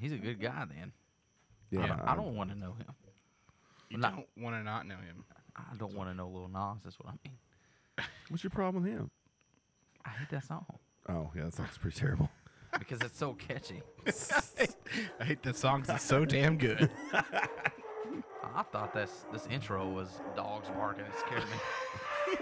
He's a good guy then. Yeah, I, don't- I I'm- don't want to know him. You Nah. don't want to not know him. I don't want to know Lil Nas. That's what I mean. What's your problem with him? I hate that song Oh yeah, that sounds pretty terrible. because it's so catchy. I hate that song 'cause it's so damn good. I thought this this intro was dogs barking. It scared me.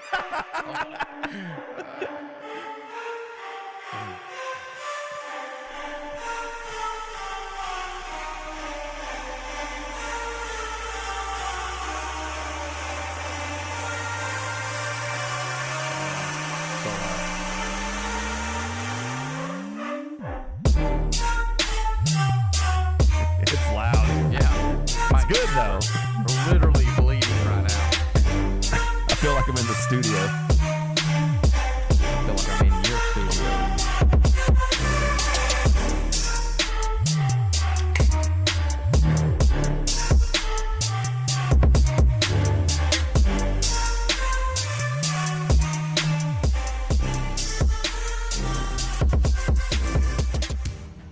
It's loud. Yeah, It's good though. we're literally bleeding right now. I feel like I'm in the studio. I feel like I'm in your studio.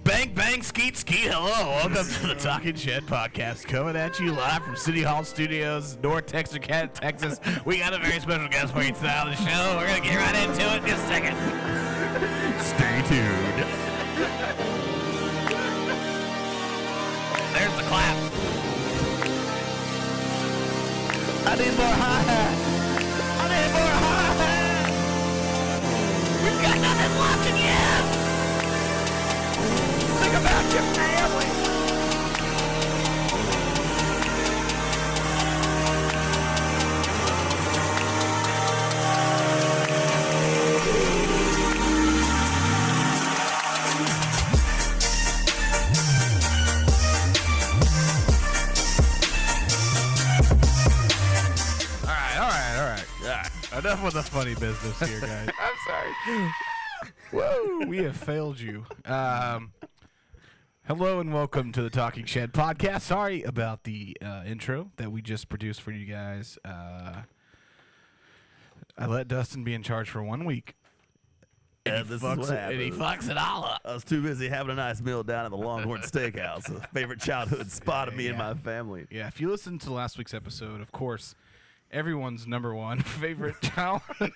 Bang, bang, skeet, skeet. Hello. Welcome to the Talking Shed podcast. Coming at you live from City Hall Studios, North Texarkana, Texas. We got a very special guest for you tonight on the show. We're going to get right into it in just a second. Stay tuned. There's the clap. I need more hi-hat. I need more hi-hat. We've got nothing left to give. Think about your family. All right, all right, all right. Yeah. Enough with the funny business here, guys. I'm sorry. Whoa, we have failed you. Um, hello and welcome to the Talking Shed podcast. Sorry about the uh, intro that we just produced for you guys. Uh, I let Dustin be in charge for one week. Yeah, this Fucks is it- what and he happens. fucks it all up. I was too busy having a nice meal down at the Longhorn Steakhouse, a favorite childhood spot of me and Yeah. my family. Yeah, if you listen to last week's episode, of course, everyone's number one favorite childhood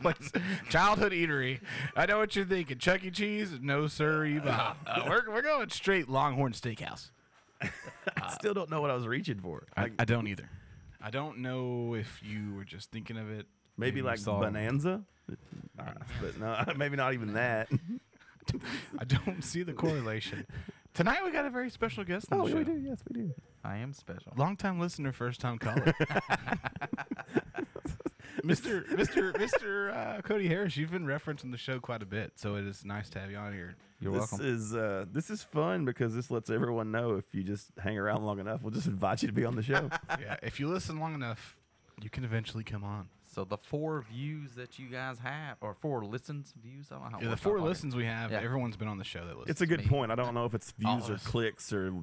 place, childhood eatery. I know what you're thinking. Chuck E. Cheese? No, sir, Eva. Uh, we're, we're going straight Longhorn Steakhouse. I still don't know what I was reaching for. I, Like, I don't either. I don't know if you were just thinking of it. maybe you like saw- Bonanza, Uh, but no, maybe not even that. I don't see the correlation. Tonight we got a very special guest on the show. Yes, Oh, we do. I am special. Long time listener, first time caller. Mr. Mr. Mr. Uh, Cody Harris, you've been referencing the show quite a bit, so it is nice to have you on here. You're this welcome. is uh, this is fun because this lets everyone know if you just hang around long enough, we'll just invite you to be on the show. yeah, if you listen long enough, you can eventually come on. So the four views that you guys have, or four listens views, I don't know how it Yeah, the works out four fucking- listens we have, Yeah. everyone's been on the show that listens. it's a good me. point. I don't know if it's views or Always. clicks or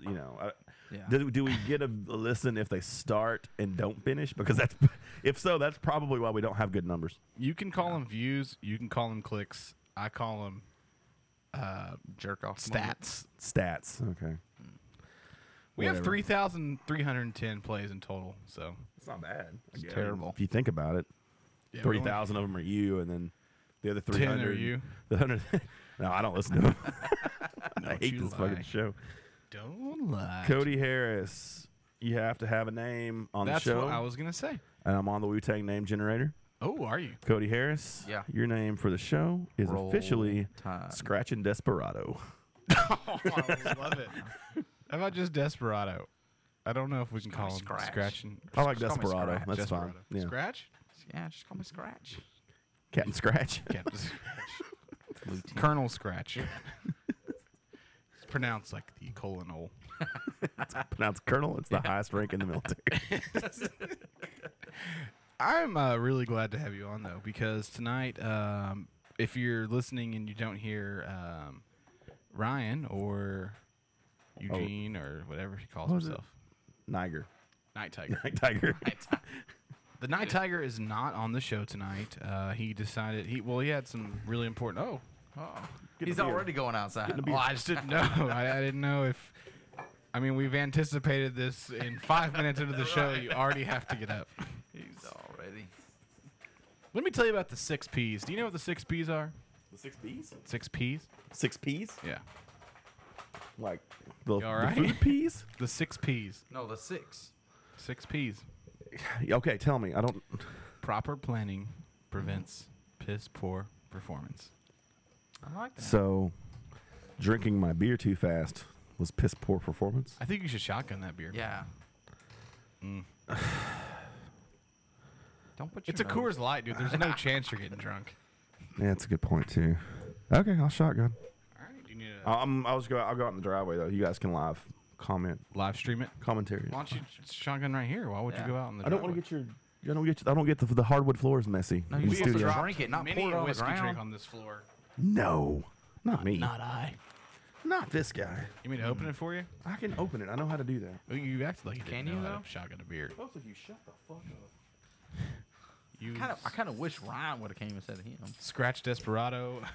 you know. I, Yeah. do, do we get a listen if they start and don't finish? Because that's if so, that's probably why we don't have good numbers. you can call them views, you can call them clicks. I call them uh, jerk off moment. stats. Stats. Okay. We have Whatever. 3,310 plays in total, so It's not bad. It's terrible. If you think about it, yeah, three thousand of them are you, and then the other three are hundred you. The hundred. no, I don't listen to them. I hate you this lie. fucking show. Don't lie. Cody Harris. You have to have a name on That's the show, what I was going to say. and I'm on the Wu Tang name generator. Oh, are you? Cody Harris. Yeah. Your name for the show is Roll officially Tide. Scratching Desperado. Oh, I love it. How about just Desperado? I don't know if we can call call him me Scratch. Scratching. I like Just call me Desperado. Scratch. That's Desperado. fine. Yeah. Scratch? Yeah, just call me Scratch. Captain Scratch. Captain Scratch. Colonel Scratch. it's pronounced like the colon hole. Pronounced Colonel. It's the highest rank in the military. I'm uh, really glad to have you on though, because tonight, um, if you're listening and you don't hear um, Ryan or Eugene or whatever he calls Oh. it? himself, Niger. Night Tiger. Tiger. The Night Tiger is not on the show tonight. Uh, he decided he well he had some really important. Oh, Oh, Getting He's a beer. already going outside. Oh, Getting a beer. Well, Oh, I just didn't know. I, I didn't know if. I mean, we've anticipated this. In five minutes into the show, you already have to get up. He's already. Let me tell you about the six P's. Do you know what the six P's are? The six P's. Six P's? Six P's. Yeah. Like the, all the right? food peas. The six P's. No, the six. Six P's. Okay, tell me. I don't. Proper planning prevents piss poor performance. I like that. So, drinking my beer too fast was piss poor performance. I think you should shotgun that beer. Mm. yeah. Don't put your It's a nose- Coors Light, dude. There's no chance you're getting drunk. Yeah, that's a good point too. Okay, I'll shotgun. All right. Do you need to Um, I'll just go. Out, I'll go out in the driveway though. You guys can live comment live stream it? commentary. Why don't you shotgun right here? Why would Yeah. you go out in the I don't want driveway? to get your. I don't get. I don't get the, the hardwood floors messy. No, in you're the supposed to studio. drink it, not Many pour it on the whiskey ground. drink on this floor. No, not me. Not, I. this guy. You mean to open it for you? I can open it. I know how to do that. Oh, You acted like you Can didn't know you, how to though? shotgun a beer. Both of you, shut the fuck up. You Kind of, I kind of wish Ryan would have came instead of him. scratch desperado.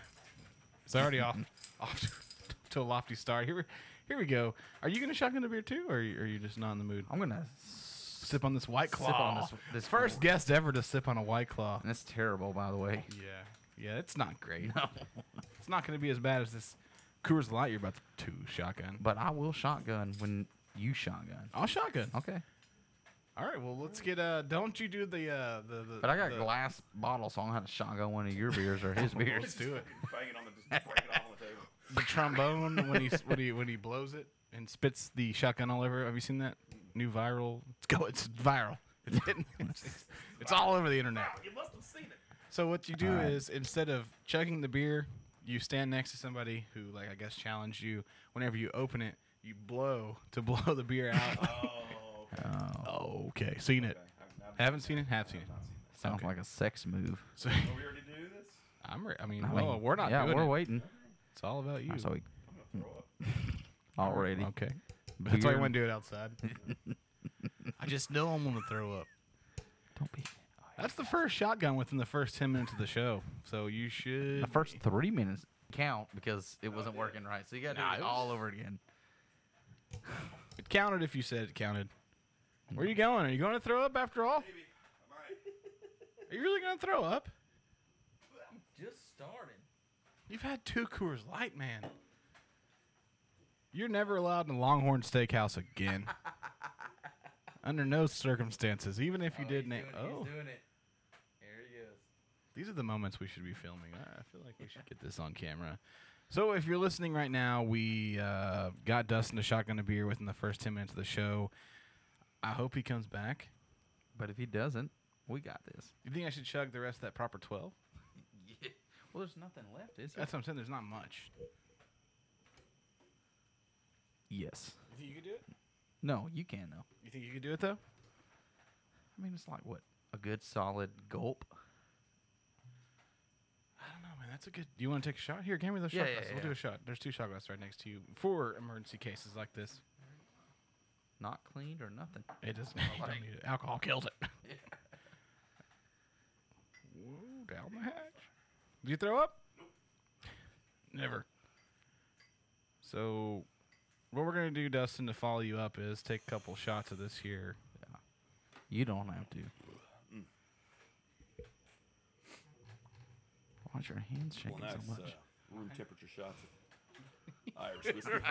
It's already off, off to, to a lofty start. Here, we- here we go. Are you gonna shotgun a beer too, or are you, are you just not in the mood? I'm gonna. Sip on this white on claw. this- this first Coors. guest ever to sip on a white claw. And that's terrible, by the way. Yeah, yeah, it's not great. It's not gonna be as bad as this Coors Light you're about to to shotgun. But I will shotgun when you shotgun. I'll shotgun. Okay. All right, well let's get. uh Don't you do the uh the. the But I got the- glass bottles, so I'm gonna have to shotgun one of your beers or his Let's beers. do it. Bang it on the, just break it off on the table. the trombone when he when he when he blows it and spits the shotgun all over. Have you seen that new viral? It's go. It's viral. It's hitting. It's, it's all over the internet. You must have seen it. So what you do is instead of chugging the beer, you stand next to somebody who like I guess challenged you. Whenever you open it, you blow to blow the beer out. oh, okay. Seen it. Haven't seen it. Have seen it. Sounds like a sex move. So We already do this. I'm. Re- I mean, I well, mean, we're not. Yeah, doing we're it. waiting. It's all about you. So we. Already. Okay. That's why I Beer. want to do it outside. I just know I'm going to throw up. Don't be. That's the first shotgun within the first 10 minutes of the show. So you should. The first three minutes count because it wasn't working right. So you got to Nah, do it it was- all over again. It counted if you said it counted. Where are you going? Are you going to throw up after all? Are you really going to throw up? Just started. You've had two Coors Light, man. You're never allowed in Longhorn Steakhouse again. Under no circumstances, even if you did name. Oh, doing it. There he is. These are the moments we should be filming. I I feel like we should get this on camera. So, if you're listening right now, we uh, got Dustin to shotgun a beer within the first 10 minutes of the show. I hope he comes back. But if he doesn't, we got this. You think I should chug the rest of that proper 12? Yeah. Well, there's nothing left, is there? That's what I'm saying. There's not much. Yes. You think you could do it? No, you can though. You think you could do it, though? I mean, it's like what a good solid gulp. I don't know, Oh, man. That's a good. You want to take a shot? Here, give me those Yeah, shot yeah, glasses. yeah. We'll do a shot. There's two shot glasses right next to you for emergency cases like this. Not cleaned or nothing. It doesn't. you don't need it. Alcohol kills it. Whoa, down the hatch. Did you throw up? Never. So, what we're gonna do, Dustin, to follow you up is take a couple shots of this here. You don't have to. Mm. Why's your hands shaking so much? uh, room temperature shots. Irish whiskey.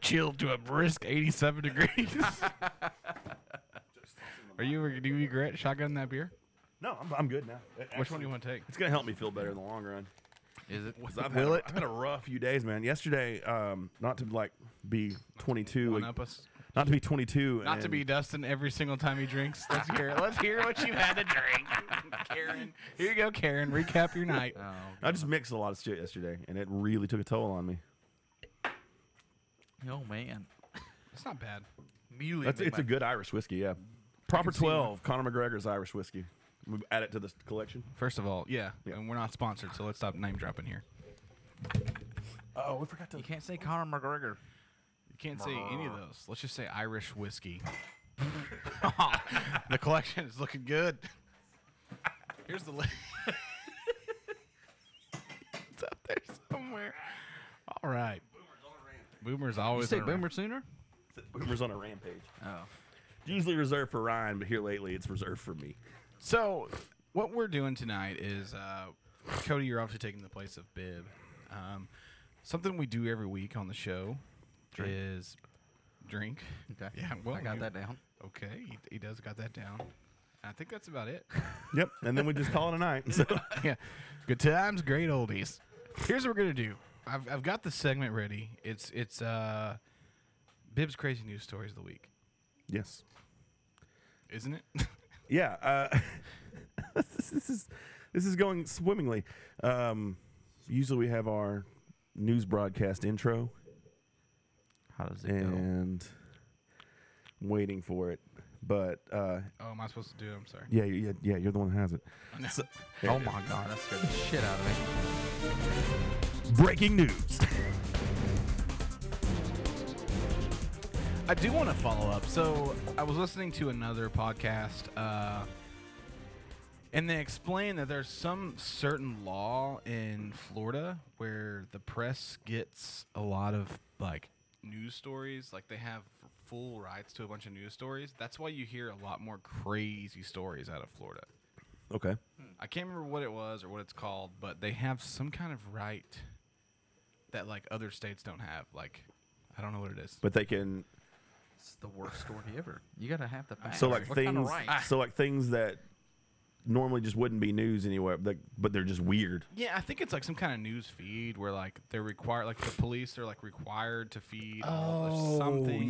Chilled to a brisk 87 degrees. Are you? Do you regret shotgun that beer? no, I'm, I'm good now. It Which one actually- do you want to take? It's gonna help me feel better in the long run. Is it? 'Cause I've had, a- I've had a rough few days, man. Yesterday, um, not to like be 22, One ag- up us. not to be 22, Not to and- be Dustin every single time he drinks. Let's hear. it. Let's hear what you had to drink, Karen. Here you go, Karen. Recap your night. Oh, I just mixed a lot of shit yesterday, and it really took a toll on me. oh man. It's uh, not bad. Muley. That's, made it's my- a good Irish whiskey, yeah. Proper 12, Conor McGregor's Irish whiskey. We Add it to this collection. First of all, yeah, Yeah. and we're not sponsored, so let's stop name dropping here. Oh, we forgot to. You can't say Conor McGregor. You can't say any of those. Let's just say Irish whiskey. Oh, the collection is looking good. Here's the list. All right. Boomers You always say on a rant. boomer sooner? Boomer's on a rampage. Oh. It's usually reserved for Ryan, but here lately it's reserved for me. So, what we're doing tonight is, uh, Cody, you're obviously taking the place of Bib. Um, something we do every week on the show is drink. Okay. Yeah, well, I got you- that down. Okay, he, he does got that down. I think that's about it. Yep. And then we just call it a night. So yeah, good times, great oldies. Here's what we're gonna do. I've, I've got the segment ready. It's it's uh, Bib's crazy news stories of the week, yes. isn't it? Yeah. Uh, this, this is this is going swimmingly. Um, usually we have our news broadcast intro, How does it go? and I'm waiting for it. But uh, oh, am I supposed to do it? I'm sorry. yeah, yeah, yeah, you're the one that has it. So- there Oh it is. my god, that scared the shit out of me. Breaking news. I do want to follow up. So I was listening to another podcast, uh, and they explained that there's some certain law in Florida where the press gets a lot of like news stories. Like they have f- full rights to a bunch of news stories. That's why you hear a lot more crazy stories out of Florida. Okay. I can't remember what it was or what it's called, but they have some kind of right that like other states don't have. Like I don't know what it is. But they can It's the worst story ever. You gotta have the facts. so like what things Kind of rights? so like things that normally just wouldn't be news anywhere, like, but they're just weird. Yeah, I think it's like some kind of news feed where like they're required, like the police are like required to feed all of something.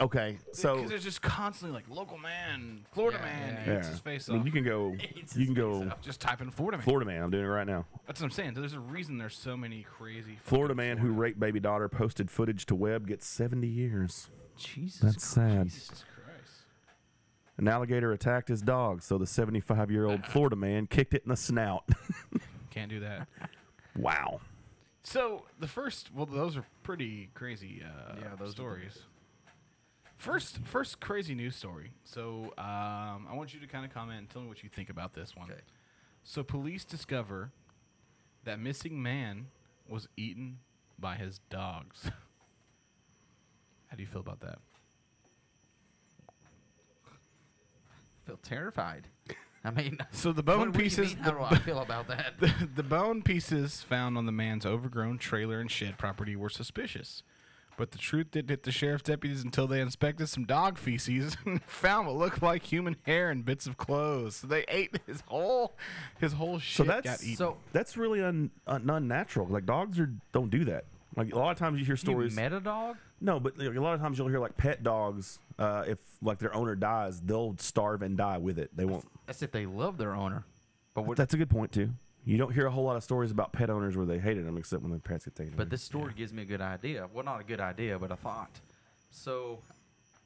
Okay. Oh, So because there's just constantly like local man, Florida Yeah, man yeah, eats his face I mean, off. you can go. You can go. just type in Florida man. Florida man. I'm doing it right now. That's what I'm saying. There's a reason there's so many crazy. fucking Florida man who raped baby daughter posted footage to web gets 70 years. Jesus. That's sad. Jesus. Jesus Christ. An alligator attacked his dog, so the 75 year old Florida man kicked it in the snout. Can't do that. wow. So the first, well, those are pretty crazy. Uh, Yeah, those are the- stories. First, first crazy news story. So um, I want you to kind of comment and tell me what you think about this one. Okay. So police discover that missing man was eaten by his dogs. How do you feel about that? I feel terrified. I mean, So the what bone do you pieces, mean? How do I feel about that? the, the bone pieces found on the man's overgrown trailer and shed property were suspicious. But the truth didn't hit the sheriff's deputies until they inspected some dog feces and found what looked like human hair and bits of clothes. So they ate his whole his whole shit that's- got eaten. So That's really un, un, unnatural. Like, dogs are don't do that. Like, a lot of times you hear you stories. met a dog? no, but like, a lot of times you'll hear, like, pet dogs, uh, if, like, their owner dies, they'll starve and die with it. They won't. That's if they love their owner. But what, That's a good point, too. You don't hear a whole lot of stories about pet owners where they hated them, except when their pets get taken. But away. this story gives me a good idea. Well, not a good idea, but a thought. So,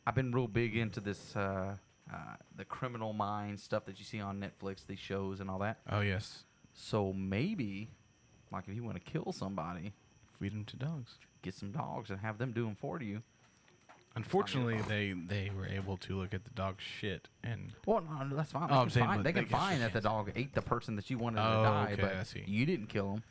I've been real big into this, uh, uh, the criminal mind stuff that you see on Netflix, these shows and all that. oh yes, So maybe, like, if you want to kill somebody, feed him to dogs. get some dogs and have them do them for you. Unfortunately, they they were able to look at the dog shit and Well, no, no, that's fine. They Oh, I'm can saying, find, but they they can can- find that the dog ate the person that you wanted Oh, to die, okay, I see. but you didn't kill him.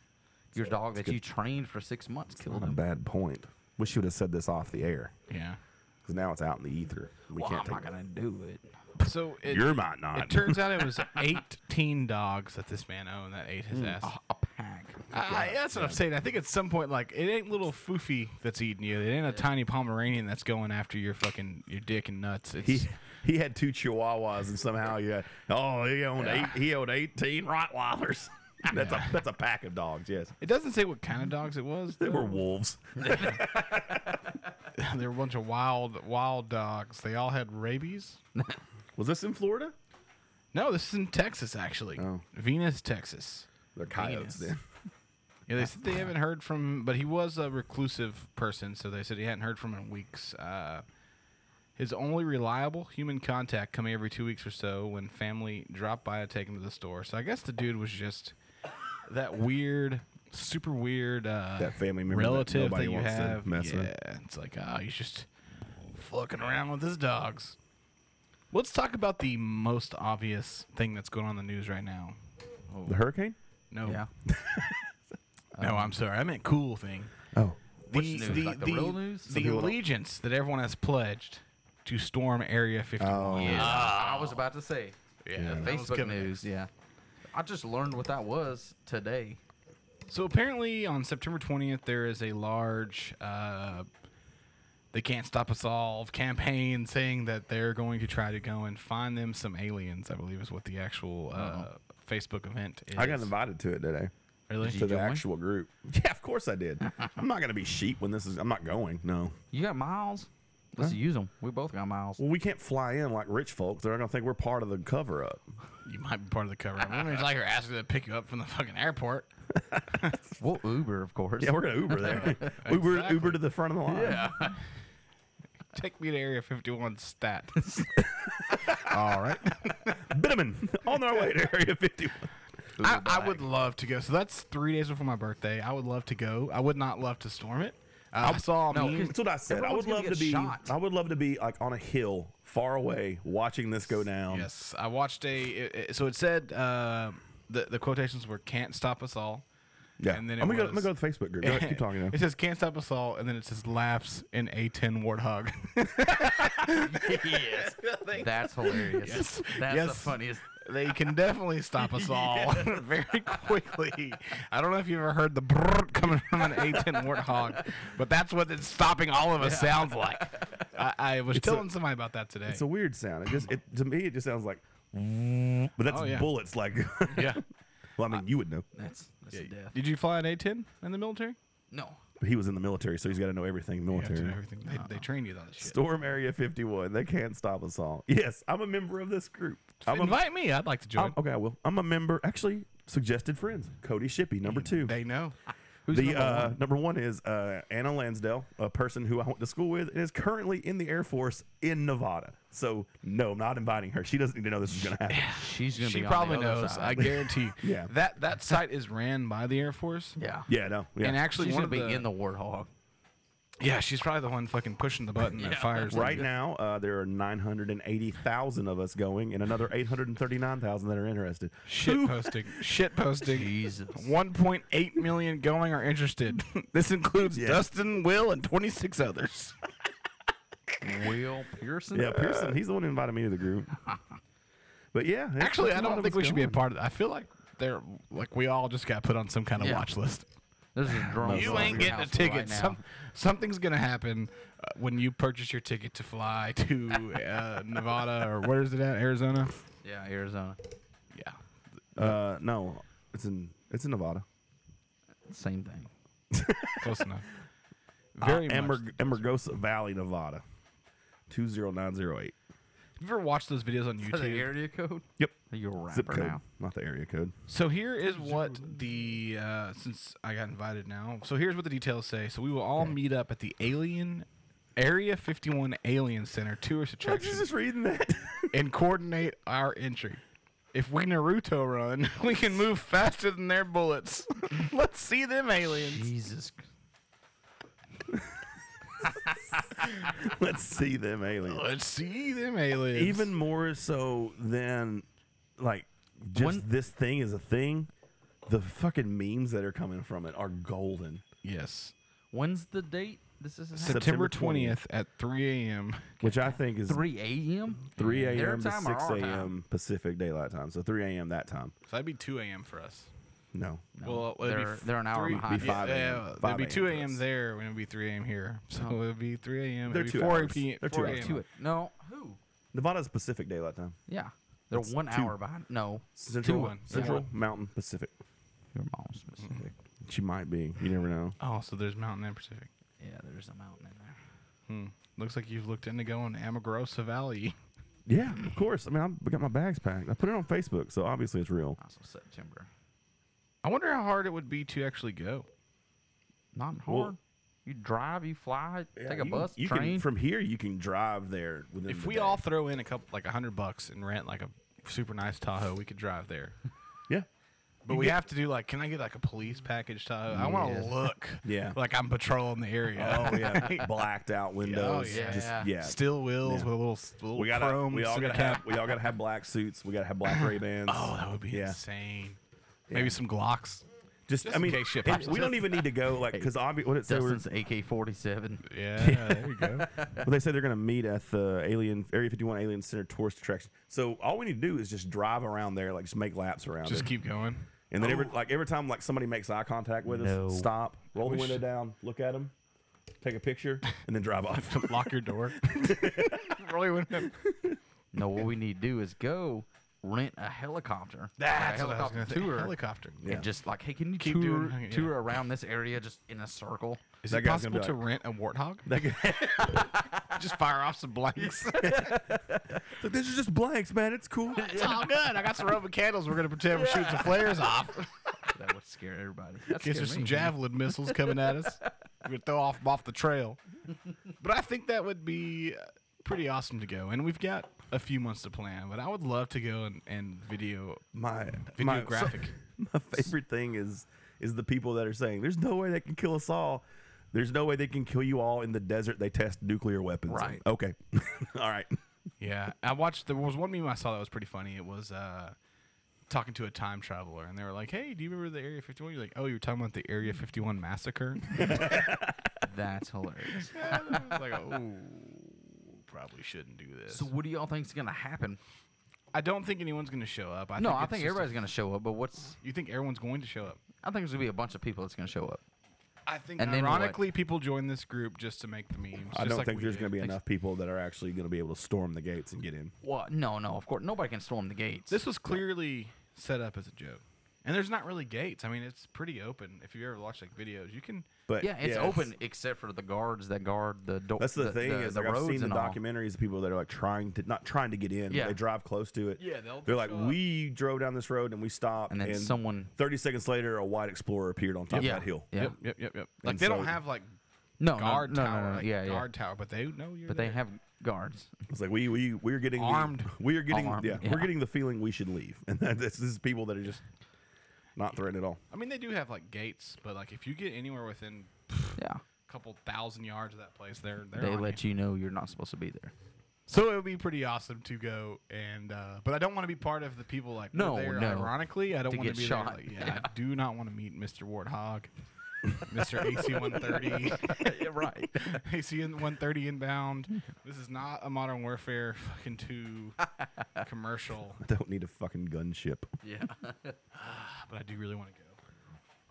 Your dog that you trained for six months killed Not a him. bad point. Wish you would have said this off the air. yeah. Because now it's out in the ether. We Well, can't I'm not take gonna do it. So it, You might it not. turns out it was 18 dogs that this man owned that ate his ass. Hmm. A, a pack. I, I- that's what I'm saying. I think at some point, like it ain't little foofy that's eating you. It ain't a tiny Pomeranian that's going after your fucking your dick and nuts. It's he he had two chihuahuas and somehow you had, oh he owned eight he owned eighteen Rottweilers. that's a that's a pack of dogs. Yes, it doesn't say what kind of dogs it was. they though. were wolves. they were a bunch of wild wild dogs. They all had rabies. Was this in Florida? No, this is in Texas actually. Oh. Venus, Texas. They're coyotes. Then. Yeah, they said they haven't heard from, but he was a reclusive person, so they said he hadn't heard from him in weeks. Uh, his only reliable human contact coming every two weeks or so when family dropped by to take him to the store. So I guess the dude was just that weird, super weird uh, That family member that relative that, nobody you wants to have. mess yeah, with. it's like ah, he's just fucking around with his dogs. Let's talk about the most obvious thing that's going on in the news right now. Oh. The hurricane. No, Yeah. no, I'm sorry, I meant cool thing. Oh, Which news? like the, real news? the allegiance that everyone has pledged to storm Area 51. Oh, Oh, yeah, Uh, Ah, I was about to say. Yeah, the that was Facebook coming news. Yeah, I just learned what that was today. So apparently, on September 20th, there is a large uh, "They Can't Stop Us All" campaign saying that they're going to try to go and find them some aliens. I believe is what the actual uh, Facebook event is. I got invited to it today. Really? Did to you the join? actual group. Yeah, of course I did. I'm not gonna be sheep when this is. I'm not going. No. You got miles? Let's 'em. use them. We both got miles. Well, we can't fly in like rich folks. They're not gonna think we're part of the cover up. You might be part of the cover. I mean, it's like her asking to pick you up from the fucking airport. Well, Uber, of course. Yeah, we're gonna Uber there. Uber Exactly. Uber to the front of the line. Yeah. Take me to Area 51 stat. All right. Bitterman on our way to Area 51. I, I would love to go. So that's three days before my birthday. I would love to go. I would not love to storm it. Uh, I saw a No, meme- 'cause That's what I said. I Everyone's would gonna love get to be. shot. I would love to be like on a hill far away, watching this go down. Yes, I watched a. It, it- so it said uh, the the quotations were "can't stop us all." Yeah. And then it I'm, gonna go, was- I'm gonna go to the Facebook group. Go ahead, keep talking. Now. It says "can't stop us all," and then it says "laughs in A10 warthog." yes. That's hilarious. Yes. That's the Yes. funniest. they can definitely stop us all very quickly. I don't know if you ever heard the brrr coming from an A10 warthog, but that's what it's stopping all of us sounds like. I, I was telling somebody about that today. It's a weird sound. It just it to me it just sounds like, but that's Oh, yeah. bullets. Like, yeah. well, I mean, you would know. That's, that's death. Did you fly an A10 in the military? No. He was in the military, so he's got to know everything You have to military. know everything. They, they train you on this shit. Storm Area 51. They can't stop us all. Yes, I'm a member of this group. I'm a, Invite me. I'd like to join. I'm- okay, I will. I'm a member. Actually, suggested friends. Cody Shippey, number two. They know. the number, uh, one? number one is uh, Anna Lansdale, a person who I went to school with and is currently in the Air Force in Nevada. So, no, I'm not inviting her. She doesn't need to know this is going to happen. She's gonna She be. probably on the other knows. I Side. guarantee. you. Yeah. That that site is ran by the Air Force. yeah. Yeah, no. Yeah. And actually, She's one gonna of be the, in the warthog. yeah, she's probably the one fucking pushing the button that fires. right now, uh, there are 980,000 of us going and another 839,000 that are interested. Shit posting. Shit posting. Jesus. 1.8 million going are interested. this includes Dustin, Will, and 26 others. Will Pearson. Yeah, Pearson, he's the one who invited me to the group. But yeah, it's- Actually, it's I a lot don't of think us we should be a going. part of that. I feel like they're like we all just got put on some kind of Yeah. watch list. This is a drone. You flying your ain't getting a house ticket. Right now. Some, something's gonna happen uh, when you purchase your ticket to fly to uh, Nevada or where is it at? Arizona. yeah, Arizona. Yeah. Uh, no, it's in it's in Nevada. Same thing. Close enough. Very Very much. Emer- Emergosa Uh, Valley, Nevada, two zero nine zero eight. Have you ever watched those videos on The YouTube? area code. Yep. You're a rapper Zip code, now. not the area code. So here is what the uh, since I got invited now. So here's what the details say. So we will all meet up at the Alien Area 51 Alien Center tourist attraction reading that. and coordinate our entry. If we Naruto run, we can move faster than their bullets. Let's see them aliens. Jesus. Let's see them aliens. Let's see them aliens. Even more so than like just One- this thing is a thing. The fucking memes that are coming from it are golden. yes. When's the date? This is happening? September September 20th at 3 a.m. Which I think is 3 a.m. 3 Their a.m. to time or 6 our time? a.m. Pacific Daylight Time. So 3 a.m. that time. So that'd be 2 a.m. for us. No. Well, it'd they're- they're an hour three- behind. Be five yeah, a.m., yeah, it'd five be a.m. 2 for a.m. us. Oh. there, and it'd be 3 a.m. here. So it'd be 3 a.m. They're It'd two be 4 hours. p.m. They're two 4 hours. a.m. To it. No. Who? Nevada's Pacific Daylight Time. Yeah. They're one hour behind. No. Central, one. Central Yeah. Mountain Pacific. Mm-hmm. Your mom's specific. She might be. You never know. Oh, so there's Mountain and Pacific. Yeah, there's a mountain in there. Hmm. Looks like you've looked into going to Amagrosa Valley. Yeah, of course. I mean, I got my bags packed. I put it on Facebook, so obviously it's real. Also September. I wonder how hard it would be to actually go. Not hard. Well- you drive, you fly, take a you, bus, you train. Can, from here, you can drive there. Within If the we day. all throw in a couple, like a hundred bucks, and rent like a super nice Tahoe, we could drive there. yeah, But we have to do like, can I get like a police package Tahoe? I want to look, Yeah. like I'm patrolling the area. oh yeah, blacked out windows. yeah. just, Yeah. yeah. Still wheels Yeah. with a little, s- little we gotta, chrome we all center gotta cap. have, we all gotta have black suits. We gotta have black Ray Bans. Oh, that would be Yeah. insane. Maybe some Glocks. Just, I mean, in case shit and pops we don't even need to go like because obviously what did it say we're, Dustin's AK-47. Yeah, there you go. well, they said they're going to meet at the Alien Area 51 Alien Center tourist attraction. So all we need to do is just drive around there, like just make laps around. Just it. keep going. and then every like every time like somebody makes eye contact with No. us, stop, roll the wish- window down, look at them, take a picture, and then drive off. Lock your door. really wouldn't. No, what we need to do is go rent a helicopter. like That's a what I was helicopter going to tour. Helicopter. Yeah. And just like, hey, can you Keep tour, doing- yeah. tour around this area just in a circle? Is That it guy's gonna possible be to like- rent a warthog? That guy- Just fire off some blanks. Like, this is just blanks, man. It's cool. it's all good. I got some Roman candles. We're gonna pretend we're shooting some flares off. That would scare everybody. That Guess scared there's some me. javelin missiles coming at us. We're gonna throw off off the trail. But I think that would be uh, pretty awesome to go. And we've got a few months to plan. But I would love to go and, and video My video my, so- graphic. my favorite thing is is the people that are saying there's no way they can kill us all. There's no way they can kill you all in the desert. They test nuclear weapons. Right. Okay. all right. Yeah, I watched. There was one meme I saw that was pretty funny. It was uh, talking to a time traveler, and they were like, "Hey, do you remember the Area 51?" You're like, "Oh, you're talking about the Area 51 massacre." That's hilarious. I was like, "Oh, probably shouldn't do this." so, what do y'all think's gonna happen? I don't think anyone's going to show up. I no, think I it's think just a- everybody's gonna show up. But what's? you think everyone's going to show up? I think there's gonna be a bunch of people that's gonna show up. I think And then what? ironically, people join this group just to make the memes. I just don't like think we there's did. going to be enough people that are actually going to be able to storm the gates and get in. Well, no, no, of course nobody can storm the gates. This was clearly set up as a joke, and there's not really gates. I mean, it's pretty open. If you ever watch like videos, you can. But yeah, it's open except for the guards that guard the door. That's the, thing is like I've seen the and all. documentaries of people that are like trying to not trying to get in. but Yeah. They drive close to it. Yeah, they'll They're like, show up. we drove down this road and we stopped, And then someone- Thirty seconds later, a white explorer appeared on top Yeah, of that hill. yeah. Yep, yep, yep, yep. Like And they don't so- have like No, no, guard no, no, tower, no, no, like Uh, yeah, yeah. guard tower, but they know you're. but they there. have guards. It's like we we we're getting the- Armed. we are getting Armed, yeah, yeah. we're getting the feeling we should leave, and that, this is people that are just not threatened at all. I mean, they do have like gates, but like if you get anywhere within Yeah, a couple thousand yards of that place, they're they're. they on let you know you're not supposed to be there. So it would be pretty awesome to go and, uh, but I don't want to be part of the people like were No, there. no. Ironically, I don't To want to get be shot. There, like, yeah, I do not want to meet Mr. Warthog, Mr. AC 130, yeah, right. AC 130 inbound. This is not a Modern Warfare fucking two commercial, I don't need a fucking gunship. Yeah. but I do really want to go.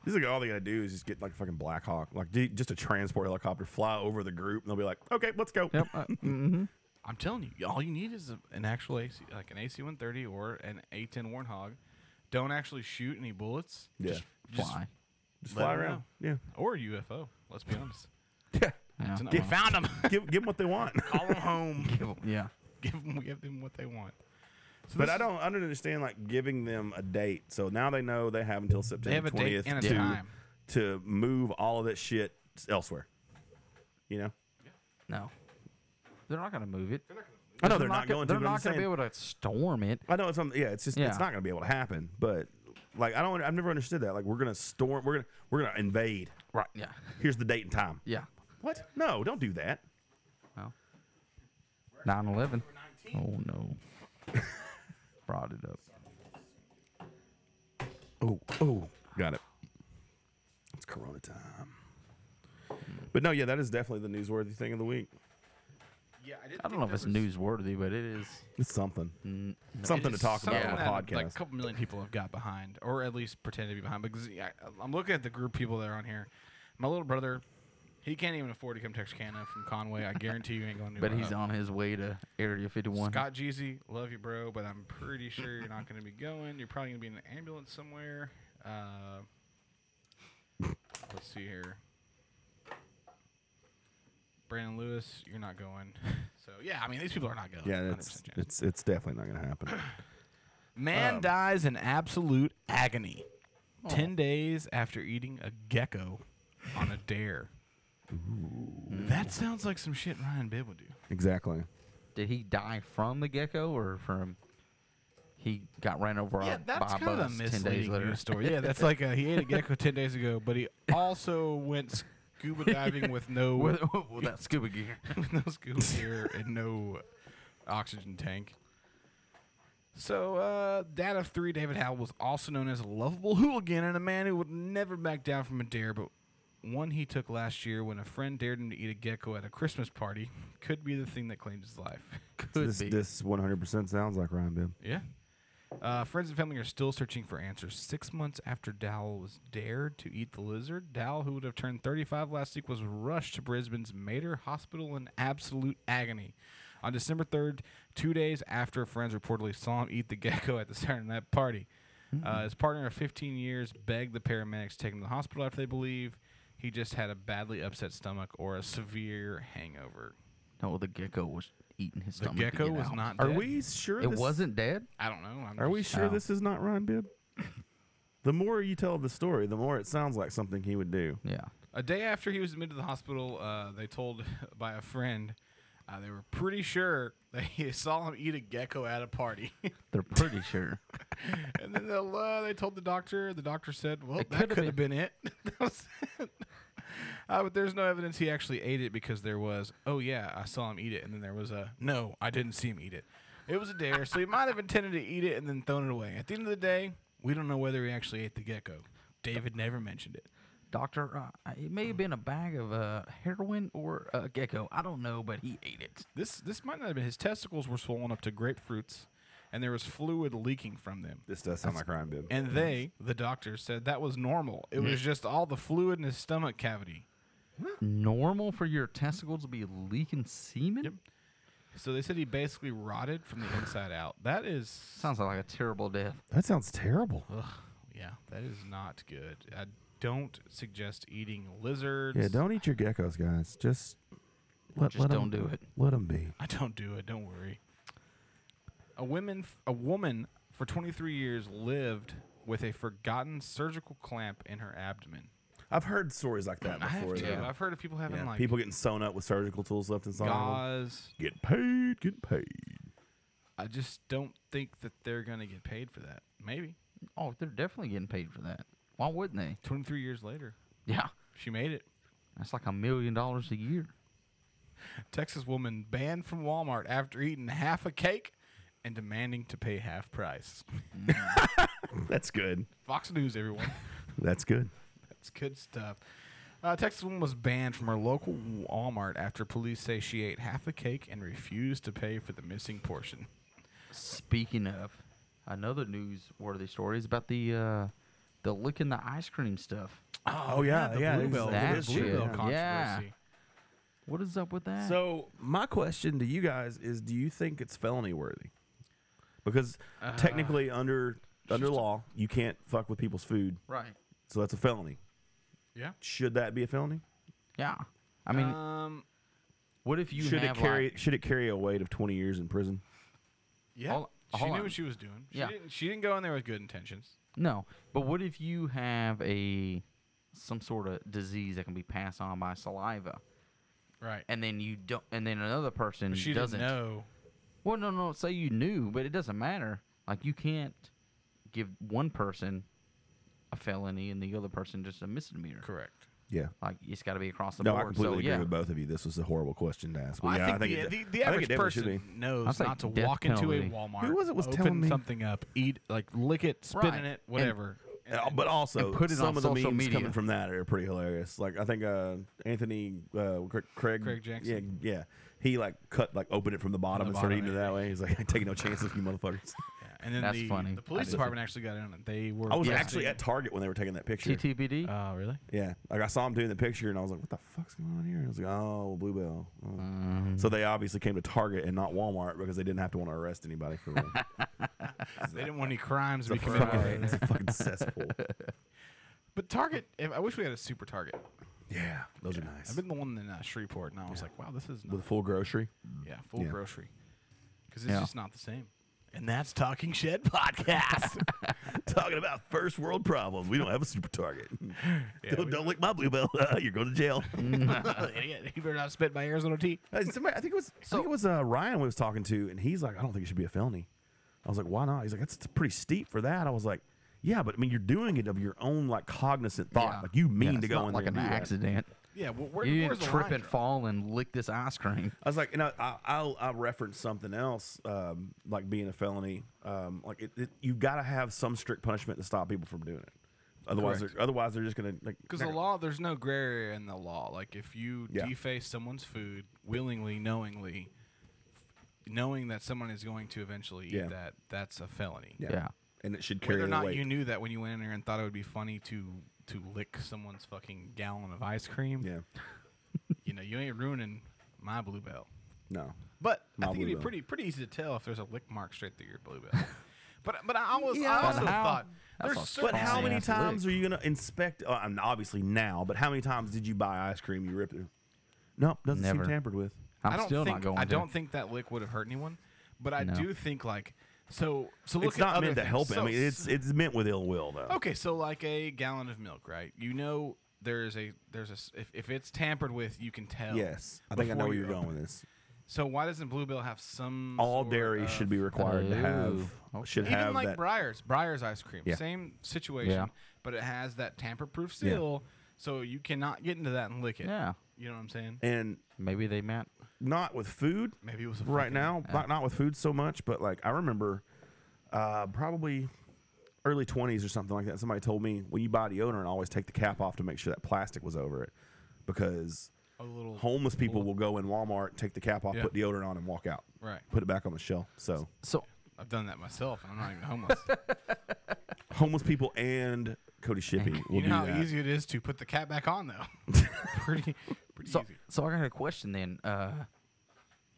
This is like all they gotta do is just get like a fucking Black Hawk, like d- just a transport helicopter, fly over the group, and they'll be like, okay, let's go. Yep. uh, mhm. I'm telling you, all you need is a, an actual AC, like an AC 130 or an A10 Warthog. Don't actually shoot any bullets. Yeah. Just, just Why? Just Let fly 'em around. Or UFO. Let's be honest. Yeah. Yeah. It's an- Give- I found them. Yeah. give, give them what they want. Call them home. yeah. give them give them what they want. So But this I is- don't, I don't understand like giving them a date. So now they know they have until They have September a date twentieth and a to, time. to move all of that shit elsewhere. You know, No. They're not gonna move it. I know they're, They're gonna- not going to. They're but I'm not just gonna be saying- able to storm it. I know it's something. Yeah, it's just Yeah. it's not going to be able to happen. But like I don't, I've never understood that. Like we're going to storm. We're going to we're going to invade. Right. Yeah. Here's the date and time. Yeah. What? No, don't do that. Well. 9-11. Oh no. Brought it up. Oh, oh, got it. It's Corona time. But no, yeah, that is definitely the newsworthy thing of the week. yeah, I, didn't I don't know if it's newsworthy, but it is. It's something, something to talk about on something a podcast. Like a couple million people have got behind, or at least pretend to be behind. Because yeah, I'm looking at the group of people that are on here. My little brother, he can't even afford to come to Texarkana from Conway. I guarantee you ain't going to. But he's on his way to Area 51. Scott Jeezy, love you, bro, but I'm pretty sure you're not going to be going. You're probably going to be in an ambulance somewhere. Uh, let's see here. Brandon Lewis, you're not going. So yeah, I mean these people are not going. yeah, 100% it's chance. it's it's definitely not going to happen. man Um, dies in absolute agony. Ten days after eating a gecko on a dare. That sounds like some shit Ryan Bibb would do. exactly. Did he die from the gecko or from he got ran over Yeah, on- that's by a kind of a bus 10 days misleading later? news story. Yeah, that's like uh, he ate a gecko ten days ago, but he also went scuba diving with no with, with with that scuba gear. no scuba gear and no oxygen tank. So, uh, dad of three, David Howell was also known as a lovable hooligan and a man who would never back down from a dare, but one he took last year when a friend dared him to eat a gecko at a Christmas party could be the thing that claimed his life. Could this, be. this 100% sounds like Ryan Bibb. Yeah. Uh, friends and family are still searching for answers. Six months after Dowell was dared to eat the lizard, Dowell, who would have turned 35 last week, was rushed to Brisbane's Mater Hospital in absolute agony. On December 3rd, two days after friends reportedly saw him eat the gecko at the Saturday night party, Mm-hmm. uh, his partner of 15 years begged the paramedics to take him to the hospital after they believe he just had a badly upset stomach or a severe hangover. No, the gecko was eating his The stomach. to gecko get was out. not. Are dead. we sure It this, wasn't dead. I don't know. I'm Are we just- sure Oh. this is not Ryan Bibb? The more you tell the story, the more it sounds like something he would do. Yeah. A day after he was admitted to the hospital, uh, they told by a friend uh, they were pretty sure that he saw him eat a gecko at a party. They're pretty sure. and then they'll, uh, they told the doctor. The doctor said, "Well, It that coulda could have been. it." That was it. Uh, but there's no evidence he actually ate it because there was, "Oh yeah, I saw him eat it," and then there was a, "No, I didn't see him eat it." It was a dare, so he might have intended to eat it and then thrown it away. At the end of the day, we don't know whether he actually ate the gecko. David never mentioned it. Doctor, uh, it may have been a bag of uh, heroin or a gecko. I don't know, but he ate it. This this might not have been his testicles were swollen up to grapefruits, and there was fluid leaking from them. This does sound like Ryan Bibb. And they, the doctor, said that was normal. It Mm. was just all the fluid in his stomach cavity. Normal for your testicles to be leaking semen? So they said he basically rotted from the inside out. That is, Sounds like a terrible death. that sounds terrible. ugh, yeah, that is not good. I don't suggest eating lizards. Yeah, don't eat your geckos, guys. Just let, Just let 'em- don't do it. Let them be. I don't do it. Don't worry. A woman, a woman for 23 years lived with a forgotten surgical clamp in her abdomen. I've heard stories like that I have before. too. though. I've heard of people having Yeah, like people getting sewn up with surgical tools left and right. gauze. Get paid, get paid. I just don't think that they're gonna get paid for that. Maybe Oh, they're definitely getting paid for that. Why wouldn't they? 23 years later, Yeah. she made it. That's like a million dollars a year. Texas woman banned from Walmart after eating half a cake and demanding to pay half price. Mm. That's good. Fox News, everyone. That's good. That's good stuff. Uh, Texas woman was banned from her local Walmart after police say she ate half a cake and refused to pay for the missing portion. Speaking of, another newsworthy story is about the uh, the licking the ice cream stuff. Oh, yeah, yeah, the bluebell, that the bluebell shit. controversy. Yeah. What is up with that? So my question to you guys is: Do you think it's felony worthy? Because Uh, technically, under under law, you can't fuck with people's food, right. so that's a felony. Yeah. Should that be a felony? Yeah. I mean, um, what if you should it have carry like, should it carry a weight of twenty years in prison? yeah. Hold- she hold knew on. what she was doing. She Yeah. Didn't, she didn't go in there with good intentions. No, but what if you have a some sort of disease that can be passed on by saliva, Right. and then you don't, and then another person But she doesn't. didn't know. Well, no, no, say you knew, but it doesn't matter. Like you can't give one person a felony and the other person just a misdemeanor. Correct. Yeah. Like it's got to be across the No, I board. completely so agree yeah, with both of you. This was a horrible question to ask. but Well, yeah, I think, it the, de- the, I the think average it definitely should person be. I'll knows say not to death walk into a penalty. Walmart, Who was it was open telling me? something up, eat like lick it, spit Right. in it, And- whatever. And Uh, But also, and put it some on of the social memes media. coming from that are pretty hilarious. Like I think uh, Anthony uh, Cra- Craig Craig Jackson. Yeah, yeah, he like cut like opened it from the bottom the and started bottom, eating it that way. He's like, taking no chances, you motherfuckers. yeah. and then That's the, funny. the police I did- department actually got in on it. They were. I was busting- actually at Target when they were taking that picture. TTPD. Oh, really? Yeah, like I saw him doing the picture, and I was like, "What the fuck's going on here?" And I was like, "Oh, Bluebell." Oh. so they obviously came to Target and not Walmart because they didn't have to want to arrest anybody for one. They didn't want any crimes to it's, a be committed. fucking, it's a fucking cesspool. But Target, if, I wish we had a super Target. Yeah, those are nice. I've been the one in uh, Shreveport, and I was like, wow, this is With not, a full grocery. yeah full Yeah. grocery because it's Yeah. just not the same. And that's Talking Shed podcast. Talking about first world problems. We don't have a super target. Yeah, don't, we- don't lick my bluebell. You're going to jail. Idiot! You better not spit my Arizona tea. Uh, somebody, I think it was I think it was uh, Ryan we was talking to, and he's like, I don't think it should be a felony. I was like, why not? He's like, that's it's pretty steep for that. I was like, yeah, but I mean, you're doing it of your own like cognizant thought. Yeah. Like you Yeah, mean to it's go not in like there and an do that. accident. Yeah, well, where, you where's didn't the trip line and drawn? fall and lick this ice cream. I was like, and I, I, I'll, I referenced something else, um, like being a felony. Um, like it, it, you got to have some strict punishment to stop people from doing it. Otherwise, Correct. they're, otherwise they're just gonna like Because the they're- law, there's no gray area in the law. Like if you Yeah. deface someone's food willingly, knowingly, knowing that someone is going to eventually eat Yeah. that, that's a felony. Yeah. Yeah. and it should carry Whether or the not weight. you knew that when you went in there and thought it would be funny to to lick someone's fucking gallon of ice cream, yeah, you know, you ain't ruining my bluebell. no, But My I think it'd Bluebell. be pretty pretty easy to tell if there's a lick mark straight through your bluebell. but but I was I But also how? thought That's there's a But certain Fine how many ass times lick. are you gonna inspect? Uh, I'm obviously now, but how many times did you buy ice cream you ripped through? Nope, doesn't Never. seem tampered with. I'm I don't still think not going. I to. don't think that lick would have hurt anyone, but I No. do think like so so look it's at not other meant to things. help. it. So- I mean, it's it's meant with ill will though. okay. So like a gallon of milk, right? You know, there's a there's a s- if, if it's tampered with, you can tell. Yes, I think I before know where you you're going open with it. this. So why doesn't Bluebell have some All sort dairy of- should be required to have Ooh, should even have like that. Briars, Briars ice cream, Yeah. same situation, Yeah. but it has that tamper-proof seal, so you cannot get into that and lick it. Yeah. You know what I'm saying? and Maybe they meant. not with food Maybe it was a right fucking- now. Not not with food so much, but like I remember, uh, probably early 20s or something like that. Somebody told me when you buy deodorant, always take the cap off to make sure that plastic was over it, because A little homeless people will go in Walmart, take the cap off, Yeah. put deodorant on, and walk out. Right. Put it back on the shelf. So So I've done that myself, and I'm not even homeless. homeless people and Cody Shippey will you know how do that. easy it is to put the cap back on, though. pretty, pretty so easy. so I got a question then. Uh,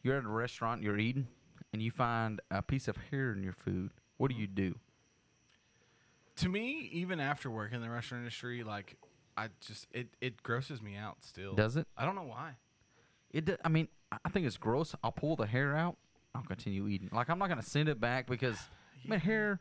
you're at a restaurant, you're eating, and you find a piece of hair in your food. What do you do? To me, even after working in the restaurant industry, like I just it it grosses me out still. Does it? I don't know why. It. d- I mean, I I think it's gross. I'll pull the hair out. I'll continue eating. Like I'm not gonna send it back because my hair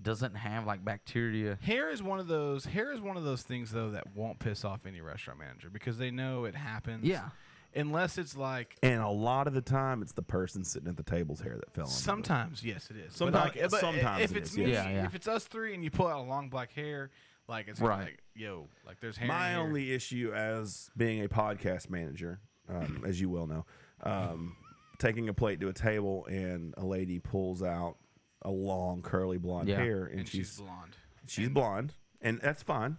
doesn't have like bacteria. Hair is one of those. Hair is one of those things though that won't piss off any restaurant manager because they know it happens. Yeah. Unless it's like and a lot of the time, it's the person sitting at the table's hair that fell. on it. sometimes, yes, it is. Sometimes- but like, but sometimes if it it's is, me, yes. Yeah, yeah. if it's us three, and you pull out a long black hair, like it's gonna be Right. like yo, like there's hair. in My here. only issue as being a podcast manager, um, as you well know, um, taking a plate to a table and a lady pulls out a long curly blonde Yeah. hair and, and she's she's blonde. she's blonde and that's fine,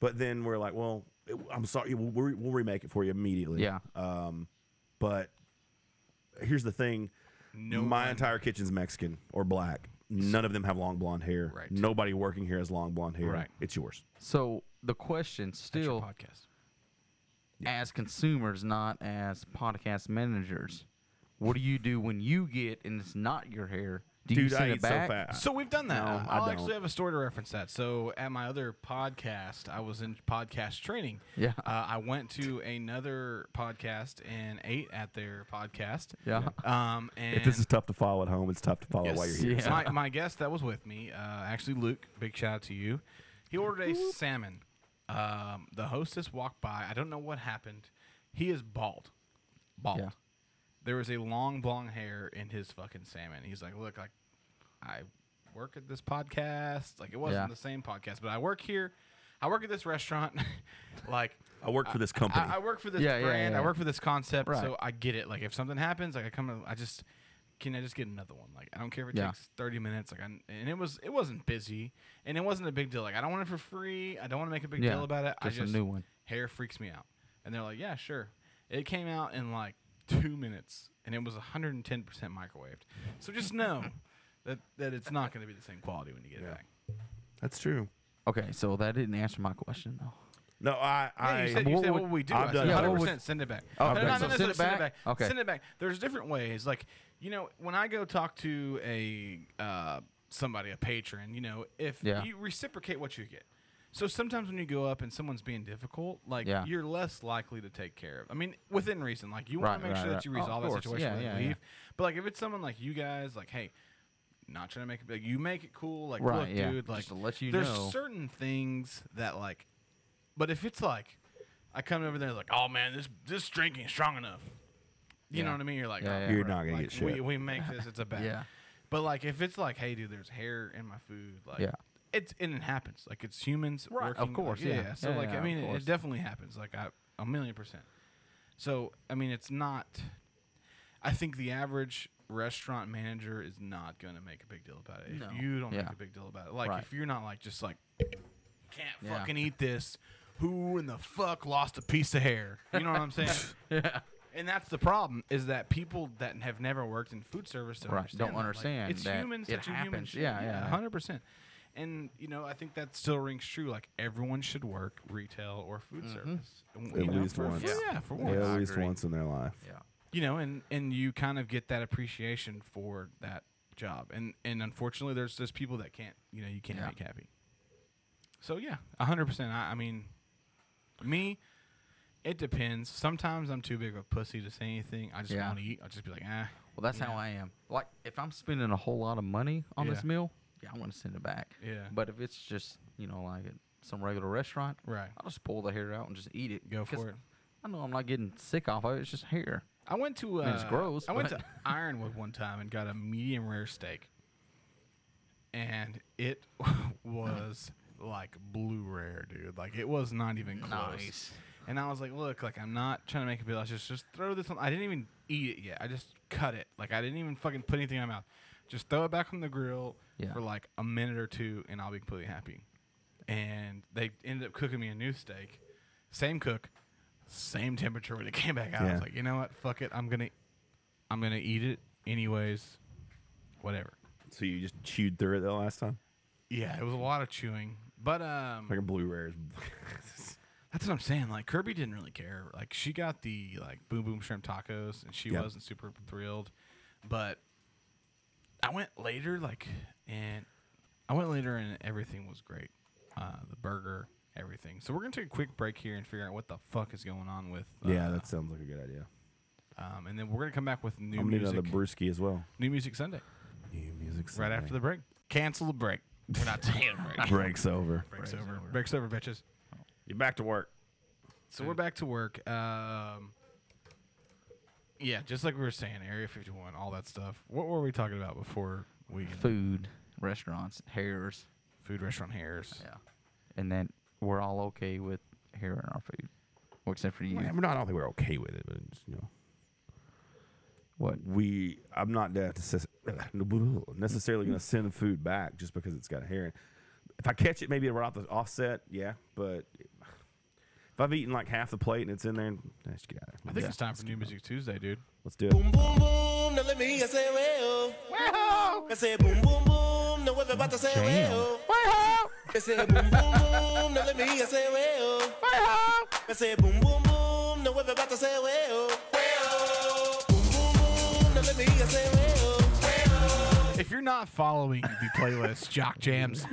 but then we're like, well, it- I'm sorry, we'll, we'll we'll remake it for you immediately. Yeah. Um, but here's the thing: No my one- entire kitchen's Mexican or black. None of them have long blonde hair. Right. Nobody working here has long blonde hair. Right. It's yours. So the question That's your still podcast. as consumers, not as podcast managers. What do you do when you get and it's not your hair? Do you Dude, send I it eat so back? fast. So we've done that. No, Uh, I I'll don't. actually have a story to reference that. So at my other podcast, I was in podcast training. Yeah. Uh, I went to another podcast and ate at their podcast. Yeah. Um, and If this is tough to follow at home, it's tough to follow while you're Yes. here. Yeah. my, my guest that was with me, uh, actually Luke, big shout out to you. He ordered a salmon. Um, the hostess walked by. I don't know what happened. He is bald. Bald. Yeah. There was a long blonde hair in his fucking salmon. He's like, look, like I work at this podcast. Like it wasn't Yeah. the same podcast, but I work here. I work at this restaurant. like I work for this company. I, I work for this Yeah, yeah, brand. yeah. I work for this concept. So Right. I get it. Like if something happens, like I come, to, I just can I just get another one. Like I don't care if it Yeah. takes thirty minutes. Like I, and it was it wasn't busy and it wasn't a big deal. Like I don't want it for free. I don't want to make a big Yeah, deal about it. just a I just new one. Hair freaks me out. And they're like, yeah, sure. It came out in like two minutes and it was hundred and ten percent microwaved. So just know that that it's not going to be the same quality when you get it back. That's true. Okay, so that didn't answer my question though. No, I, Yeah, I you said, you what said would- what would we do? I've I done- said Yeah, 100% what would- send it back. Okay. No, no, So no, no, send it send it back? back. Okay. Send it back. There's different ways. Like, you know, when I go talk to a uh, somebody, a patron, you know, if Yeah. you reciprocate what you get. So sometimes when you go up and someone's being difficult, like Yeah. you're less likely to take care of. I mean, within reason. Like you want Right, to make right, sure right. that you Oh, of resolve that course. situation Yeah, when yeah, you yeah. leave. But like if it's someone like you guys, like hey, not trying to make it like you make it cool, like Right, look, yeah. dude, Just like to let you there's know. certain things that like but if it's like, I come over there like, oh man, this this drink ain't strong enough. You know Yeah. what I mean? You're like, Yeah, "Oh, yeah. You're bro, not gonna like, get We, shit." we make this, it's a bad. Yeah. But like, if it's like, hey, dude, there's hair in my food, like, Yeah. it's and it happens. Like it's humans, Right, of working, like, course, yeah. So Yeah, like, yeah, I of mean, it, course. it definitely happens. Like I a million percent. So I mean, it's not. I think the average restaurant manager is not going to make a big deal about it. If No. you don't Yeah. make a big deal about it, like Right. if you're not like just like can't Yeah. fucking eat this. Who in the fuck lost a piece of hair? You know what I'm saying? Yeah. And that's the problem is that people that have never worked in food service don't Right, understand. don't that. Like, understand it's that humans it that do human happens. shit. Yeah, yeah, yeah. hundred percent. And you know, I think that still rings true. Like everyone should work retail or food Mm-hmm. service And, At you know, least for- once. Yeah, for Yeah, once. at I least agree. once in their life. Yeah. You know, and and you kind of get that appreciation for that job. And and unfortunately, there's there's people that can't. You know, you can't Yeah. make happy. So yeah, hundred percent. I, I mean, me. It depends. Sometimes I'm too big of a pussy to say anything. I just Yeah. want to eat. I'll just be like, ah. Well, that's how Yeah. I am. Like, if I'm spending a whole lot of money on this Yeah. meal, yeah, I want to send it back. Yeah. But if it's just, you know, like at some regular restaurant, Right. I'll just pull the hair out and just eat it. Go 'cause for it. I know I'm not getting sick off of it. It's just hair. I went to uh, mean, it's gross, I went but- to Ironwood one time and got a medium rare steak, and it was like blue rare, dude. Like it was not even close. Nice. And I was like, look, like I'm not trying to make a big. I just just throw this on. I didn't even eat it yet. I just cut it. Like I didn't even fucking put anything in my mouth. Just throw it back on the grill Yeah. for like a minute or two, and I'll be completely happy. And they ended up cooking me a new steak. Same cook, same temperature when it came back out. I Yeah. was like, you know what? Fuck it. I'm gonna, I'm gonna eat it anyways. Whatever. So you just chewed through it the last time? Yeah, it was a lot of chewing, but um, Like a blue rares. That's what I'm saying. Like Kirby didn't really care. Like she got the like boom boom shrimp tacos, and she Yeah. wasn't super thrilled. But I went later, like, and I went later, and everything was great. Uh, the burger, everything. So we're gonna take a quick break here and figure out what the fuck is going on with. Uh, yeah, that sounds like a good idea. Um, and then we're gonna come back with new I'm gonna need music. another brewski as well. new music Sunday. New music. Right after the break. Cancel the break. We're not taking a break. break's over. Break's over. Break's over, bitches. You're back to work. So we're back to work. Um, yeah, just like we were saying, Area 51, all that stuff. What were we talking about before we Food, restaurants, hairs. food restaurant hairs? Yeah. And then we're all okay with hair in our food. Well, except for you. Well, I, mean, I don't think we're okay with it, but it's, you know, What? we. I'm not that necess- necessarily going to send food back just because it's got a hair. in it. If I catch it, maybe around the offset, yeah. But if I've eaten like half the plate and it's in there, let's get out of here. I think it's time for New Music Tuesday, dude. Let's do it. Boom boom boom, now let me hear you say well. I say boom boom boom, now everybody say well. I say boom boom boom, now let me hear you say well. I say boom boom boom, now everybody say well. Well, boom boom boom, now let me hear you say well. If you're not following the playlist, Jock Jams,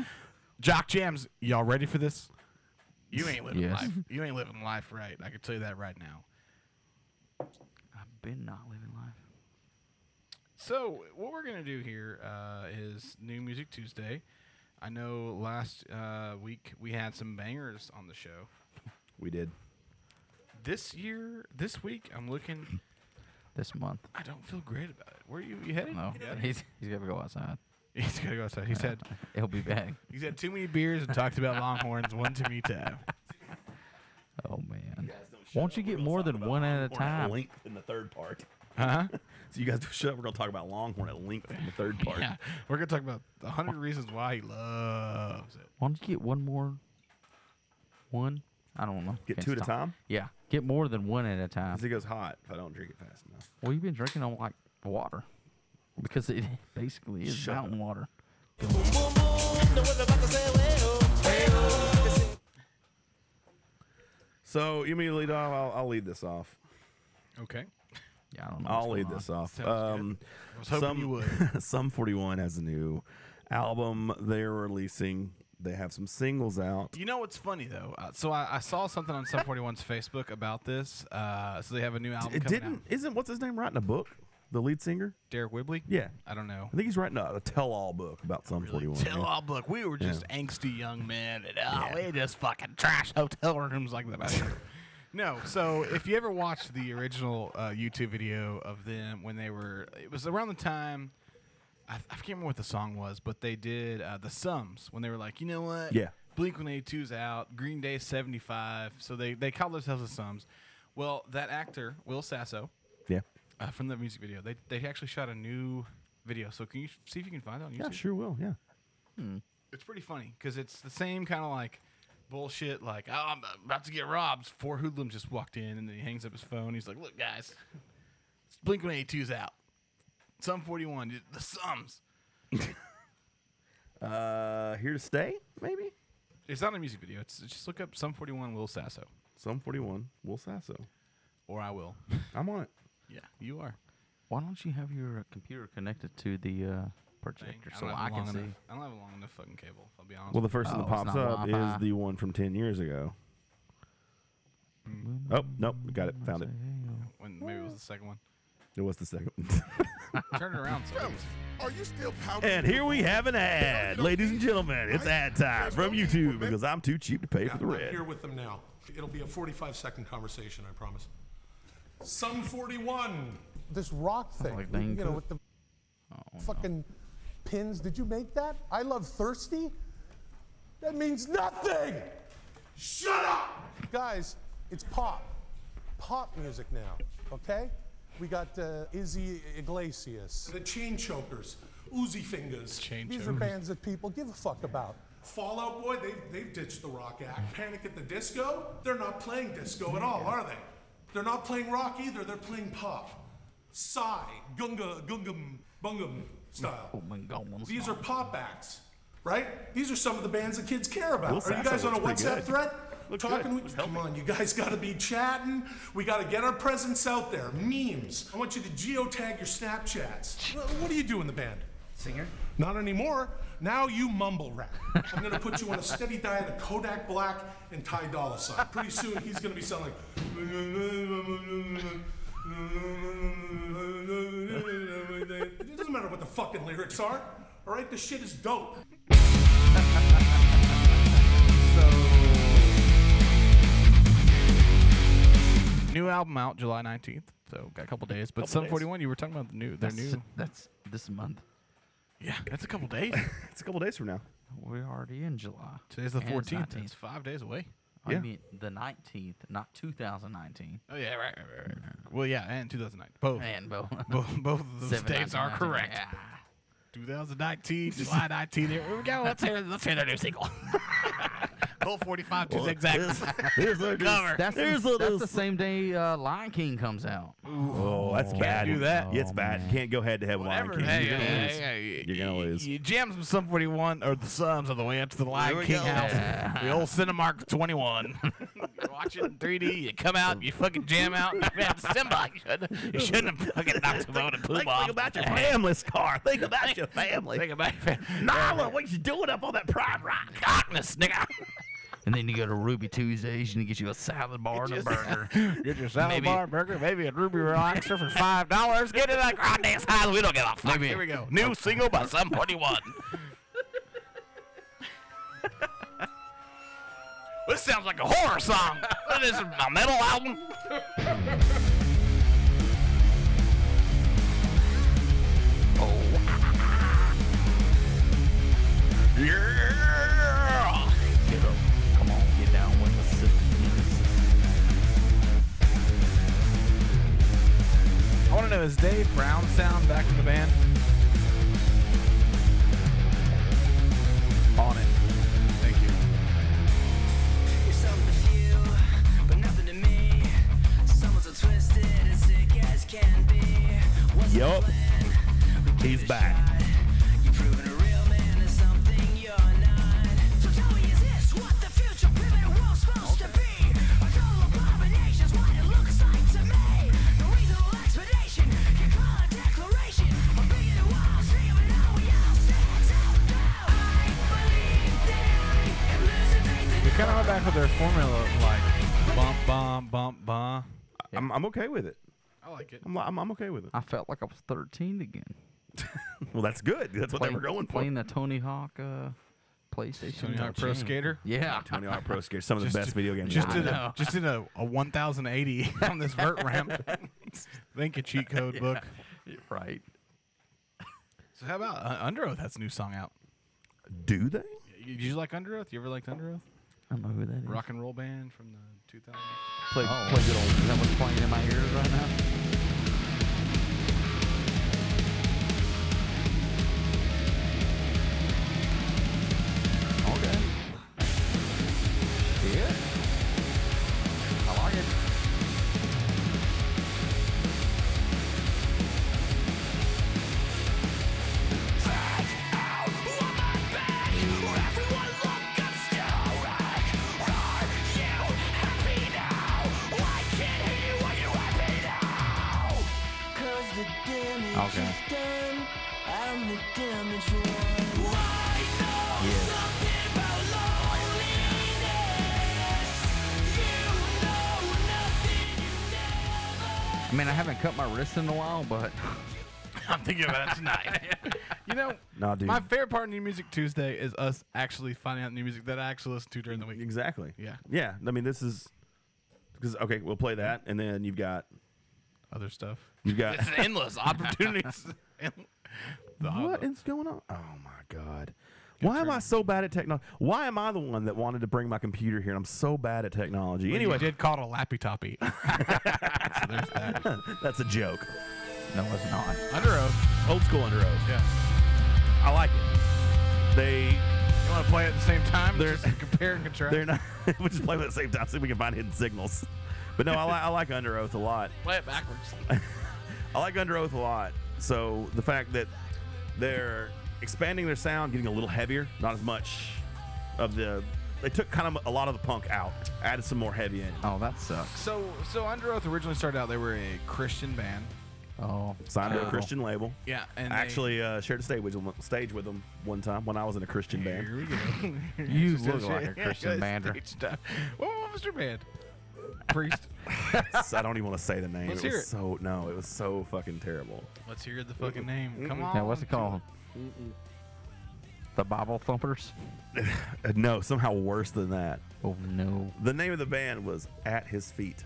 Jock Jams, y'all ready for this? You ain't living Yes. life. You ain't living life right. I can tell you that right now. I've been not living life. So what we're gonna do here uh, is New Music Tuesday. I know last uh, week we had some bangers on the show. We did. This year, this week, I'm looking. This month. I don't feel great about it. Where are you, you headed? No. You headed? He's, he's got to go outside. He's gotta go outside. He said He'll be back. he's had too many beers and talked about Longhorns one too many times. Oh, man. Won't you get more than one at a time? Uh-huh. length in the third part. Huh? So you guys do shut up. We're going to talk about Longhorn at length in the third part. Yeah. We're gonna talk about the hundred reasons why he loves it. Why don't you get one more? One? I don't know. Get Can't two at a stop. time? Yeah. Get more than one at a time. Because it goes hot if I don't drink it fast enough. Well, you've been drinking on like water because it basically is Shut mountain water. Boom boom boom, now everybody say well. Well, I say So you mean lead off? I'll, I'll lead this off. Okay. Yeah, I don't know. I'll what's lead going this off. Sounds good. Um, I was hoping some, you would. Sum 41 has a new album they're releasing. They have some singles out. You know what's funny though? Uh, so I, I saw something on Sum 41's Facebook about this. Uh, so they have a new album It coming didn't. out. Isn't what's his name writing a book? The lead singer? Derek Oh. Wibley. Yeah. I don't know. I think he's writing a, a tell-all book about Sum 41. Tell all book. We were just angsty young men, and oh, we just fucking trash hotel rooms like that. no, so if you ever watched the original uh, YouTube video of them when they were, it was around the time. I, I can't remember what the song was, but they did uh, the sums when they were like, you know what? Yeah. Blink 182's out. Green Day 75. So they, they call themselves the Sums. Well, that actor, Will Sasso, Yeah. uh, from the music video, they, they actually shot a new video. So can you see if you can find it on YouTube? Yeah, sure will. Yeah. It's pretty funny because it's the same kind of like bullshit, like, oh, I'm about to get robbed. Four hoodlums just walked in and then he hangs up his phone. He's like, look, guys, Blink 182's out. Sum 41, the Sums. Uh, here to stay, maybe. It's not a music video. It's just look up Sum 41 Will Sasso Some forty-one. Will Sasso. or I will. I'm on it. yeah, you are. Why don't you have your uh, computer connected to the uh, projector so I can see? I don't have a long enough fucking cable. I'll be honest. Well, the first Oh, one that it's pops not up Wi-Fi. is the one from ten years ago. Oh nope, got it. Found it. when maybe it was the second one. It was the second. Turn it around. so Fellas, are you still pouting? and here we have an ad, ladies and gentlemen. It's ad time from YouTube because I'm too cheap to pay for the I'm red. here with them now. It'll be a 45 second conversation, I promise. Some 41. this rock thing, like Bang Oh, you know, Boo. with the fucking pins. Did you make that? I love thirsty. That means nothing, Shut up! guys. It's pop, pop music now. Okay, we got uh, Izzy Iglesias. The chain chokers, Uzi fingers. Change These it. are bands that people give a fuck about. Fall Out Boy, they've, they've ditched the rock act. Panic at the Disco, they're not playing disco at all, are they? They're not playing rock either, they're playing pop. Psy, Gunga, Gungam, Bungam Oh, style. These are pop acts, right? These are some of the bands that kids care about. Will are you Sasso guys on a looks pretty WhatsApp good. thread? Looks talking good. with- Looks Come on, you guys got to be chatting. We got to get our presence out there. Memes. I want you to geotag your Snapchats. Wh- What do you do in the band? Singer? Not anymore. Now you mumble rap. I'm gonna put you on a steady diet of Kodak Black and Ty Dolla Sign. Pretty soon he's gonna be sounding. like- It doesn't matter what the fucking lyrics are. All right, this shit is dope. New album out July 19th. So got a couple days. But Sum 41, you were talking about the new. They're That's, new. that's this month. Yeah, that's a couple days. It's a couple days from now. We're already in July. Today's the And it's 14th. 19th. It's five days away. I Yeah. mean the 19th, not 2019. Oh yeah, right, right, right, right, right. Well, yeah, and 2009. Both. Man, Bo. Both, both of those Seven, dates are 19, correct. yeah. 2019, July 19. Here we go. Let's hear, let's hear their new single. Full 45 to exact. There's a Cover. That's, That's, the, there's a, that's the same day uh, Lion King comes out. Oh, that's bad. do that. Yeah, it's bad. Can't go head to head with Lion Whatever. King. Hey, You're gonna hey, lose. hey, hey, You're gonna you- lose. You jam some Sum 41 or the Sums on the way up to the Lion King house. The old Cinemark 21. you watch it in 3D. You come out. You fucking jam out. Man, Simba, you shouldn't, you shouldn't have fucking knocked Simone and Pumbaa Think, off think about your family, Scar. Think about your family. Think about it. Nala, what you doing up on that prime rock? Darkness, nigga. And then you go to Ruby Tuesdays and you get you a salad bar and a burger. Get your salad Maybe- bar burger, maybe a Ruby Relaxer for five dollars. Get it at Grande's House. We don't give a fuck. Maybe- Here we go. New single by Sum 41. this sounds like a horror song. What is this, my metal album? oh. Yeah. Get up. Come on, get down with the system. I want to know is Dave Brown sound back in the band? On it. Thank you. You're so few, but nothing to me. Someone's so twisted and sick as can be. What's the Yup. plan? We give He's it a back. shot. You've proven a real man is something you're not. So tell me, is this what the future primitive world's supposed to be? A total abomination is what it looks like to me. No reasonable explanation can call a declaration. I'm bigger than wild, seeing it all, we all stands out now. I believe that I am losing faith in We kind of went back with their formula of like bump, bump, bump, bump. I'm, I'm okay with it. I like it. I'm, li- I'm, I'm okay with it. I felt like I was 13 again. Well, that's good. That's what they were going for. Playing the Tony Hawk uh, PlayStation. Tony Hawk Pro chain. Skater. Yeah. Tony Hawk Pro Skater, some of the best video games. Just ever did made. a just did a, a 1080 on this vert ramp. Think a cheat code book. Right. So how about uh, Under Oath? That's a new song out. Do they? You Did you like Under Oath? You ever liked Under Oath? I don't know who that is. Rock and roll band from the Oh. 2000s. Play, play good old. Is that what's playing in my ears right now? Okay. Yeah. I like it. Okay. I mean, I haven't cut my wrist in a while, but I'm thinking about it tonight. you know, Nah, dude. my favorite part of New Music Tuesday is us actually finding out new music that I actually listen to during the week. Exactly. Yeah. Yeah. I mean, this is because okay, we'll play that, and then you've got Other stuff. you've got It's endless opportunities. the, what is going on? Oh my god. Why am I so bad at technology? Why am I the one that wanted to bring my computer here? And I'm so bad at technology. Anyway, Anyway, did call it a lappy toppy. so there's that. that's a joke. no, it's not. Under Oath. Old school under oath. Yeah. I like it. They You want to play at the same time? There's- Just compare and contrast. they're not. we just play them at the same time, see if we can find hidden signals. But no, I, li- I like under oath a lot. play it backwards. I like Under Oath a lot. So the fact that they're expanding their sound, getting a little heavier, not as much of the. They took kind of a lot of the punk out, added some more heavy in. Oh, that sucks. So, so Under Oath originally started out. They were a Christian band. Uh, Oh, Signed to a wow. Christian label. Yeah, and they- Actually, uh, shared a stage with them, stage with them one time when I was in a Christian band. Here we go. You look like a Christian bander. Stage stuff. What, what was your band? Priest. I don't even want to say the name. Let's it was hear it. so no, it was so fucking terrible. Let's hear the fucking name. Come on. Yeah, what's it called? The Bible Thumpers? Uh, no, somehow worse than that. Oh no. The name of the band was At His Feet.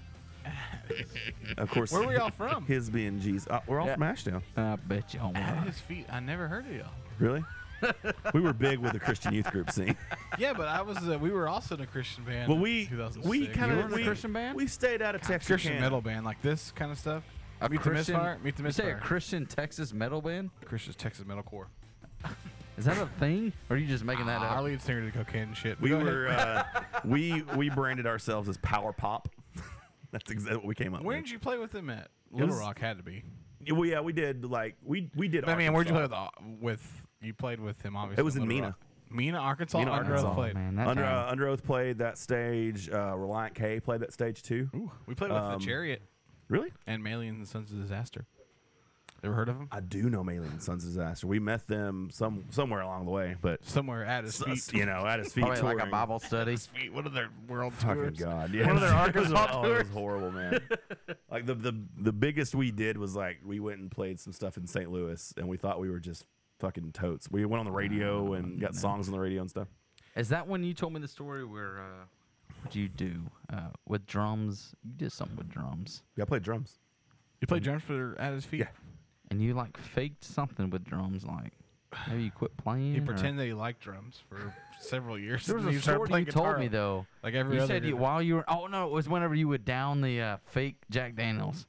of course. Where were y'all from? His being Jesus. Uh, we're all Yeah. from Ashdown. I bet you oh, don't At know. his feet. I never heard of y'all. Really? we were big with the Christian youth group scene. Yeah, but I was. Uh, we were also in a Christian band. Well, in we 2006. we kind You were in of a we, Christian band? we stayed out of Texas. Christian metal band like this kind of stuff. A Meet the Christian- Misfire. Meet the You say a Misfire. Christian Texas metal band? Christian Texas metalcore. Is that a thing? Or are you just making that Ah, Our up? lead singer did cocaine and shit. We Go ahead. were uh, we we branded ourselves as power pop. That's exactly what we came up Where with. did you play with them at? Little was- Rock had to be. Yeah, well, yeah, we did like we we did. But I mean, where'd you play Arkansas. with? the- With you played with him obviously. It was at in Little Mena. Rock. Mena, Arkansas. Mena, Under Oath Arkansas. played. Man, that Under town. uh, Under Oath played that stage. Uh, Reliant K played that stage too. Ooh, we played with uh, Um, the Chariot Really? and Maley and the Sons of Disaster. Ever heard of them? I do know Malin Sons of Disaster. We met them some somewhere along the way, but Somewhere at his feet. you know, at his feet, Probably like a touring. Bible study. feet. What are their world Fucking tours? god, yeah. One of their Arkansas oh, it was tours. horrible, man. like the the the biggest we did was like we went and played some stuff in St. Louis, and we thought we were just fucking totes. We went on the radio and got songs on the radio and stuff. Is that when you told me the story where uh what you do uh, with drums? You did something with drums, Yeah, I played drums. You played drums for at his feet. Yeah. and you like faked something with drums, like maybe you quit playing. He or- pretended that he liked drums for several years. There was and a he started story playing you told guitar. me though. Like every you other said you, dude. while you were. Oh no, it was whenever you would down the uh, fake Jack Daniels.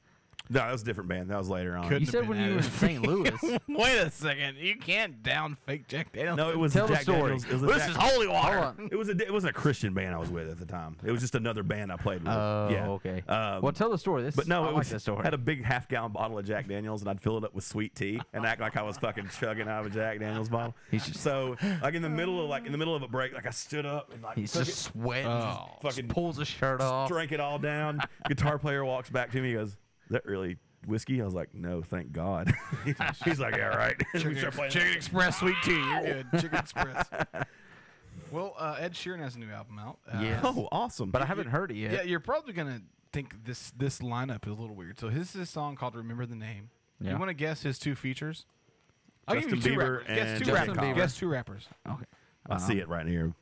No, that was a different band. That was later on. Couldn't You have said been when at you were in his feet. St. Louis. Wait a second. You can't down fake Jack Daniels. No, it was Tell the Jack story. Daniels. It was a this Jack- is holy water. Hold on. It was a it wasn't a Christian band I was with at the time. It was just another band I played with. Oh, yeah. okay. Um, well, tell the story. This, But I no, it like was this story. had a big half gallon bottle of Jack Daniels, and I'd fill it up with sweet tea and act like I was fucking chugging out of a Jack Daniels bottle. He's just- so like in the middle of like in the middle of a break, like I stood up and like He's took just sweating. Oh. just Fucking pulls his shirt off. it, drank it all down. Guitar player walks back to me, he goes, "Is that really whiskey?" I was like, "No, thank God." He's like, "Yeah, right." we start playing. Chicken Express sweet tea. You're good. Chicken Express. Well, uh, Ed Sheeran has a new album out. Uh, Yes. Oh, awesome! But I haven't heard it Yeah, yet. you're probably gonna think this this lineup is a little weird. So his is a song called "Remember the Name." Yeah. You want to guess his two features? I'll give Justin you two Bieber rappers. Guess and two Justin rappers. Bieber. Guess two rappers. Okay. I see it right here.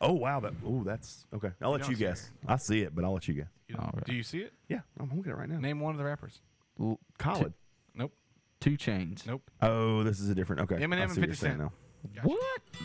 Oh wow! That oh that's okay. I'll let don't you see it. guess. I see it, but I'll let you guess. You know, Alright. Do you see it? Yeah, I'm looking at it right now. Name one of the rappers. L- Khaled. Nope. Two Chains. Nope. Oh, this is a different. Okay, Eminem I and see what 50 you're saying Cent. now. What?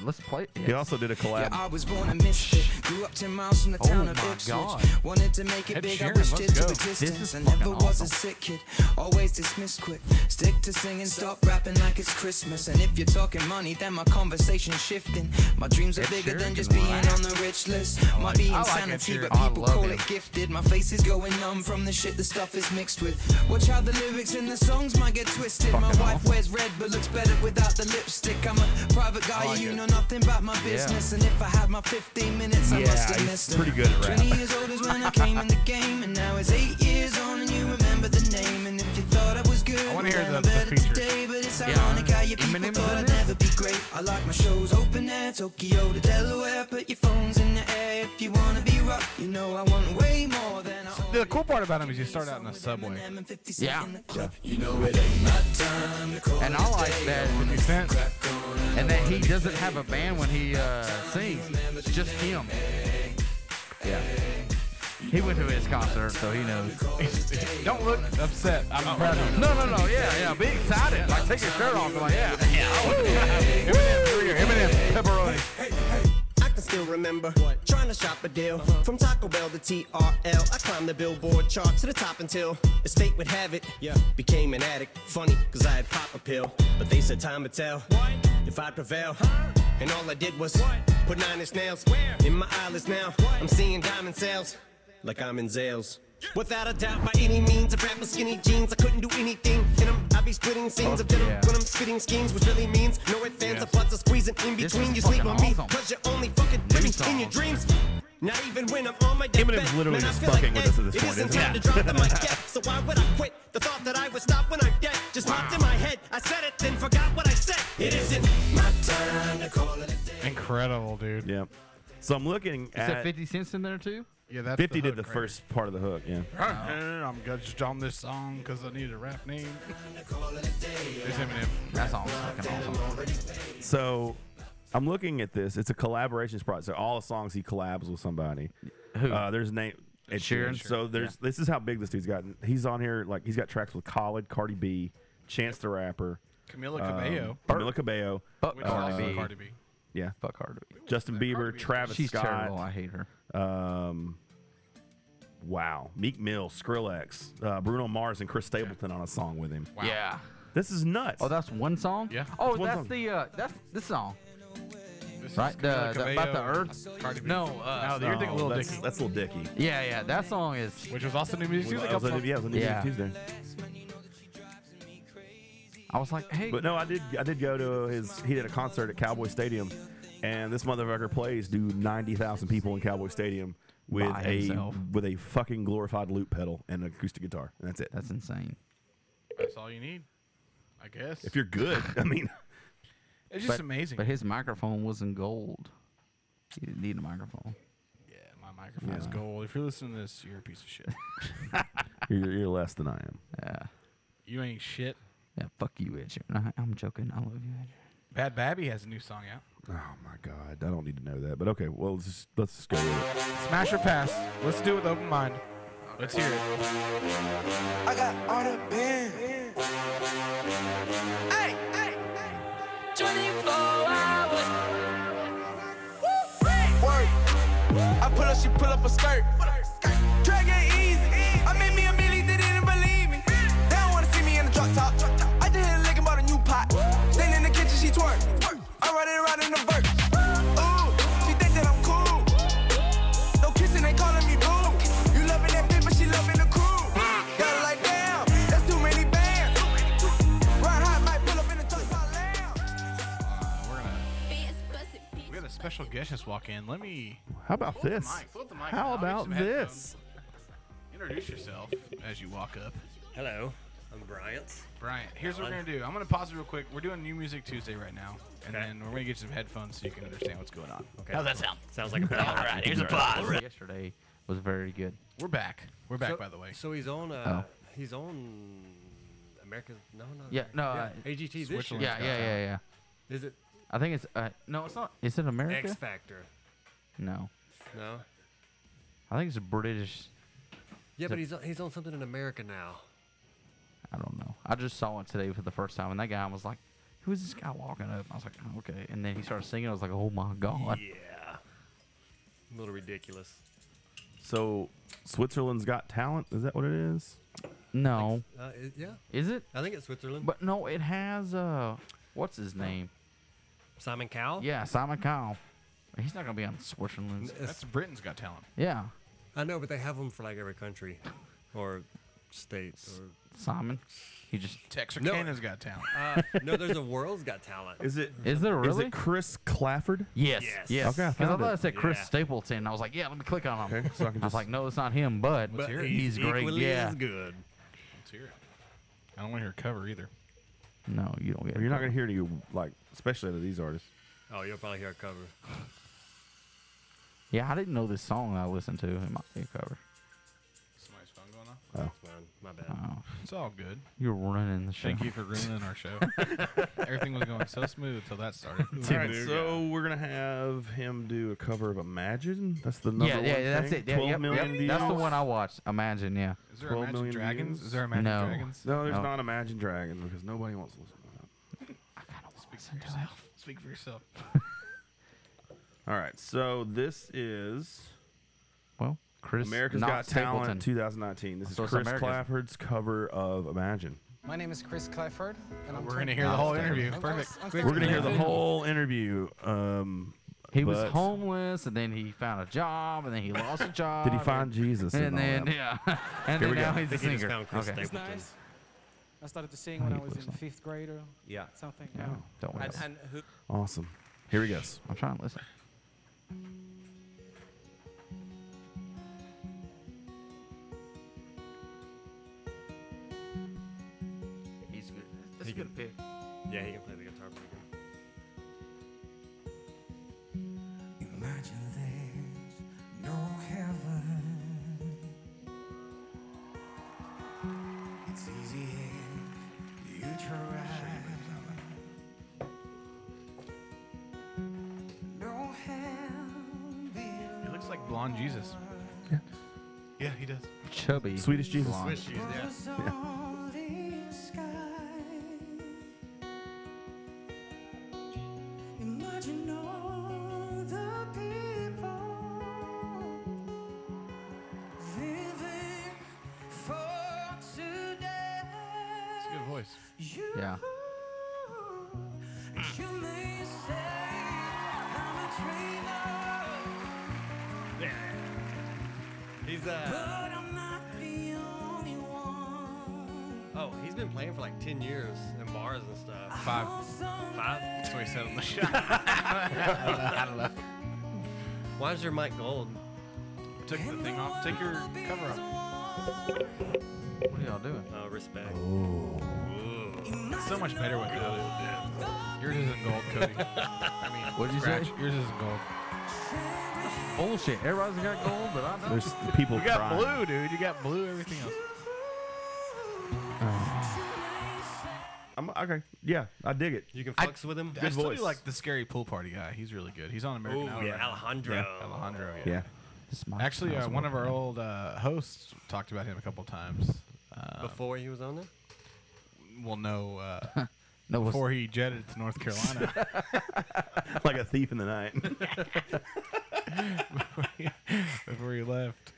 Let's play. it. He also did a collab. I was born a misfit. Grew up 10 miles from the Oh town of my Ipswich. God. Wanted to make it Ed big, Sheeran, I wished let's it go. to This is existence. I fucking never was awesome. a sick kid, always dismissed quick. Stick to singing, stop rapping like it's Christmas. And if you're talking money, then my conversation's shifting. My dreams are Ed bigger Sheeran than just can being rap. on the rich list. Might like- be I like Ed insanity, Sheeran. Oh, but I people love call him. it gifted. My face is going numb from the shit the stuff is mixed with. Watch how the lyrics in the songs might get twisted. my Fucking wife awesome. wears red but looks better without the lipstick. I'm a private guy, you know nothing about my business. And if I had my 15 minutes, I must have he's missed pretty them. good at rap. 20 years old is when I came in the game, and now it's eight years on, and you remember the name. And if you thought I was good, I wanna hear the- the better features. today, but it's Yeah, ironic how you people Eminem is thought in I'd there? never be great. I like my shows open air, Tokyo to Delaware. Put your phones in the air if you wanna be rock. You know I want way more than I The cool part about him is you start out in a subway. Yeah. yeah. And I like that. Makes sense? And that he doesn't have a band when he uh, sings. It's just him. Yeah. He went to his concert, so he knows. Don't look upset. I'm proud of you. No, no, no. Yeah, yeah. Be excited. Like, take your shirt off. Like, yeah. Yeah. I would. Eminem, here we go. Eminem, pepperoni. I can still remember trying to shop a deal from Taco Bell to TRL. I climbed the billboard chart to the top until the state would have it. Yeah, became an addict. Funny, cause I had pop a pill, but they said time to tell if I prevail. And all I did was put nine inch nails in my eyelids now. I'm seeing diamond sales like I'm in Zales. Without a doubt, by any means, I wrapped my skinny jeans. I couldn't do anything, and I'm I be splitting scenes of denim yeah. when I'm spitting schemes, which really means no advance. Yeah. Plus, I'm squeezing in This between. is You sleep on fucking me, awesome. cause you're only fucking living in your songs. dreams. Not even when I'm on my deathbed. Eminem's literally man, I just feel fucking like with us Ed. at this point, It isn't isn't time it? to drop the mic yet, so why would I quit? The thought that I would stop when I'm dead just popped in my head. I said it, then forgot what I said. It isn't my time to call it a day. Incredible, dude. yeah. So I'm looking Is that at 50, 50 cents in there, too? Yeah, that's did the hook right first part of the hook. Yeah. there. I'm judged on this song because I need a rap name. There's Eminem. That song's fucking awesome. So I'm looking at this. It's a collaborations project. So all the songs he collabs with somebody. Who? Uh, there's name. Ed Sheeran. So there's this is how big this dude's gotten. He's on here like he's got tracks with Khalid, Cardi B, Chance the Rapper, Camila um, Cabello. Camila Cabello, uh, Fuck Which is also Cardi B. Cardi B. yeah, Fuck Cardi B. Justin Bieber, Cardi B. Travis She's Scott. terrible. I hate her. Um, wow, Meek Mill, Skrillex, uh, Bruno Mars, and Chris Stapleton on a song with him. Yeah. This is nuts. Oh, that's one song. Yeah. Oh, It's one that's song. the uh, that's this song, This is right? The, Camila the- about the Cabello and earth. Cardi B. No. Uh, No, you're thinking Little that's, Dicky, that's Little Dicky. yeah, yeah. That song is. which was also New Music Well, Tuesday. that was couple on- yeah, it was months- on New Music Yeah. Tuesday. I was like, hey. But no, I did. I did go to his. He did a concert at Cowboy Stadium, and this motherfucker plays to ninety thousand people in Cowboy Stadium with By a himself. with a fucking glorified loop pedal and an acoustic guitar, and that's it. That's insane. That's all you need, I guess. if you're good, I mean, it's just but- amazing. But his microphone was in gold. He didn't need a microphone. yeah, my microphone's gold. If you're listening to this, you're a piece of shit. you're, you're less than I am. Yeah. you ain't shit. Yeah. Fuck you, Ed Sheeran. I, I'm joking. I love you, Ed Sheeran. Bad Babby has a new song out. Oh my god, I don't need to know that. But okay, well let's just, let's just go. With it. Smash or pass. Let's do it with open mind. Let's hear it. I got all the band. Hey, hey, hey. 24 hours. Work. I pull up, she pull up a skirt. Drag it easy. I made me a milli, they didn't believe me. They don't wanna see me in the drop top. I just hit a lick and bought a new pot. Then in the kitchen, she twerk. I ride it right in the vert. Ooh, she think that I'm cool. No kissing, they calling me boo. You loving that bitch, but she loving the crew. Got her like damn, that's too many bands. Ride high, might pull up in the truck, top lounge. We're gonna. We had a special guest just walk in. Let me How about Flip the this? mic, flip the mic, How I'll get about some this? headphones. introduce yourself as you walk up. Hello, I'm Bryant. Brian, here's what we're gonna do. I'm gonna pause it real quick. We're doing New Music Tuesday right now, and then we're gonna get you some headphones so you can understand what's going on. Okay. How's that sound? Sounds like a plan. All right, here's a applause. Yesterday was very good. We're back. We're back, by the way. So he's on. Uh, Oh. He's on. American. No, no. Yeah. No. Uh, AGT this year. Switzerland. yeah. Yeah. Yeah. Yeah. Is it I think it's. Uh, no, it's not. Is it America? X Factor? no. No. I think it's British. Yeah, but he's on, he's on something in America now. I don't know. I just saw it today for the first time, and that guy was like, who's this guy walking up? I was like, "Oh, okay. And then he started singing. I was like, oh my god. Yeah. A little ridiculous. So Switzerland's Got Talent. Is that what it is? No. Uh, i- yeah. Is it? Uh, I think it's Switzerland. But no, it has uh, what's his name? Simon Cowell? Yeah, Simon Cowell. He's not gonna be on Switzerland. That's Britain's Got Talent. Yeah, I know, but they have them for like every country or state or Simon. He just Texarkana's Got Talent. Uh, no, there's a World's Got Talent. Is it? Is there Is really? it Chris Clafford? Yes. Yes. Yes. Because Okay, I I, found thought it. I said Chris Yeah. Stapleton. I was like, yeah, let me click on him. Okay, so I can I was just- like, no, it's not him, but, But hear it. he's, he's great. equally yeah. as good. Let's hear it. I don't want to hear a cover either. No, you don't get. Or you're not gonna hear any like, especially out of these artists. Oh, you'll probably hear a cover. Yeah, I didn't know this song I listened to. It might be a cover. Somebody's phone going off. Oh. That's mine. My bad. Oh, It's all good. you're running the show. Thank you for ruining our show. Everything was going so smooth till that started. All right, so we're gonna have him do a cover of Imagine. That's the number yeah, one. yeah, yeah, that's thing. it. Yeah, Twelve yep, million yep. views. That's the one I watched. Imagine, yeah. Is there 12 Imagine million Dragons? views? Is there Imagine No. Dragons? No, there's No. not Imagine Dragons because nobody wants to listen to that. Speak for yourself. Speak for yourself. All right, so this is Well, Chris. America's not Got Stapleton. Talent 2019. This So it's is Chris America's- Clafford's cover of Imagine. My name is Chris Clifford, and I'm We're gonna 20 hear the whole I'm interview. from- Perfect. I'm We're We're from gonna hear the Cleveland. whole interview. Um, He was but homeless, and then he found a job, and then he lost a job. Did he and- find Jesus? And, and all then that? yeah, and Here then we go. now I he's a think he just singer. found Chris okay. It's Stapleton. nice. I started to sing when I was in fifth grade or Yeah. something. Yeah, don't worry. And, about it. and who, awesome. Here he goes. I'm trying to listen. He's good. That's He a good pick. Yeah, he can play the guitar pretty good. Imagine there's no heaven. It's easy if you try. No hell He looks like blonde Jesus. Yeah, he does. Chubby. Swedish Jesus. blonde. Swiss Jesus, yeah. was only sky. Imagine all the people living for today. It's a good voice. You, Yeah. you may say I'm a dreamer, He's uh but I'm not the only one. oh, he's been playing for like ten years in bars and stuff. Five. Five. That's what he said on the show. Why is your mic gold? Took the thing off. Take your cover off. What are y'all doing? Oh, respect. It's so much better with it. Yours isn't gold, Cody. I mean, What'd you scratch. say? Yours isn't gold. Bullshit. Everybody's got gold, but I don't. There's the people You got crying. blue, dude. You got blue. Everything else. I'm, okay. Yeah, I dig it. You can I- flex with him. I still voice. do like the scary pool party guy. He's really good. He's on American Oh Idol. yeah, right now. Alejandro. Alejandro. Yeah. Yeah. This mic Actually, smells uh, one of our weird. old uh, hosts talked about him a couple times. Uh, Before he was on there. well, no, uh, No, it's- before he jetted to North Carolina. like a thief in the night. before he left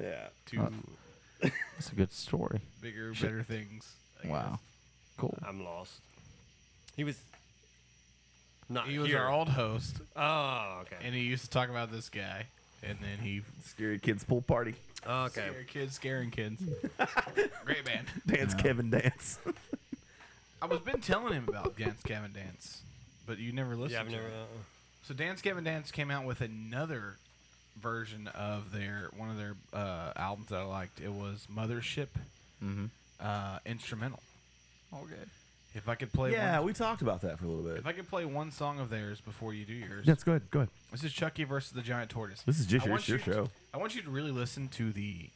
yeah. to That's a good story. bigger, better things. I Wow. Cool. I'm lost. He was not guess. He was here. our old host, Oh, okay. and he used to talk about this guy, and then he Scary Kids Pool Party. Oh, okay. scare kids, scaring kids. Great man. Dance Kevin Dance. I was been telling him about Dance Gavin Dance, but you never listened. Yeah, I've to never. it. Uh, So Dance Gavin Dance came out with another version of their one of their uh, albums that I liked. It was Mothership Mm-hmm. uh, instrumental. Okay. If I could play, yeah, one, we talked about that for a little bit. if I could play one song of theirs before you do yours, Yes, go ahead. Go ahead. this is Chucky versus the Giant Tortoise. This is just I your- want your you show. To, I want you to really listen to the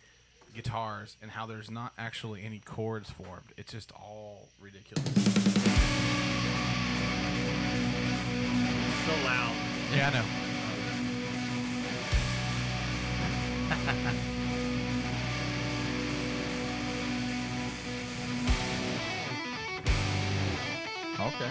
guitars and how there's not actually any chords formed. It's just all ridiculous. so loud. Yeah, I know. Okay.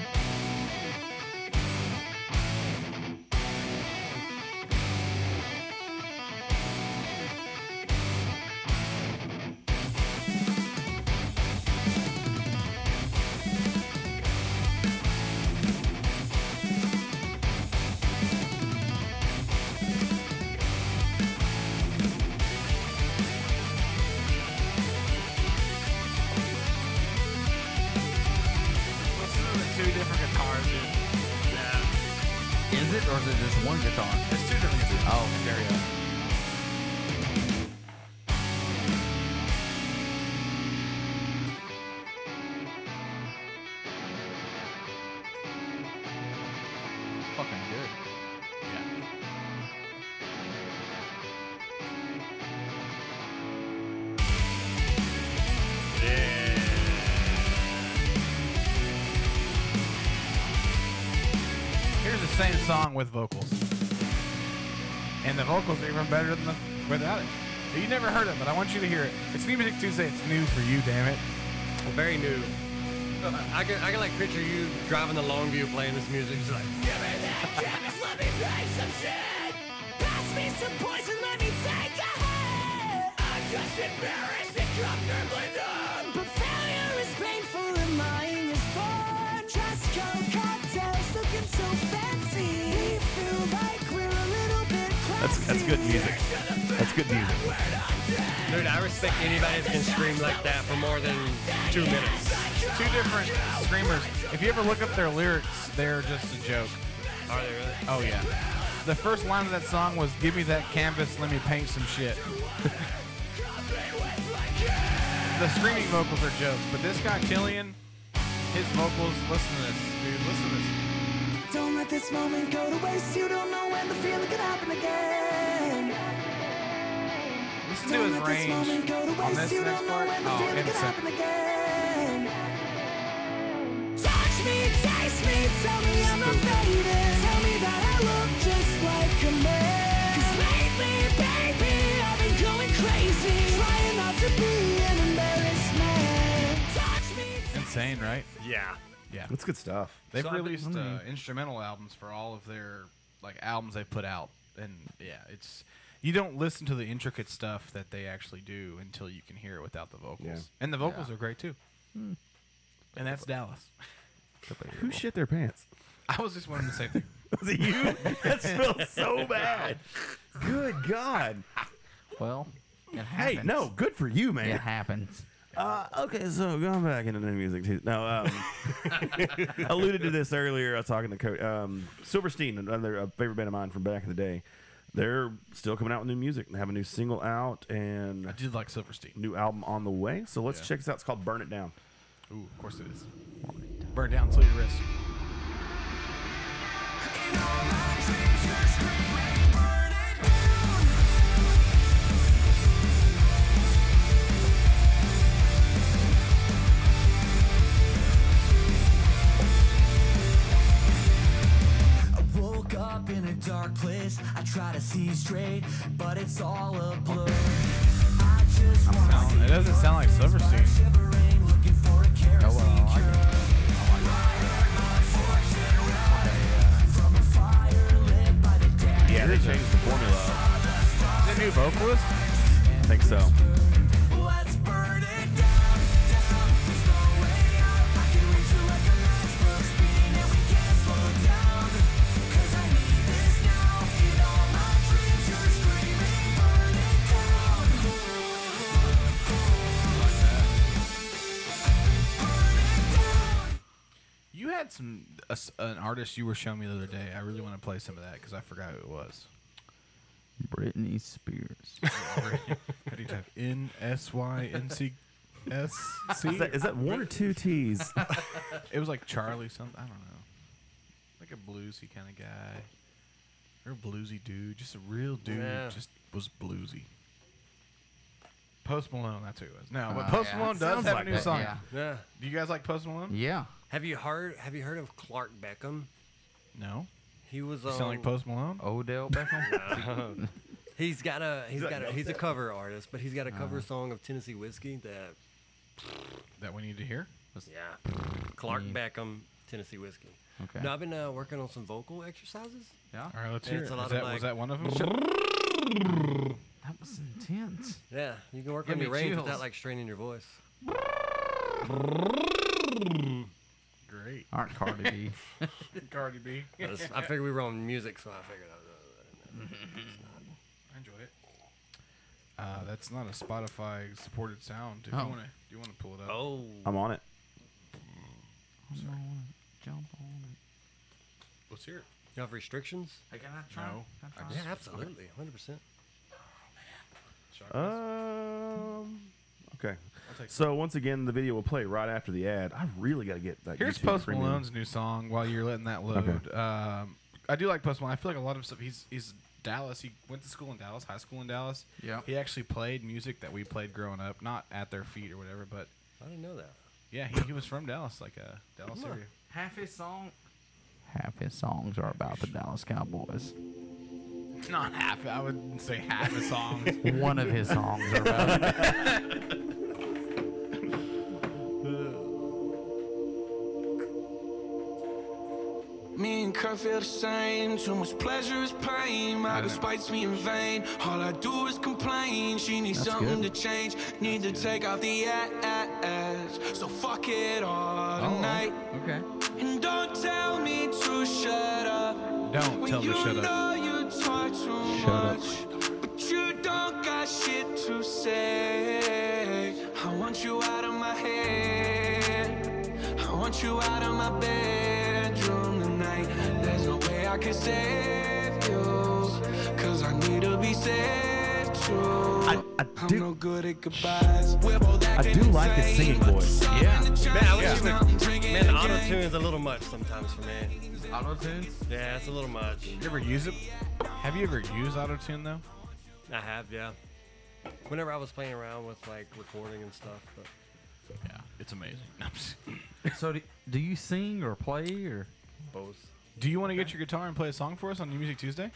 Two different guitars, dude. Yeah. Is it or is it just one guitar? There's two different guitars. Oh, there you go. Fucking good. Here's the same song with vocals. And the vocals are even better than the without it. You never heard it, but I want you to hear it. It's New Music Tuesday. It's new for you, damn it. Very new. I can, I can like picture you driving the long view playing this music. Just like, Give me that canvas, let me paint some shit. Pass me some poison, let me take a hit. I'm just embarrassed and comfortably numb. But failure is painful and lying is fun. Just go cocktails looking so fancy. We feel like we're a little bit classy. That's that's good music. That's good music. dude, I respect anybody that can scream like that for more than two minutes. Two different screamers. If you ever look up their lyrics, they're just a joke. Are they really? Oh yeah. The first line of that song was "Give me that canvas, let me paint some shit." the screaming vocals are jokes, but this guy Killian, his vocals. Listen to this, dude. Listen to this. Don't let this moment go to waste. You don't know when the feeling could happen again. Listen to his range on this next part. Oh, insane. Touch me, taste me, tell me I'm not faded. Tell me that I look just like a man. 'Cause lately, baby, I've been going crazy. Trying not to be an embarrassment. Touch me, Insane, right? Yeah. Yeah. That's good stuff. They've So I've been- released uh, Mm. instrumental albums for all of their like albums they put out, and yeah, it's you don't listen to the intricate stuff that they actually do until you can hear it without the vocals, Yeah. Hmm. and the vocals Yeah. are great too. And that's Dallas. Who shit their pants? I was just wanting to say. Was it you? That smells so bad. Good God. Well, hey, no, good for you, man. It happens. Uh, okay, so going back into new music too. No, um, alluded to this earlier. I was talking to Coach um, Silverstein, another a favorite band of mine from back in the day. They're still coming out with new music. They have a new single out and I did like Silverstein. New album on the way. So let's Yeah. check this out. It's called "Burn It Down." Ooh, of course it is. Burn down till your wrist. I woke up in a dark place. I try to see straight, but it's all a blur. I just want to It doesn't sound like Silverstein. Oh well, I Yeah, they changed the formula. Is it a new vocalist? I think so. You had some a s an artist you were showing me the other day. I really want to play some of that because I forgot who it was. Britney Spears. How do you type N S Y N C S C? Is that- is that one or two T's? it was like Charlie something. I don't know. Like a bluesy kind of guy. Or a bluesy dude. Just a real dude. Yeah. Just was bluesy. Post Malone, that's who it was. No, but Oh, Post yeah. Malone does Sounds have like a new that, song. yeah. Yeah. Do you guys like Post Malone? Have you heard Have you heard of Clark Beckham? No. He was. You sound like um, Post Malone? Odell Beckham? No. he's got a he's He's got a like, he's a "Nope." cover artist, but he's got a cover Uh-huh. song of Tennessee whiskey that That we need to hear? yeah Clark Mm. Beckham Tennessee whiskey. Okay. No, I've been uh, working on some vocal exercises. Yeah. All right, let's And hear it's it. a lot Is of, that- was like- that one of 'em? That was intense. Yeah, you can work Give on your me range chills. without like straining your voice. Great. Aren't Cardi B. Cardi B. I just- I figured we were on music, so I figured I was. I enjoy it. Uh, that's not a Spotify supported sound. If Oh. you want to, you want to pull it up. Oh. I'm on it. Jump on it. Let's hear it. You have restrictions? I cannot try. No. I Yeah, just- absolutely, hundred percent. Um. Okay. I'll take So once again, the video will play right after the ad. I really got to get that. Here's YouTube Post Premium. Malone's new song. While you're letting that load, um, I do like Post Malone. I feel like a lot of stuff. He's he's Dallas. He went to school in Dallas, high school in Dallas. Yeah. He actually played music that we played growing up, not at their feet or whatever, but I didn't know that. yeah, he, he was from Dallas, like a Dallas Look, area. Half his song. Half his songs are about the Dallas Cowboys. Not half. I wouldn't say half his songs. One of his songs are about. Me and Kurt feel the same. Too much pleasure is pain. My girl spites me in vain. All I do is complain. She needs That's something good. to change. Need to take off the ass. So fuck it Oh, all tonight. Okay. And don't tell me to shut up. Don't when tell me you shut up. know you talk too Shut up. much. But you don't got shit to say. I want you out of my head. I want you out of my bedroom tonight. There's no way I could save you. Cause I need to be saved too. I, am no good at goodbyes. We're both I do like his singing voice. Yeah. Man, I was Yeah. just like, man, the auto tune is a little much sometimes for me. Auto tune? Yeah, it's a little much. You ever use it? Have you ever used autotune though? I have, yeah. Whenever I was playing around with like recording and stuff, but yeah, it's amazing. so do, do you sing or play or? Both. Do you want to get your guitar and play a song for us on New Music Tuesday?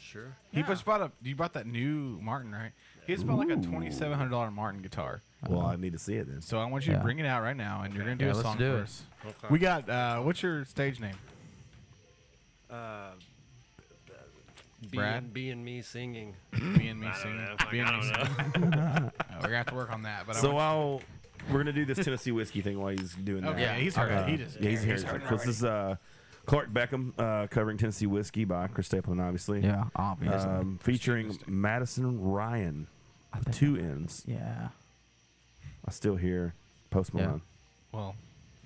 Sure. He just bought a. You bought that new Martin, right? He just bought like a twenty-seven hundred dollar Martin guitar. Well, I need to see it then. So I want you Yeah. to bring it out right now, and you're gonna do Yeah, a let's song do for it. us. Okay. We got. Uh, what's your stage name? uh, B Brad? and, B and me singing. Me and me I don't singing. know, like, Me and I me don't singing. know. Uh, we're gonna have to work on that. But so I I'll. We're gonna do this Tennessee whiskey thing while he's doing that. Okay, yeah, he's hurting. Uh, He doesn't yeah, he's care. here. He's hurting So this is uh, Clark Beckham uh, covering Tennessee whiskey by Chris Stapleton, obviously. Yeah, obviously. Um, featuring Madison Ryan, with two N's. Yeah. I still hear Post Yeah. Malone. well,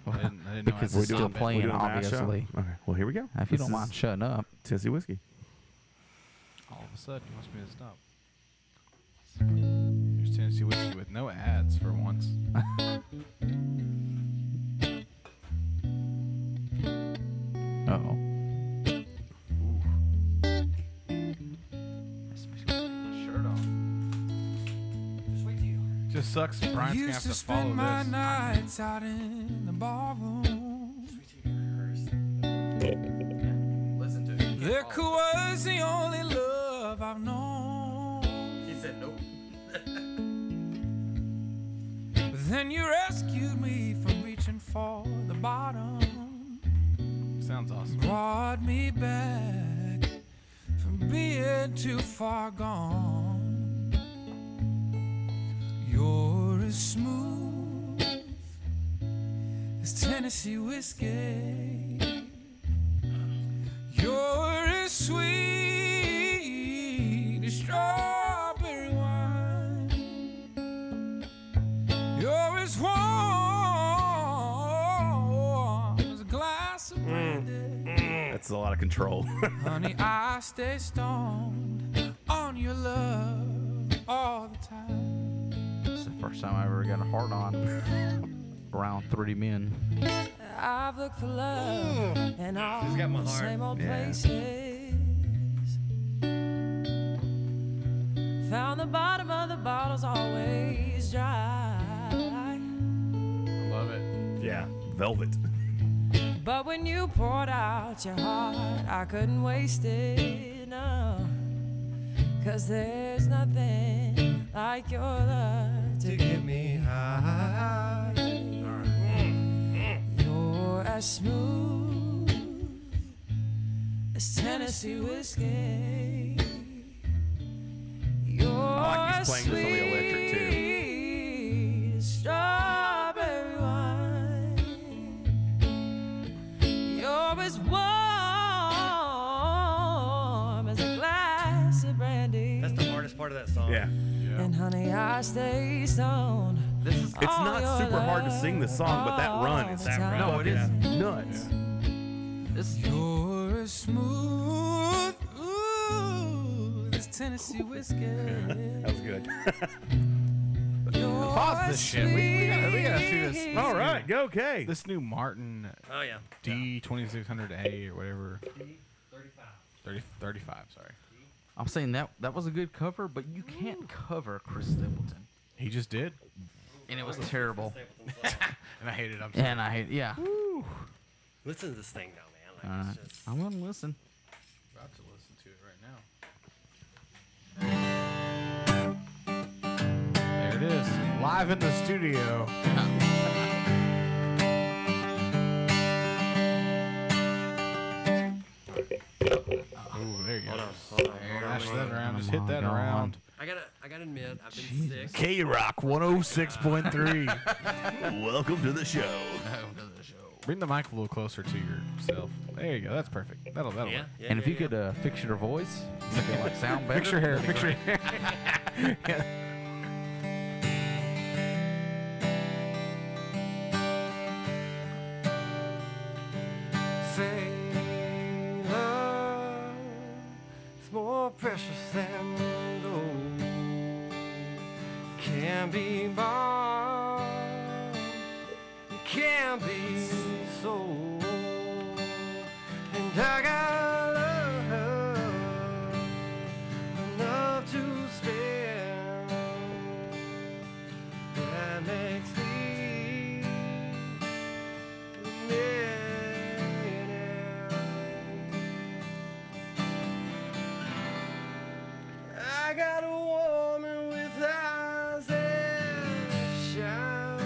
I didn't, I didn't know I because had it's to still stop it. playing, doing a mashup? obviously. Okay. Well, here we go. If you This don't mind is shutting up. Tennessee whiskey. All of a sudden, you wants me to stop. There's Tennessee whiskey with no ads for once. Uh oh. Just sucks. Brian's gonna used have to to follow spend my this. nights out in the barroom. Listen to Liquor was the only love I've known. He said nope. But then you rescued me from reaching for the bottom. Sounds awesome. Brought me back from being too far gone. You're as smooth as Tennessee whiskey. You're as sweet as strawberry wine. You're as warm as a glass of brandy. That's a lot of control. Honey, I stay stoned on your love all the time. It's the first time I ever got a hard on around 30 men. I've looked for love and all She's got my the heart. same old Yeah. places. Found the bottom of the bottle's always dry. I love it. Yeah, Velvet. But when you poured out your heart, I couldn't waste it. No, cause there's nothing like your love to get me high. You're as smooth as Tennessee whiskey. You're I like he's playing this on the electric, too. sweet as strawberry wine. You're as warm as a glass of brandy. That's the hardest part of that song. Yeah. And honey, I stay stoned. This is, it's Oh, not super hard to sing this song, but that run is That fucking run, No, it is. nuts. You're as smooth ooh, as Tennessee whiskey. That was good. Pause this shit. We, we gotta, we gotta see this. All right, go okay. This new Martin. Oh, yeah. D twenty six hundred A or whatever. Thirty thirty five. Sorry. I'm saying that that was a good cover, but you can't cover Chris Stapleton. He just did. And it was terrible. and I hate it. I'm sorry. And I hate, yeah. Listen to this thing now, man. Like, All right. it's just, I'm gonna listen. About to listen to it right now. There it is, live in the studio. Oh, there you go. Hold on, hold on, hold on, Mash hold that on. around. Just hit that around. I gotta, I gotta admit, I've been sick. K Rock 106.3. Welcome to the show. Bring the mic a little closer to yourself. There you go. That's perfect. That'll that'll Yeah, work. yeah, and if you could uh, fix your voice, make it like sound better. Fix your hair. that'd be Fix your great. hair. Yeah. Say love is more precious than gold. Can be bought, can be sold. And I got love enough to spare. That makes me a millionaire. I got a woman with eyes that shine.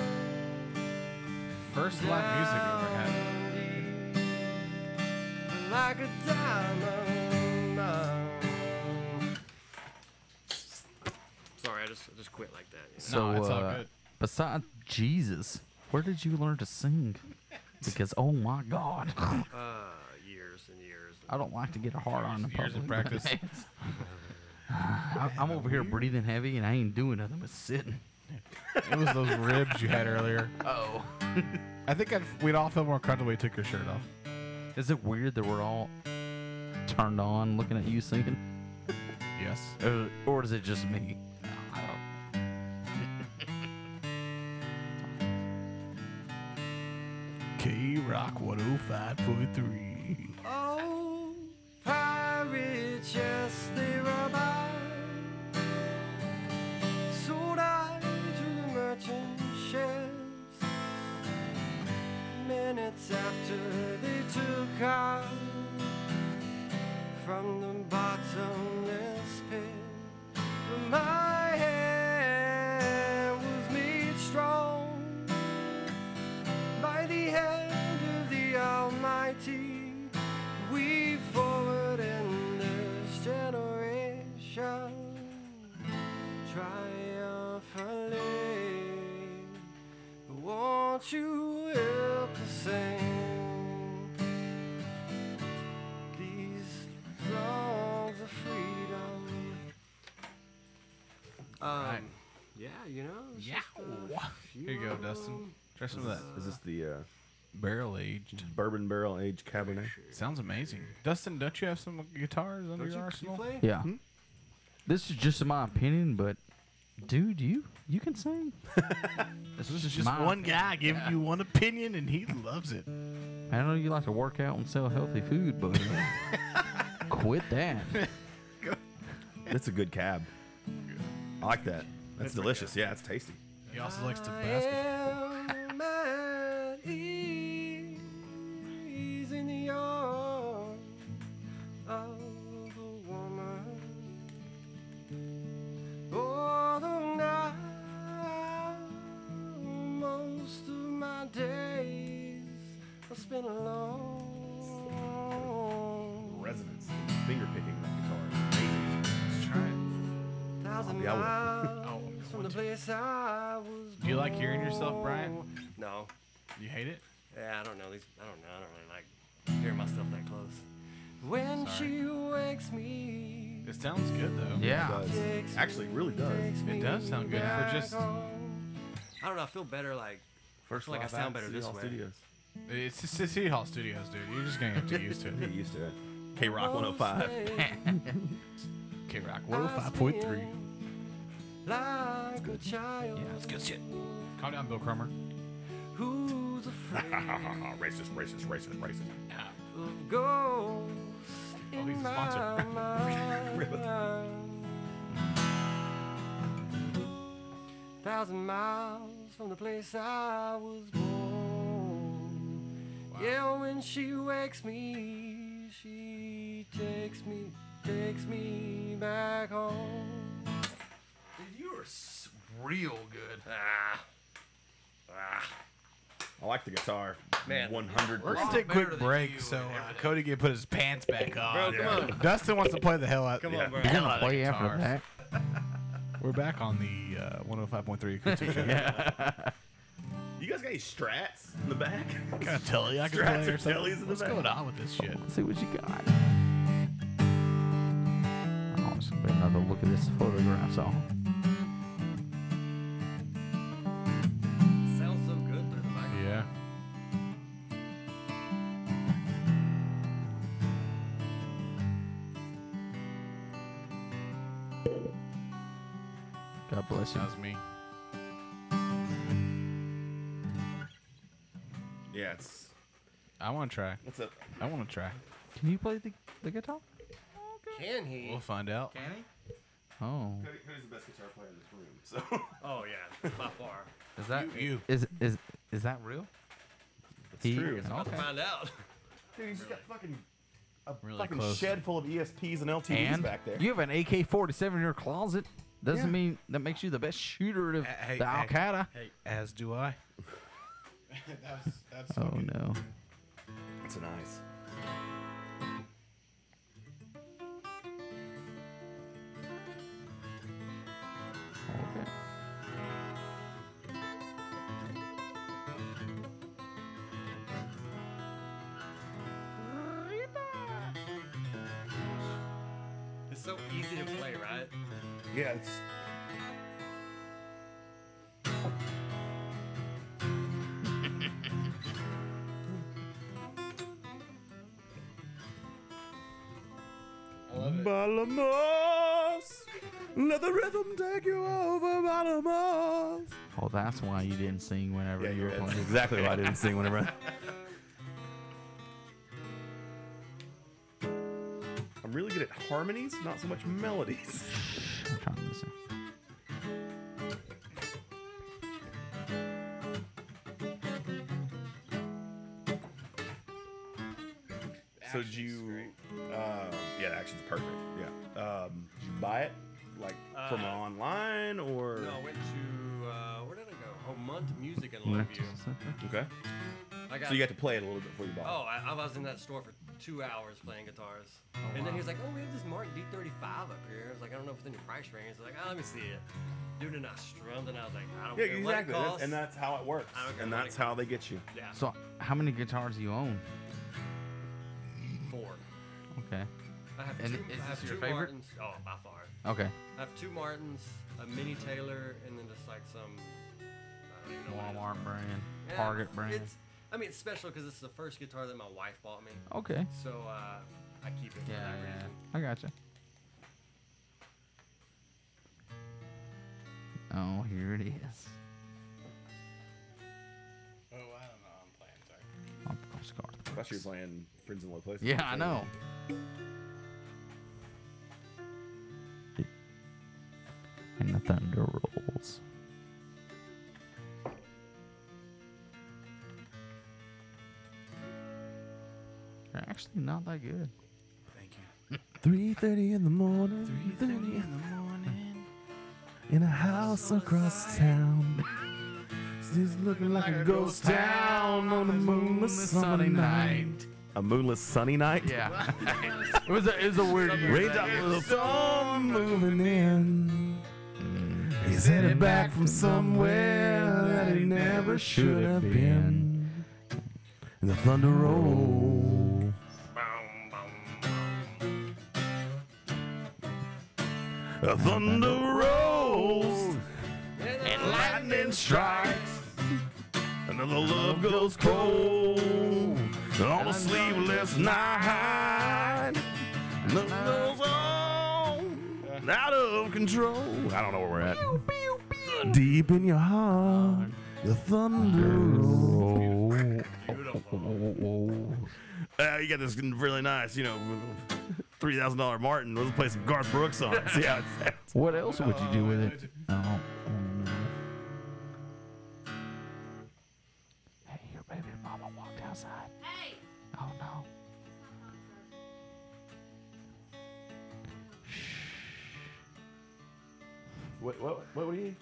First live music I've ever had. like a diamond. Sorry, I just, I just quit like that. you So, know? uh, besides Jesus, where did you learn to sing? Because oh my God, Uh, years and years. I don't like to get hard on in Years public. but of practice. it's- I- I'm over here breathing heavy and I ain't doing nothing but sitting. It was those ribs you had earlier. Oh. I think I'd, we'd all feel more comfortable we took your shirt off. Is it weird that we're all turned on looking at you singing? Yes. Or, or is it just me? I don't. K Rock 105.3. Oh, pirates, yes, they're about. Sold I to merchant ships. Minutes after they took out from the bottomless pit. But my hand was made strong by the hand of the Almighty. We forward in this generation triumphantly. Won't you help us sing these songs of freedom? Um, Yeah, you know. it's Yeah. just a few Here you go, of Dustin. Try some of Is that. this- Is this the uh, barrel aged bourbon barrel aged Cabernet? Sounds amazing. Dustin, don't you have some guitars under Don't your you- you arsenal? play? Yeah. Hmm? This is just my opinion, but dude, you you can sing. this is Just my one opinion. guy giving you one opinion, and he loves it. I know you like to work out and sell healthy food, but quit that. That's a good cab. I like that. That's delicious. Yeah, it's tasty. He also likes to I basket. am at ease in the arms of a woman. Although now most of my days It's been a long Resonance. Finger picking that guitar. Let's try it. Oh, thousand Yeah, I would- miles from the place I was Do you like hearing yourself, born. Brian? No. You hate it? Yeah, I don't know. These, I don't know. I don't really like hearing myself that close. When she wakes me It sounds good though. Yeah. It does. Actually, it really does. It does sound good for just. I don't know. I feel better like. First like I live sound at better City this Hall way. Studios. It's the City Hall Studios, dude. You're just gonna have to get used to it. Get used to it. K Rock 105. K Rock 105.3. like a child Yeah, that's good shit. Calm down, Bill Crummer. who's afraid racist, racist, racist, racist. of ghosts in he's a my sponsor. mind. Thousand miles from the place I was born. Yeah, when she wakes me, she takes me, takes me back home. You are s- real good. Ah. I like the guitar. Man. 100%. We're gonna take a quick break so uh, Cody can put his pants back on. Bro, come Yeah. on. Dustin wants to play the hell out. Come yeah, on, bro. the We're hell out of play the after guitar. that. We're back on the uh, 105.3 acoustic show. Yeah. You guys got any strats in the back? Got a telly I can strats play or or tellies something. in the What's back? going on with this shit? see what you got. Oh, it's gonna be another look at this photograph song. Sounds so good through the microphone. Yeah. God bless you. That was me. Yeah, it's. I want to try. What's up? I want to try. Can you play the, the guitar? Can he? We'll find out. Can he? Oh. Cody's the best guitar player in this room, so. Oh yeah, by far. Is that You- you. Is is is that real? It's true. About to find out. Dude, he's got fucking a really fucking close. shed full of ESPs and LTDs And back there. you have an AK-47 in your closet. Doesn't Yeah. mean that makes you the best shooter of Hey, the Al hey, Qaeda. Hey, as do I. that's that's Oh no. That's a nice. It's so easy to play, right? Yeah, it's. Balamos, let the rhythm take you over, Balamos. Oh, that's why you didn't sing whenever Yeah, you you're were right. playing. That's exactly why I didn't sing whenever. I... I'm really good at harmonies, not so much melodies. I'm trying to listen. So did you? Uh, yeah, the action's perfect. Yeah. Um, did you buy it like from Uh, online or? No, I went to uh, where did I go? Oh, Mont Music in Longview. Okay. I got- So you got to play it a little bit before you bought Oh, I, I was in that store for two hours playing guitars, and then he was like, "Oh, we have this Martin D35 up here." I was like, "I don't know if it's in your price range." He's like, oh, "Let me see it." Dude, and I strummed, and I was like, "I don't it. Yeah, care what it exactly. That's- costs." and that's how it works. I don't care And what that's it how they get you. Yeah, So, how many guitars do you own? four. Okay. I have And two, is I have this your two favorite? Martins. Oh, by far. Okay. I have two Martins, a Mini Taylor, and then just like some. I don't even know what it is. Walmart brand, Yeah, Target brand. It's, I mean, it's special because it's the first guitar that my wife bought me. Okay. So uh, I keep it for Yeah, that yeah. reason. I gotcha. Oh, here it is. Oh, I don't know. I'm playing. Sorry. I'm I'm scarred. I thought you were playing Friends in Low Places. Oh, Yeah, I know. And the thunder rolls. They're actually not that good. Thank you. 3:30 in the morning. 3:30 in the morning. In a house across town. This is looking like a ghost town on a moonless sunny night. A moonless sunny night. Yeah. it was a it was a weird year. Rained that up year. with a storm moving in. Mm. He's headed back from somewhere that he never should have been. And the thunder rolls. The thunder rolls and lightning strikes. Another love goes cold on a sleepless night. Love goes on out of control. I don't know where we're at. Deep in your heart, the thunder rolls. Uh, you got this really nice, you know, three thousand dollar Martin. Let's play some Garth Brooks on it. See how it sounds. What else would you do with it? Oh. Your baby mama walked outside. Hey! Oh no. What? What? What were you?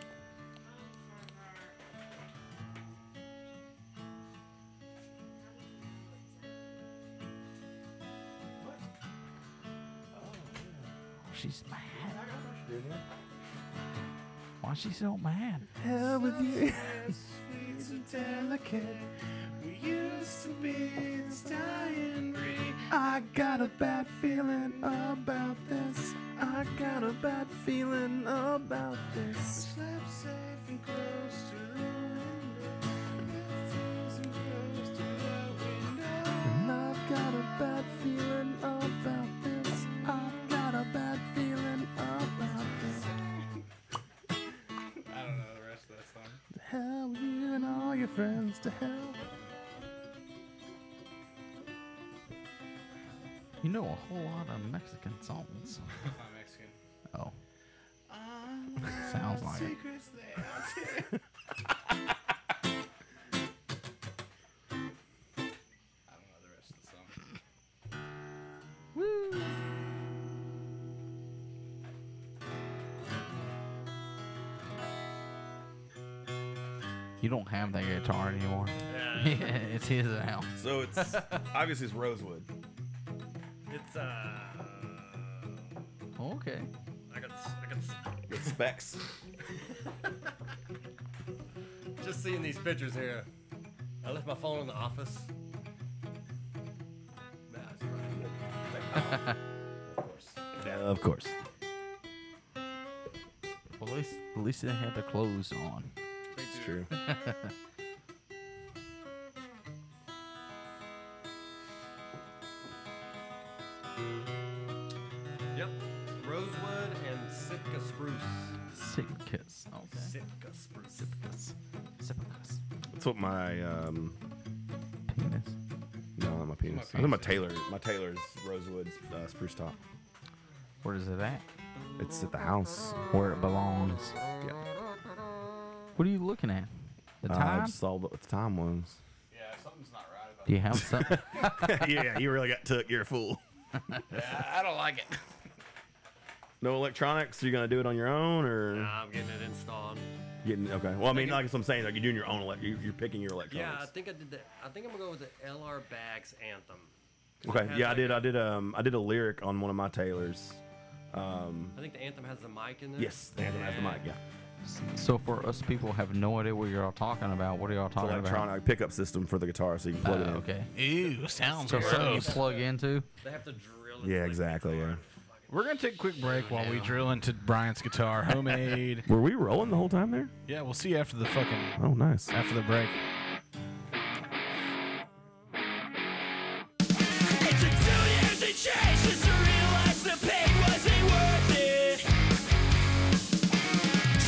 Oh, She's mad. Why's she so mad? Hell with you. I got a bad feeling about this. I got a bad feeling about this. And I've got a bad feeling about this. I've got a bad feeling about this. I don't know the rest of that song. To hell with you and all your friends. To hell. You know a whole lot of Mexican songs. I'm not Mexican. Oh. Sounds like it. You don't have that guitar anymore. Yeah. it's his now. So it's obviously it's Rosewood. It's uh. Okay. I got. s- I got. s- It's Specs. Just seeing these pictures here. I left my phone in the office. Nah, it's fine. Yeah, of course. Well, at least, at least they had their clothes on. It's true. yep. Rosewood and Sitka spruce. Sitkas. Okay. Sitka spruce. Sitkas. Sitkas. That's what my um. Penis. No, not my penis. I think my Taylor. My Taylor's Rosewood uh, spruce top. Where is it at? It's at the house. Where it belongs. Yeah. What are you looking at? The I time? Uh, just saw what the time was. Yeah, something's not right about Do you have something? yeah, you really got took. You're a fool. I don't like it. No electronics. You're gonna do it on your own, or Nah, I'm getting it installed. getting okay. Well, I mean, like I'm saying, like you're doing your own. Elect- you're, you're picking your Yeah, I electronics. think I did that. I think I'm gonna go with the LR Bags anthem. 'Cause it Okay. has Yeah, I like did. a- I did. Um, I did a lyric on one of my Taylors. Um, I think the anthem has the mic in there. yes, the anthem has the mic. Yeah. So for us people have no idea what y'all talking about. What are y'all It's an talking electronic pickup system for the guitar, so you can plug it about? in. Okay. Ew, sounds So something you gross. plug into. They have to drill. Yeah, exactly. Yeah. We're gonna take a quick break while we drill into Brian's guitar, homemade. Were we rolling the whole time there? yeah, we'll see you after the fucking Oh, nice. after the break. It took two years and change just to realize the pain wasn't worth it.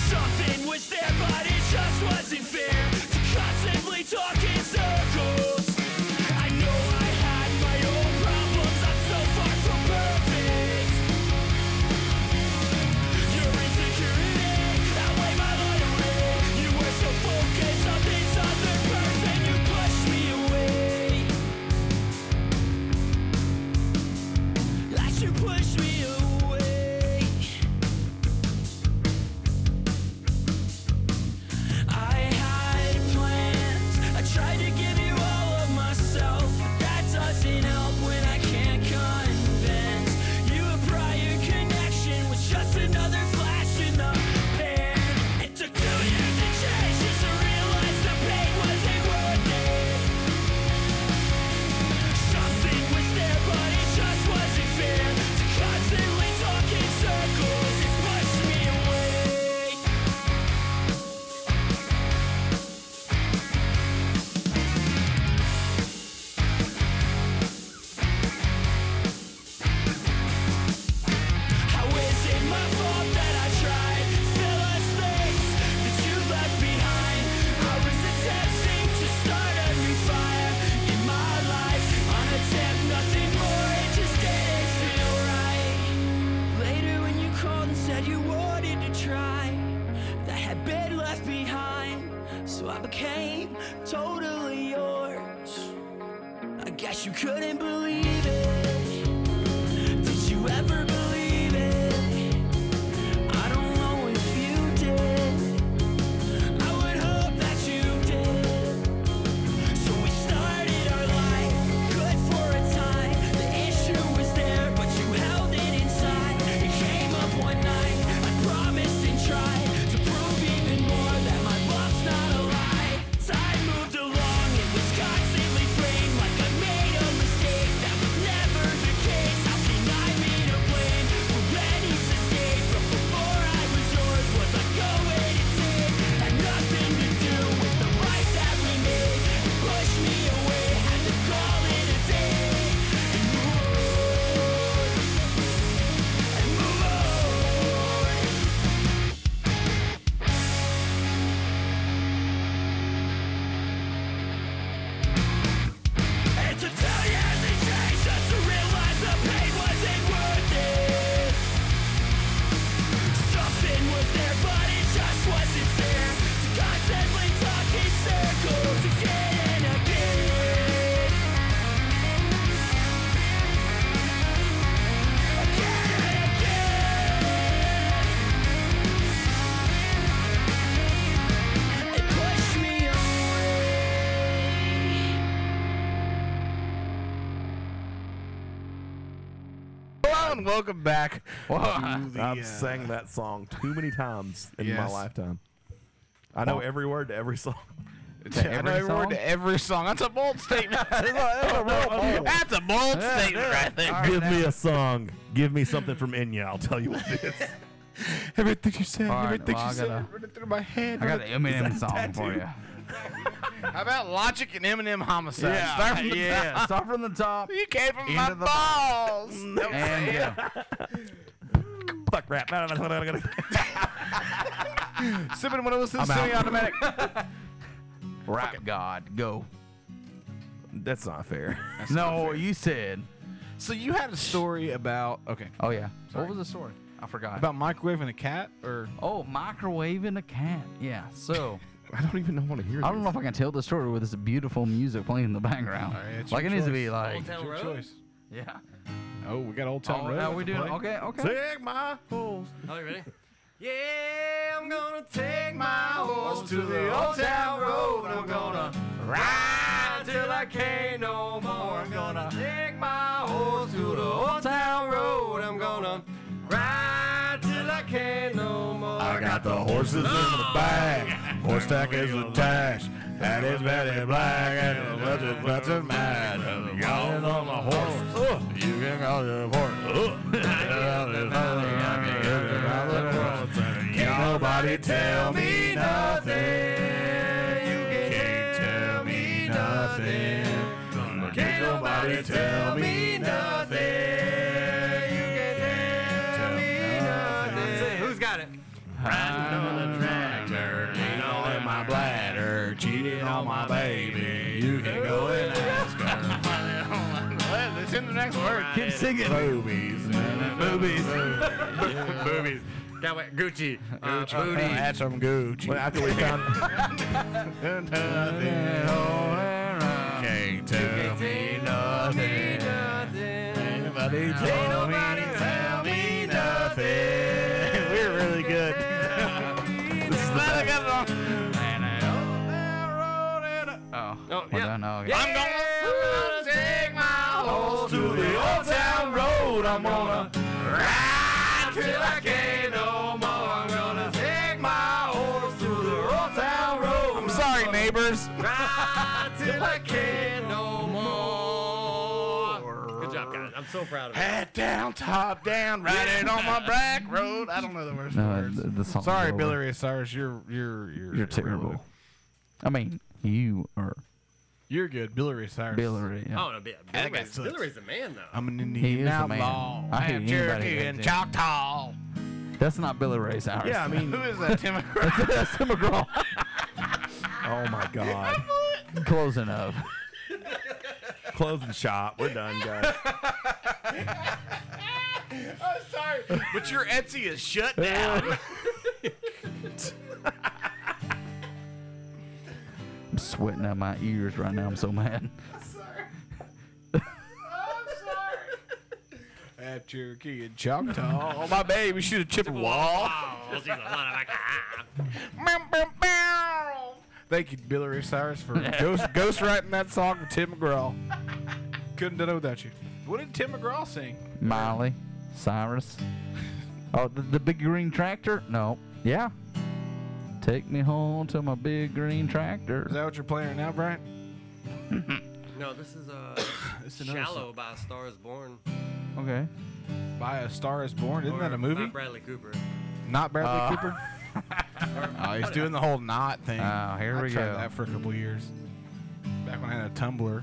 Something was there, but it just wasn't fair to constantly talk in circles. I know I had my own problems. I'm so far from perfect. Your insecurity outweighed my loyalty. You were so focused on these other wish you couldn't believe it. Did you ever believe it? I don't know if you did. I would hope that you did. So we started our life, good for a time. The issue was there, but you held it inside. It came up one night. I promised and tried to prove even more that my love's not a lie. Time moved along, it was constantly framed like I made a mistake that was never the case. How can I be to blame for any mistake from before I was yours? Was I going insane? Had nothing to do with the life that we made. It pushed me away, had to call it a day and move on. And move on. And to tell you as it changed just to realize the pain wasn't worth it Something was there but it just wasn't fair To constantly talk in circles again and again Again and again It pushed me away Hello and welcome back. to the, I've uh, sang that song too many times in my Yes. lifetime. I know Wow. every word to every song. I know every word to every song. That's a bold statement. That's a bold statement right there. Give me a song. Give me something from Enya. I'll tell you what it is. everything you said, All right, everything well, you I said, gotta- running through my head. I got running an through- Eminem Is that a song for you. tattoo? How about Logic and Eminem homicide? Yeah, Start from the yeah, top. start from the top. You came from Into my the balls. And yeah. yeah. Fuck rap. Sipping when it was I'm out. semi-automatic. Rap God, go. That's not fair. no, you said. So you had a story about okay. Oh yeah. Sorry. What was the story? I forgot. About microwaving a cat or oh microwaving a cat. Yeah. So. I don't even know want to hear. I don't know if I can tell the story with this beautiful music playing in the background. like it needs to be like. Yeah. Oh, we got Old Town Oh, Road now at we the doing- plate. okay, okay. Take my horse. Oh, you ready? Yeah, I'm gonna take my horse to the old town road. I'm gonna ride till I can't no more. I'm gonna take my horse to the old town road. I'm gonna ride till I can't no more. I got the horses in the bag. Horse tack is attached. That is very black and that's it, that's it, man. Y'all on the horse. Ugh. You can call your horse. Ugh. Can't nobody tell me nothing. You can't tell me nothing. Can't nobody tell me nothing. You can't tell me nothing. That's it. Who's got it? Riding on a tractor, lean all in my bladder, cheating on my baby. You can go and ask her. Let's the next word. Keep singing. Boobies, boobies, boobies. Got what? Gucci. Uh, Gucci. booty. Had some Gucci. Well, after we found Can't tell me nothing. Nobody tell me, tell me nothing. We're really good. this is the best. Oh. Oh, yeah. Done? Oh, okay. I'm gonna take my horse to the old town road. I'm gonna ride till I can't no more. I'm gonna take my horse to the old town road. I'm sorry, neighbors. Ride till I can't no more. Good job, guys. I'm so proud of you. Hat down, top down, riding on my black road. I don't know the Oh, words. No, the, the song. Sorry, Billy Ray Cyrus, you're you're you're You're terrible. I mean, you are You're good, Billy Ray Cyrus. Billy Ray, yeah. Oh, no, Bill, I Bill, think I Ray's, sucked. Bill Ray's the man, though. I'm an He Indian is the man. outlaw. I I, hate am anybody Cherokee that and did. Choctaw. That's not Billy Ray Cyrus. Yeah, I mean, Who is that, Tim McGraw? that's, that's Tim McGraw. oh my God. Close enough. Clothing shop. We're done, guys. I'm sorry, but your Etsy is shut down. I'm sweating out my ears right now. I'm so mad. Chap Cherokee and Choctaw. oh, my baby, shoot a Chippewa. Thank you, Billy Ray Cyrus, for ghost, ghost writing that song for Tim McGraw. Couldn't do it without you. What did Tim McGraw sing? Miley, Cyrus. Oh, the, the big green tractor? No. Yeah. Take me home to my big green tractor. Is that what you're playing right now, Brian? No, this is uh, It's another Shallow by Star is Born. Okay. By a Star is Born. Isn't Or that a movie? By Bradley Cooper. Not Bradley Uh. Cooper. oh, he's doing the whole knot thing. Oh, here I we tried go. That for a couple years. Back when I had a Tumblr.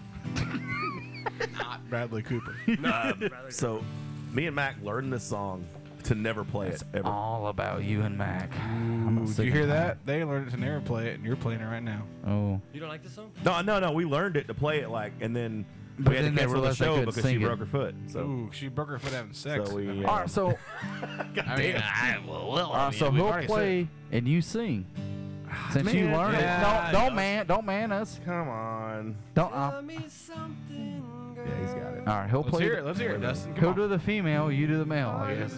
Not Bradley Cooper. Uh, so, me and Mac learned this song to never play it ever. All about you and Mac. Ooh, did you hear that? They learned to never play it, and you're playing it right now. Oh. You don't like this song? No, no, no. We learned it to play it like, and then we But had then to they cancel the realized they show couldn't because she sing it. broke her foot. So Ooh, she broke her foot having sex. So we, uh, All right, so. I mean, I- well, well, I Uh, mean, so Oh, we've he'll already play and you sing. Since you Ah, man, learned yeah, it, don't, yeah. don't man, don't man us. Come on. Don't. Uh, yeah, he's got it. all right, he'll Let's play. hear the- it, let's hear it, Dustin, come He'll on. do the female, you do the male. Oh, I guess.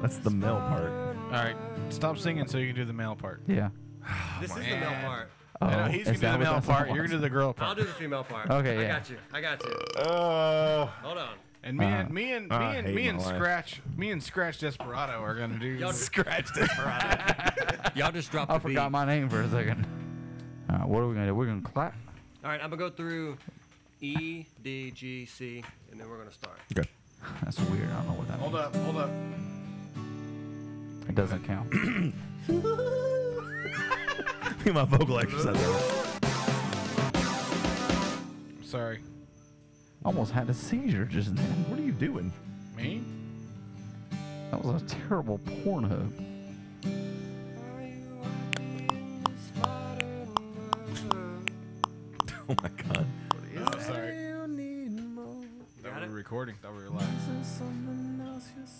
That's the male part. All right, stop singing so you can do the male part. Oh, Yeah. This is the male part. I know, Oh, is he's gonna do that the what male that part. song You're was? gonna do the girl I'll part. do the female part. Okay, I yeah. got you. I got you. Uh, Oh. Hold on. And me and Uh, me and me I and hate me my and life. Scratch, me and Scratch Desperado are gonna do Y'all- Scratch Desperado. Y'all just dropped I the beat. forgot my name for a second. All right, what are we gonna do? We're gonna clap. All right, I'm gonna go through E, D, G, C, and then we're gonna start. Okay. That's weird. I don't know what that. hold up, hold up. It doesn't count. my vocal exercise. ever. Sorry, Almost had a seizure just then. What are you doing? me. That was a terrible Pornhub. Oh my god. I'm sorry. Thought we were recording. Thought we were live.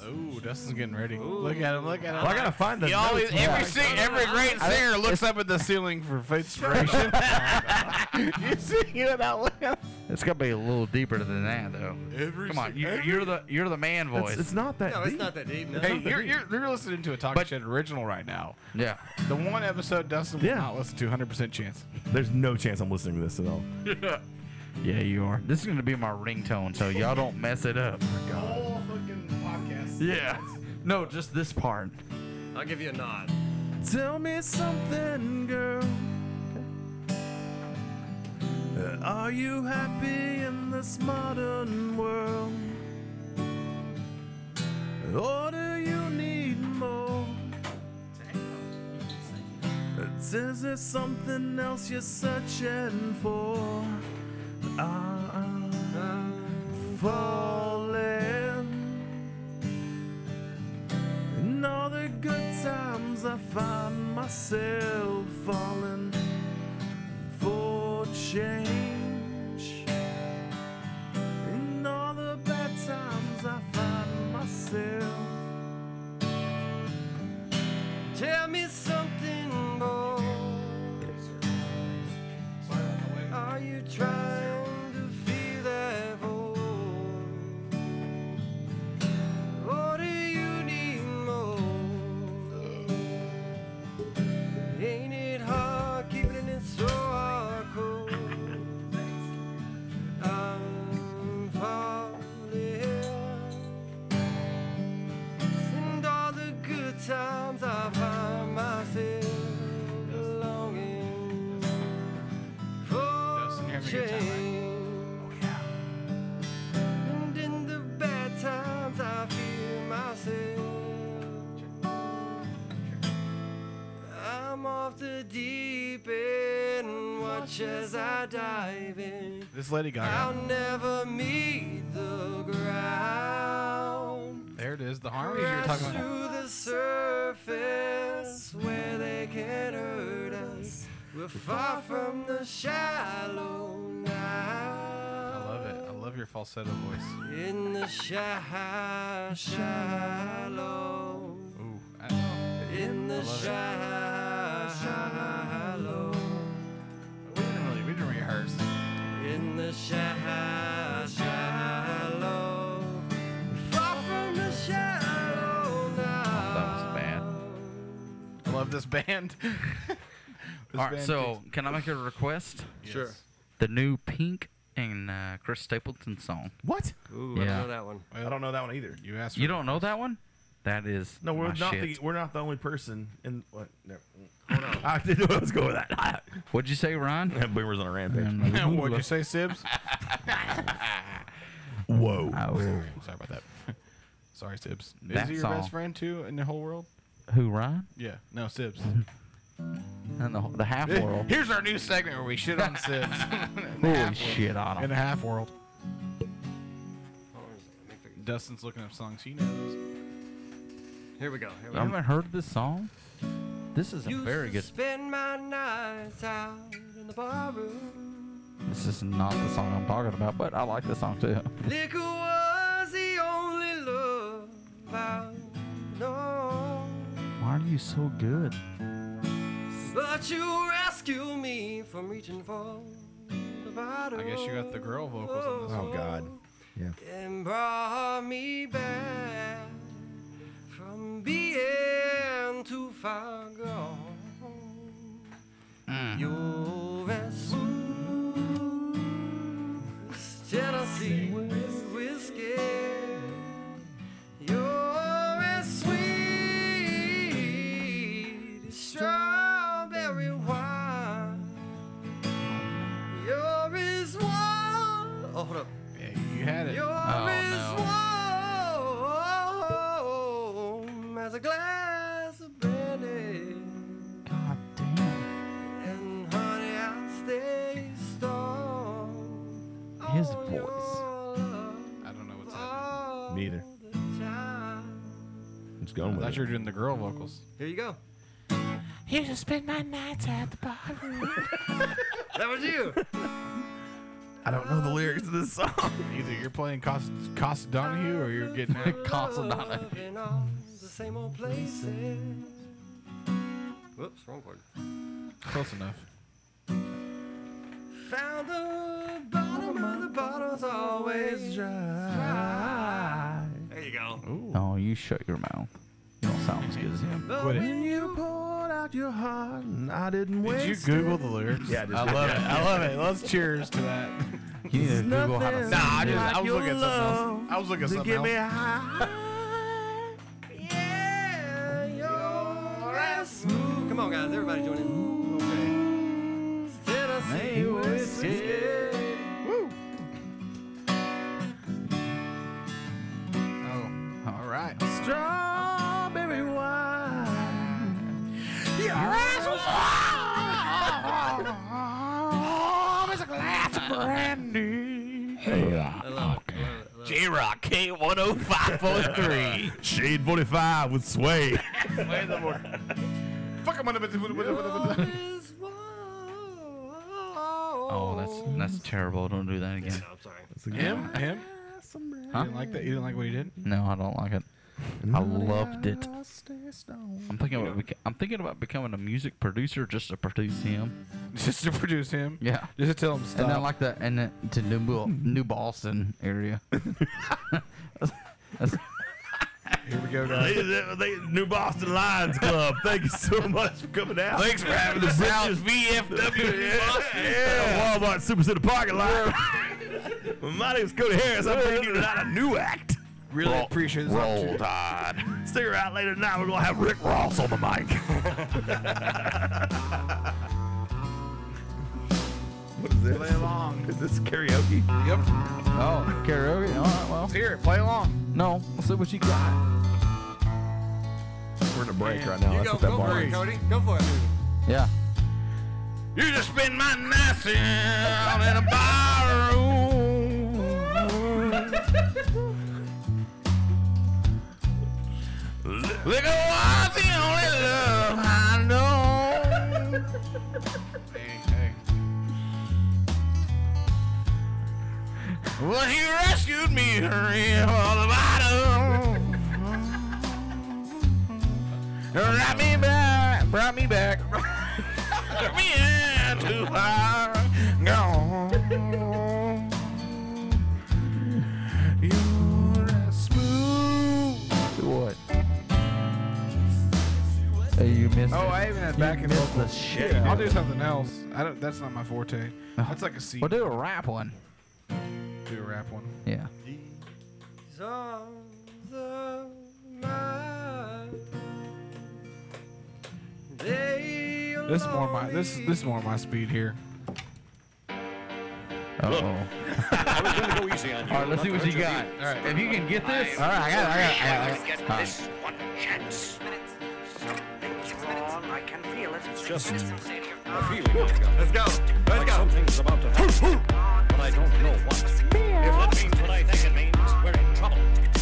Oh, Dustin's getting ready. Look at him. Look at him. Well, I gotta find the He always, notes. every sing, every great I- singer looks up at the ceiling for inspiration. you singing it out loud. It's gotta be a little deeper than that though. Every Come on, sing- you, every- you're the you're the man voice. It's, it's not that No, it's deep. not that deep. No. Hey, you're, you're, you're listening to a Talk Shit original right now. yeah. The one episode Dustin will Yeah. not listen to 100% chance. There's no chance I'm listening to this at all. Yeah, you are. This is gonna be my ringtone, so y'all don't mess it up. Whole fucking podcast. Yeah. No, just this part. I'll give you a nod. Tell me something, girl. Uh, Are you happy in this modern world? Or do you need more? Uh, Is there something else you're searching for? I'm falling. In all the good times, I find myself falling for change. In all the bad times, I find myself. Tell me something more. Are you trying to feel that void? Or do you need more? Ain't it hard keeping it so hardcore? I'm falling. And all the good times I find myself longing for Dustin, you're having a good time, right? change. And in the bad times I feel myself. I'm off the deep end, watch as I dive in. This Lady I'll Gaga. never meet the ground There it is. The harmonies you were talking crash about. through the surface where they can hurt us. We're far from the shallow I now. love it. I love your falsetto voice. In the sha- shallow. Ooh. I- In the love it. shallow. we didn't really, we didn't rehearse. In the sha- shallow. this band. this All right, band so kicks- can I make a request? Sure. The new Pink and uh, Chris Stapleton song. What? Ooh, I don't Yeah. know that one. I don't know that one either. You asked. You don't know that one? That is No, we're my not shit. the we're not the only person in what. No. I didn't know where I was going with that. What'd you say, Ron? Um, Boomer's on a rampage. What'd you say, Sibs? Whoa. Oh. Sorry about that. Sorry, Sibs. That's Is he your all. best friend too in the whole world? Who, Ron? Yeah. No, Sibs. And the, the half Eh, world. Here's our new segment where we shit on Sibs. Holy shit on him. In the half world. Dustin's looking up songs he knows. Here we go. Here we You go. haven't heard this song? This is a Used very to good. Spend my nights out in the barroom. This is not the song I'm talking about, but I like this song too. Liquor was the only love I know. Why are you so good? But you rescue me from reaching for the bottle. I guess you got the girl vocals on this one. Oh, God. Yeah. And brought me back from being too far gone. You're as smooth as Tennessee whiskey. You're as sweet as strawberry wine. You're as warm. Oh, hold up. You had it. Oh, You're as warm as a glass of brandy. God damn. And honey, I stay strong. His voice. I don't know what's happening. Me either. It's I going with thought it. you were doing the girl vocals. Here you go. Here to spend my nights at the bar. That was you. I don't know the lyrics to this song. Either you're playing Cost Cost Donahue or you're getting out. Cost Loving all the same old places. Whoops, wrong chord. Close enough. Found the bottom of the bottle's always dry. There you go. Oh, you shut your mouth. You don't sound as good as him. But when you poured out your heart and I didn't Did you Google the lyrics? Yeah, I just I did. love it. I love it. Let's cheers to that. You need to Google how to Nah, I, sing. just, I was Your looking at something else. I was looking at to something get me else. Come on, guys. Everybody join in. Okay. Tennessee whiskey. Woo. Oh, all right. Strawberry wine. Your eyes was Oh, warm as a glass of brandy. J Rock K 105.3. Shade 45 with Sway. Play the more. Fuck, I'm gonna. Oh, that's that's terrible. Don't do that again. I'm sorry. Him? Him? Huh? You didn't like that? You didn't like what he did? No, I don't like it. I loved it. I'm thinking about beca- I'm thinking about becoming a music producer just to produce him. Just to produce him? Yeah. Just to tell him And stop. then like that, and then to New Bo- New Boston area. Oh, That's- Here we go, guys. New Boston Lions Club. Thank you so much for coming out. Thanks for having us This out. is VFW yeah, Boston. Yeah. Walmart Supercenter parking lot. well, my name's Cody Harris. I'm bringing you tonight a new act. Really appreciate this Roll opportunity. Tide. Stick around later tonight. We're going to have Rick Ross on the mic. what is this? Play along. Is this karaoke? Yep. Oh, karaoke. All right, well. Let's hear it. Play along. No, let's see what you got. We're in a break right now. That's what that bar is. Go for it. Yeah. You just spend my nights down in a bar Look at what's the only love I know. Well, he rescued me from the bottom. Brought me back, brought me back. Took me in too far gone. You're as smooth. What? Hey, you missed Oh, it. I back and missed vocal. the shit Yeah, out I'll of do it. something else. I don't. That's not my forte. That's like a C. Well, do a rap one. Do a rap one. Yeah. Songs of mine. They This is more my. This this is more my speed here. Look. I was gonna go easy on you. All right, let's see what you got. All right. If you can get this. All right, I got it, I got it, I got it. All Get right. this one chance. Something's wrong. I can feel it. It's just a feeling. Let's go. Let's go. Something's about to happen, but I don't know what. If that means what I think it means, we're in trouble.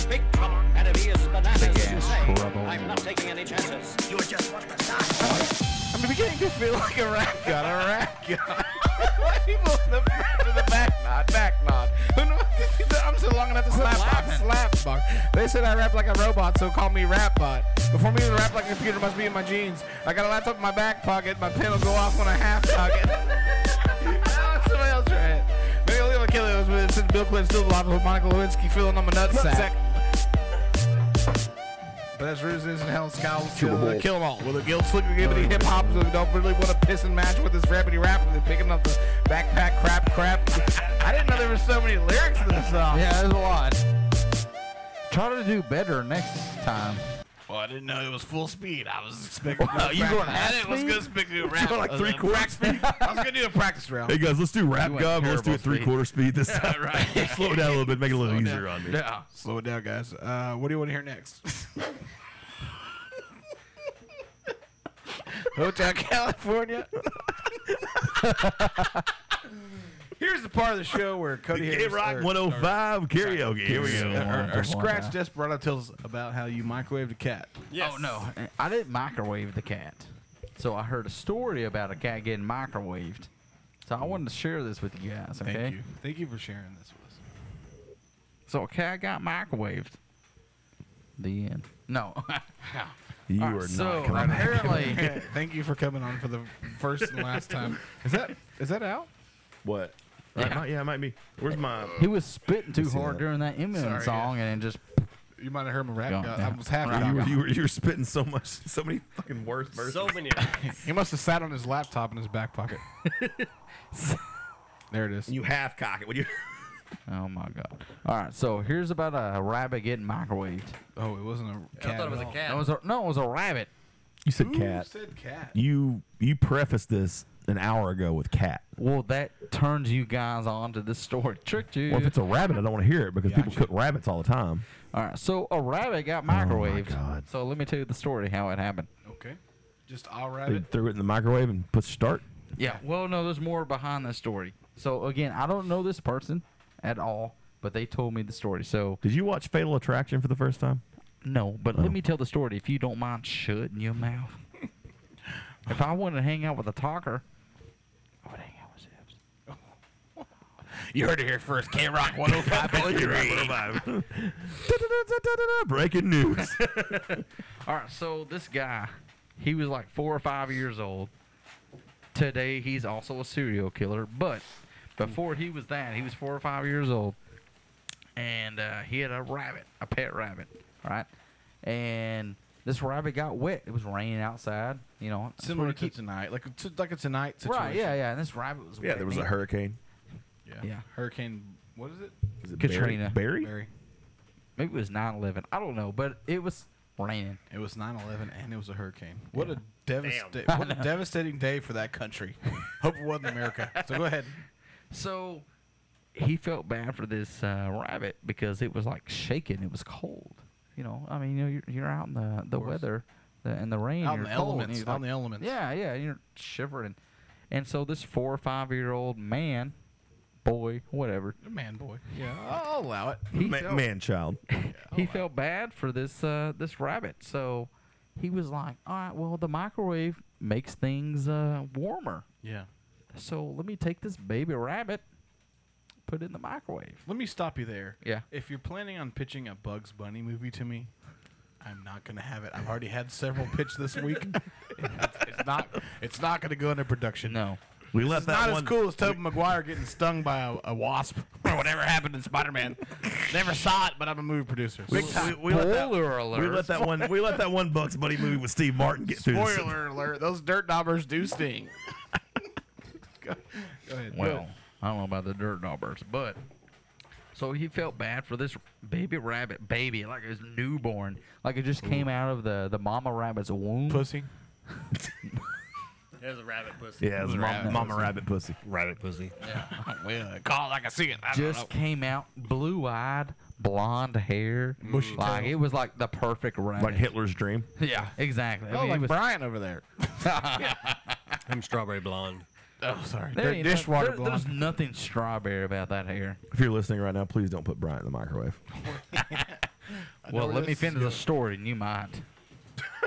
Big trouble. Enemy is bananas. Big to ass say. trouble. I'm not taking any chances. You're just what the I'm beginning to feel like a rap god. A rap god. People in the front to the back nod, back nod. I'm so long enough to slap box, slap box. They said I rap like a robot, so call me rap bot. Before me to rap like a computer must be in my jeans. I got a laptop in my back pocket. My pen will go off when I half pocket. Ah, Somebody else try it. Maybe I'll leave my killer with it. Since Bill Clinton still alive with Monica Lewinsky feeling on my nutsack. But that's Ruses and Hell's Cows. Kill, Kill 'em all. kill them all. With a guild slick gibbity hip hop, so don't really want to piss and match with this rapidy rap. They're picking up the backpack crap crap. I didn't know there were so many lyrics to this song. Yeah, there's a lot. Try to do better next time. Well, I didn't know it was full speed. I was expecting. Wow, you going half speed? do You going like three quarters Uh, speed. I was gonna do a practice round. Hey guys, let's do rap You went gum. Let's do it terrible three quarter speed this Yeah, time. right. Slow it down a little bit, make it a little easier on me. Yeah, slow it down, guys. Uh, what do you want to hear next? Hotel California. Here's the part of the show where Oh, Cody K Harris- Rock or- 105 karaoke. Here we or- go. Or, or Scratch Desperado tells us about how you microwaved a cat. Yes. Oh no, I didn't microwave the cat. So I heard a story about a cat getting microwaved. So I wanted to share this with you guys. Okay. Thank you. Thank you for sharing this with us. So a cat got microwaved. The end. No. You All right, so apparently, Thank you for coming on for the first and last time. Is that is that out? What? Yeah. Yeah. Right, might, yeah, it might be. Where's my? he was spitting Let too me see hard that. during that Eminem Sorry, song, and it just You might have heard my rap. Gone, God. yeah. I was half Right. You were, gone. you, were, you were spitting so much, so many fucking words. verses. So many. He must have sat on his laptop in his back pocket. there it is. You half cock it when you. Oh my god! All right, so here's about a rabbit getting microwaved. Oh, it wasn't a thought cat it was at a all. cat. It was a, no, it was a rabbit. You said Who cat. said cat? You you prefaced this an hour ago with cat. Well, that turns you guys on to this story. Tricked you. Well, if it's a rabbit, I don't want to hear it because people cook rabbits all the time. Oh All right, so a rabbit got microwaved. So let me tell you the story how it happened. Okay. Just all right. They threw it in the microwave and put start. Yeah. Well, no, there's more behind the story. So again, I don't know this person at all, but they told me the story. So Did you watch Fatal Attraction for the first time? Oh. no, but let me tell the story if you don't mind shutting your mouth. if I wanted to hang out with a talker, You heard it here first. K Rock 105.3. Breaking news. All right, so this guy, he was like four or five years old. Today, he's also a serial killer, but before he was that, he was four or five years old, and uh, he had a rabbit, a pet rabbit, right? And this rabbit got wet. It was raining outside, you know. that's Similar what to tonight, like a, t- like a tonight situation. Right, yeah, yeah. And this rabbit was yeah, there was a hurricane. Yeah. Yeah. Hurricane. What is it? Is it Katrina. Barry? Barry. Maybe it was 9-11. I don't know, but it was raining. It was 9/11 and it was a hurricane. What a devastating what a devastating day for that country. Hope it wasn't America. So go ahead. So he felt bad for this uh, rabbit because it was like shaking. It was cold. You know, I mean, you know, you're, you're out in the, the course. weather the, and the rain. Out in you're the cold, and elements, you're out in the elements. Yeah, yeah. And you're shivering. And so this four or five year old man, boy, whatever, Man boy. Yeah, I'll allow it. He Ma- felt- Man child. he felt bad for this uh, this rabbit. So he was like, all right, well, the microwave makes things uh, warmer. Yeah. So let me take this baby rabbit, put it in the microwave. Let me stop you there. Yeah. If you're planning on pitching a Bugs Bunny movie to me, I'm not gonna have it. I've already had several pitched this week. it's, it's not. It's not gonna go into production. No. We This let is that not one- as cool as Tobey Maguire getting stung by a, a wasp or whatever happened in Spider Man. Never saw it, but I'm a movie producer. We, Big Ah, time. we- we let that, we let that one. We let that one Bucks Buddy movie with Steve Martin get through. this. Spoiler alert: Those dirt daubers do sting. go, go ahead. Well, I don't know about the dirt daubers, but so he felt bad for this baby rabbit, baby, like it was newborn, like it just came out of the the mama rabbit's womb. Pussy. There's a rabbit pussy. Yeah, it was mom, Mama Rabbit Pussy. Rabbit Pussy. well, call it like I see it. I don't just came out blue eyed, blonde hair, Bushy like tail. it was like the perfect rabbit. Like Hitler's dream. Yeah, exactly. I Oh, mean, it like was- Brian over there. I'm strawberry blonde. Oh, sorry. There Dirt ain't no- dishwater there- There's blonde. nothing strawberry about that hair. If you're listening right now, please don't put Brian in the microwave. Well, let where me this is finish the story, and you might.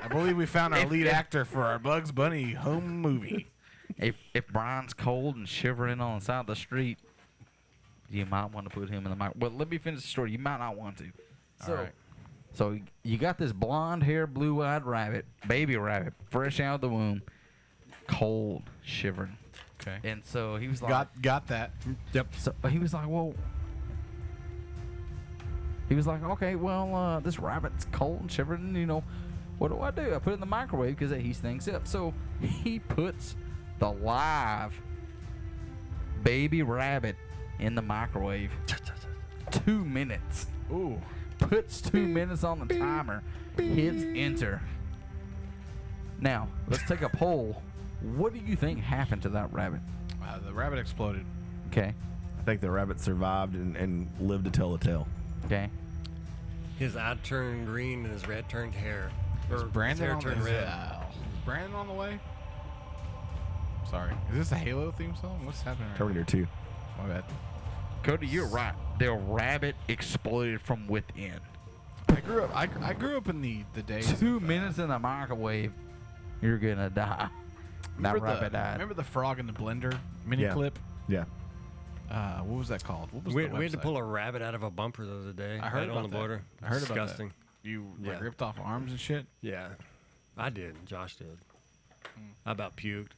I believe we found our If- lead if- actor for our Bugs Bunny home movie. If if Brian's cold and shivering on the side of the street, you might want to put him in the mic. Well, let me finish the story. You might not want to. So- So y- you got this blonde hair, blue eyed rabbit, baby rabbit, fresh out of the womb, cold, shivering. Okay. And so he was like, Got got that. Yep. So but he was like, well, he was like, okay, well, uh, this rabbit's cold and shivering. You know, what do I do? I put it in the microwave because it heats things up. So he puts the live baby rabbit in the microwave. two minutes. Ooh. Puts two minutes on the timer. Hits enter. Now let's take a poll. What do you think happened to that rabbit? Uh, the rabbit exploded. Okay. I think the rabbit survived and, and lived to tell the tale. Okay. His eye turned green and his red turned hair. Or his Brandon hair on turned the, red. Is Brandon on the way. Sorry. Is this a Halo theme song? What's happening? Right Terminator 2. My bad. Cody, you're right. The rabbit exploded from within. I grew up. I, gr- I grew up in the the days. uh, Two minutes in the microwave, you're gonna die. That Remember the- rabbit died. Remember the frog in the blender mini Yeah. clip? Yeah. Uh, what was that called? What was We, the we had to website? pull a rabbit out of a bumper the other day. I heard right about on the that. border. I heard about that. Disgusting. You like, ripped off arms and shit. Yeah, I did. Josh did. Hmm. I about puked.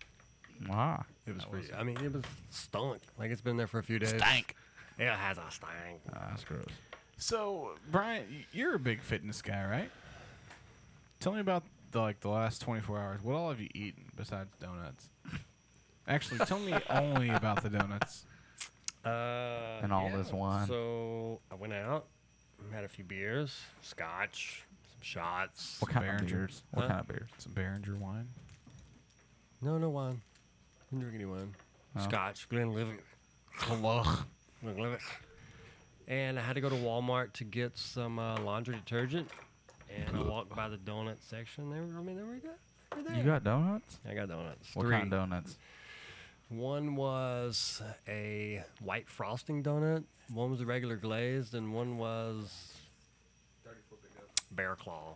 Wow. It was pretty. I mean, it was stunk. Like it's been there for a few days. Stank. Ah, Yeah, it has a stank. that's gross. So Brian, y- you're a big fitness guy, right? Tell me about the, like the last 24 hours. What all have you eaten besides donuts? Actually, tell me only about the donuts. Uh, And all this wine. So I went out, had a few beers, scotch, some shots. What kind of beers? What kind of beers? Some Behringer wine. No, no wine. Didn't drink any wine. Oh. Scotch, Glenlivet. Glenlivet. And I had to go to Walmart to get some uh, laundry detergent. And I walked by the donut section. They were, I mean, they were good. They were You there. got donuts? I got donuts. What Three. kind of donuts? One was a white frosting donut. One was a regular glazed, and one was bear claw.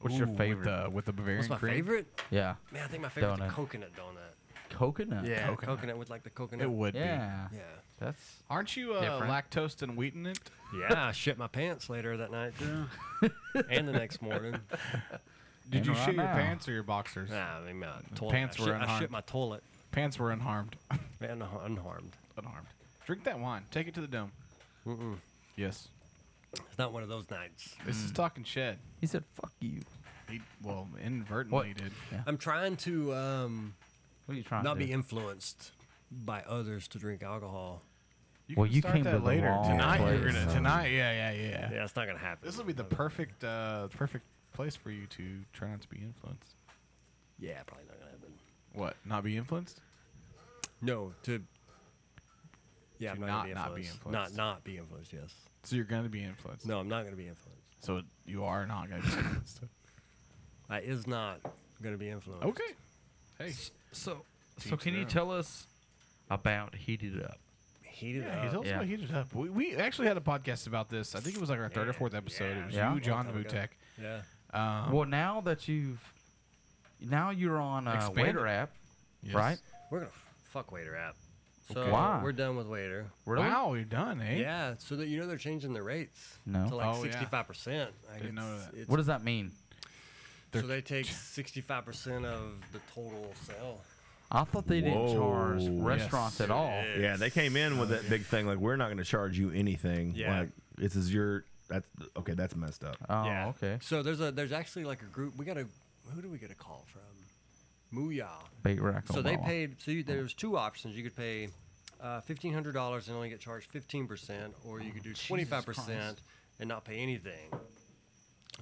What's your Ooh, with favorite? the- with the Bavarian What's my cream? favorite? Yeah. Man, I think my favorite donut. is coconut donut. coconut. Yeah, coconut. with like the coconut. It would Yeah. be. Yeah. That's Aren't you uh, Different. lactose and wheat in it? Yeah, I shit my pants later that night too, and the next morning. Did you shit your pants or your boxers? Nah, I mean my toilet. Pants I shit, were I shit unharmed. my toilet. Pants were unharmed. Man, uh, unharmed. Unharmed. Drink that wine. Take it to the dome. Mm-mm. Yes. It's not one of those nights. This Mm. is talking shed. He said, "Fuck you." He well inadvertently did. I'm trying to um, what are you trying not to be do? influenced by others to drink alcohol. You Well, can you start came that to the later. wrong Tonight you're place. gonna- tonight, yeah, yeah, yeah. Yeah, it's not gonna happen. This will be the perfect uh, perfect place for you to try not to be influenced. Yeah, probably not gonna happen. What? Not be influenced? No, to Yeah, To I'm not, not- gonna not be be influenced. influenced. Not not be influenced. Yes. So you're gonna be influenced. No, I'm not gonna be influenced. So you are not gonna be influenced. I is not gonna be influenced. Okay. Hey. So so Teach can you them. tell us about heated up? Heated Yeah, he's also heated up. We, we actually had a podcast about this. I think it was like our third or fourth episode. It was Yeah. you, John Long time ago. Butek. Yeah. Um, well, now that you've now you're on uh, Expand Waiter it. app, Yes. right? We're gonna f- fuck waiter app. So Okay. Why? we're done with waiter. Really? Wow, you're done, eh? Yeah. So that you know they're changing the rates. No. To like Oh, yeah. sixty five percent. Didn't know that. What does that mean? So they take sixty five percent of the total sale. I thought they didn't charge Whoa. restaurants at all. Yeah, they came in with that big thing like we're not going to charge you anything. Yeah. Like this is your that's okay, that's messed up. Oh, Yeah. So there's a there's actually like a group. We got a who do we get a call from? Mooyah. Bait rack Oh. So they Omaha. paid. So you, there was two options. You could pay uh, fifteen hundred dollars and only get charged fifteen percent, or you could Oh, do twenty five percent Christ. and not pay anything.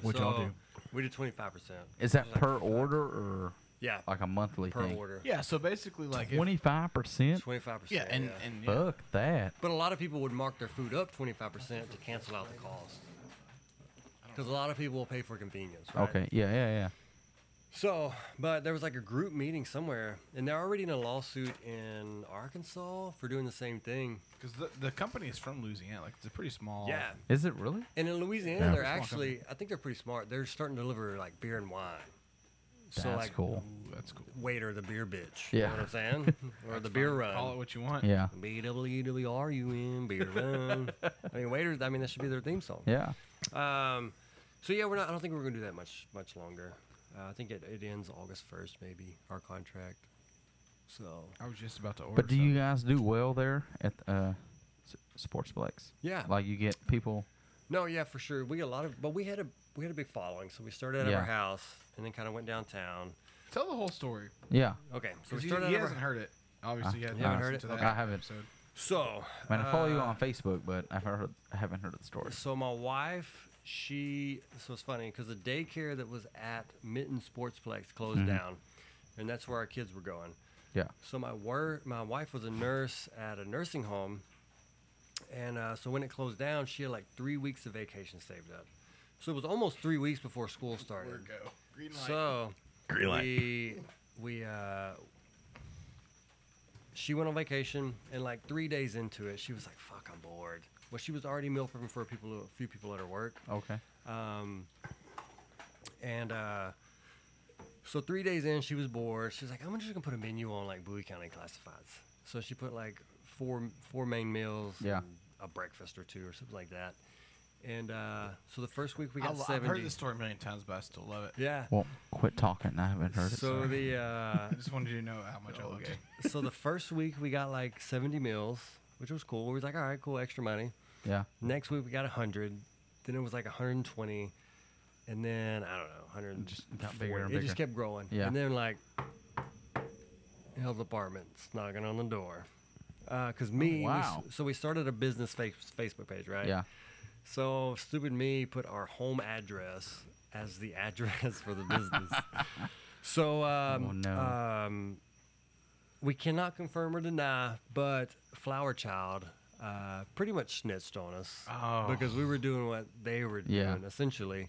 Which I'll So do. We did twenty five percent. Is that per order or Yeah. like a monthly Per thing? order. Yeah, so basically, like, if- twenty five percent. Twenty five percent. Yeah, and- and, yeah. Fuck that. But a lot of people would mark their food up twenty five percent to cancel out the cost. Because a lot of people will pay for convenience. Right? Okay. Yeah. Yeah. Yeah. So, but there was like a group meeting somewhere, and they're already in a lawsuit in Arkansas for doing the same thing. Because the, the company is from Louisiana. Like, it's a pretty small. Yeah. Is it really? And in Louisiana, Yeah. they're Small actually, I think they're pretty smart. They're starting to deliver like beer and wine. That's cool. that's cool. Waiter, the beer bitch. You Yeah. know what I'm saying? or the beer fine. run. Call it what you want. Yeah. B W W R U N, beer run. I mean, waiters, I mean, that should be their theme song. Yeah. Um, so yeah, we're not. I don't think we're gonna do that much much longer. Uh, I think it, it ends August first, maybe our contract. So I was just about to order. But do you guys do well there at uh, S- Sportsplex? Yeah. Like you get people. no, yeah, for sure. We got a lot of, but we had a we had a big following. So we started out of Yeah. our house and then kind of went downtown. Tell the whole story. Yeah. Okay, so we Because he, started. he out of our- hasn't heard it. Obviously, I- he I- hasn't listened to I that haven't. episode. So Man, I follow you uh, on Facebook, but I've heard I haven't heard of the story. So my wife, she this was funny because the daycare that was at Mitten Sportsplex closed Mhm. down, and that's where our kids were going. Yeah. So my wor- my wife was a nurse at a nursing home, and uh, so when it closed down, she had like three weeks of vacation saved up. So it was almost three weeks before school started. go. Green light. So Green light. we we uh, she went on vacation, and like three days into it, she was like, "Fuck, I'm bored." Well, she was already meal prepping for a people, a few people at her work. Okay. Um, and uh, so three days in, she was bored. She was like, "I'm just gonna put a menu on like Bowie County classifieds." So she put like four four main meals, Yeah. and a breakfast or two or something like that. And uh, so the first week we I got lo- I've seventy. heard this story a million times, but I still love it. Yeah. Well, quit talking. I haven't heard it. So sorry. Oh, the uh, I just wanted you to know how much I loved it. so the first week we got like 70 meals, which was cool. We was like, all right, cool, extra money. Yeah. Next week we got 100. Then it was like 120. And then I don't know, 100. Just got bigger and It just bigger. kept growing. Yeah. And then like health department's knocking on the door. Because uh, me, Oh, we s- Oh, wow. so we started a business face, Facebook page, right? Yeah. So stupid me put our home address as the address for the business. so um, Oh, no. um, we cannot confirm or deny, but Flower Child uh, pretty much snitched on us Oh. because we were doing what they were Yeah. doing essentially,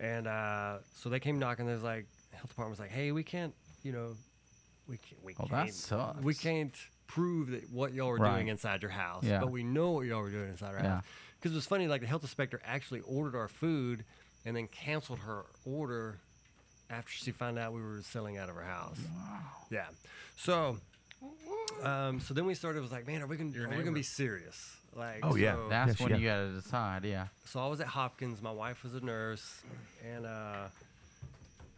and uh, so they came knocking. There's like health department was like, "Hey, we can't, you know, we can't, we Well, Oh, that can't, we can't prove that what y'all were Right. doing inside your house, Yeah. but we know what y'all were doing inside our Yeah. house." Because it was funny, like the health inspector actually ordered our food and then canceled her order after she found out we were selling out of her house. Yeah. So, um, so then we started. Was like, man, are we gonna are we gonna neighbor. be serious? Like, Oh, so- Oh, That's when you gotta decide. Yeah. so I was at Hopkins. My wife was a nurse, and uh,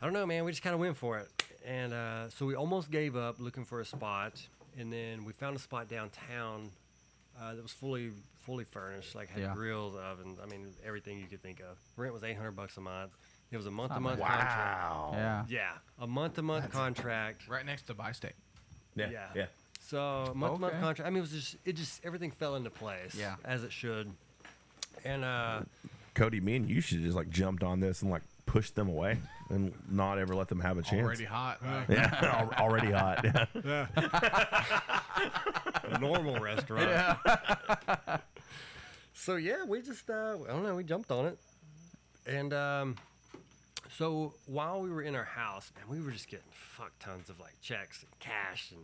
I don't know, man. We just kind of went for it, and uh, so we almost gave up looking for a spot, and then we found a spot downtown uh, that was fully fully furnished, like had Yeah. grills, ovens, I mean everything you could think of. Rent was eight hundred bucks a month. It was a month to month Wow. contract. Yeah. Yeah, a month to month That's- contract. Right next to Bi State. Yeah. Yeah. So month to month Okay. contract. I mean, it was just it just everything fell into place. Yeah. As it should. And uh, Cody, me and you should have just like jumped on this and like pushed them away and not ever let them have a chance. Already hot, right? Yeah, al- already hot. Yeah. A normal restaurant. Yeah. so yeah, we just uh, I don't know, we jumped on it, and um, so while we were in our house, man, we were just getting fuck tons of like checks and cash, and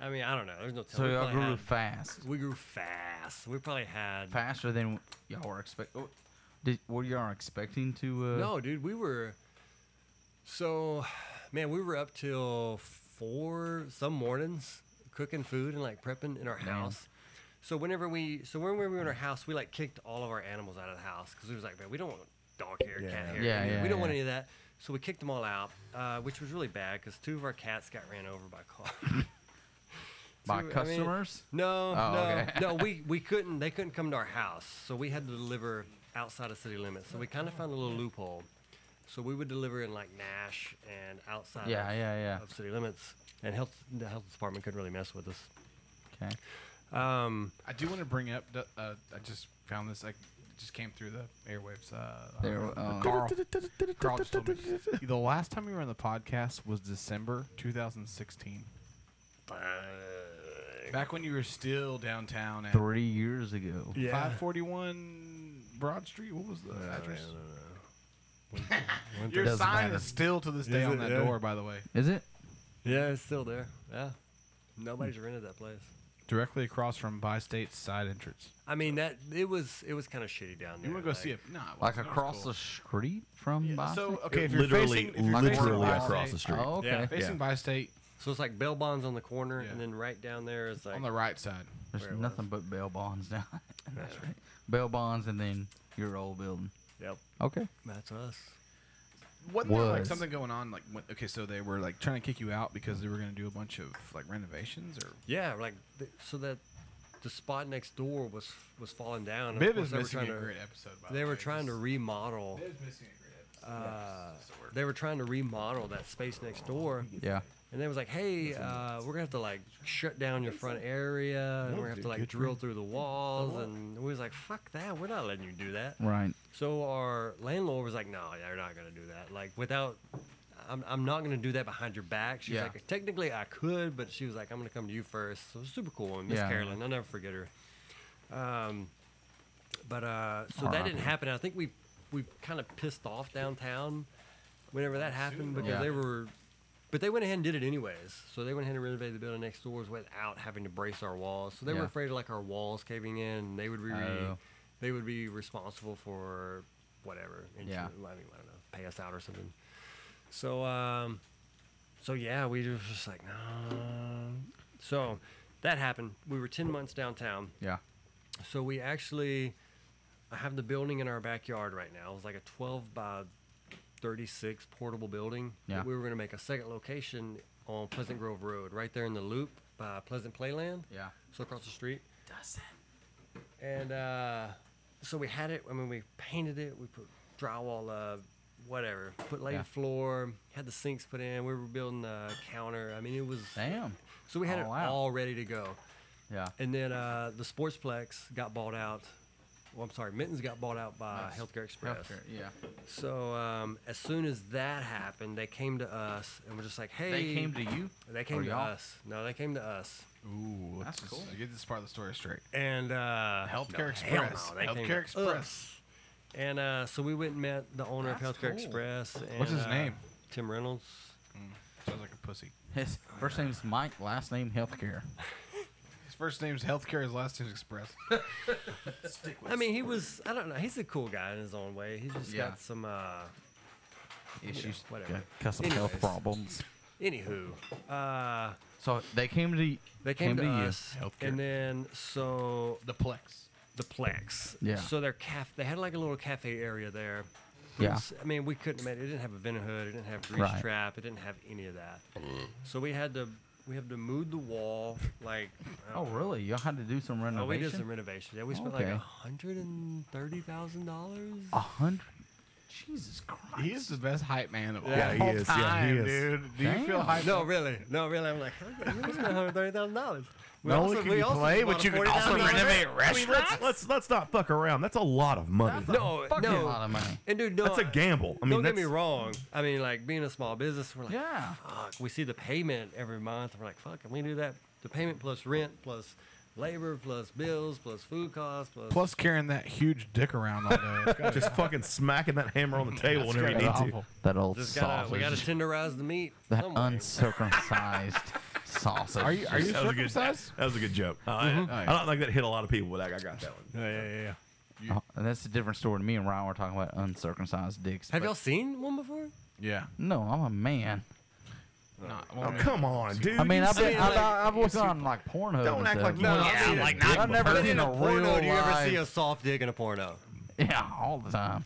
I mean, I don't know, there's no. So we y'all probably grew had- fast. We grew fast. We probably had Faster than y'all were expecting. Did were y'all expecting to? Uh, No, dude, we were. So, man, we were up till four some mornings cooking food and like prepping in our house. So whenever we, so when we were in our house, we like kicked all of our animals out of the house because we was like, man, we don't want dog hair, cat Yeah. hair, Yeah, any- yeah, we don't want yeah. any of that. So we kicked them all out, uh, which was really bad because two of our cats got ran over by cars. By Two- I mean, customers? no, Oh, no, okay. no. We we couldn't. They couldn't come to our house, so we had to deliver outside of city limits. So we kind of found a little loophole. So we would deliver in like Nash and outside. Yeah, of, yeah, yeah. Of city limits, and health the health department couldn't really mess with us. Okay. Um, I do want to bring up. the- Uh, I just found this. I just came through the airwaves. Uh, I There, don't know. uh, Carl, Carl just told me. the last time we were on the podcast was December 2016. Back when you were still downtown at Three years ago. 541 Broad Street. What was the address? Winter Your doesn't sign matter. is still to this day Is on it? that Yeah. door, by the way. Is it? Yeah, it's still there. Yeah, Hmm. nobody's rented that place. Directly across from By State's side entrance. I mean that it was it was kind of shitty down there. You wanna go see it? Nah, it Like wasn't. It was across cool. the street from Boston? so, okay, if you're Literally- facing- if you're Like literally Boston? across the street. Oh, okay. Yeah. Facing by state. So it's like Bell Bonds on the corner, and then right down there is like on the right side. where There's it nothing but bail bonds now. That's right. Bail bonds and then your old building. Yep. Okay. That's us. Wasn't there like Was. something going on? Like, when, okay, so they were like trying to kick you out because they were going to do a bunch of like renovations or Yeah, like th- so that the spot next door was was falling down. and of Viv course is they were missing trying a to- great episode, by they the were way, trying to just- remodel. Viv's missing a great episode. Uh, they were trying to remodel that space next door. Yeah. And they was like, "Hey, uh, we're gonna have to like shut down your front area, and we're gonna have to like drill through the walls." And we was like, "Fuck that! We're not letting you do that." Right. So our landlord was like, "No, they're not gonna do that. Like without, I'm, I'm not gonna do that behind your back." She's Yeah. like, "Technically, I could, but she was like, I'm gonna come to you first. So it was super cool. And Miss Yeah. Carolyn, I'll never forget her. Um, but uh, so that R.I.P.. didn't happen. I think we we kind of pissed off downtown whenever that happened because Yeah. they were. But they went ahead and did it anyways. So they went ahead and renovated the building next doors without having to brace our walls. So they Yeah. were afraid of like our walls caving in. And they would be Oh. they would be responsible for whatever. insu- Yeah. I mean, I don't know, pay us out or something. So, um, so yeah, we were just like, no. So that happened. We were 10 months downtown. Yeah. So we actually I have the building in our backyard right now. It was like a 12 by 36 portable building. that Yeah. We were going to make a second location on Pleasant Grove Road, right there in the loop by Pleasant Playland. Yeah. So across the street. Doesn't. And uh, so we had it. I mean, we painted it. We put drywall up, whatever. Put laid Yeah. floor. Had the sinks put in. We were building the counter. I mean, it was Damn. So we had it All out. all ready to go. Yeah. And then uh, the Sportsplex got bought out. Well, I'm sorry, Minton's got bought out by Nice. Healthcare Express. Healthcare, yeah. So um, as soon as that happened, they came to us and were just like, "Hey." They came to you? They Or came to y'all? us. No, they came to us. Ooh, that's cool. Get this part of the story straight. And uh, Healthcare no, hell Express. no, they came Healthcare to Express. us. And uh, so we went and met the owner That's of Healthcare cool. Express. And, What's his uh, name? Mm, Tim Reynolds. Sounds like a pussy. His first name's Mike, last name Healthcare. His first name's Healthcare. His last name's Express. Stick I mean, he was. I don't know. He's a cool guy in his own way. He's just Yeah. got some uh, you know, Issues. whatever. Got some health Anyways. problems. Anywho, uh, So they came to they came, to, you. us, and then so the Plex, the Plex. Yeah. So their caf, they had like a little cafe area there. Yeah. It's- I mean, we couldn't. Man, it didn't have a vent hood. It didn't have grease Right. trap. It didn't have any of that. Mm. so we had to we had to move the wall like. I Oh don't know. really? Y'all had to do some renovation. Oh, we did some renovation. Yeah, we spent like Okay. a hundred and thirty thousand dollars. A hundred. Jesus Christ. He is the best hype man of Yeah, all he is. Yeah, he time, is. dude. Do you feel hype? No, really, no, really. I'm like, we spent one hundred thirty thousand dollars. Not only can you play, but you can also renovate restaurants. Let's, let's let's not fuck around. That's a lot of money. no, no. And dude, no, That's a gamble. I mean, don't get me that's- wrong. I mean, like being a small business, we're like, Yeah. fuck. We see the payment every month. We're like, fuck, can we do that? The payment plus rent plus labor plus bills plus food costs plus Plus carrying that huge dick around all day. It's gotta be Just fucking smacking that hammer on the table That's whenever you gotta need be to. awful. That old Just gotta, we gotta sausage. Oh tenderize the meat. That some way. uncircumcised sausage. that was a good, That was a good joke. Uh, I- Mm-hmm. Mhm. I, don't think that hit a lot of people, but I, I got that one. Yeah, yeah, yeah. Oh, and that's a different story. Me and Ryan were talking about uncircumcised dicks. Have but- y'all seen one before? Yeah. No, I'm a man. Oh, come on, dude. I mean, You I've been, see- I've, I've looked on like Pornhub. Don't and act stuff. like you No, haven't I've seen seen it. like not I've never But seen in a porno. real Do you ever see a live- soft dick in a porno? Yeah, all the time.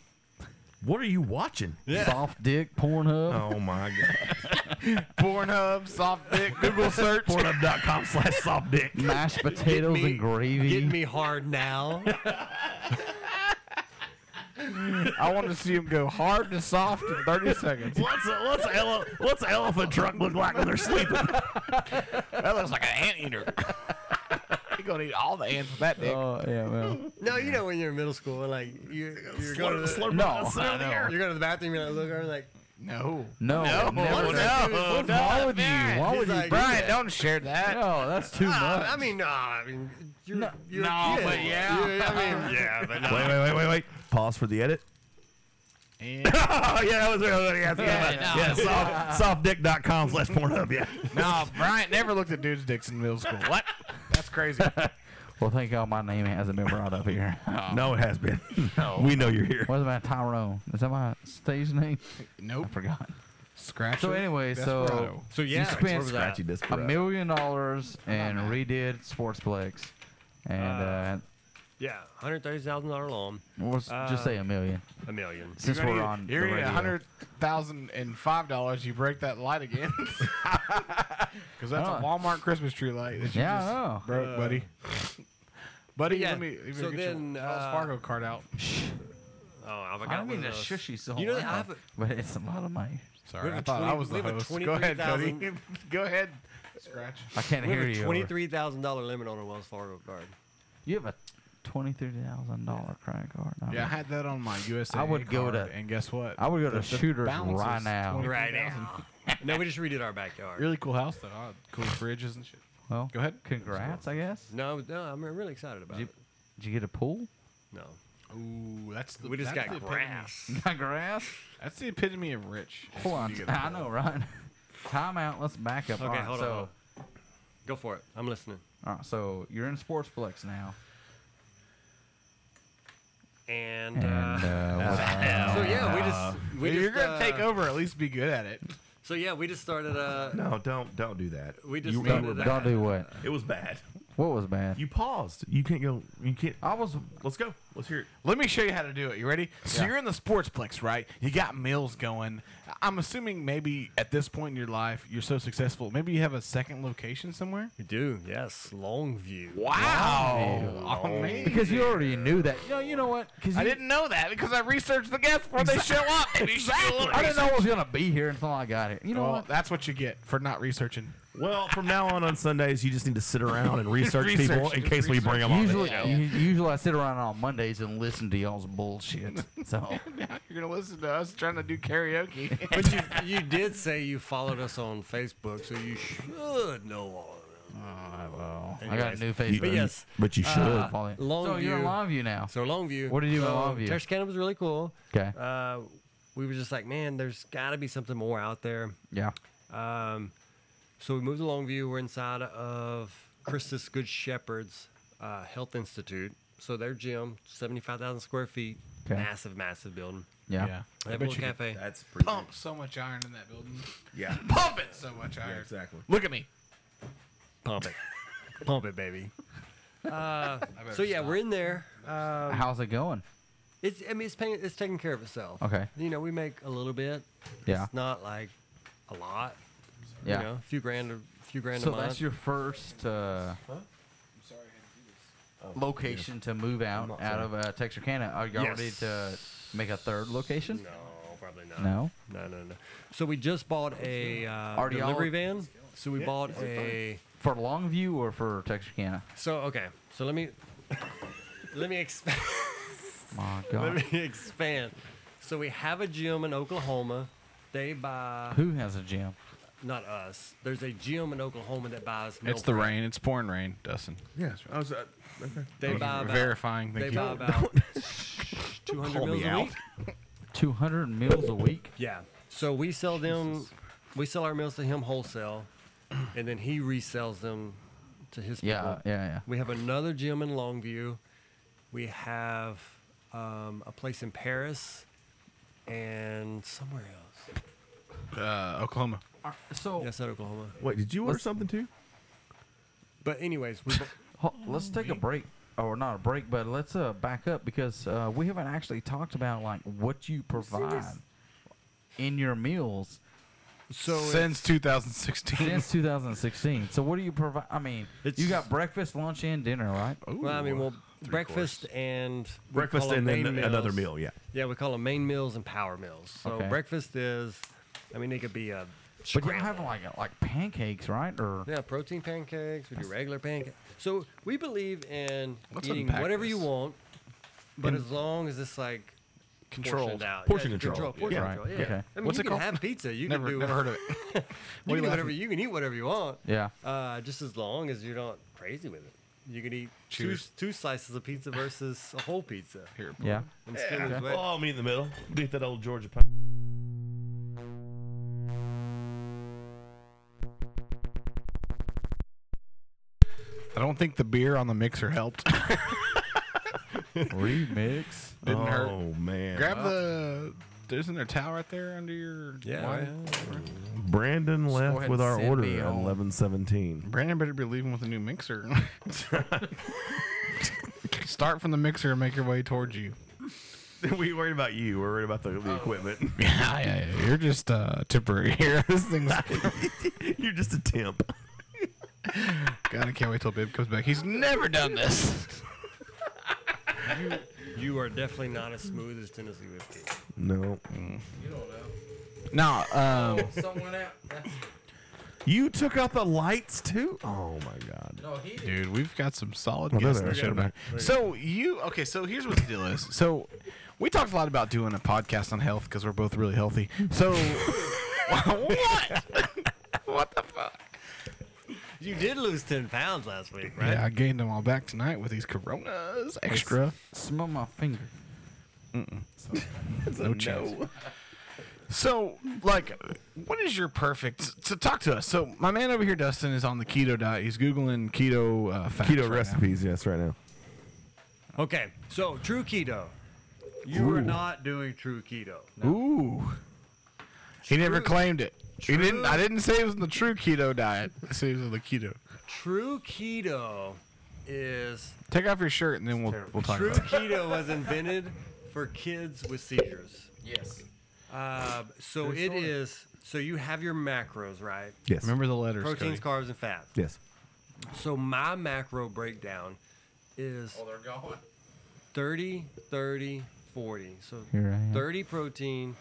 What are you watching? Soft dick, Pornhub. Oh my god. Pornhub, soft dick, Google search. Pornhub.com slash soft dick. Mashed potatoes me- and gravy. Get me hard now. I want to see him go hard to soft in 30 seconds. What's a, what's a ele- what's an elephant trunk look like when they're sleeping? that looks like an anteater. You're going to eat all the ants with that dick. Oh, yeah, well. No, you know when you're in middle school and like you you're going to the, slurp No, up the center of the I know. earth. you're going to the bathroom and I look over and like no No, No, never. what's that dude? What's No, wrong with you? Why He's would you, like, do Brian, that? don't share that. No, that's too "Ah, much. I mean, no, I mean you're, you're no, a kid. but yeah. You- I mean yeah, but no. Wait, wait, wait, wait, wait. Pause for the edit. oh, yeah, that was real. Yeah, yeah, yeah, yeah soft, softdick.com slash Pornhub. Yeah. No, Bryant never looked at dude's dicks in middle school. What? That's crazy. Well, thank God my name hasn't been brought up here. No, it has been. We know you're here. What's about Tyrone? Is that my stage name? Nope. I forgot. Scratch. So it, anyway, so Desperado. So yeah, you it's spent where was that? a million dollars and redid Sportsplex, and uh, Yeah, hundred thirty thousand dollar loan. Uh, Well, let's just say a million. A million. Since You're gonna we're need- on you're the gonna need radio. a hundred thousand and five dollars. You break that light again, because that's Oh. a Walmart Christmas tree light that you Yeah, I just know. broke, Uh, buddy. buddy, yeah, let me, let me so get then, your Wells uh, Fargo card out. Oh, I've I got don't one mean to of those. shush you so You know, loud, I have a, but it's a lot of money. Sorry, have I a thought I 20 was we the have a host. Go ahead, Cody. 23,000 Go ahead. Scratch. I can't we have hear a you. Twenty-three thousand dollar limit on a Wells Fargo card. You have a twenty-three thousand dollar credit card. I Yeah, I mean, had that on my USA. I would go card, to- and guess what? I would go to The- the Shooters balance right is now. 23,000. Right now. no, we just redid our backyard. Really cool house though. Uh, Cool fridges and shit. Well, go ahead. Congrats, I guess. No, no, I'm really excited about Did you, it. did you get a pool? No, Ooh, that's the. we just that's got the epitome- grass. Got grass? That's the epitome of rich. Hold on. You get a I pool. know, right? Time out. Let's back up. Okay, All right, hold on, so, hold on. Go for it. I'm listening. All right, so you're in Sportsplex now. And, And, uh, uh, so yeah, we just we If just, you're gonna uh, take over. At least be good at it. So yeah, we just started. Uh, No, don't don't do that. We just You- started. you were uh, Don't do what? It was bad. What was bad? You paused. You can't go. You can't. I was. Let's go. Let's hear it. Let me show you how to do it. You ready? So you're in the sportsplex, right? You got meals going. I'm assuming maybe at this point in your life, you're so successful. Maybe you have a second location somewhere. We do. Yes, Longview. Wow, Oh, amazing. Because you already knew that. No, you know what? Because I didn't know that because I researched the guests before they show up. Maybe you should do a little I didn't know I research. was gonna be here until I got it. You know Well, what? that's what you get for not researching. Well, from now on on Sundays, you just need to sit around and research, Research, people in just case we bring them on. the Usually, show. u- usually I sit around on Mondays and listen to y'all's bullshit. So Now you're gonna listen to us trying to do karaoke. But you, you did say you followed us on Facebook, so you should know all of them. I got a Anyways, new But Facebook. yes, But you should. Uh, so you're in Longview. Longview now. So Longview. What do you do in so Longview? Terrace Cannon was really cool. 'Kay. Uh, we were just like, man, there's got to be something more out there. yeah. Um, so we moved to Longview. We're inside of Christus Good Shepherd's uh, Health Institute. So their gym, 75,000 square feet, 'Kay. massive, massive building. Yeah. They have a little cafe. That's pretty. Pump so much iron in that building. Yeah. Pump it so much iron. Exactly. Look at me. Pump it. Pump it, baby. Uh, better so yeah, we're in there. Um, How's it going? It's I mean it's paying it's taking care of itself. Okay. You know, we make a little bit. Yeah. It's not like a lot. Yeah. You know, a few grand a few grand So a month. that's your first uh, Um, location to move out out of uh, Texarkana. Are y'all ready Yes. to make a third location? No, probably not. No? No, no, no. So we just bought a uh, Are y'all- delivery van. So we bought a For Longview or for Texarkana? So okay. So let me let me expand Oh My let God. me expand. So we have a gym in Oklahoma. They buy Who has a gym? not us. There's a gym in Oklahoma that buys milk. It's the rain. It's pouring rain, Dustin. Yeah. I was, uh, okay. They buy about, verifying. Thank They you. buy about two hundred Call me meals a out. week. 200 meals a week? Yeah. So we sell them. We sell our meals to him wholesale, and then he resells them to his Yeah, people. yeah, yeah. We have another gym in Longview. We have um, a place in Paris, and somewhere else. Uh, Oklahoma. So Yes, at Oklahoma. Wait, did you order something too? But anyways, we. bo- ho- let's take a break. or not a break, but let's uh, back up because uh, we haven't actually talked about like what you provide in your meals. So it's- Since 2016. Since 2016. So what do you provide? I mean, you got breakfast, lunch, and dinner, right? Well, I mean, well, breakfast and we Breakfast call 'em and then main another meals. meal, yeah. Yeah, we call them main meals and power meals. So Okay. breakfast is, I mean, it could be a. But you scramble. have like like pancakes, right? Or Yeah, protein pancakes. We do regular pancakes. So we believe in Let's eating unpack whatever you this. want, but In- as long as it's like Controlled. portioned out. Portion Yeah, control. control. Yeah. Portion Right. control. Yeah. Okay. I mean, What's you it can called? have pizza. You Never- can do. never heard of it. you you can do whatever laughing? you can eat whatever you want. Yeah. Uh, just as long as you're not crazy with it. You can eat two, Cheers. two slices of pizza versus a whole pizza. Here. Yeah. And still Yeah. lose weight. Oh, I'll meet in the middle. Beat that old Georgia. Pie. I don't think the beer on the mixer helped. Remix didn't hurt. Oh, man. Grab Well. the. Isn't there a towel right there under your? Yeah. wine? Brandon Just go left ahead with and our send order me at home. eleven seventeen. Brandon better be leaving with a new mixer. Start from the mixer and make your way towards you. we worried about you. We're worried about the, the equipment. yeah, yeah. You're just uh, temporary here. this thing's. You're just a temp. God, I can't wait till Bib comes back. He's never done this. You, you are definitely not as smooth as Tennessee whiskey. No. You don't know. No. Um, someone out. That's, you took out the lights too. Oh my god. no, he Dude, we've got some solid Well, there guests they on are. the show There they tonight. are. So you okay? So here's what the deal is. So we talked a lot about doing a podcast on health because we're both really healthy. So what? what the fuck? You did lose 10 pounds last week, right? Yeah, I gained them all back tonight with these Coronas extra. Smell my finger. Mm-mm. It's a no no. chance. So, like, what is your perfect? So, talk to us. So, my man over here, Dustin, is on the keto diet. He's googling keto uh, facts Keto right now. recipes. Yes, right now. Okay, so true keto. You are Ooh. not doing true keto. Ooh. He never claimed it. He didn't. I didn't say it was in the true keto diet. I said it was in the keto. True keto is Take off your shirt and then we'll we'll talk true about it. keto was invented for kids with seizures. Yes. Uh, so True it story. is. So you have your macros, right? Yes. Remember the letters. Proteins, Cody. carbs, and fats. Yes. So my macro breakdown is Oh, they're going. 30, 30, 40. So Here I am. 30 protein,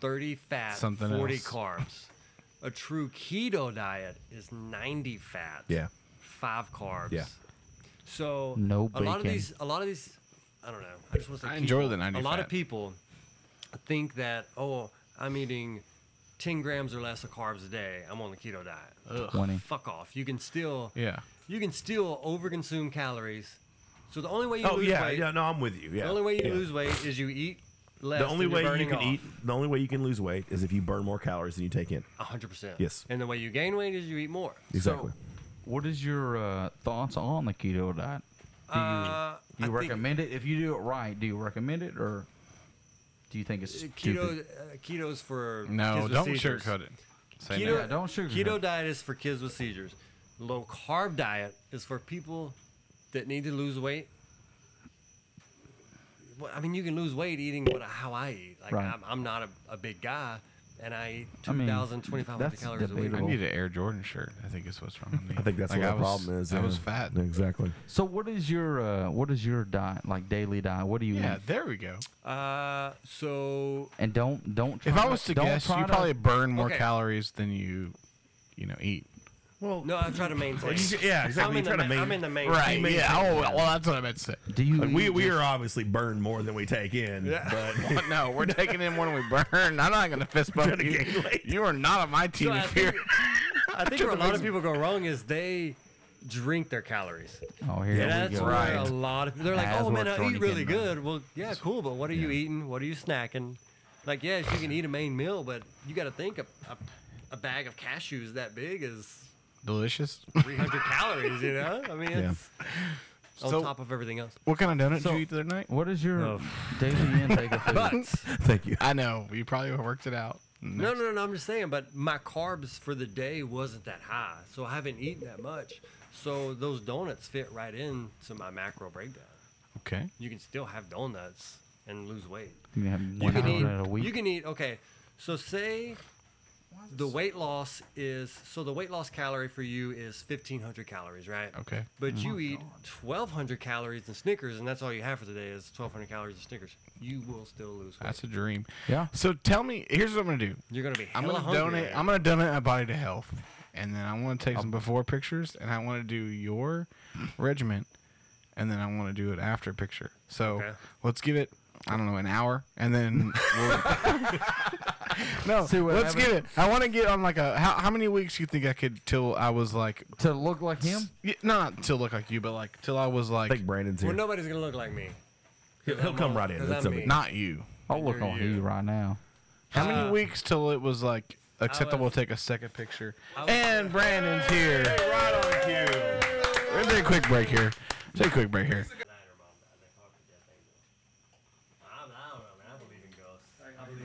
30 fat, Something 40 else. carbs. A true keto diet is 90 fat, Yeah. 5 carbs. Yeah. So No a lot of bacon. these a lot of these I don't know. I just want to say I enjoy people- the 90 A lot of fat. people think that oh, I'm eating 10 grams or less of carbs a day. I'm on the keto diet. Ugh, 20. Fuck off. You can still Yeah. you can still overconsume calories. So the only way you Oh, lose yeah, weight, yeah, no, I'm with you, yeah, the only way you yeah. lose weight is you eat less. the only than you're way you burning can off. eat, the only way you can lose weight is if you burn more calories than you take in. A hundred percent. Yes. And the way you gain weight is you eat more. Exactly. What is your uh, thoughts on the keto diet? Do you, Uh, do you I think- recommend it? If you do it right, do you recommend it or do you think it's Keto, stupid? uh, keto's for No, kids with don't seizures. sugarcoat it. Say keto, no. Yeah, don't sugarcoat Keto it. diet is for kids with seizures. Low carb diet is for people that need to lose weight. Well, I mean, you can lose weight eating what how I eat. Like Right. I'm, I'm not a, a big guy, and I eat I mean, 2,000, 2,500 that's calories a I week. need an Air Jordan shirt. I think is what's wrong with me. I think that's Like, what I the was- problem is. I yeah. was fat. Exactly. So what is your uh, what is your diet like daily diet? What do you Yeah, eat? there we go. Uh, so And don't don't. Try If I was to don't guess, try you probably burn more Okay. calories than you, you know, eat. well, no, I try to maintain. you- yeah, exactly. I'm You in, try the, to ma- main- I'm in the main. Right. main Yeah. thing. Oh, well, that's what I meant to say. Do you? Like, we eat we just- are obviously burned more than we take in. But no, we're taking in when we burn. I'm not gonna fist bump you. You are not on my team So I if you're. think- I think where a lot of people go wrong is they drink their calories. Oh, here that's we go. where a lot of they're like, As "Oh man, we're I eat really drinking. good." Well, yeah, cool, but what are you eating? What are you snacking? Like, yes, you can eat a main meal, but you got to think a, a, a bag of cashews that big is Delicious. 300 calories. You know, I mean, Yeah. it's on So- top of everything else. What kind of donut did you eat the other night? What is your daily intake of food? Oh. Thank you. I know you probably worked it out. No, no, no, no. I'm just saying, but my carbs for the day wasn't that high, so I haven't eaten that much. So those donuts fit right into my macro breakdown. Okay. You can still have donuts and lose weight. You can have one eat, donut a week. You can eat okay. So say the weight loss is so the weight loss calorie for you is fifteen hundred calories, right? Okay. But Mhm. you eat twelve hundred calories in Snickers, and that's all you have for the day is twelve hundred calories in Snickers. You will still lose weight. That's a dream. Yeah. So tell me, here's what I'm gonna do. You're gonna be I'm hella gonna hungry. donate. I'm gonna donate my body to health, and then I want to take Oh. some before pictures, and I want to do your regiment, and then I want to do an after picture. So let's give it. I don't know an hour, and then we'll, no. See what let's give it. happens. I want to get on like a. How, how many weeks you think I could till I was like to look like him? not till look like you, but like till I was like. I think Brandon's Well, nobody's gonna look like me. He'll come right in. 'cause That's I'm okay. me. Not you. I'll look on you right now. How many Uh, weeks till it was like acceptable to take a second picture? And Brandon's here. Right on cue. We're gonna take a quick break here. Take a quick break here.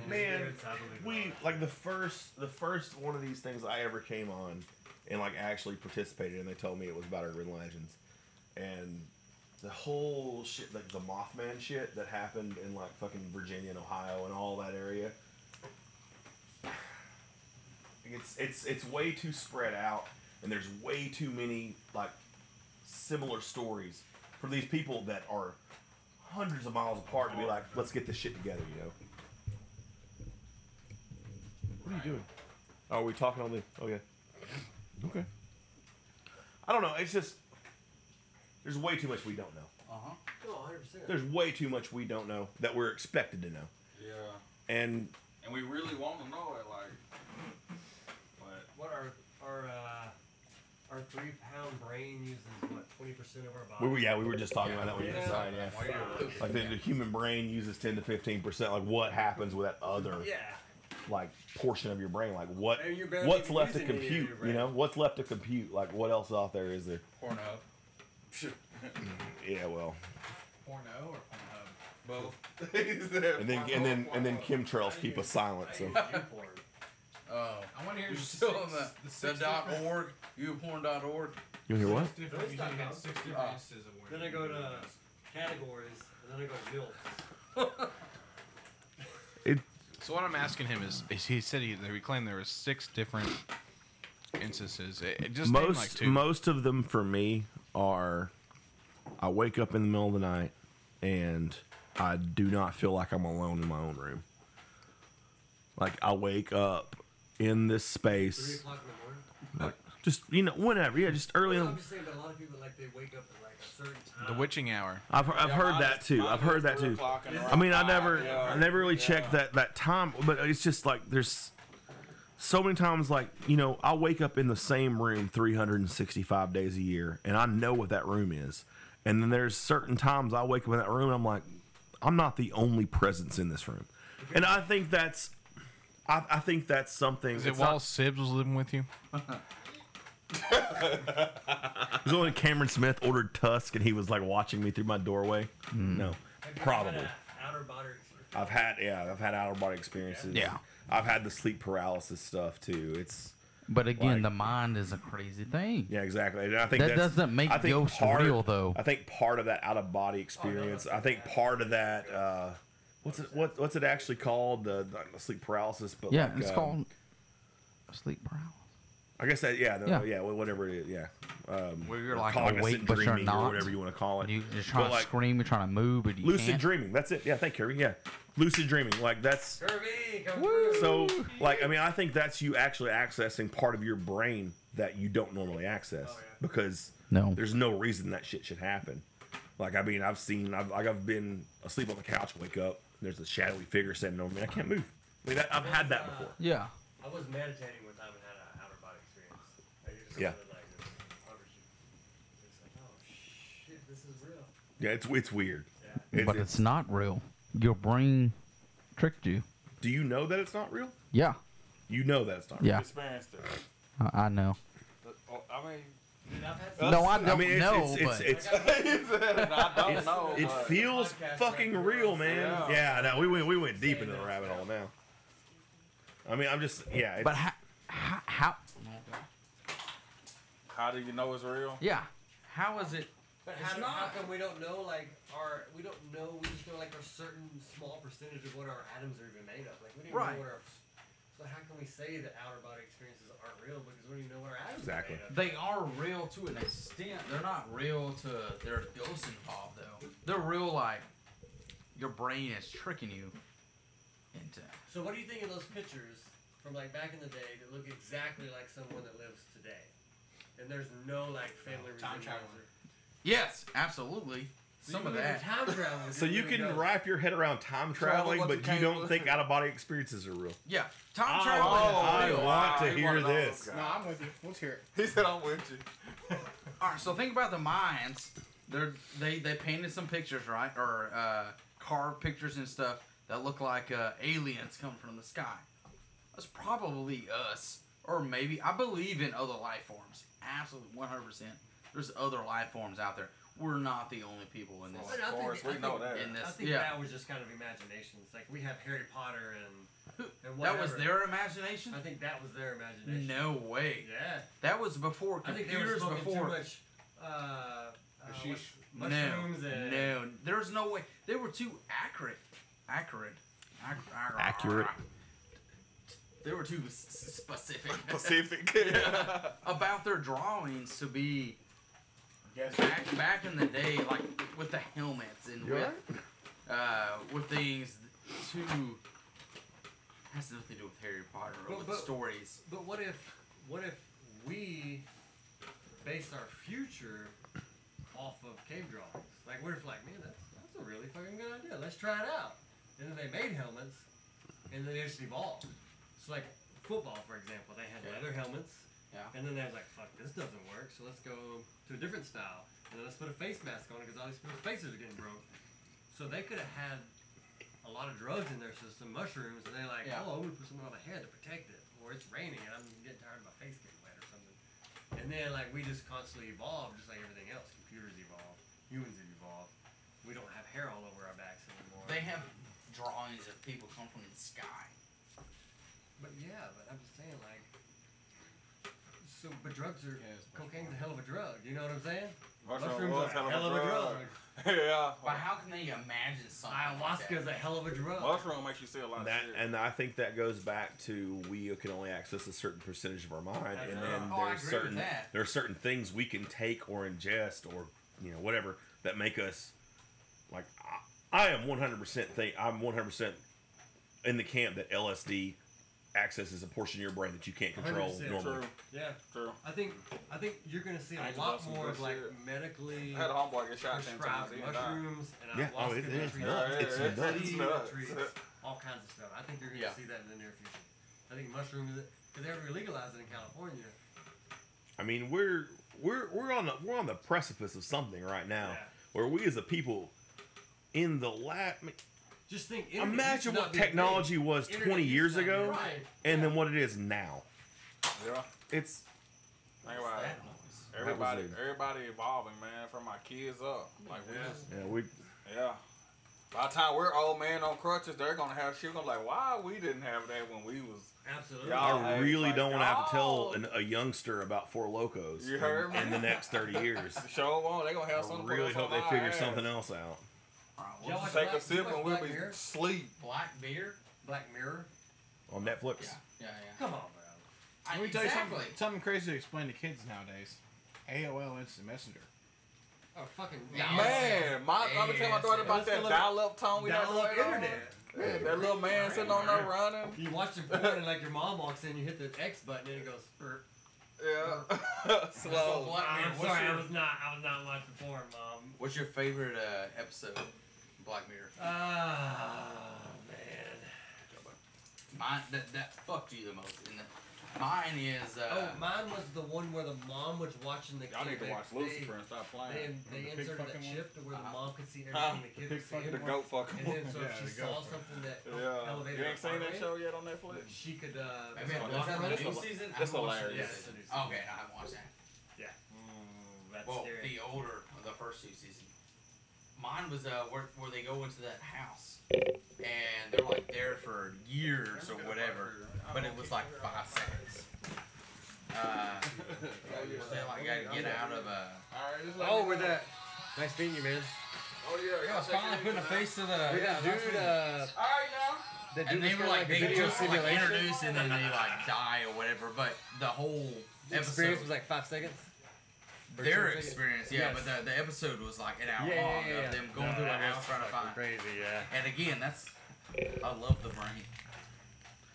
Man, we like the first the first one of these things I ever came on and like actually participated and they told me it was about urban legends. And the whole shit like the Mothman shit that happened in like fucking Virginia and Ohio and all that area. It's it's it's way too spread out and there's way too many like similar stories for these people that are hundreds of miles apart to be like, let's get this shit together, you know. What are you doing? Oh, are we talking on the? Okay. Okay. I don't know. It's just there's way too much we don't know. Uh huh. Oh, There's way too much we don't know that we're expected to know. Yeah. And And we really want to know it, like. But What our our uh, our three pound brain uses what twenty percent of our body. we were yeah we were just talking about that when you Yeah. design yeah. Fuck. Like the, the human brain uses ten to fifteen percent. Like what happens with that other Yeah. like portion of your brain? Like what And you're barely what's even left to using any of compute? your You brain. know what's left to compute? Like what else out there is there? Pornhub. Yeah, well. Porno or Pornhub? Both. And then and then and then chemtrails keep us silent. So. Oh. I want to hear you still on the, the, dot org, youporn.org. You hear what? Uh, Then I go to categories, and then I go milk. So what I'm asking him is, is he said he, he claimed there was six different instances. It, it just seemed most like two. most of them for me are I wake up in the middle of the night and I do not feel like I'm alone in my own room. Like I wake up in this Three space, o'clock in the morning. like just you know whenever, yeah, just early. Well, in I'm the, just saying that a lot of people like they wake up at like a certain time. the witching hour. I've, I've Yeah, heard mine that is- too. mine I've is heard that 3 too. o'clock and I mean, I around never, five, yeah. I never really checked that that time, but it's just like there's so many times like you know I wake up in the same room 365 days a year, and I know what that room is. And then there's certain times I wake up in that room, and I'm like, I'm not the only presence in this room, and I think that's, I, I think that's something. Is it it's not- while Sibs was living with you? It was when Cameron Smith ordered Tusk and he was like watching me through my doorway. Mm. No, probably. I've had yeah, I've had outer body experiences. Yeah. I've had the sleep paralysis stuff too. It's But again, like- the mind is a crazy thing. yeah, exactly. And I think That that's- doesn't make I think ghosts part- real, though. I think part of that out of body experience. I think part of that. Uh, what's it? What, what's it actually called? The, the sleep paralysis, but yeah, like, it's um, called sleep paralysis. I guess that yeah, the, Yeah. yeah, wh- whatever it is, yeah. Um, Where you're like cognizant awake, but you're dreaming not. or whatever you want to call it. You're just trying But, to scream. You're trying to move, but you lucid can't. dreaming. That's it. Yeah, thank you, Kirby. Yeah, lucid dreaming. Like that's so. Like I mean, I think that's you actually accessing part of your brain that you don't normally access because No. there's no reason that shit should happen. Like I mean, I've seen, I've like I've been asleep on the couch, wake up, and there's a shadowy figure standing over me. I can't move. I mean, that, I've had that before. Yeah. I was meditating one time and had an outer body experience. Like, it just Yeah. kinda Like, this hundred- it's like, oh shit, this is real. Yeah, it's it's weird. but it's, not real. Your brain tricked you. Do you know that it's not real? Yeah, You know that it's not real. Yeah. Experienced it. I, I know. But, oh, I mean. No, I don't know, It's, but- it's, I don't it's- know, It but- feels fucking real, man. Yeah. Yeah. no, we went we went deep into the rabbit hole now. I mean, I'm just yeah. It's, But how, how, how How do you know it's real? Yeah. How is it? But It's how, how not. come we don't know like our we don't know we just know like a certain small percentage of what our atoms are even made of like we don't even Right. know what our so how can we say that outer body experiences aren't real because we don't even know what our atoms are made of? They are real to an extent. They're not real to there are ghosts involved though. They're real like your brain is tricking you into So what do you think of those pictures from like back in the day that look exactly like someone that lives today? And there's no like family Time resemblance travel. or- Yes, absolutely. Some of you that. can time travel. So you can wrap your head around time Travel traveling, up but to you don't Canada. think out of body experiences are real. Yeah, time I travel. want- is real. I want Oh, to hear this. No, I'm with you. Let's hear it. He said I'm with you. All right, so think about the Mayans. They're, they they painted some pictures, right, or uh, carved pictures and stuff that look like uh, aliens coming from the sky. That's probably us, or maybe I believe in other life forms. Absolutely, 100. percent There's other life forms out there. We're not the only people in this. But I think- I think- In this, I think yeah. that was just kind of imagination. It's like we have Harry Potter and, and That whatever. was their imagination. I think that was their imagination. No way. Yeah. That was before I think they were computers. smoking before too much. Uh, uh, what's- no, mushrooms and no, there's no way. They were too accurate, accurate, Ac- ac- Accurate. They were too s- s- specific. Specific. Yeah. About their drawings to be. Back, back in the day, like with the helmets and You with uh, with things too has nothing to do with Harry Potter or But- with but- stories. But what if what if we base our future off of cave drawings? Like what if like man that's that's a really fucking good idea. Let's try it out. And then they made helmets and then they just evolved. So like football for example, they had Yeah. leather helmets. Yeah. And then they was like, fuck, this doesn't work, so let's go to a different style. And then let's put a face mask on it because all these people's faces are getting broke. So they could have had a lot of drugs in their system, mushrooms, and they're like, Yeah. oh, I'm gonna put something on my head to protect it, or it's raining and I'm getting tired of my face getting wet or something. And then like we just constantly evolve, just like everything else. Computers evolve, humans have evolved. We don't have hair all over our backs anymore. They have drawings of people come from the sky. But yeah, but I'm just saying like. So, but drugs are cocaine's a hell of a drug. You know what I'm saying? Mushroom Mushrooms was are a hell of a drug. yeah. But how can they imagine something? like that? Ayahuasca's a hell of a drug. Mushroom makes you see a lot That, of shit. and I think that goes back to we can only access a certain percentage of our mind, That's and right. then Oh, I there's agree with certain that. there are certain things we can take or ingest or you know whatever that make us like I, I am 100 percent think I'm 100 percent in the camp that LSD accesses a portion of your brain that you can't control 100%. normally. Yeah. True. I think I think you're gonna see a I just bought lot some more good of like shit. medically I had a homeboy get shot ten prescribed times, he didn't die. mushrooms and Yeah, oh, ayahuasca it is treats, nuts. It's trees, nuts. trees, It's nuts. trees, all kinds of stuff. I think you're gonna Yeah. see that in the near future. I think mushrooms because they're legalized it in California. I mean, we're we're we're on the we're on the precipice of something right now, where we as a people, in the lab, Just think. internet used to imagine not what be a thing. technology was Internet 20 used to years not be a ago, thing. and then what it is now. Yeah. It's Think about it. That was Everybody, a- everybody evolving, man. From my kids up, like we Yeah. just, yeah, we yeah. By the time we're old man on crutches, they're gonna have shit. Gonna be like, why we didn't have that when we was absolutely. I really don't want to have to tell an, a youngster about Four Locos You heard in, me? in the next 30 years. Show on. They gonna have I something. put really us on hope they our figure ass. something else out. We'll just take a sip and we'll be sleep. Black beer. Black Mirror. On Netflix. Yeah, Come on, bro. I- Let me tell you something, exactly. something crazy to explain to kids nowadays. AOL Instant Messenger. Oh fucking Man, my, I'm gonna tell my daughter about that dial-up tone we never dial-up heard on. internet. Yeah, that little man sitting on there running. You watch the porn and like your mom walks in, you hit the X button and it goes. burp. Yeah. So, Black Mirror, I'm what's sorry, I your- was not. I was not watching porn, mom. What's your favorite uh, episode? of Black Mirror. Ah, man. Mine that that fucked you the most. And the, mine is uh, oh, mine was the one where the mom was watching the. Y'all kid. need to They- watch they- Lucifer and stop playing. They, The they big inserted that fucking one? chip to where the Uh-huh. mom could see Huh? everything the kid Big was seeing. fucking The one. goat fucking And then one. so Yeah, if she the goat saw fucking something that Yeah. elevated You her ain't seen that heart show rate, yet on Netflix? She could. Uh, Maybe I respond. watched That's the a- new season. that's I a watched the new hilarious. Yes, season. it is. Okay, I haven't watched that. Yeah. Mm, that's well, scary. the older of the first two seasons. Mine was uh, where, where they go into that house and they're like there for years or whatever, but it was like five seconds. Uh, saying like I gotta get out of uh. Oh, with that. Nice meeting you, man. Oh yeah. I was finally putting a face to the. Yeah, dude. Uh, All right now. that dude and they was were kinda like, like a they video just like simulation. introduce and then they like die or whatever. But the whole the episode experience was like five seconds. Or their ten seconds? experience, yeah, Yes. but the, the episode was like an hour Yeah, yeah, long yeah, yeah. of them going No, through a that was house trying to fucking find. Crazy, yeah. And again, that's I love the brain.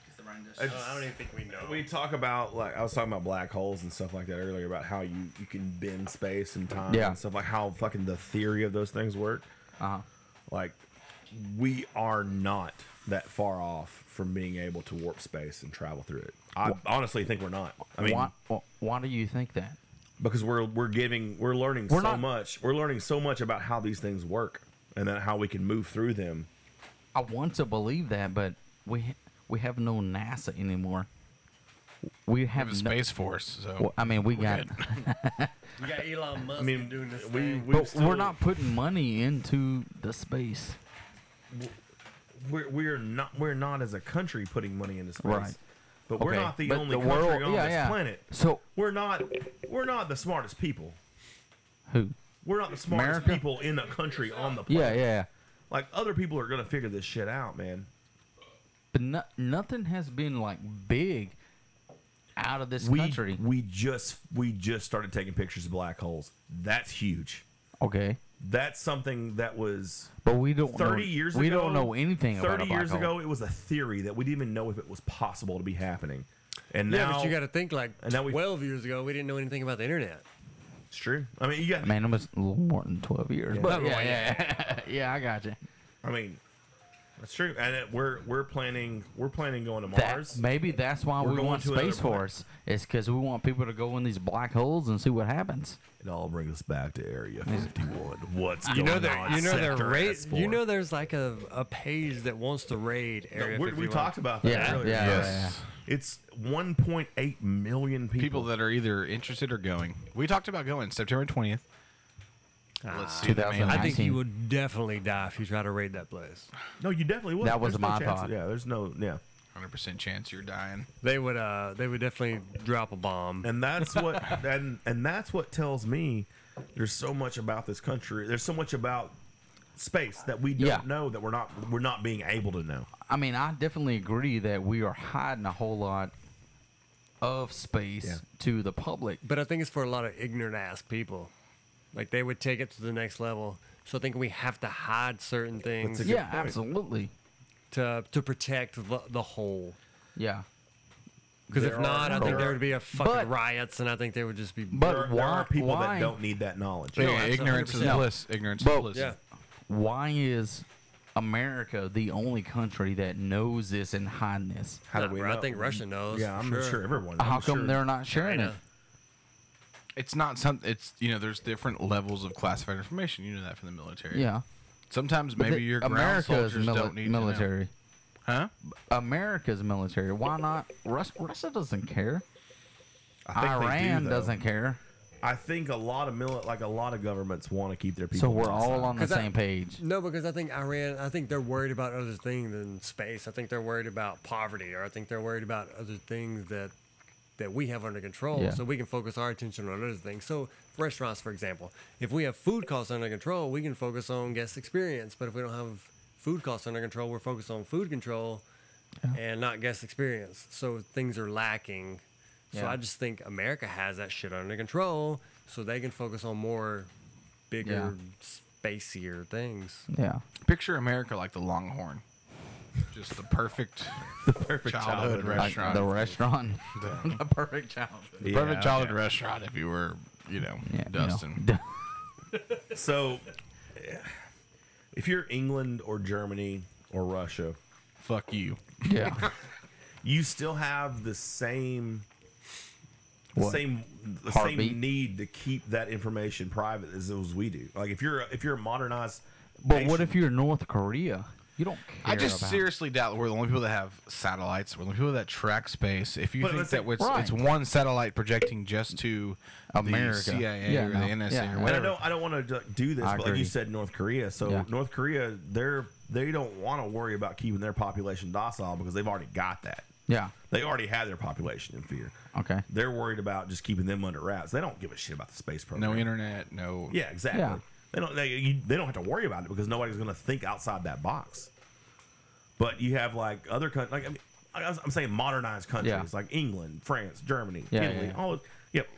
It's the brain dish. It's- I don't even think we know. We talk about like I was talking about black holes and stuff like that earlier about how you you can bend space and time Yeah. and stuff like how fucking the theory of those things work. Uh-huh. Like we are not that far off from being able to warp space and travel through it. I honestly think we're not. I mean, why, why- why do you think that? because we're we're giving we're learning We're so not- much. We're learning so much about how these things work and then how we can move through them. I want to believe that, but we we have no NASA anymore. We have have a no, Space Force, so Well, I mean, we we're got. You got Elon Musk doing this we- thing. we- but still- we're not putting money into the space. we're, we're not we're not as a country putting money into space. Right. But we're Okay, not the but only the country world- on yeah, this yeah. planet. So we're not we're not the smartest people. Who? We're not the smartest America? people in the country on the Yeah, planet. yeah, yeah. Like other people are gonna figure this shit out, man. But no, nothing has been like big out of this we country. we just we just started taking pictures of black holes. That's huge. Okay. That's something that was But we don't know- thirty years we ago. don't know anything about Thirty a black years hole. ago, it was a theory that we didn't even know if it was possible to be happening. And yeah, now but you got to think like and now we- 12 years ago, we didn't know anything about the internet. It's true. I mean, you got man. It was a little more than twelve years. Yeah. But Not yeah, really. yeah, yeah. I got you. I mean, that's true. And it, we're we're planning we're planning going to That- Mars. maybe that's why We're we going want to another Space Force. It's because we want people to go in these black holes and see what happens. It all brings us back to Area 51. What's you know going they're on? you know they're Sector raid, S4? you know there's like a, a page that wants to raid No, area. we- we 51. talked about that earlier. Yes. It's 1.8 million people. People that are either interested or going. We talked about going September 20th. Let's see. the man. I think you would definitely die if you try to raid that place. No, you definitely would. That was There's no my chance- thought. Yeah, there's no yeah. 100% chance you're dying. They would uh they would definitely drop a bomb. And that's what and and that's what tells me there's so much about this country. There's so much about space that we don't Yeah. know that we're not we're not being able to know. I mean, I definitely agree that we are hiding a whole lot of space to the public. But I think it's for a lot of ignorant ass people. Like they would take it to the next level. So I think we have to hide certain things. yeah, absolutely. To to protect the, the whole. Yeah. Because if There are- not, I there think there are- would be a fucking But- riots, and I think there would just be. But There- there why- are people that why- don't need that knowledge. No, Yeah, that's ignorance is 100%. bliss. Ignorance But is bliss. why is America the only country that knows this and hiding this? How do we I know? think Russia knows, Yeah, for I'm sure. sure everyone How knows, come sure. they're not sharing it? China. It's not something. It's you know, there's different levels of classified information. You know that from the military. Yeah. Sometimes But maybe the- your ground America's soldiers mili- don't need to know. military. Huh? America's military. Why not? Russia, Russia doesn't care. they do, Iran though. doesn't care. I think a lot of mili- like a lot of governments want to keep their people. So we're all on the 'Cause I- same page. No, because I think Iran. I think they're worried about other things than space. I think they're worried about poverty, or I think they're worried about other things that that we have under control, Yeah. so we can focus our attention on other things. So restaurants, for example, if we have food costs under control, we can focus on guest experience. But if we don't have food costs under control, we're focused on food control and not guest experience. So things are lacking. So Yeah. I just think America has that shit under control, so they can focus on more bigger, spacier things. Yeah. Picture America like the Longhorn. Just the perfect, the perfect childhood childhood, restaurant. restaurant. The restaurant. The- the perfect childhood. The perfect childhood restaurant if you were, you know, Dustin. so, if you're England or Germany or Russia, fuck you. Yeah. you still have the same. The What? same, the Heartbeat? same need to keep that information private as, as we do. Like if you're if you're a modernized, But what if you're North Korea? You don't care. I just about seriously doubt we're the only people that have satellites. We're the only people that track space. If you But think let's that say- it's, it's Right. one satellite projecting just to America. the CIA Yeah, or no. the NSA Yeah, or And I whatever, don't, I don't want to do this, I but like you agree. said, North Korea. So Yeah. North Korea, they're they don't want to worry about keeping their population docile because they've already got that. Yeah. They already have their population in fear. Okay. They're worried about just keeping them under wraps. They don't give a shit about the space program. No internet, no. Yeah, exactly. Yeah. They don't. They, you, they don't have to worry about it because nobody's going to think outside that box. But you have like other countries, like I mean, I- I was- I'm saying modernized countries Yeah. like England, France, Germany, Yeah, Italy. yeah. All yep.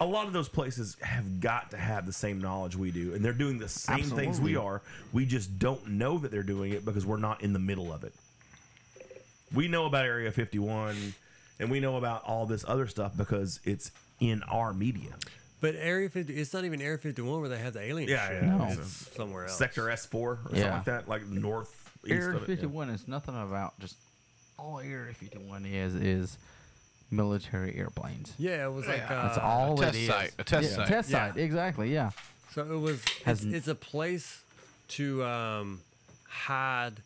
A lot of those places have got to have the same knowledge we do, and they're doing the same things we Absolutely. are. We just don't know that they're doing it because we're not in the middle of it. We know about Area 51, and we know about all this other stuff because it's in our media. But Area 50, it's not even Area 51 where they have the alien Yeah, shit. yeah, It's it's a- somewhere else. Sector S four or something Yeah. like that, like north east Area of it. 51 is nothing about just all Area 51 is is military airplanes. Yeah, it was like uh, that's all it is. Yeah, a Test site, exactly. Yeah. So it was. Has It's, n- it's a place to um, hide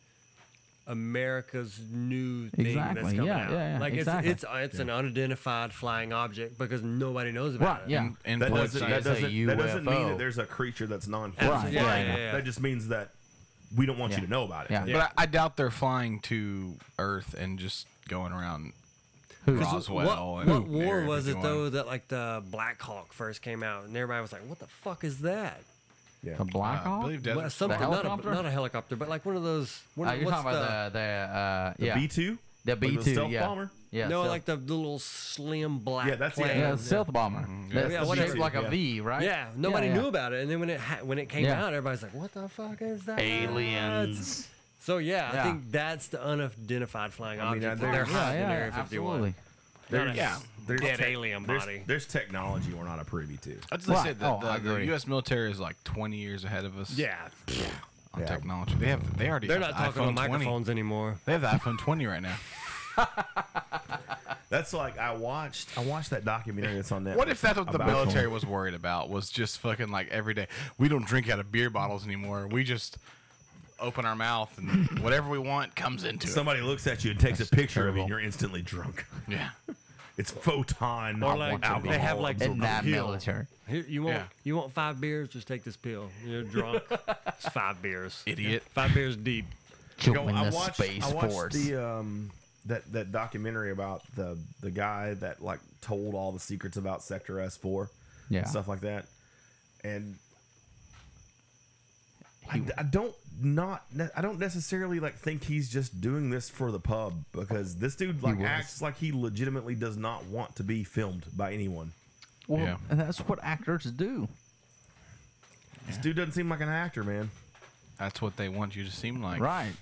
America's new thing that's Exactly, coming yeah, out. yeah, yeah, like exactly. it's it's uh, it's an unidentified flying object because nobody knows about it. that doesn't, that doesn't- that doesn't mean that there's a creature that's non human. Right, yeah, yeah, yeah. That just means that we don't want Yeah. you to know about it. But I, I doubt they're flying to Earth and just going around Because Roswell. What, and what war Area was it 51. though that like the Black Hawk first came out and everybody was like, "What the fuck is that?" Yeah. The Black Well, Hawk? The something, not a, helicopter? not a helicopter, but like one of those. One Uh, of- you're what's talking about the, the, uh, yeah. The Like the B2. stealth yeah. bomber? Yeah. no, stealth- like the little slim black. Yeah, that's- yeah, plane. yeah, stealth bomber. Mhm. That's the whatever. shaped like a Yeah. V, right? Yeah, Yeah, nobody yeah. knew about it, and then when it ha- when it came Yeah. out, everybody's like, "What the fuck is that?" Aliens. So yeah, I Yeah. think that's the unidentified flying I mean, object uh, that they're there's- hiding in yeah, Area yeah, 51. absolutely. There's, Not a s- dead tech- alien there's- body. There's, technology we're not a privy to. That's what they said. The, the, the U.S. military is like 20 years ahead of us. Yeah. On technology, they have. They already. They're have not the talking on iPhone 20. microphones anymore. They have the iPhone 20 right now. That's like I watched. I watched that documentary that's on Netflix. What if that's what the about- military was worried about? Was just fucking like every day. We don't drink out of beer bottles anymore. We just open our mouth and whatever we want comes into it. Somebody looks at you and takes a picture of you, and you're instantly drunk. Yeah. It's photon. Or like alcohol they have like absorbed pill. Here, you want Yeah. you want five beers? Just take this pill. You're drunk. it's five beers. Idiot. Five beers deep. Yo, I watched, I watched the um that that documentary about the the guy that like told all the secrets about Sector S four, Yeah. and stuff like that, and I, I don't not ne- I don't necessarily like think he's just doing this for the pub because this dude like was. acts like he legitimately does not want to be filmed by anyone. Well, and that's what actors do. This dude doesn't seem like an actor, man. That's what they want you to seem like. Right.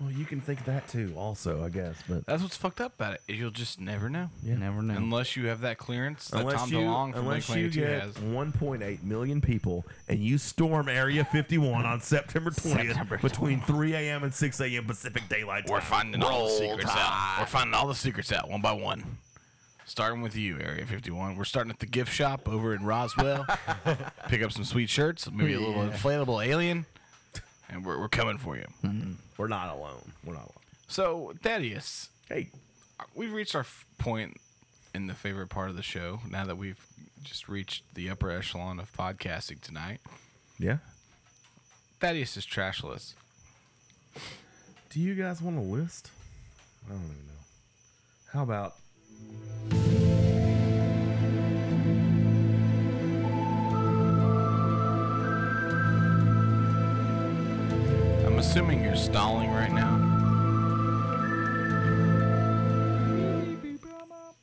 Well, you can think that too, also, I guess. But That's what's fucked up about it. Is you'll just never know. Yeah. Never know. Unless you have that clearance that unless Tom you, DeLonge from unless Lakeland you 82 get has. 1.8 million people and you storm Area 51 on September 20th September between 3 a.m. and 6 a.m. Pacific Daylight Time. We're finding all the Roll secrets Tide. out. We're finding all the secrets out one by one. Starting with you, Area 51. We're starting at the gift shop over in Roswell. Pick up some sweet shirts, maybe a little Yeah. inflatable alien, and we're, we're coming for you. Mm-hmm. We're not alone. We're not alone. So, Thaddeus. Hey. We've reached our f- point in the favorite part of the show now that we've just reached the upper echelon of podcasting tonight. Yeah. Thaddeus is trashless. Do you guys want a list? I don't even know. How about I'm assuming you're stalling right now.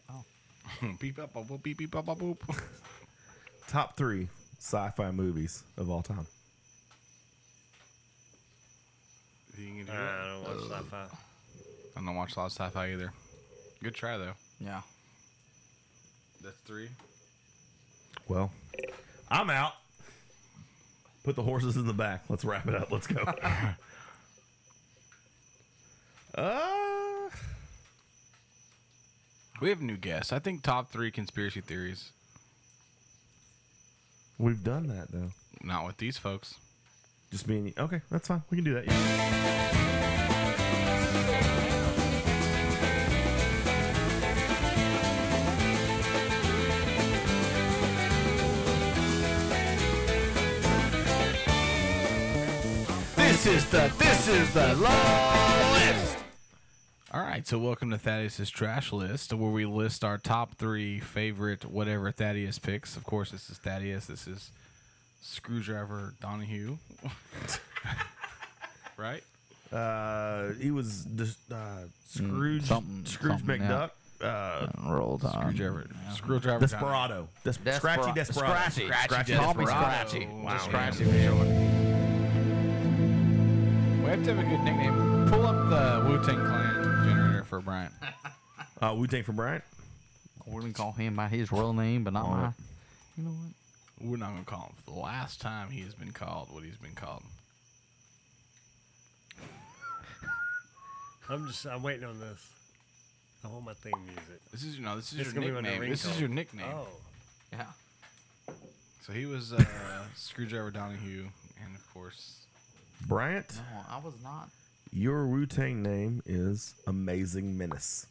Oh. beep up, up, up, beep, beep, up, up, boop. top three sci-fi movies of all time? You can do Uh, I don't it. watch Ugh. sci-fi. I don't watch a lot of sci-fi either. Good try though. Yeah. That's three. Well, I'm out. Put the horses in the back. Let's wrap it up. Let's go. uh, we have a new guest. I think top three conspiracy theories. We've done that though. Not with these folks. Just me and you. Okay, that's fine. We can do that. Yeah. This is the this is the list. All right, so welcome to Thaddeus's Trash List, where we list our top three favorite whatever Thaddeus picks. Of course, this is Thaddeus. This is Screwdriver Donahue. right? Mm, Uh, he was just, uh, Scrooge, something- Scrooge something, McDuck. Uh, roll time. Screwdriver. Screwdriver. Desperado. Des- Scratchy Desperado. Scratchy. Scratchy Call me Desperado. Scratchy. Wow. Scratchy Yeah. for sure. We have to have a good nickname. Pull up the Wu Tang Clan generator for Bryant. Uh, Wu Tang for Bryant? We're going to call him by his real name, but not All right. mine. You know what? We're not gonna call him. For the last time he has been called, what he's been called. I'm just I'm waiting on this. I want my theme music. This is you know this is It's your gonna be my new nickname. This is ringtone. your nickname. Oh. Yeah. So he was uh, Screwdriver Donahue, and of course Bryant, No, I was not. your Wu Tang name is Amazing Menace.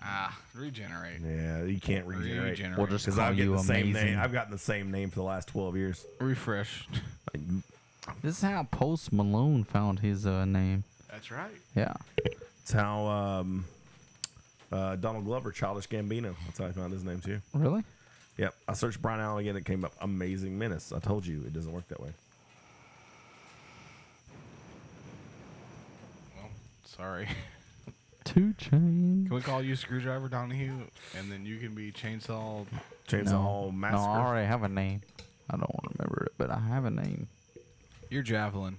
ah regenerate. Yeah, you can't regenerate. Regenerate. We'll just 'Cause call I've got you the same Amazing. name. I've gotten the same name for the last twelve years. Refresh. This is how Post Malone found his uh, name. That's right. Yeah. It's how um, uh, Donald Glover, Childish Gambino. That's how I found his name too. Really? Yep. I searched Brian Allen again. It came up Amazing Menace. I told you it doesn't work that way. Well, sorry. Two chains. Can we call you Screwdriver Donahue, and then you can be Chainsaw? no. No, I already have a name. I don't remember it, but I have a name. You're Javelin.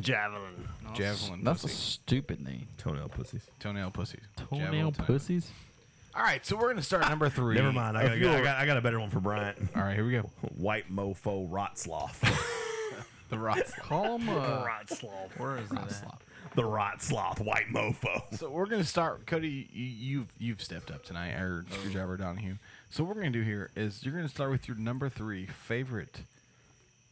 Javelin. Javelin. That's a pussy. stupid name. Toenail pussies. Toenail pussies. Toenail Javelin pussies? All right, so we're gonna start number three. Never mind. I got, If I, got, I, you're- got, I got a better one for Bryant. All right, here we go. White mofo Rotsloff. the Rotsloff. Call him uh, Rotsloff. Where is that? The Rotsloff. White mofo. So we're gonna start, Cody. You, you've you've stepped up tonight, or Screwdriver Donahue. So what we're gonna do here is you're gonna start with your number three favorite,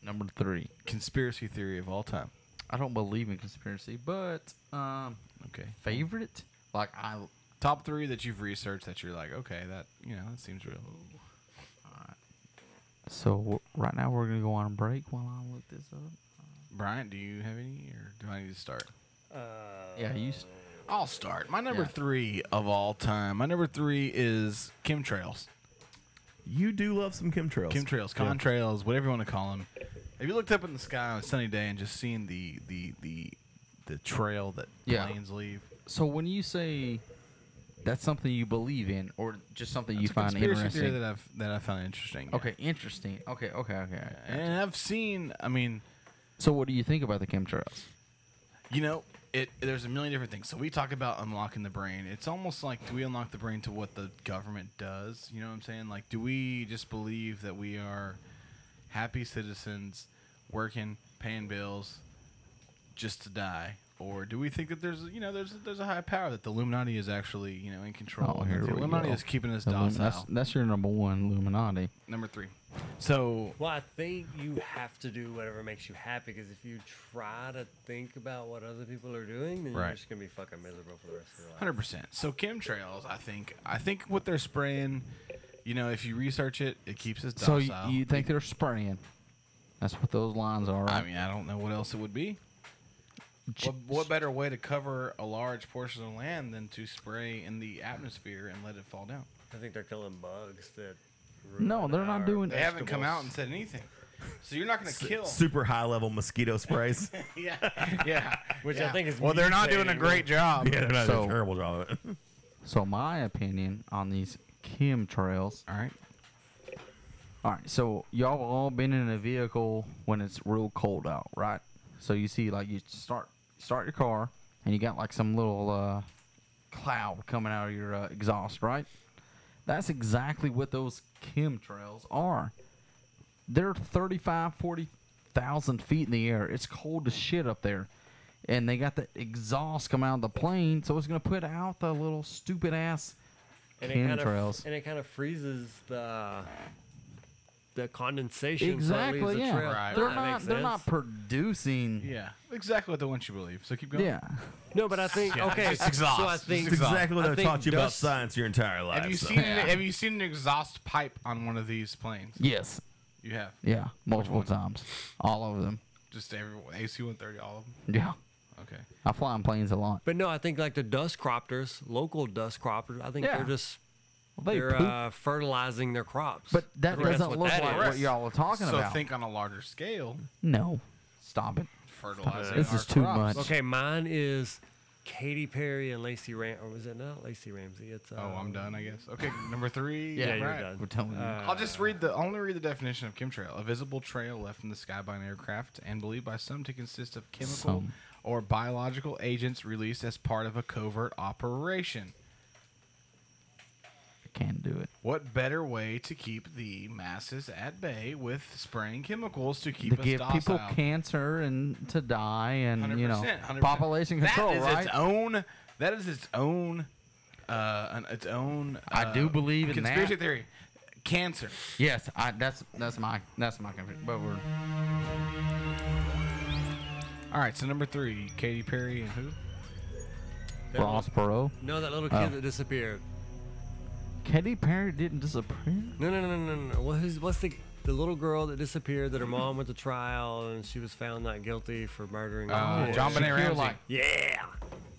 number three conspiracy theory of all time. I don't believe in conspiracy, but um, okay. Favorite? Like I top three that you've researched that you're like, okay, that you know that seems real. So w- right now we're gonna go on a break while I look this up. Brian, do you have any, or do I need to start? Uh, Yeah, you. s- I'll start. My number Yeah. three of all time. My number three is chemtrails. You do love some chemtrails. Chemtrails, Yeah. contrails, whatever you want to call them. Have you looked up in the sky on a sunny day and just seen the the the the trail that Yeah. planes leave? So when you say that's something you believe in, or just something you It's a find conspiracy interesting? theory that I've that I found interesting. yeah. okay, interesting. Okay, okay, okay. and I've seen. I mean, so what do you think about the chemtrails? You know, it there's a million different things. So we talk about unlocking the brain. It's almost like do we unlock the brain to what the government does? You know what I'm saying? Like do we just believe that we are happy citizens working, paying bills just to die? Or do we think that there's you know there's there's a high power that the Illuminati is actually you know in control? and that the Oh, we Illuminati go. is keeping us Illum- docile. That's, that's your number one, Illuminati. Number three. So Well, I think you have to do whatever makes you happy because if you try to think about what other people are doing, then Right. you're just gonna be fucking miserable for the rest of your life. Hundred percent. So chemtrails, I think, I think what they're spraying, you know, if you research it, it keeps us So docile. you, you think they're spraying? That's what those lines are. Right? I mean, I don't know what else it would be. What, what better way to cover a large portion of land than to spray in the atmosphere and let it fall down? I think they're killing bugs that. No, ruin they're not our doing They haven't come out vegetables. and said anything. So you're not going to kill. Super high level mosquito sprays. yeah, yeah. Which I yeah. think is well, they're not doing a mutating. great job. Yeah, they're not doing So- a terrible job of it. So my opinion on these chemtrails. All right. All right. So y'all have all been in a vehicle when it's real cold out, right? So you see, like, you start start your car, and you got like some little uh, cloud coming out of your uh, exhaust, right? That's exactly what those chemtrails are. They're 35, 40,000 feet in the air. It's cold as shit up there. And they got the exhaust coming out of the plane, so it's going to put out the little stupid ass and it kind chemtrails. of and it kind of freezes the the condensation. so it leaves Exactly, a yeah. trail. Right. They're That not- makes they're sense. not producing. Yeah, exactly what they want you to believe. So keep going. Yeah. No, but I think Yeah, okay. just exhaust. So I Just think It's exhaust. exactly what I I, think taught you about dust- science your entire life. Have you so- seen? Have you seen an exhaust pipe on one of these planes? Yes. You have. Yeah, multiple times. All of them. Just every AC-130, all of them. Yeah. Okay. I fly in planes a lot. But no, I think like the dust croppers, local dust croppers, I think Yeah. they're just they they are poop. uh, fertilizing their crops. But I that think that's doesn't what look that like is. what y'all are talking so about. think on a larger scale. No, stop it. Stop it. Fertilizing This our is too crops. much. Okay, mine is Katy Perry and Lacey Ram, or was it not Lacey Ramsey? It's uh, Oh, I'm done, I guess. Okay, number three. Yeah, Uh, you're right. done. We're telling you. I'll just read the only read the definition of chemtrail: a visible trail left in the sky by an aircraft, and believed by some to consist of chemical Some. or biological agents released as part of a covert operation. I can't do it. What better way to keep the masses at bay with spraying chemicals to keep to us give docile? people cancer and to die and you know 100%, 100%. population control, That is right? its own. That is its own. Uh, an, its own. I do uh, believe in that. conspiracy theory. Cancer. Yes, I, that's that's my that's my conviction. But we're All right, so number three, Katy Perry and who? That Ross Perot. little- No, that little kid Oh. that disappeared. Katy Perry didn't disappear. No, no, no, no, no, no. What, who's, what's the the little girl that disappeared that her mom went to trial and she was found not guilty for murdering? her Uh, boy? John Benet Shakira Ramsey. Lake. yeah,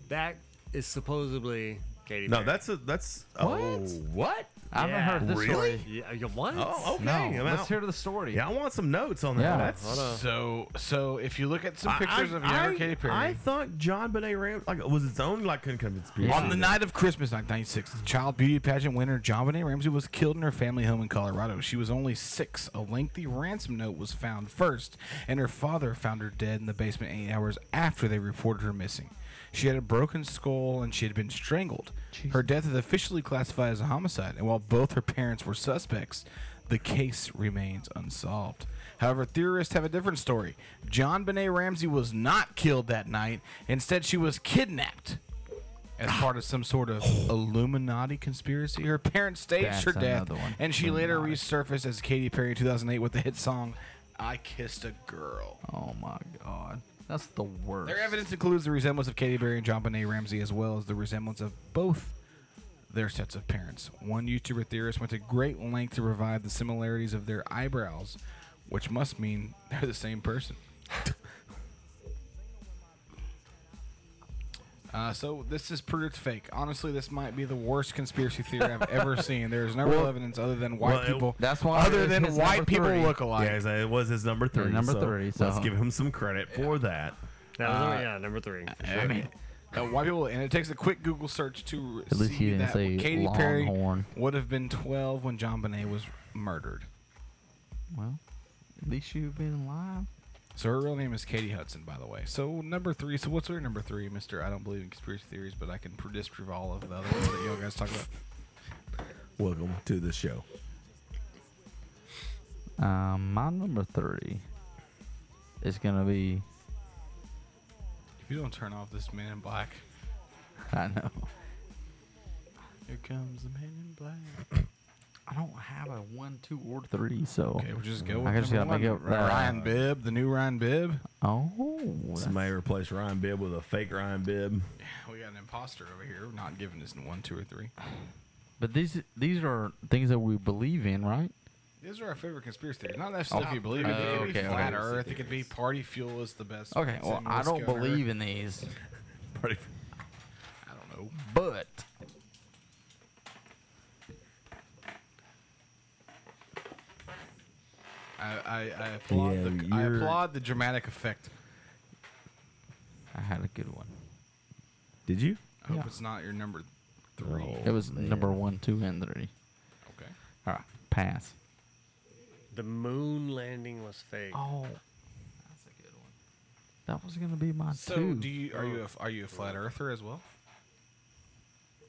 that is supposedly Katy. No, Perry. that's a that's What? Oh, what? I haven't heard this really? story. Yeah, you- what? Oh, okay. No, I'm let's out. hear the story. Yeah, I want some notes on that. Yeah. That's Hold on. So, so if you look at some pictures of I, younger Katy Perry, I thought John Benet Ram like was its own like con- conspiracy. on the night of Christmas, 1996, the child beauty pageant winner John Benet Ramsey was killed in her family home in Colorado. She was only six. A lengthy ransom note was found first, and her father found her dead in the basement eight hours after they reported her missing. She had a broken skull and she had been strangled. Her death is officially classified as a homicide, and while both her parents were suspects, the case remains unsolved. However, theorists have a different story. John Benet Ramsey was not killed that night. Instead, she was kidnapped as part of some sort of Illuminati conspiracy. Her parents staged That's her death, another one. and she later resurfaced as Katy Perry in 2008 with the hit song "I Kissed a Girl." Oh my god, that's the worst. Their evidence includes the resemblance of Katy Perry and John Benet Ramsey, as well as the resemblance of both their sets of parents. One YouTuber theorist went to great length to revive the similarities of their eyebrows, which must mean they're the same person. Uh, so this is proved fake. Honestly, this might be the worst conspiracy theory I've ever seen. There is no real Well- evidence other than white Well, it- people. that's why other it than is his white number people three. look alike. Yeah, it was his number three. Number so three, so- let's give him some credit for that. That was Uh, number, yeah, number three. I mean, uh, white people, and it takes a quick Google search to At least see you didn't that say Katy Perry Longhorn. would have been 12 when John Bonet was murdered. Well, at least you've been live. So her real name is Katie Hudson, by the way. So number three. So what's her number three, Mister? I don't believe in conspiracy theories, but I can pr- disprove all of the other ones that you guys talk about. Welcome to the show. Um, my number three is gonna be. If you don't turn off this Man in Black, I know. here comes the Man in Black. I don't have a one, two, or three, so Okay, we'll just go. With I just gotta number make one. up Ri- Ryan uh, Bibb, the new Ryan Bibb. Oh, Somebody replaced Ryan Bibb with a fake Ryan Bibb. We got an imposter over here, not giving us one, two, or three. but these these are things that we believe in, right? These are our favorite conspiracy theories. Not that stuff Oh, you believe in. It uh, could be okay, flat okay. Earth. It could be party fuel is the best. Okay, well, San I don't Francisco on Earth. believe in these, Party I don't know. but I, I, I applaud Yeah, the I you're- applaud the dramatic effect. I had a good one. Did you? I hope it's not your number three. It was number one, two, and three. Okay. All right, pass. The moon landing was fake. Oh, that's a good one. That was gonna be my So two. do you are you a, are you a flat earther as well?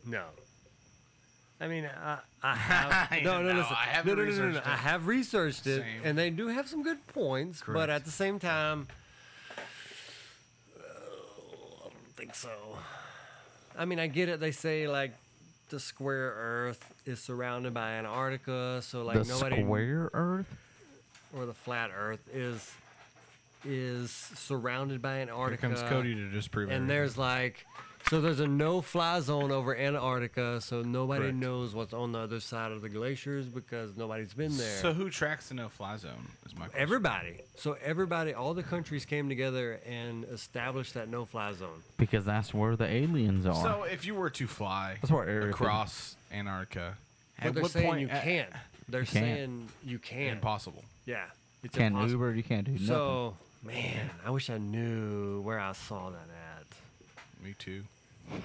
No. I mean, I, I have no, no, No, listen. I no, haven't no, no, no, no, researched I it. have researched it, Same. and they do have some good points, but Correct. at the same time, uh, I don't think so. I mean, I get it. They say like the square Earth is surrounded by Antarctica, so like the nobody square Earth. or the flat Earth is is surrounded by Antarctica. Cody to disprove And everything. there's like So there's a no-fly zone over Antarctica, so nobody Correct. knows what's on the other side of the glaciers because nobody's been there. So who tracks the no-fly zone? Is my question. everybody. So everybody, all the countries came together and established that no-fly zone. Because that's where the aliens are. So if you were to fly That's what Area across Antarctica, But they're saying you can't. They're You can't. saying you can't. Impossible. Yeah. It's Can't impossible. Uber, you can't do So, man, I wish I knew where I saw that at. Me too.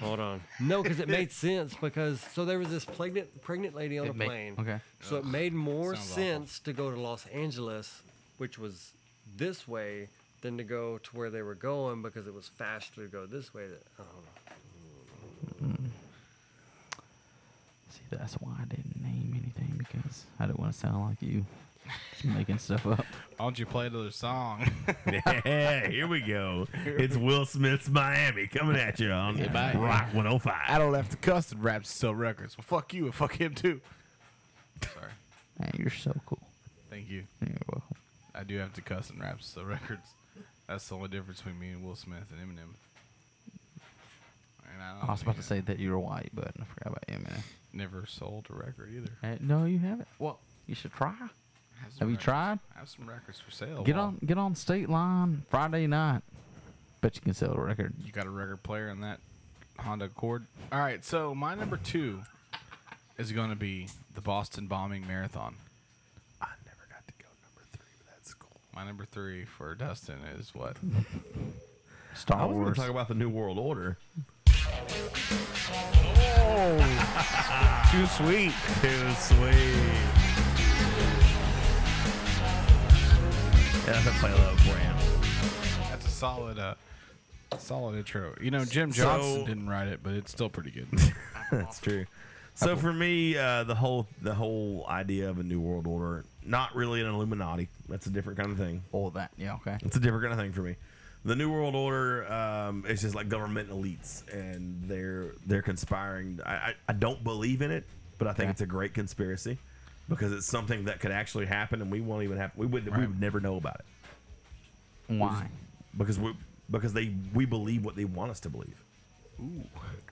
Hold on. No, because it made sense. Because so there was this pregnant pregnant lady on It a ma- plane. okay. So it Ugh, made more sounds awful. sense to go to Los Angeles, which was this way, than to go to where they were going because it was faster to go this way. That I don't know. Mm. See, that's why I didn't name anything because I didn't want to sound like you, just making stuff up. Why don't you play another song? yeah, here we go. It's Will Smith's Miami coming at you on Rock 105. I don't have to cuss and rap to sell records. Well, fuck you and fuck him too. Sorry. Man, you're so cool. Thank you. I do have to cuss and rap to sell records. That's the only difference between me and Will Smith and Eminem. And I I don't was about to say that you were white, but I forgot about Eminem. never sold a record either. Uh, no, you haven't. Well, you should try. Have, some Have you records- tried? I have some records for sale. Get Well, on, get on state line Friday night. Bet you can sell a record. You got a record player on that Honda Accord. All right, so my number two is going to be the Boston bombing marathon. I never got to go number three, but that's cool. My number three for Dustin is what? Star I was going Wars. to talk about the New World Order. Too sweet. Oh. Too sweet. Yeah, I'm going to play a little for you. That's a solid, uh, solid intro. You know, Jim Johnson So- didn't write it, but it's still pretty good. That's true. So for me, uh, the whole the whole idea of a new world order, not really an Illuminati. That's a different kind of thing. All that, yeah, okay. It's a different kind of thing for me. The new world order um, is just like government elites, and they're they're conspiring. I, I, I don't believe in it, but I think Okay. it's a great conspiracy because it's something that could actually happen, and we won't even have we would we would never know about it. We just- Why? Because we because they we believe what they want us to believe. Ooh.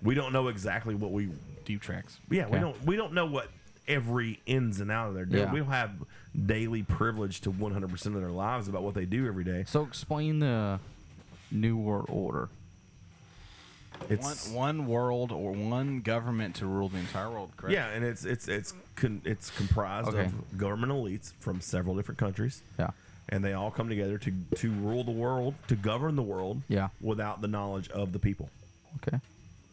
We don't know exactly what we deep tracks. Yeah, we Okay. don't we don't know what every ins and out of their day. Yeah. We don't have daily privilege to 100 percent of their lives about what they do every day. So explain the New World Order. It's- one, one world or one government to rule the entire world. Correct. Yeah, and it's it's it's con, it's comprised Okay. of government elites from several different countries. Yeah. And they all come together to to rule the world, to govern the world. Yeah. Without the knowledge of the people. Okay.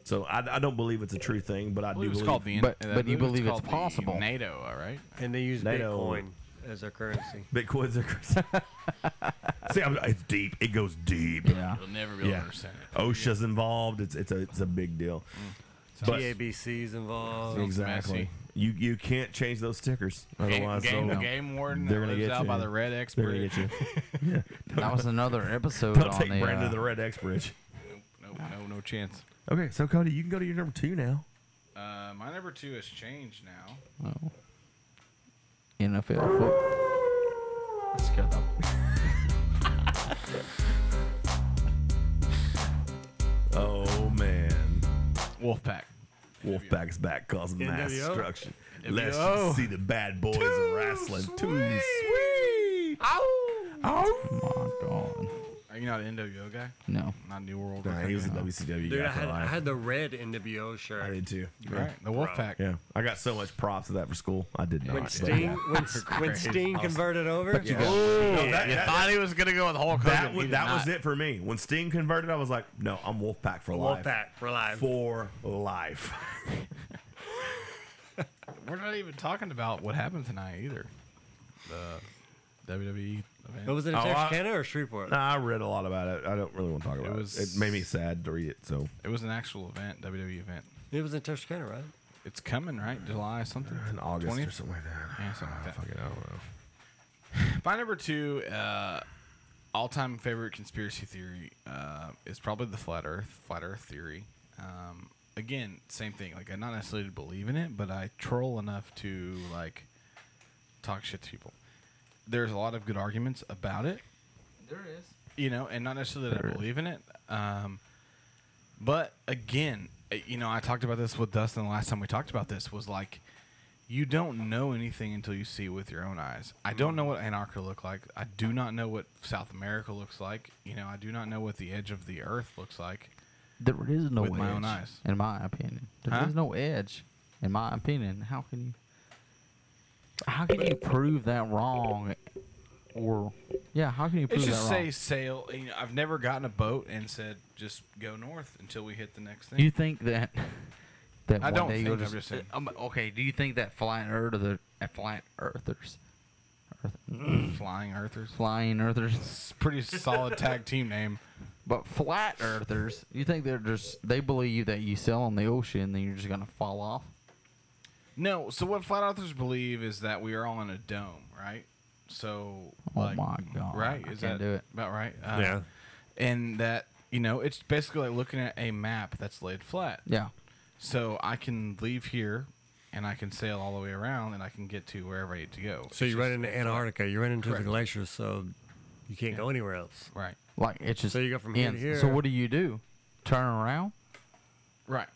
So I, I don't believe it's a true thing, but I, do believe it's believe called the in- uh, But- I but you believe it's believe it's called the possible. NATO, all right. And they use NATO. Bitcoin as their currency. Bitcoin's their currency. See, I'm, it's deep. It goes deep. Yeah. You'll never be able to understand it. OSHA's involved. It's it's a it's a big deal. Mm. But- TABC's Oh, involved. exactly. You you can't change those stickers. Otherwise, game- they'll- game warden they're that gonna lives get out you. by the red X They're gonna bridge. get you. Yeah. That was another episode Don't on take the, Brandon uh, to the red X bridge. Nope, no, no chance. Okay, so Cody, you can go to your number two now. Uh, my number two has changed now. Oh. NFL foot. Let's go Oh man, Wolfpack. Wolfpack's back causing mass NWO. destruction. NWO. Let's just see the bad boys wrestling. Too sweet. Are you not an NWO guy? No. Not New World. Nah, Order he was a guy? WCW Dude, I guy for had, I life. had the red NWO shirt. I did too. Right, the Wolfpack. Yeah, I got so much props to that for school. I did not. When Yeah. Sting, when, when Sting converted over, But you got- No, that- that- that- he was gonna go with Hulk That, was, that was it for me. When Sting converted, I was like, no, I'm Wolfpack for life. Wolfpack for life. For life. We're not even talking about what happened tonight either. The WWE event. What was it in Texarkana or Shreveport? Oh, Nah, I read a lot about it. I don't really want to talk about it. was- it made me sad to read it. So It was an actual event, WWE event. It was in Texarkana, right? It's coming, right? July something. in August or something like that. Yeah, something like that. Fucking, I don't know. My number two uh, all-time favorite conspiracy theory uh, is probably the flat Earth, flat Earth theory. Um, again, same thing. Like I not necessarily believe in it, but I troll enough to like talk shit to people. There's a lot of good arguments about it. There it is. You know, and not necessarily that I believe in it. Um, But again, uh, you know, I talked about this with Dustin the last time we talked about this was like you don't know anything until you see it with your own eyes. I don't know what Antarctica look like. I do not know what South America looks like. You know, I do not know what the edge of the earth looks like. There is no With edge, my own eyes. in my opinion. There is Huh? no edge, in my opinion. How can you? How can you prove that wrong? Or yeah, how can you prove It's that just wrong? say sail. You know, I've never gotten a boat and said just go north until we hit the next thing. you think that that I one don't day you'll think, I'm just, just saying. um, okay? Do you think that flat earth or the uh, flat earthers, earth, flying earthers, flying earthers? It's pretty solid tag team name. But flat earthers, you think they're just they believe that you sail on the ocean, then you're just gonna fall off? No, so what flat earthers believe is that we are all in a dome, right? So, Oh like, my God, right? I Is can't that do it. about right? Uh, Yeah. and that you know, it's basically like looking at a map that's laid flat. Yeah. So I can leave here, and I can sail all the way around, and I can get to wherever I need to go. So It's you run just into flat. Antarctica, you run into Correct. the glaciers, so you can't go anywhere else. Right. Like it's just so you go from here to ends. here. So what do you do? Turn around? Right.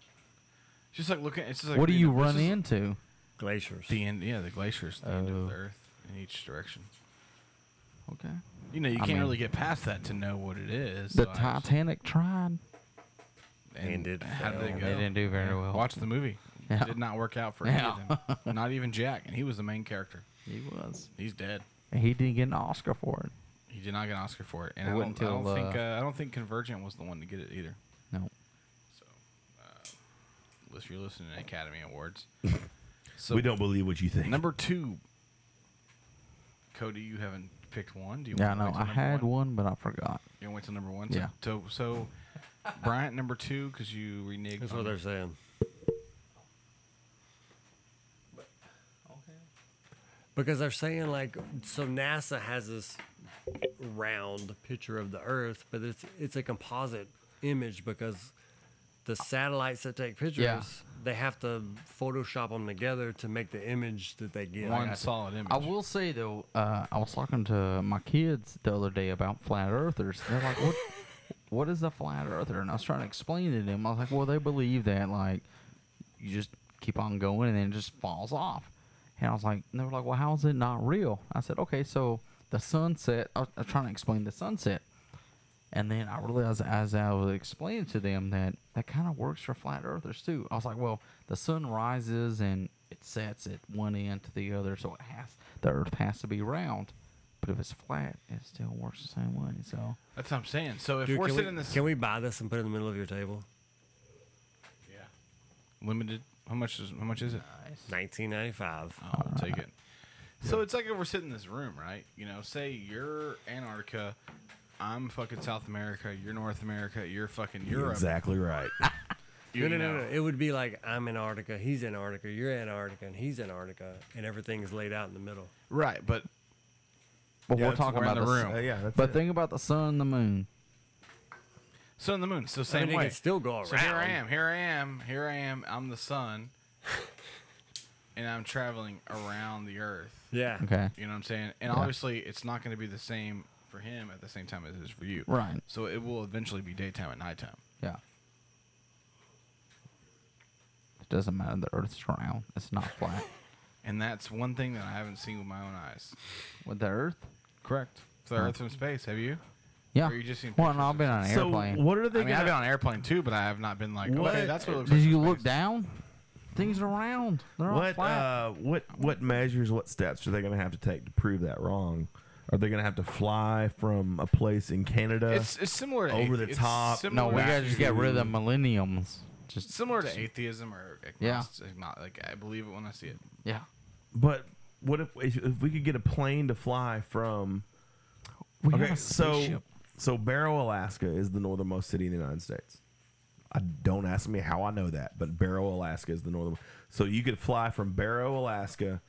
It's just like looking. It's just like what do reading you a- this run is- into? Oh. Glaciers. The end. Yeah, the glaciers. The end of the earth in each direction. Okay. You know, you I can't mean, really get past that to know what it is. The so I just- Titanic tried. And it How did failed. they They go? didn't do very Yeah. well. Watch the movie. Yeah. Did not work out for any Yeah. of them. not even Jack, and he was the main character. He was. He's dead. He didn't get an Oscar for it. He did not get an Oscar for it, and It I don't, wasn't I till, don't think uh, uh, I don't think Convergent was the one to get it either. uh, No. Unless you're listening to Academy Awards. we don't believe what you think. Number two, Cody, you haven't picked one. Do you? Yeah, I want know. to wait till I number had one, one? but I forgot. You want to wait till number one. Yeah. So so, so Bryant number two because you reneged. That's what on- they're saying. Because they're saying like so NASA has this round picture of the Earth, but it's it's a composite image because the satellites that take pictures they have to Photoshop them together to make the image that they get. I will say though, uh, I was talking to my kids the other day about flat earthers. They're like, "What? what is a flat earther?" And I was trying to explain to them. I was like, "Well, they believe that like you just keep on going and then it just falls off." And I was like, and they were like, "Well, how is it not real?" I said, "Okay, so the sunset." I was, I was trying to explain the sunset. And then I realized as I was explaining to them that that kind of works for flat earthers too. I was like, well, the sun rises and it sets at one end to the other, so it has the earth has to be round. But if it's flat, it still works the same way. So That's what I'm saying. So if Dude, we're can we- sitting this can we buy this and put it in the middle of your table? limited, how much is how much is it? Nineteen ninety five. I'll take it. So it's like if we're sitting in this room, right? You know, say you're Antarctica, I'm fucking South America, you're North America, you're fucking Europe. Exactly right. No, You no, no, know. no. It would be like I'm Antarctica, he's Antarctica, you're Antarctica, and he's Antarctica, and everything is laid out in the middle. Right, but but Yeah, we're that's- talking we're in about the the s- room. Uh, yeah, that's but it. think about the sun, and the moon. Sun and the moon. So same they way. can still go So here I around. am. Here I am. Here I am. I'm the sun, and I'm traveling around the earth. Yeah. Okay. You know what I'm saying? And Yeah. obviously, it's not going to be the same for him at the same time as it is for you. Right. So it will eventually be daytime and nighttime. Yeah. It doesn't matter. The earth's round. It's not flat. And that's one thing that I haven't seen with my own eyes. With the earth? Correct. So the Huh. Earth from space. Have you? Yeah. Or you just seen Well, pictures no, I've of been it? on an So airplane. what are they I mean, I've gonna- been on an airplane too, but I have not been like, okay, that's what it looks Did like. you look down? Things are round. They're all What flat. uh, what what measures, what steps are they going to have to take to prove that wrong? Are they going to have to fly from a place in Canada? It's- it's similar to over athe- the it's top. No, similar we Back gotta just get rid of the to- millenniums. Just Similar to atheism or Yeah. agnostic, not like I believe it when I see it. yeah. But what if if if we could get a plane to fly from? We okay, have a so spaceship. so Barrow, Alaska, is the northernmost city in the United States. I don't ask me how I know that, but Barrow, Alaska, is the northern. So you could fly from Barrow, Alaska,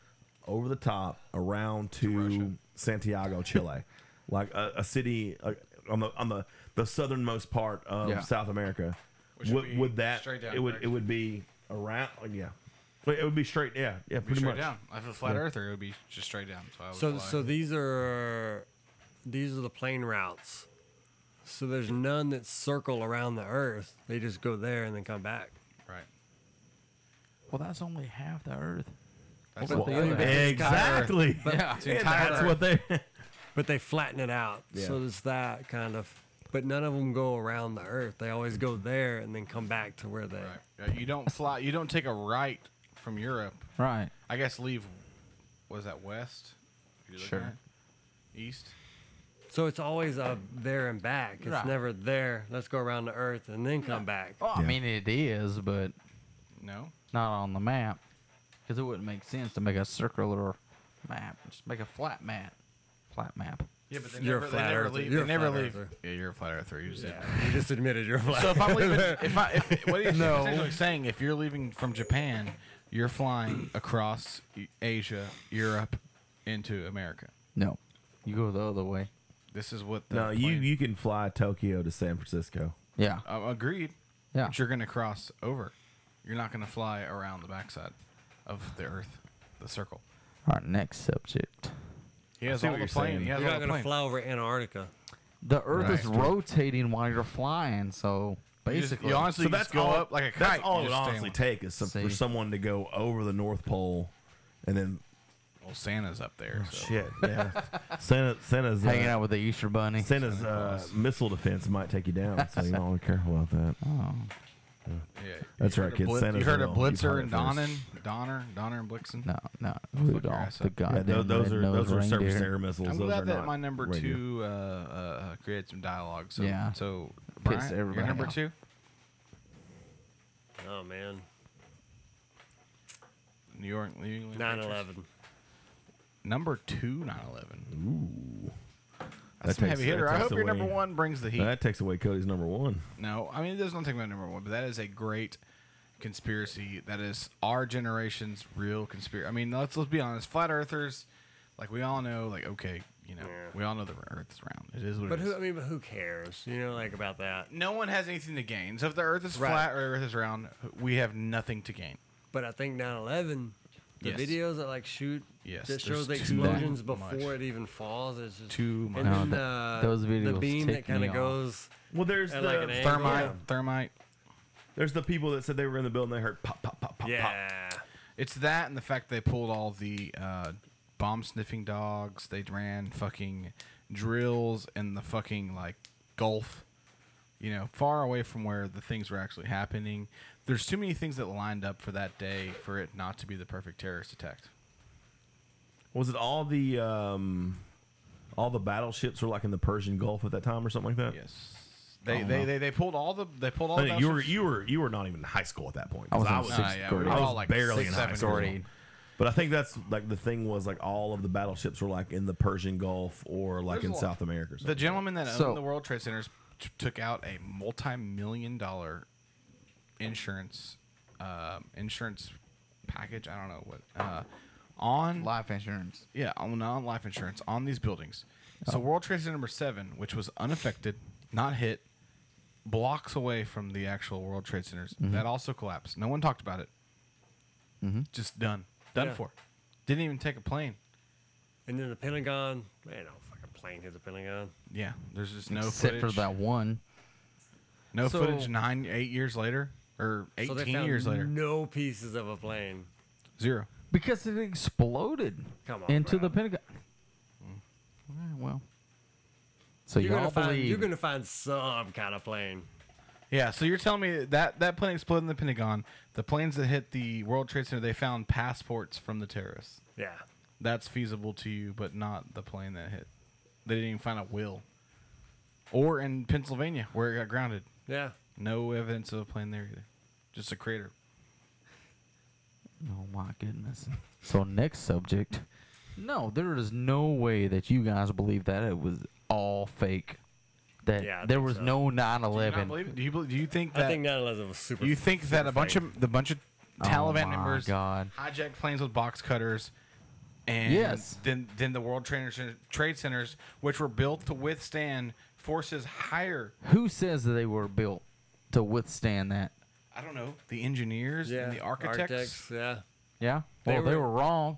over the top around to, Santiago, Chile, like a, a city uh, on the on the the southernmost part of Yeah. South America. Which would Would, be would that straight down, it would correct? it would be around? Yeah, Wait, it would be straight. Yeah, yeah, It'd be pretty straight much down. If a flat Yeah. earther, it would be just straight down. So Oh, I would So, fly. so these are these are the plane routes. So there's none that circle around the Earth. They just go there and then come back. Right. Well, that's only half the Earth. That's What what about the they- other half? Exactly. But- yeah. It's entire Earth. But they flatten it out. So Yeah. it's that kind of. But none of them go around the Earth. They always go there and then come back to where they. Yeah, you don't fly. You don't take a right from Europe. Right. I guess leave. Was that west? You're looking Sure. at? East. So it's always a there and back. It's Right. never there. Let's go around the Earth and then come back. Well, I mean, it is, but no, not on the map, because it wouldn't make sense to make a circular map. Just make a flat map. Flat map. Yeah, but they You're a never, they flat never earther. leave. You're They a never flat leave. earther. Yeah, you're a flat earther. You just, did. Yeah, you just admitted you're a flat So if I'm leaving, earther. if I, if, what are you No. essentially saying? If you're leaving from Japan, you're flying across E- Asia, Europe, into America. No, you go the other way. This is what the No, you you can fly Tokyo to San Francisco. Yeah. Uh, agreed. Yeah. But you're going to cross over. You're not going to fly around the backside of the Earth, the circle. All right, next subject. He I has see all what the you're plane. saying. He has You're all not the gonna plane. fly over Antarctica. The Earth is Right. rotating while you're flying, so You just- basically, you honestly So that's all, That's all it would honestly take is some, See? for someone to go over the North Pole, and then. Well, Santa's up there. Oh, Shit, yeah. Santa, Santa's Hanging out with the Easter Bunny. Santa's uh, missile defense might take you down, so you don't want to be careful about that. Oh. Yeah, That's you right, heard of kids. Blitz- Santa's you heard a of little- you caught Blitzer it and first. Donner, Donner, Donner and Blixen. No, no, Rudolph the goddamn tho- those are- red-nosed those are surface reindeer. air missiles. I'm Those glad are that not my number radio. two uh, uh, created some dialogue. So, Yeah. so Pissed Brian, your everybody number off. two, Oh man. New York, New England. 9/11. Number two, 9/11. Ooh, That That's some heavy takes- hitter. that I takes hope your away- number one brings the heat. That takes away Cody's number one. No, I mean it doesn't take my number one, but that is a great conspiracy. That is our generation's real conspiracy. I mean, let's let's be honest. Flat Earthers, like we all know, like okay, you know, we all know the Earth's round. It is what But it is. who? I mean, but who cares? You know, like about that. no one has anything to gain. So if the Earth is Right. flat or Earth is round, we have nothing to gain. But I think 9/11, the Yes. videos that like shoot Yes, that there's shows the too explosions much. before it even falls. It's just Too much. And No, then, th- uh, those the videos beam tick that kind me of off. goes. Well, there's at, the like an angle. thermite. Thermite. There's the people that said they were in the building. They heard pop, pop, pop, pop, yeah. pop. It's that and the fact they pulled all the uh, bomb sniffing dogs. They ran fucking drills in the fucking like Gulf, you know, far away from where the things were actually happening. There's too many things that lined up for that day for it not to be the perfect terrorist attack. Was it all the um, all the battleships were like in the Persian Gulf at that time or something like that? Yes. They they, they they pulled all the they pulled all I the think Oh, you were battleships- you were you were not even in high school at that point. I was 'cause in sixth I Yeah, we was, grade. were all, like, barely sixth, in high seventh school. grade. But I think that's like the thing was like all of the battleships were like in the Persian Gulf or like There's in a lot. South America. Or The something. gentleman that owned So- the World Trade Centers t- took out a multi-million dollar insurance um, insurance package. I don't know what uh, on life insurance. Yeah, on non life insurance on these buildings. So World Trade Center number seven, which was unaffected, not hit, blocks away from the actual World Trade Centers, Mhm. that also collapsed. No one talked about it. Mhm. Just done, done Yeah. for. Didn't even take a plane. And then the Pentagon. Man, no fucking plane hit the Pentagon. Yeah, there's just no except footage. for that one. No So- footage nine, eight years later, or So 18 they found years later. No pieces of a plane. Zero. Because it exploded Come on, into the Pentagon. Alright, well, so you're y'all gonna find you're believe gonna find some kind of plane. Yeah, so you're telling me that that plane exploded in the Pentagon. The planes that hit the World Trade Center, they found passports from the terrorists. Yeah. That's feasible to you, but not the plane that hit. They didn't even find a will. Or in Pennsylvania, where it got grounded. Yeah. No evidence of a plane there either. Just a crater. Oh my goodness. So next subject. No, there is no way that you guys believe that it was all fake. That Yeah, I there think was so. no Do you not 9/11. believe it? Do you, bel- do you think I that think 9/11 was super. You think that a bunch of the bunch of Oh Taliban my members God. hijacked planes with box cutters, and Yes. then then the World Trade Center- Trade Centers, which were built to withstand forces higher. Who says that they were built to withstand that? I don't know the engineers and the architects. yeah. Yeah. They Well, they were- were wrong.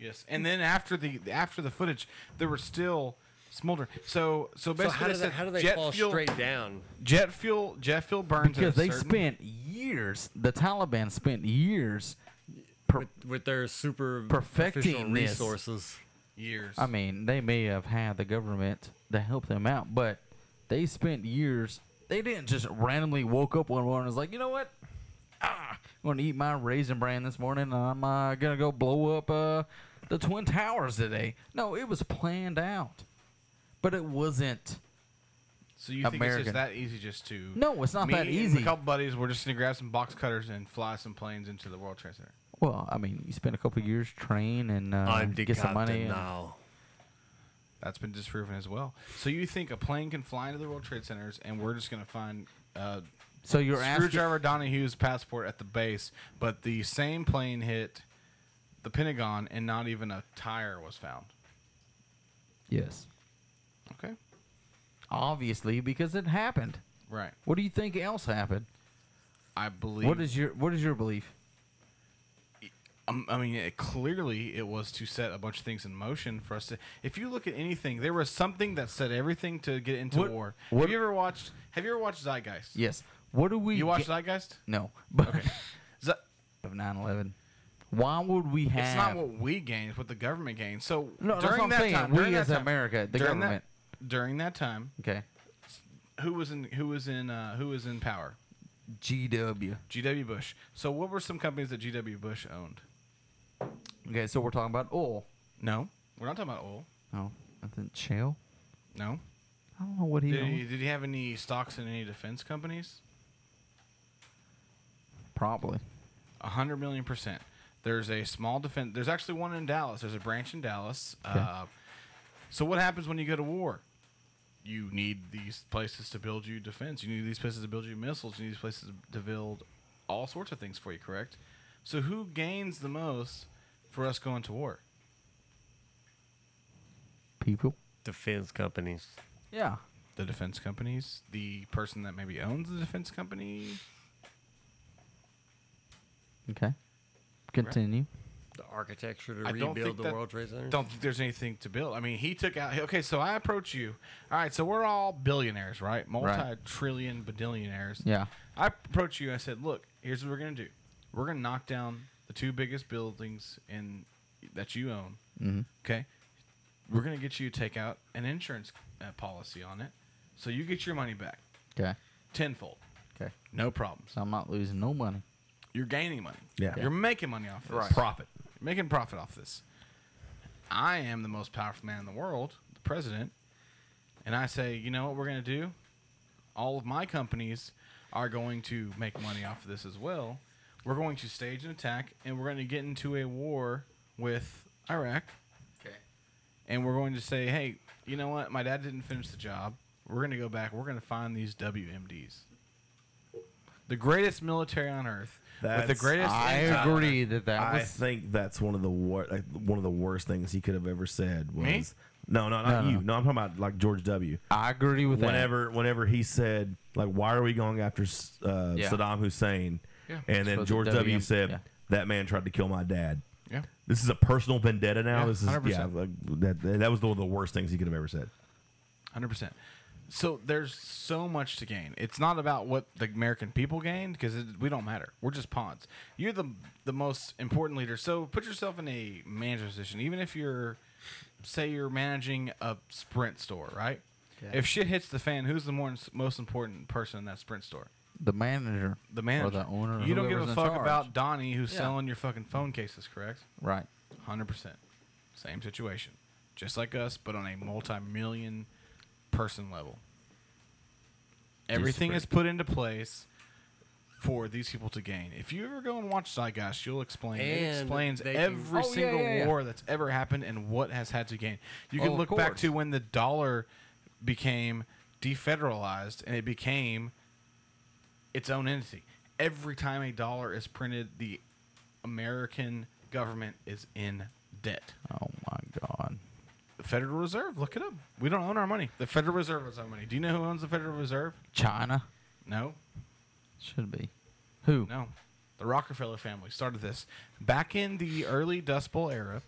Yes, and then after the after the footage, there were still Smolder. So So so how basically, do they they- said how do they jet fall fuel- straight down? Jet fuel. Jet fuel burns at because a they certain- spent years. The Taliban spent years. Per- with their super perfecting this. resources. Years. I mean, they may have had the government to help them out, but they spent years. They didn't just randomly woke up one morning and was like, you know what? Ah, I'm gonna eat my raisin bran this morning, and I'm uh, gonna go blow up uh, the twin towers today. No, it was planned out, but it wasn't. So you think it's American. just that e- easy just to? No, it's not me that and easy. A couple buddies, we're just gonna grab some box cutters and fly some planes into the World Trade Center. Well, I mean, you spend a couple years train and uh, I'm get some money. and- That's been disproven as well. So you think a plane can fly into the World Trade Centers, and we're just gonna find? Uh, So you're screwdriver Donahue's passport at the base, but the same plane hit the Pentagon, and not even a tire was found. Yes. Okay. Obviously, because it happened. Right. What do you think else happened? I believe. What is your What is your belief? Um, I mean, it, clearly it was to set a bunch of things in motion for us to. If you look at anything, there was something that set everything to get into What- war. what- have you ever watched? Have you ever watched Zeitgeist? Yes. What do we? You watch get- Zeitgeist? No. But of 9/11. Why would we have? It's not what we gain; it's what the government gains. So No, that's during what I'm that saying. time, We during that as time- America, the during government. That, during that time, okay. who was in who was in uh, who was in power? GW. GW Bush. So what were some companies that GW Bush owned? Okay, so we're talking about oil. No, we're not talking about oil. No, I think shale. No. I don't know what he Did he, owned. did he have any stocks in any defense companies? Probably. A hundred million percent. There's a small defense. There's actually one in Dallas. There's a branch in Dallas. Uh, so what happens when you go to war? You need these places to build you defense. You need these places to build you missiles. You need these places to build all sorts of things for you. Correct. So who gains the most for us going to war? People. Defense companies. Yeah. The defense companies. The person that maybe owns the defense company. Okay. Continue. The architecture to I don't rebuild think the that- World Trade Center. Don't think there's anything to build. I mean, he took out. Okay, so I approach you. All right, so we're all billionaires, right? Multi-trillion, billionaires. Yeah. I approached you. I said, "Look, here's what we're gonna do. We're gonna knock down the two biggest buildings in that you own. Mhm. Okay. We're gonna get you to take out an insurance uh, policy on it, so you get your money back Okay. tenfold. Okay. No problems. So I'm not losing no money. You're gaining money. Yeah. You're making money off this. Right. Profit. You're making profit off this. I am the most powerful man in the world, the president, and I say, you know what we're going to do? All of my companies are going to make money off of this as well. We're going to stage an attack, and we're going to get into a war with Iraq. Okay. And we're going to say, hey, you know what? My dad didn't finish the job. We're going to go back. We're going to find these WMDs. The greatest military on earth. with the greatest. impact. that that I was- think that's one of the wor- like, one of the worst things he could have ever said was Me? no, no, No, not no, you. no. No. I'm talking about like George W. I agree with that. whenever whenever he said like why are we going after S- uh, Yeah. Saddam Hussein? Yeah. And So then the George W. WM said yeah. that man tried to kill my dad. Yeah. This is a personal vendetta now. Yeah, this is yeah, 100%. like, that that was one of the worst things he could have ever said. Hundred percent. So there's so much to gain. It's not about what the American people gained because we don't matter. We're just pawns. You're the the most important leader. So put yourself in a manager position, even if you're, say, you're managing a Sprint store, right? Yeah. If shit hits the fan, who's the more, most important person in that Sprint store? The manager. The manager. Or the owner. or You don't give a whoever's in fuck charge. about Donnie who's Yeah. selling your fucking phone cases, correct? Right. Hundred percent. Same situation. Just like us, but on a multi million person level. Everything is put into place for these people to gain. If you ever go and watch Zeitgeist, you'll explain. it And explains they every can- Oh, yeah, single yeah, yeah. war that's ever happened and what has had to gain. You can Oh, of look back course. to when the dollar became defederalized and it became its own entity. Every time a dollar is printed, the American government is in debt. Oh my god. The Federal Reserve, look it up. We don't own our money. The Federal Reserve owns our money. Do you know who owns the Federal Reserve? China No. should be. Who? No. The Rockefeller family started this back in the early Dust Bowl era.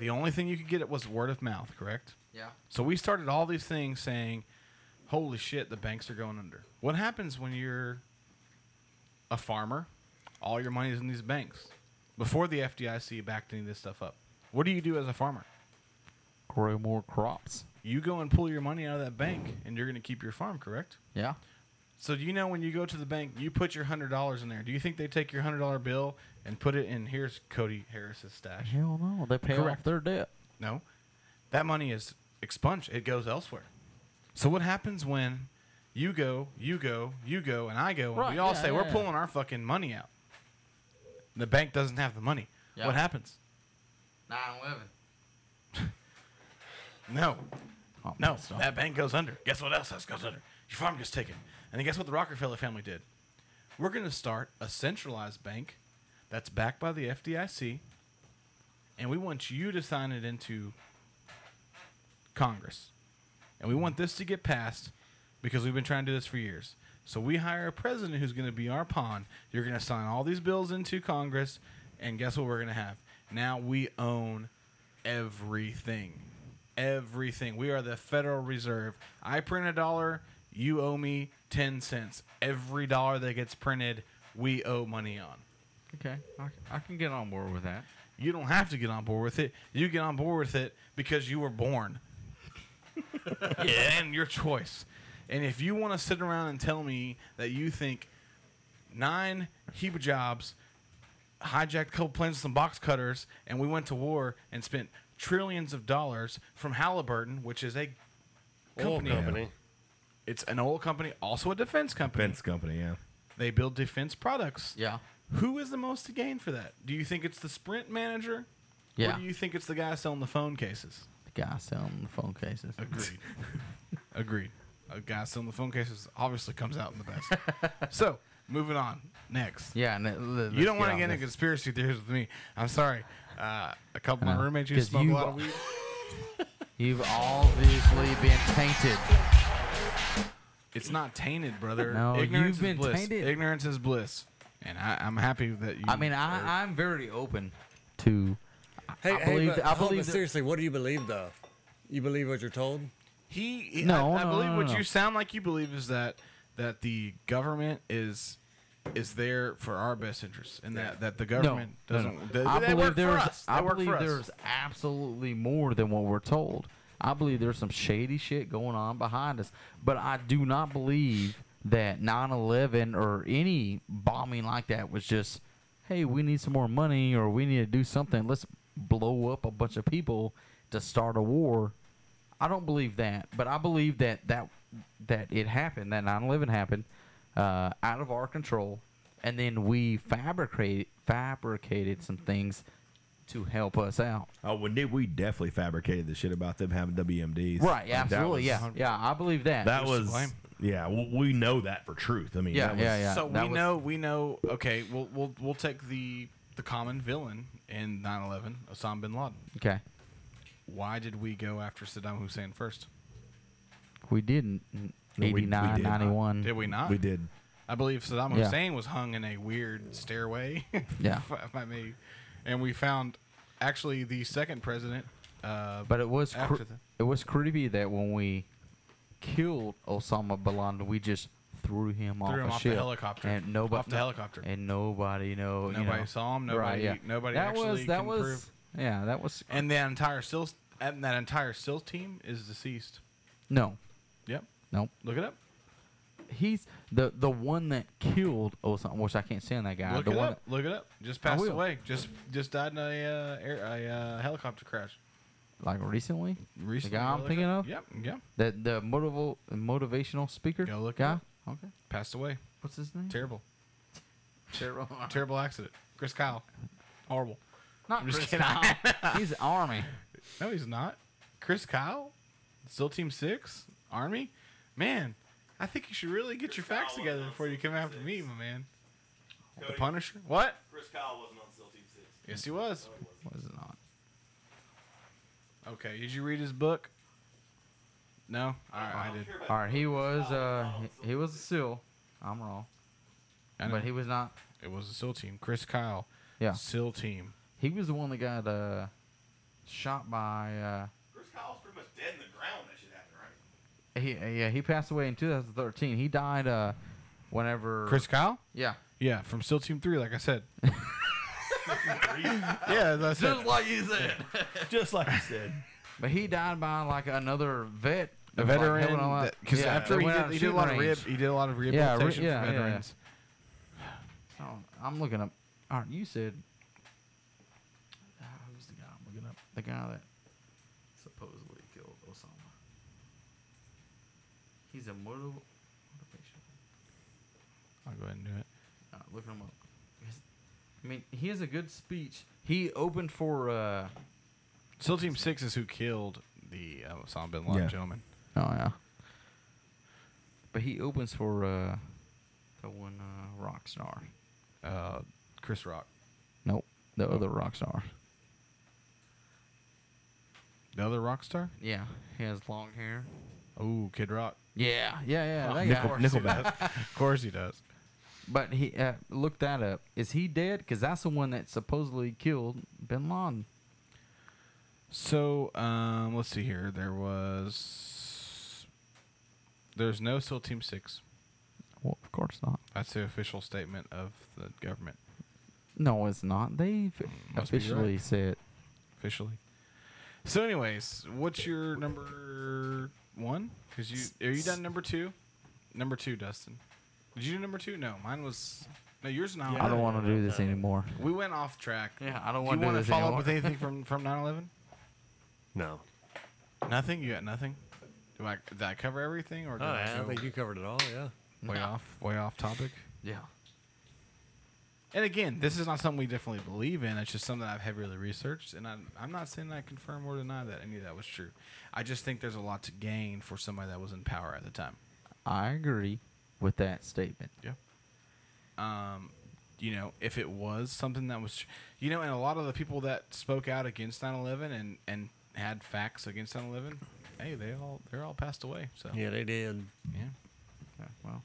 the only thing you could get it was word of mouth, correct? Yeah. So we started all these things saying, "Holy shit, the banks are going under." What happens when you're a farmer? All your money is in these banks. Before the FDIC backed any of this stuff up, what do you do as a farmer? Grow more crops. You go and pull your money out of that bank, and you're going to keep your farm, correct? Yeah. So do you know when you go to the bank, you put your hundred dollars in there? Do you think they take your hundred dollar bill and put it in? Here's Cody Harris's stash. Hell no, they pay Correct. off their debt. No, that money is expunged. It goes elsewhere. So what happens when you go, you go, you go, and I go, and Right, we all yeah, say we're yeah, yeah. pulling our fucking money out. The bank doesn't have the money. Yeah. What happens? 9 11. No. no, that bank goes under. Guess what else else goes under? Your farm gets taken. And then guess what the Rockefeller family did? We're going to start a centralized bank that's backed by the FDIC, and we want you to sign it into Congress. And we want this to get passed because we've been trying to do this for years. So we hire a president who's going to be our pawn. You're going to sign all these bills into Congress, and guess what we're going to have? Now we own everything. Everything. We are the Federal Reserve. I print a dollar, you owe me 10 cents. Every dollar that gets printed, we owe money on. Okay, I, I can get on board with that. You don't have to get on board with it. You get on board with it because you were born. yeah, and your choice. And if you want to sit around and tell me that you think nine Hebrew jobs hijacked a couple planes with some box cutters and we went to war and spent trillions of dollars from Halliburton, which is a Oil company. company. It's an oil company, also a defense company. Fence company, yeah. They build defense products. Yeah. Who is the most to gain for that? Do you think it's the sprint manager? Yeah. Or do you think it's the guy selling the phone cases? The guy selling the phone cases. Agreed. Agreed. A guy selling the phone cases obviously comes out in the best. so, moving on. Next. Yeah, you don't want to get into conspiracy theories with me. I'm sorry. Uh, a couple of my Uh, roommates used 'cause to smoke a you- lot of weed. You've obviously been tainted. It's not tainted, brother. No, Ignorance you've been is bliss. tainted. Ignorance is bliss. And I, I'm happy that you. I mean, I, I'm very open to. I believe. but, I Hope, believe. but seriously, what do you believe though? You believe what you're told? He, No, I, I no, believe no, what no, no. you sound like you believe is that that the government is is there for our best interests, and that, that the government no, doesn't. no, They, I they believe work there's. for us. They I work believe for us. there's absolutely more than what we're told. I believe there's some shady shit going on behind us, but I do not believe that 9/11 or any bombing like that was just, hey, we need some more money or we need to do something. Let's blow up a bunch of people to start a war. I don't believe that, but I believe that that that it happened, that 9/11 happened, uh, out of our control, and then we fabricated fabricated some things to help us out. Oh, when did we definitely fabricated the shit about them having WMDs? Right? Like, that Absolutely. was- Yeah. Yeah. I believe that. That was yeah. w we know that for truth. I mean, Yeah, that was, yeah, yeah. So that we was- know we know. Okay, we'll we'll we'll take the the common villain in 9/11, Osama bin Laden. Okay. Why did we go after Saddam Hussein first? We didn't. No, we- we 89, did not. 91. Did we not? We did. I believe Saddam Yeah. Hussein was hung in a weird stairway. Yeah. if I- if I may. And we found actually the second president. Uh, But it was after cr- that. it was creepy that when we killed Osama bin Laden, we just threw him off Threw him a off the ship helicopter. and nobody Off the helicopter. and nobody know you Nobody know. saw him, Right, nobody- nobody that was actually that can was prove. yeah that was and that entire SEAL and that entire SEAL team is deceased. no Yep. Nope. Look it up. he's the the one that killed Osama which I can't stand that guy Look the it one up. Look it up. Just I passed will. away. Just just died in a, uh, air, a uh, helicopter crash. that- like recently Recently, the guy go I'm look thinking it up. of Yep, yeah. that the motival motivational speaker Go look it guy up. okay Passed away. What's his name? Terrible. Terrible. Terrible accident. Chris Kyle. Horrible. Not I'm just Chris kidding. Kyle. He's Army. No, he's not. Chris Kyle, still Team Six, Army. Man, I think you should really get your facts together before you come after me, my man. The Cody. Punisher. What? Chris Kyle wasn't on Steel Team Six. Yes, he was. Was it not? Okay. Did you read his book? No. All right, I did. All right, he was uh he, he was a seal. I'm wrong. I know. But he was not. It was a SEAL team. Chris Kyle. Yeah. SEAL team. He was the one that got uh shot by. Uh, Chris Kyle's pretty much dead in the ground. when That shit happened, right? he uh, yeah he passed away in 2013. He died uh, whenever Chris Kyle? Yeah. Yeah, from Steel Team 3, like I said. yeah, that's Just like you said. Just like you said. But he died by like another vet. A that was, like, veteran, helping him out. because Yeah, after they he went out did, on he did a shooting lot of rehab, range. he did a lot of Yeah, re- rehabilitation yeah, for yeah, yeah. veterans. Oh, I'm looking up. All right, you said. Ah, who's the guy I'm looking up? The guy that supposedly killed Osama. He's a motiv- motivation. I'll go ahead and do it. Uh, looking him up. Yes. I mean, he has a good speech. He opened for. uh Steel Team 6 is who killed the uh, Osama bin Laden Yeah. gentleman. Oh yeah. But he opens for uh the one uh, rock star. Uh, Chris Rock. Nope, the other rock star. The other rock star? Yeah, he has long hair. Oh, Kid Rock. Yeah, yeah, yeah. that guy. Oh, Nickel, Nickelback. of course he does. But he uh, look that up. Is he dead? Because that's the one that supposedly killed Bin Laden. So um, let's see here. There was. There's no SEAL Team Six. Well, of course not. That's the official statement of the government. No, it's not. They Mm, Must be right. officially said. Officially. So, anyways, what's your number one? Because you are you done number two? Number two, Dustin. Did you do number two? No, mine was. No, yours not. I don't want to do this anymore. We went off track. Yeah, I don't do wanna you do wanna this follow anymore. up with anything from from 9/11? No. Nothing. You got nothing. Do I did I cover everything or? Did Oh, I, yeah, I go think you covered it all. Yeah. Way off. Way off topic. Yeah. And again, this is not something we definitely believe in. It's just something I've heavily researched, and I'm, I'm not saying I confirm or deny that any of that was true. I just think there's a lot to gain for somebody that was in power at the time. I agree with that statement. Yeah. Um, you know, if it was something that was, tr- you know, and a lot of the people that spoke out against 9/11 and and had facts against 9/11, hey, they all they're all passed away. So Yeah, they did. Yeah. well,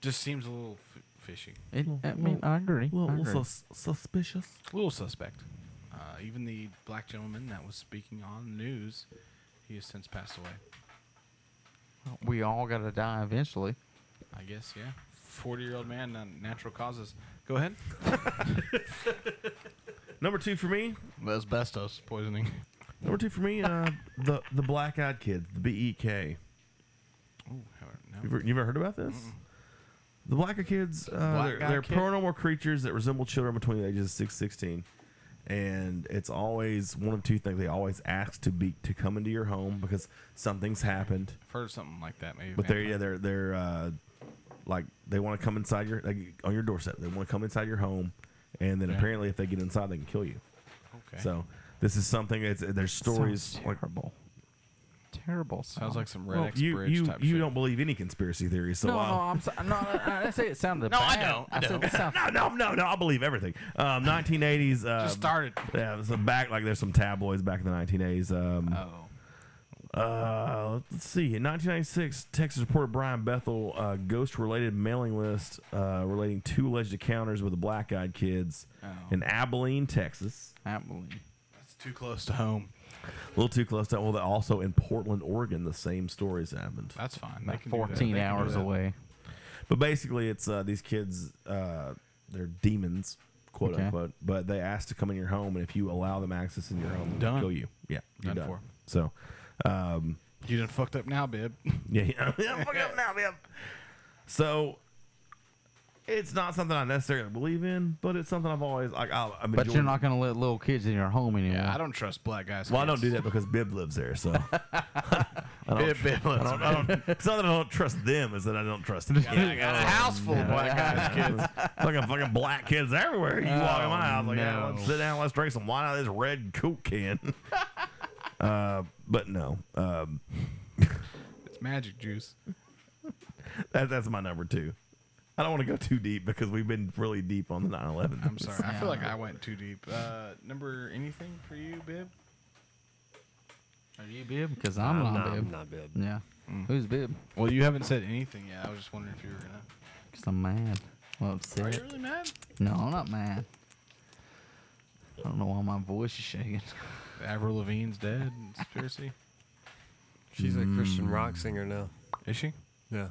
just seems a little f- fishy. It, I mean, I agree. Well, I also agree. s- suspicious. A little suspect. Uh, even the black gentleman that was speaking on the news, he has since passed away. we all gotta die eventually. I guess, yeah. 40 year old man, on natural causes. Go ahead. Number two for me. Asbestos poisoning. Number two for me. Uh, the the Black Eyed Kids, the E BEK. Ooh, haven't- no. You've, ever, you've ever heard about this? The Black Eyed Kids, uh, Black they're, Eyed they're Kid? paranormal creatures that resemble children between the ages of 6 16. And it's always one of two things. They always ask to be to come into your home because something's happened. I've heard of something like that, maybe. But they're vampire. yeah, they're they're uh, like they want to come inside your like, on your doorstep. They want to come inside your home, and then Yeah. apparently if they get inside, they can kill you. Okay. So this is something. It's there's stories like terrible. Terrible. Sounds like some Red Well, X you Bridge you, type you don't believe any conspiracy theories, so no, I'll- no, I'm so, no, I, I didn't say it sounded No, I bad. don't. I said don't. it sound- no, no, no, no. I believe everything. Um, 1980s. Um, Just started. Yeah, so back like there's some tabloids back in the 1980s. Um, oh. Uh, let's see. In 1996, Texas reporter Brian Bethel uh, ghost-related mailing list uh, relating two alleged encounters with the black-eyed kids Oh. in Abilene, Texas. Abilene. That's too close to home. A little too close to well, also in Portland, Oregon, the same stories happened. That's fine. About 14 hours away. But basically, it's uh, these kids, uh, they're demons, quote Okay. unquote, but they ask to come in your home, and if you allow them access in your home, they'll Done. kill you. Yeah, you're done. Done for. So, um, You done fucked up now, bib. yeah, yeah, yeah, fuck up now, man. So, it's not something I necessarily believe in, but it's something I've always like. I, I But you're not gonna let little kids in your home anymore. Yeah, I don't trust black guys. Well, I don't do that because Bib lives there, so. I don't, Bib- Bib lives I don't, I don't, it's not that I don't trust them; it's that I don't trust. them. I got a house full of black guys, kids. fucking fucking black kids everywhere. You walk in my Oh, house, like, yeah, no. let's sit down, let's drink some wine out of this red Coke can. uh, but no, um, It's magic juice. that, that's my number two. I don't want to go too deep because we've been really deep on the 9/11. I'm sorry. I feel like I went too deep. Uh, number anything for you, bib? Are you bib? Because I'm, not bib. Yeah. Who's bib? Well, you haven't said anything yet. I was just wondering if you were gonna. Because I'm mad. Well, upset. Are you really mad? No, I'm not mad. I don't know why my voice is shaking. Avril Lavigne's dead. and Conspiracy. She's a Christian Mm. rock singer now. Is she? Yeah.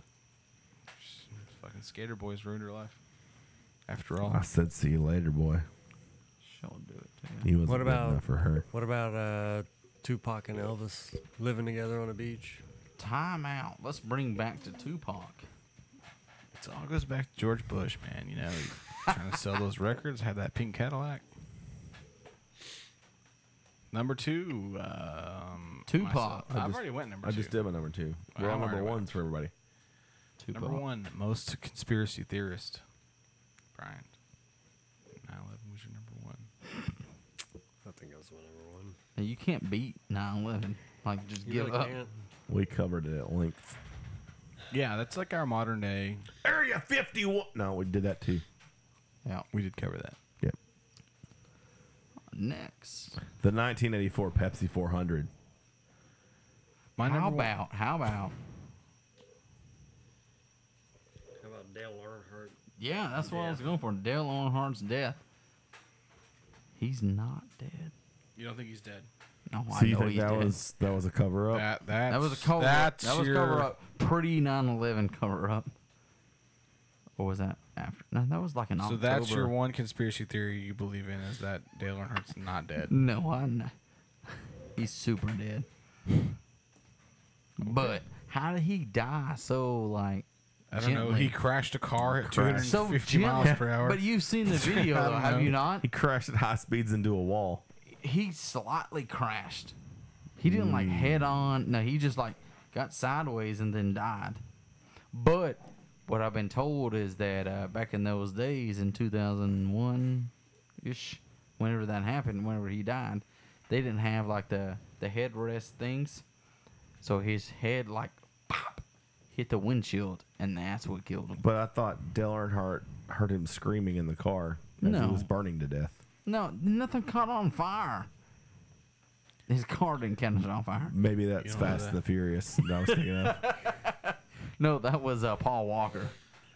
Fucking Skater Boys ruined her life. After all, I said, "See you later, boy." she'll do it. He wasn't What good enough about for her. What about uh, Tupac and Elvis living together on a beach? Time out. Let's bring back to Tupac. It all goes back to George Bush, man. You know, he trying to sell those records, had that pink Cadillac. Number two, um, myself. I've already went number I two. just did my number two. I We're on number already went. ones for everybody. Number one, most conspiracy theorist, Brian. 9 11 was your number one. I think I was number one. And you can't beat 9/11. Like just You give really up. can't. We covered it at length. Yeah, that's like our modern day. Area 51. No, we did that too. Yeah. We did cover that. Yep. Next. The 1984 Pepsi 400. My how about? How about? How about Dale Earnhardt? Yeah, that's what I Death. was going for. Dale Earnhardt's death. He's not dead. You don't think he's dead? No, So Oh, I you know think he's that dead. was that was a cover up? That, that was a cover. up. that's That was your- cover up. Pretty 9/11 cover up. Or was that after? No, that was like an. So October. that's your one conspiracy theory you believe in is that Dale Earnhardt's not dead. No, I'm not. He's super dead. But how did he die so like? I don't know. He crashed a car at Crashed. 250 miles per hour. But you've seen the video, I though, don't have know. you not? He crashed at high speeds into a wall. He slightly crashed. He didn't like Hmm. head on. No, he just like got sideways and then died. But what I've been told is that uh, back in those days, in 2001 ish, whenever that happened, whenever he died, they didn't have like the the headrest things. So his head like pop hit the windshield, and that's what killed him. But I thought Dale Earnhardt heard him screaming in the car as No. he was burning to death. No, nothing caught on fire. His car didn't catch on fire. Maybe that's don't know Fast that. and the Furious that I was thinking of. No, that was uh, Paul Walker.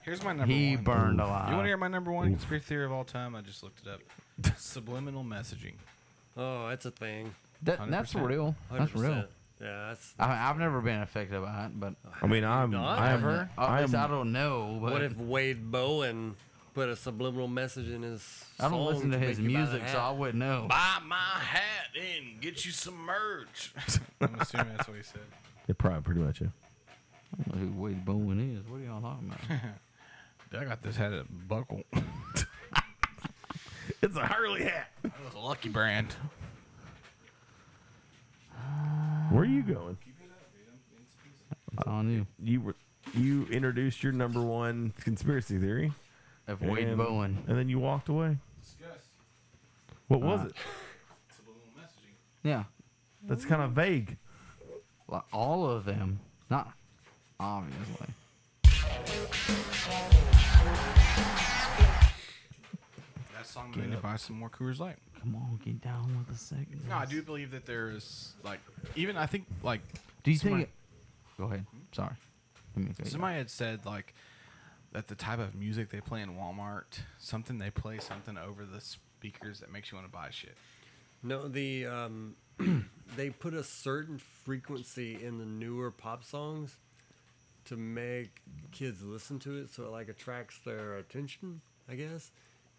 Here's my number he one. burned alive. You want to hear my number one Oof. conspiracy theory of all time? I just looked it up. Subliminal messaging. Oh, that's a thing. That, that's real. That's real. 100%. Yeah, that's. I mean, I've never been affected by it, but I mean, I'm. Not? I am. Ever? At I least am- I don't know. But What if Wade Bowen put a subliminal message in his? I don't song listen to make his you buy the music, so I hat? wouldn't know. Buy my hat and get you some merch. I'm assuming that's what he said. It probably pretty much it. I don't know who Wade Bowen is. What are y'all talking about? Dude, I got this hat at Buckle. it's a Hurley hat. That was a lucky brand. Where are you going? It's on you. You were. You introduced your number one conspiracy theory Of Wade and- Bowen. and then you walked away. What was Uh, it? Yeah. That's kind of vague. Like all of them, not obviously. That song made me up. buy some more Coors Light. Come on, get down with the segment. No, I do believe that there is like even I think like Do you somebody- think? It, go ahead. Sorry. Let me cut you off. Somebody had said like that the type of music they play in Walmart, something they play something over the speakers that makes you want to buy shit. No, the um, they put a certain frequency in the newer pop songs to make kids listen to it, so it like attracts their attention, I guess,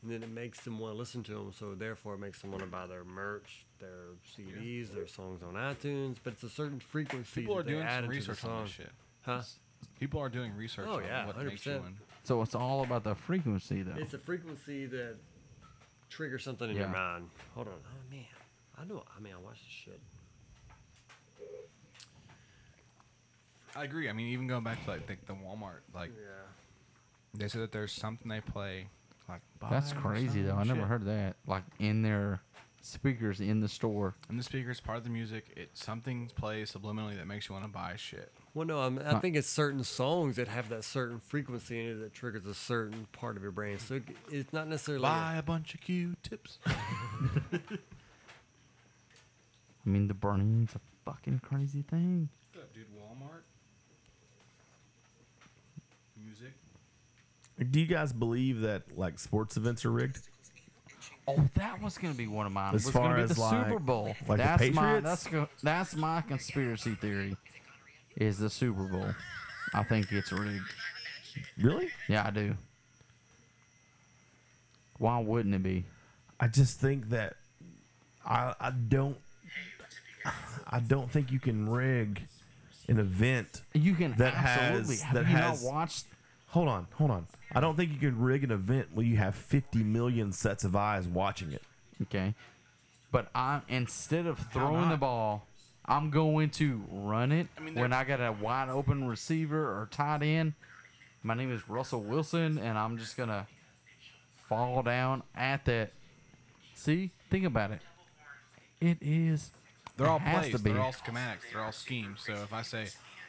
and then it makes them want to listen to them. So therefore, it makes them want to buy their merch, their CDs, their songs on iTunes. But it's a certain frequency. People that are they doing add some into the research on this song. shit. Huh? People are doing research Oh on yeah, what hundred makes you percent. want. So it's all about the frequency, though. It's a frequency that triggers something in Yeah. your mind. Hold on. Oh man, I know. I mean, I watched this shit. I agree. I mean, even going back to like the, the Walmart, like they said that there's something they play like. That's buy or crazy, though. some I never shit. heard that. Like in their speakers in the store. And the speakers, part of the music, it something plays subliminally that makes you want to buy shit. Well, no, I'm, I Huh. think it's certain songs that have that certain frequency in it that triggers a certain part of your brain. So it, it's not necessarily. a- Buy a bunch of Q-tips. I mean, the burning's a fucking crazy thing. Dude, Walmart music. Do you guys believe that like sports events are rigged? Oh, that was going to be one of mine. As was gonna far be as the like- Super Bowl. like the that's my Patriots? that's go- that's my conspiracy theory. Is the Super Bowl? I think it's rigged. Really? Yeah, I do. Why wouldn't it be? I just think that I I don't I don't think you can rig an event you can that absolutely. has Have that you not has watched- Hold on, hold on. I don't think you can rig an event where you have 50 million sets of eyes watching it. Okay. But I instead of throwing the ball, I'm going to run it when I got a wide open receiver or tight end. My name is Russell Wilson, and I'm just gonna fall down at that. See, think about it. It is. They're it all has plays. to be. They're all schematics. They're all schemes. So if I say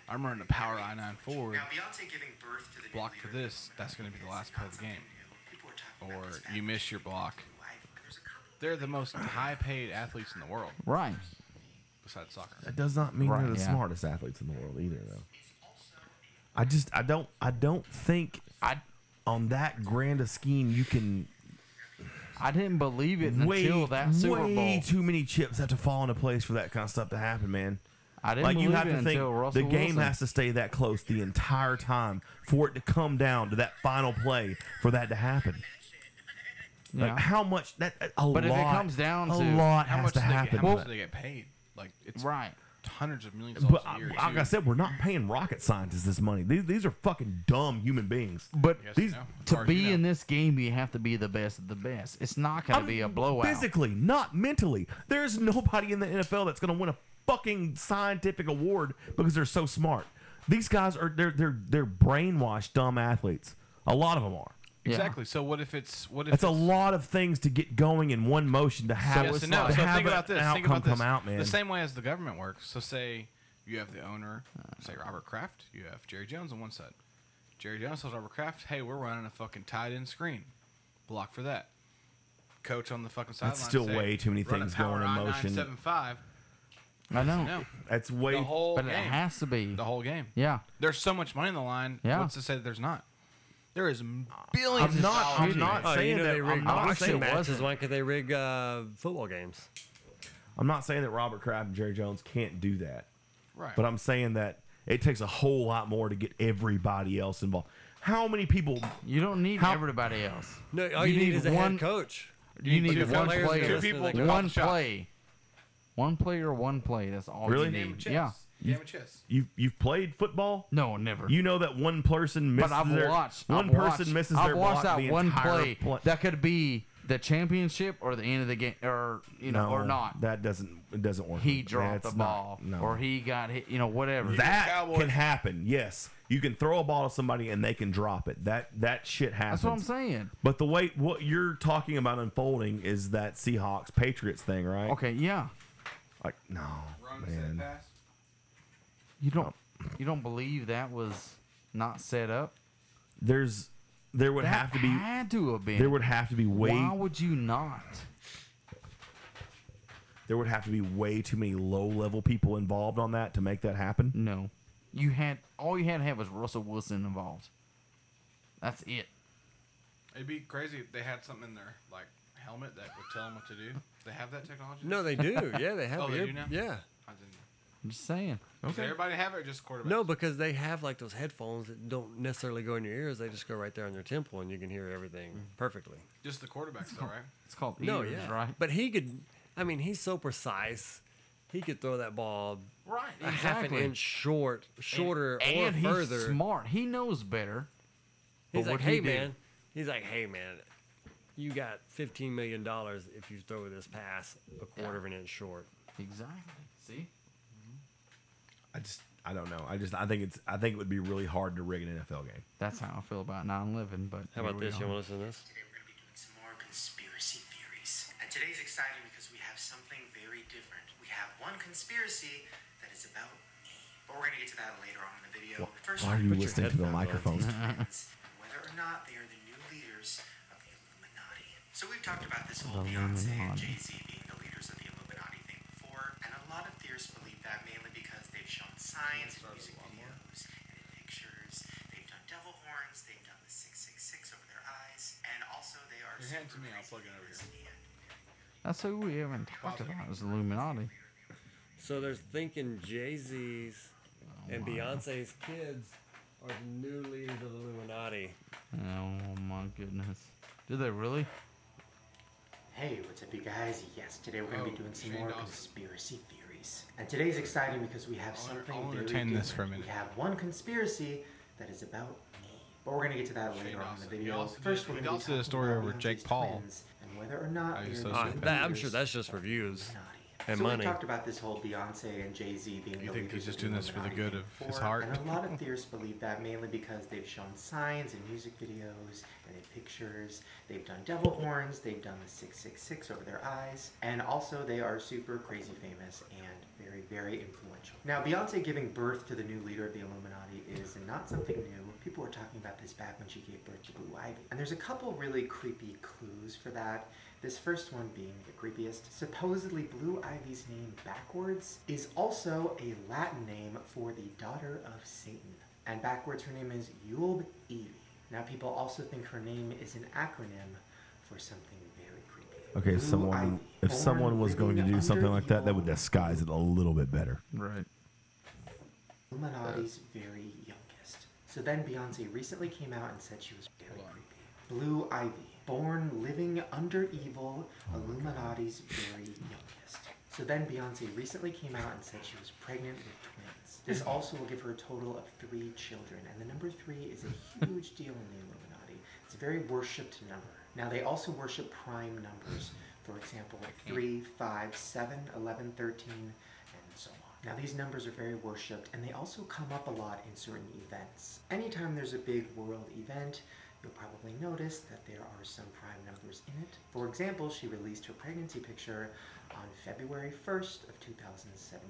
I'm running a power I nine forward, block for this, that's going to be the last play of the game. Or you miss your block. They're the most high-paid athletes in the world, right. besides soccer. That does not mean Right, they're the yeah. smartest athletes in the world either, though. I just I don't I don't think I on that grand a scheme you can. I didn't believe it until that Super way Bowl. too many chips have to fall into place for that kind of stuff to happen, man. I didn't like you believe have it to think until the Russell game Wilson. has to stay that close the entire time for it to come down to that final play for that to happen. Like, Yeah. how much that a But if it lot, comes down a to- lot How has much to do they get- how happen. much for do that. They get paid like it's right hundreds of millions of But dollars I, a year. like I too. said, we're not paying rocket scientists this money. These these are fucking dumb human beings. But these to be in this game, you have to be the best of the best. It's not going to be a blowout. physically, not mentally. There's nobody in the NFL that's going to win a fucking scientific award because they're so smart. These guys are they're they're they're brainwashed dumb athletes. A lot of them are. exactly. So what if it's what if That's a it's- lot of things to get going in one motion to have, yes to and no. So have think an about this. outcome Think about this. come out, man. The same way as the government works. So say you have the owner, say Robert Kraft. You have Jerry Jones on one side. Jerry Jones tells Robert Kraft, "Hey, we're running a fucking tight end screen. Block for that." Coach on the fucking sideline. That's still say, way too many "Run a things power going in I-9 motion." 75." I know. No. That's way. The whole but it game. has to be The whole game. Yeah. There's so much money on the line. Yeah. What's to say that there's not? There is I'm billions. not- I'm Of dollars. not Oh, you saying know that- they I'm rigged not boxing saying matches. that. This is why could they rig uh, football games? I'm not saying that Robert Kraft and Jerry Jones can't do that. Right. But I'm saying that it takes a whole lot more to get everybody else involved. How many people? You don't need everybody else. No, all you, need, is a head coach. You, need, two one players to player. listen to that one coach. play. One player, one play. That's all Really? you Name need. of Yeah. chess. Game of chess. You you've played football? No, never. You know that one person misses But I've their watched. one I've person watched- misses I've their watched block that the one entire play. pl- That could be the championship or the end of the game, or you know, or No, not. That doesn't it doesn't work. He like that. dropped That's the not- ball, no. or he got hit. You know, whatever. that can happen. Yes, you can throw a ball to somebody and they can drop it. That that shit happens. That's what I'm saying. But the way what you're talking about unfolding is that Seahawks Patriots thing, right? Okay, yeah. Like no, man. You don't. You don't believe that was not set up? There's there would That have to be had to have been. there would have to be way Why would you not? there would have to be way too many low level people involved on that to make that happen. No, You had all you had to have was Russell Wilson involved. That's it. It'd be crazy if they had something in their like helmet that would tell them what to do. They have that technology. No, they do. Yeah, they have Oh, they it. do now. Yeah. I didn't know. I'm just saying. Does everybody have it? Or just quarterback. No, because they have like those headphones that don't necessarily go in your ears. They just go right there on your temple, and you can hear everything perfectly. Just the quarterbacks, though, right? It's called no, yeah. But he could. I mean, he's so precise. He could throw that ball Right, a half an exactly. inch short, shorter, and, and or further. He's smart. He knows better. He's But like, what'd hey he do?" man. He's like, hey man, you got fifteen million dollars if you throw this pass a quarter of an inch short. Exactly. See. I just I don't know. I just I think it's I think it would be really hard to rig an NFL game. That's how I feel about non-living. But How here about we this? You are. want to listen to this? Today we're going to be doing some more conspiracy theories. And today's exciting because we have something very different. We have one conspiracy that is about me. But we're going to get to that later on in the video. First, Why are you we're gonna listening to the microphone? and whether or not they are the new leaders of the Illuminati. So we've talked about this whole Beyonce and Jay-Z being the leaders of the Illuminati thing before, and a lot of theorists believe that mainly because they've shown signs in music videos and in pictures. They've done devil horns, they've done the 666 over their eyes, and also they are Your hand to super me. I'll crazy plug it over leaders in the here. end. That's who we haven't talked about is Illuminati. So they're thinking Jay Z's Oh and Beyonce's kids are the new leaders of the Illuminati. Oh my goodness. Did they really? Hey, what's up, you guys? Yes, today we're going to Oh, be doing some Shane more Dawson. conspiracy theories. And today's exciting because we have something I'll very entertain this for a different. minute. We have one conspiracy that is about me. But we're going to get to that later on in the video. First, we're he going to be also did a talking story about over Beyonce's Jake Paul. twins and whether or not Are you they're so the Uh, leaders. that- I'm sure that's just for views and so we money. talked about this whole Beyonce and Jay Z being. You the think he's leaders just of doing this for the Illuminati good of thing his for, heart? And a lot of theorists believe that mainly because they've shown signs in music videos and in pictures. They've done devil horns. They've done the six six six over their eyes, and also they are super crazy famous and very very influential. Now Beyonce giving birth to the new leader of the Illuminati is not something new. People were talking about this back when she gave birth to Blue Ivy, and there's a couple really creepy clues for that. This first one being the creepiest. Supposedly, Blue Ivy's name backwards is also a Latin name for the daughter of Satan. And backwards, her name is Yulb Eve. Now, people also think her name is an acronym for something very creepy. Okay, someone if someone was going to do something like that, they would disguise it a little bit better. Right. Illuminati's very youngest. So then Beyonce recently came out and said she was very creepy. Blue Ivy, born living under evil, Illuminati's very youngest. So then Beyonce recently came out and said she was pregnant with twins. This also will give her a total of three children, and the number three is a huge deal in the Illuminati. It's a very worshipped number. Now they also worship prime numbers. For example, 3, 5, 7, 11, 13, and so on. Now, these numbers are very worshipped and they also come up a lot in certain events. Anytime there's a big world event, you'll probably notice that there are some prime numbers in it. For example, she released her pregnancy picture on February 1st of 2017,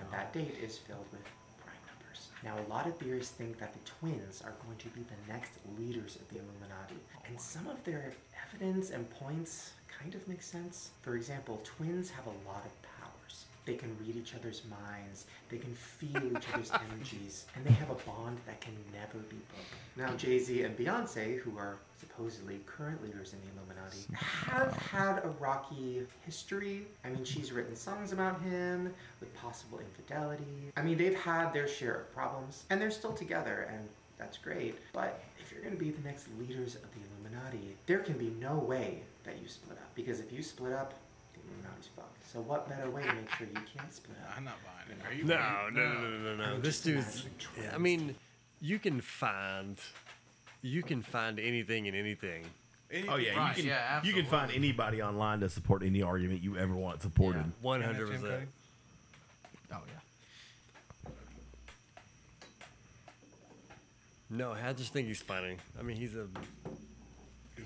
and that date is filled with prime numbers. Now, a lot of theorists think that the twins are going to be the next leaders of the Illuminati, and some of their evidence and points kind of make sense. For example, twins have a lot of powers. They can read each other's minds, they can feel each other's energies, and they have a bond that can never be broken. Now, Jay Z and Beyonce, who are supposedly current leaders in the Illuminati, have had a rocky history. I mean, she's written songs about him with possible infidelity. I mean, they've had their share of problems, and they're still together, and that's great. But if you're going to be the next leaders of the Illuminati, there can be no way that you split up. Because if you split up, the Illuminati's fucked. So, what better way to make sure you can't split up? I'm not buying it. Are No, no, no, no, no, no. Oh, This dude's. I mean, you can find, you can find anything in anything. Oh yeah, you can you can find anybody online to support any argument you ever want supported. One hundred percent. Oh yeah. No, I just think he's funny. I mean, he's a.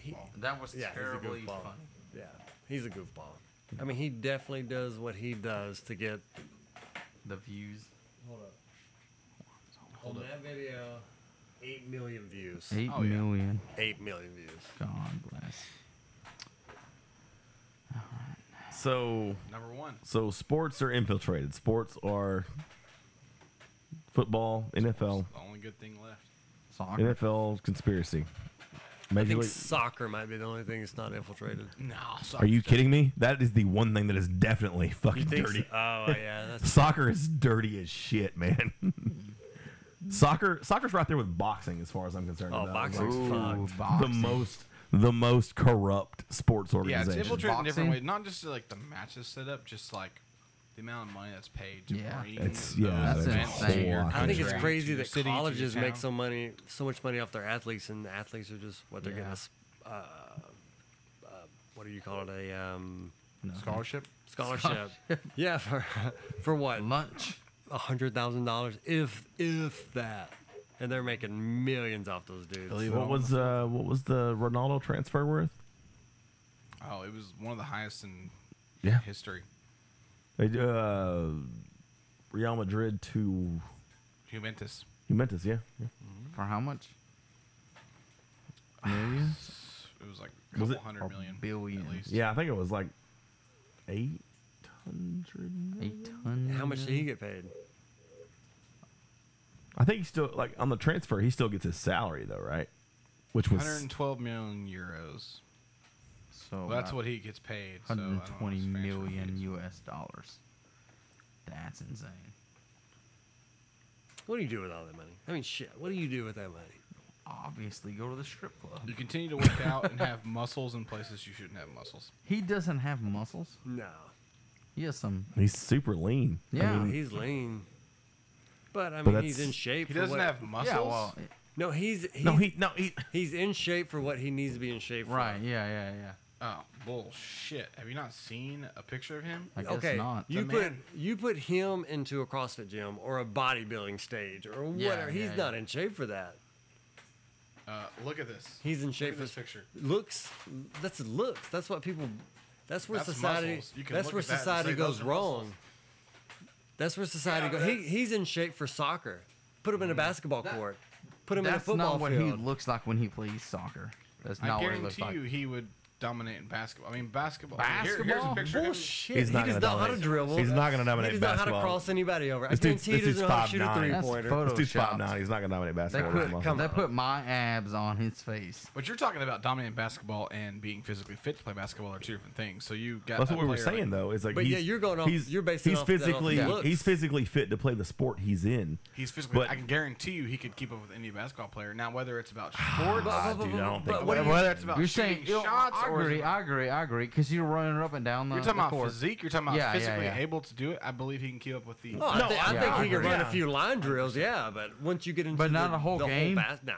he- That was yeah, he's a terribly goofball. funny. Yeah, he's a goofball. I mean, he definitely does what he does to get the views. Hold up. Hold On that video, eight million views. Eight Eight Oh, yeah. million. Eight million views. God bless. So Number one. So sports are infiltrated. Sports are football, NFL, The only good thing left. NFL conspiracy. I Major think League- soccer might be the only thing that's not infiltrated. No, Are you kidding me? That is the one thing that is definitely fucking think dirty. so? Oh, yeah, that's- soccer is dirty as shit, man. soccer, soccer's right there with boxing, as far as I'm concerned. Oh, about. boxing's Ooh, fucked. The boxing. most, the most corrupt sports Yeah, organization. it's infiltrated in different ways. Not just like the matches set up, just like the amount of money that's paid to Yeah. bring. It's- yeah, that's those events to insane. your I think it's country, to crazy your that city, to your colleges make town. so money, so much money off their athletes, and the athletes are just what they're Yeah. getting. A, uh, uh, what do you call it? A um, Nothing. Scholarship? Scholarship. yeah, for for what? Lunch. A hundred thousand dollars, if if that, and they're making millions off those dudes. what was uh, what was the Ronaldo transfer worth? Oh, it was one of the highest in Yeah. history. They uh, Real Madrid to Juventus. Juventus, yeah. yeah. For how much? Millions? It was like a Was couple it- hundred million. Billion. Yeah, I think it was like eight hundred. Eight How much did he get paid? I think he still like on the transfer. He still gets his salary though, right? Which was 112 million euros. So Well, that's about what he gets paid, uh, so I don't know 120 million U.S. dollars. That's insane. What do you do with all that money? I mean, shit. What do you do with that money? Obviously, go to the strip club. You continue to work out and have muscles in places you shouldn't have muscles. He doesn't have muscles. No. He has some. He's super lean. I Yeah. mean, He's lean. But I But mean, he's that's- in shape. He for doesn't what- have muscles? Yeah, well, no, he's, he's No, he no he he's in shape for what he needs to be in shape for. Right. Yeah. Yeah. Yeah. Oh bullshit! Have you not seen a picture of him? okay, you The put man- you put him into a CrossFit gym or a bodybuilding stage or Yeah, whatever. He's yeah, not yeah. in shape for that. Uh, look at this. He's in Look shape at for this picture. Looks. That's looks. That's what people. That's where That's society. muscles. You can That's look where at that and society say those goes are wrong. That's where society Yeah, goes. He, he's in shape for soccer. Put Mm. him in a basketball court. Put him in a That's football not what field. he looks like when he plays soccer. That's I not what he looks guarantee like. you, he would dominate in basketball. I mean, basketball. I mean, here- here's a Basketball? picture. of him. Bullshit. He's He not does gonna not know how to dominate. dribble. He's not going to dominate He does not know how to basketball. cross anybody over. I guarantee he this dude's doesn't know how to shoot a 5'9". three-pointer. This dude's Photoshopped. five nine. He's not going to dominate They basketball. with put, muscles. they put my abs on his face. But you're talking about dominating basketball and being physically fit to play basketball are two different things. So you got. That's a what we were player like- saying though. Is like But he's, yeah, you're going off- He's, you're basing he's off that off physically his looks. he's physically fit to play the sport he's in. He's physically. But- I can guarantee you, he could keep up with any basketball player. Now, whether it's about sports, Ah, dude, I don't think but whether, so. whether it's about you're saying shooting you know, shots I or is it agree, I agree, I agree, because you're running up and down the. You're talking uh, the about court. physique. You're talking about Yeah, yeah, physically yeah. able to do it. I believe he can keep up with the. Oh, I, thi- I think he could agree. run a few line drills, yeah, but once you get into But not the, a whole the game? bas- no,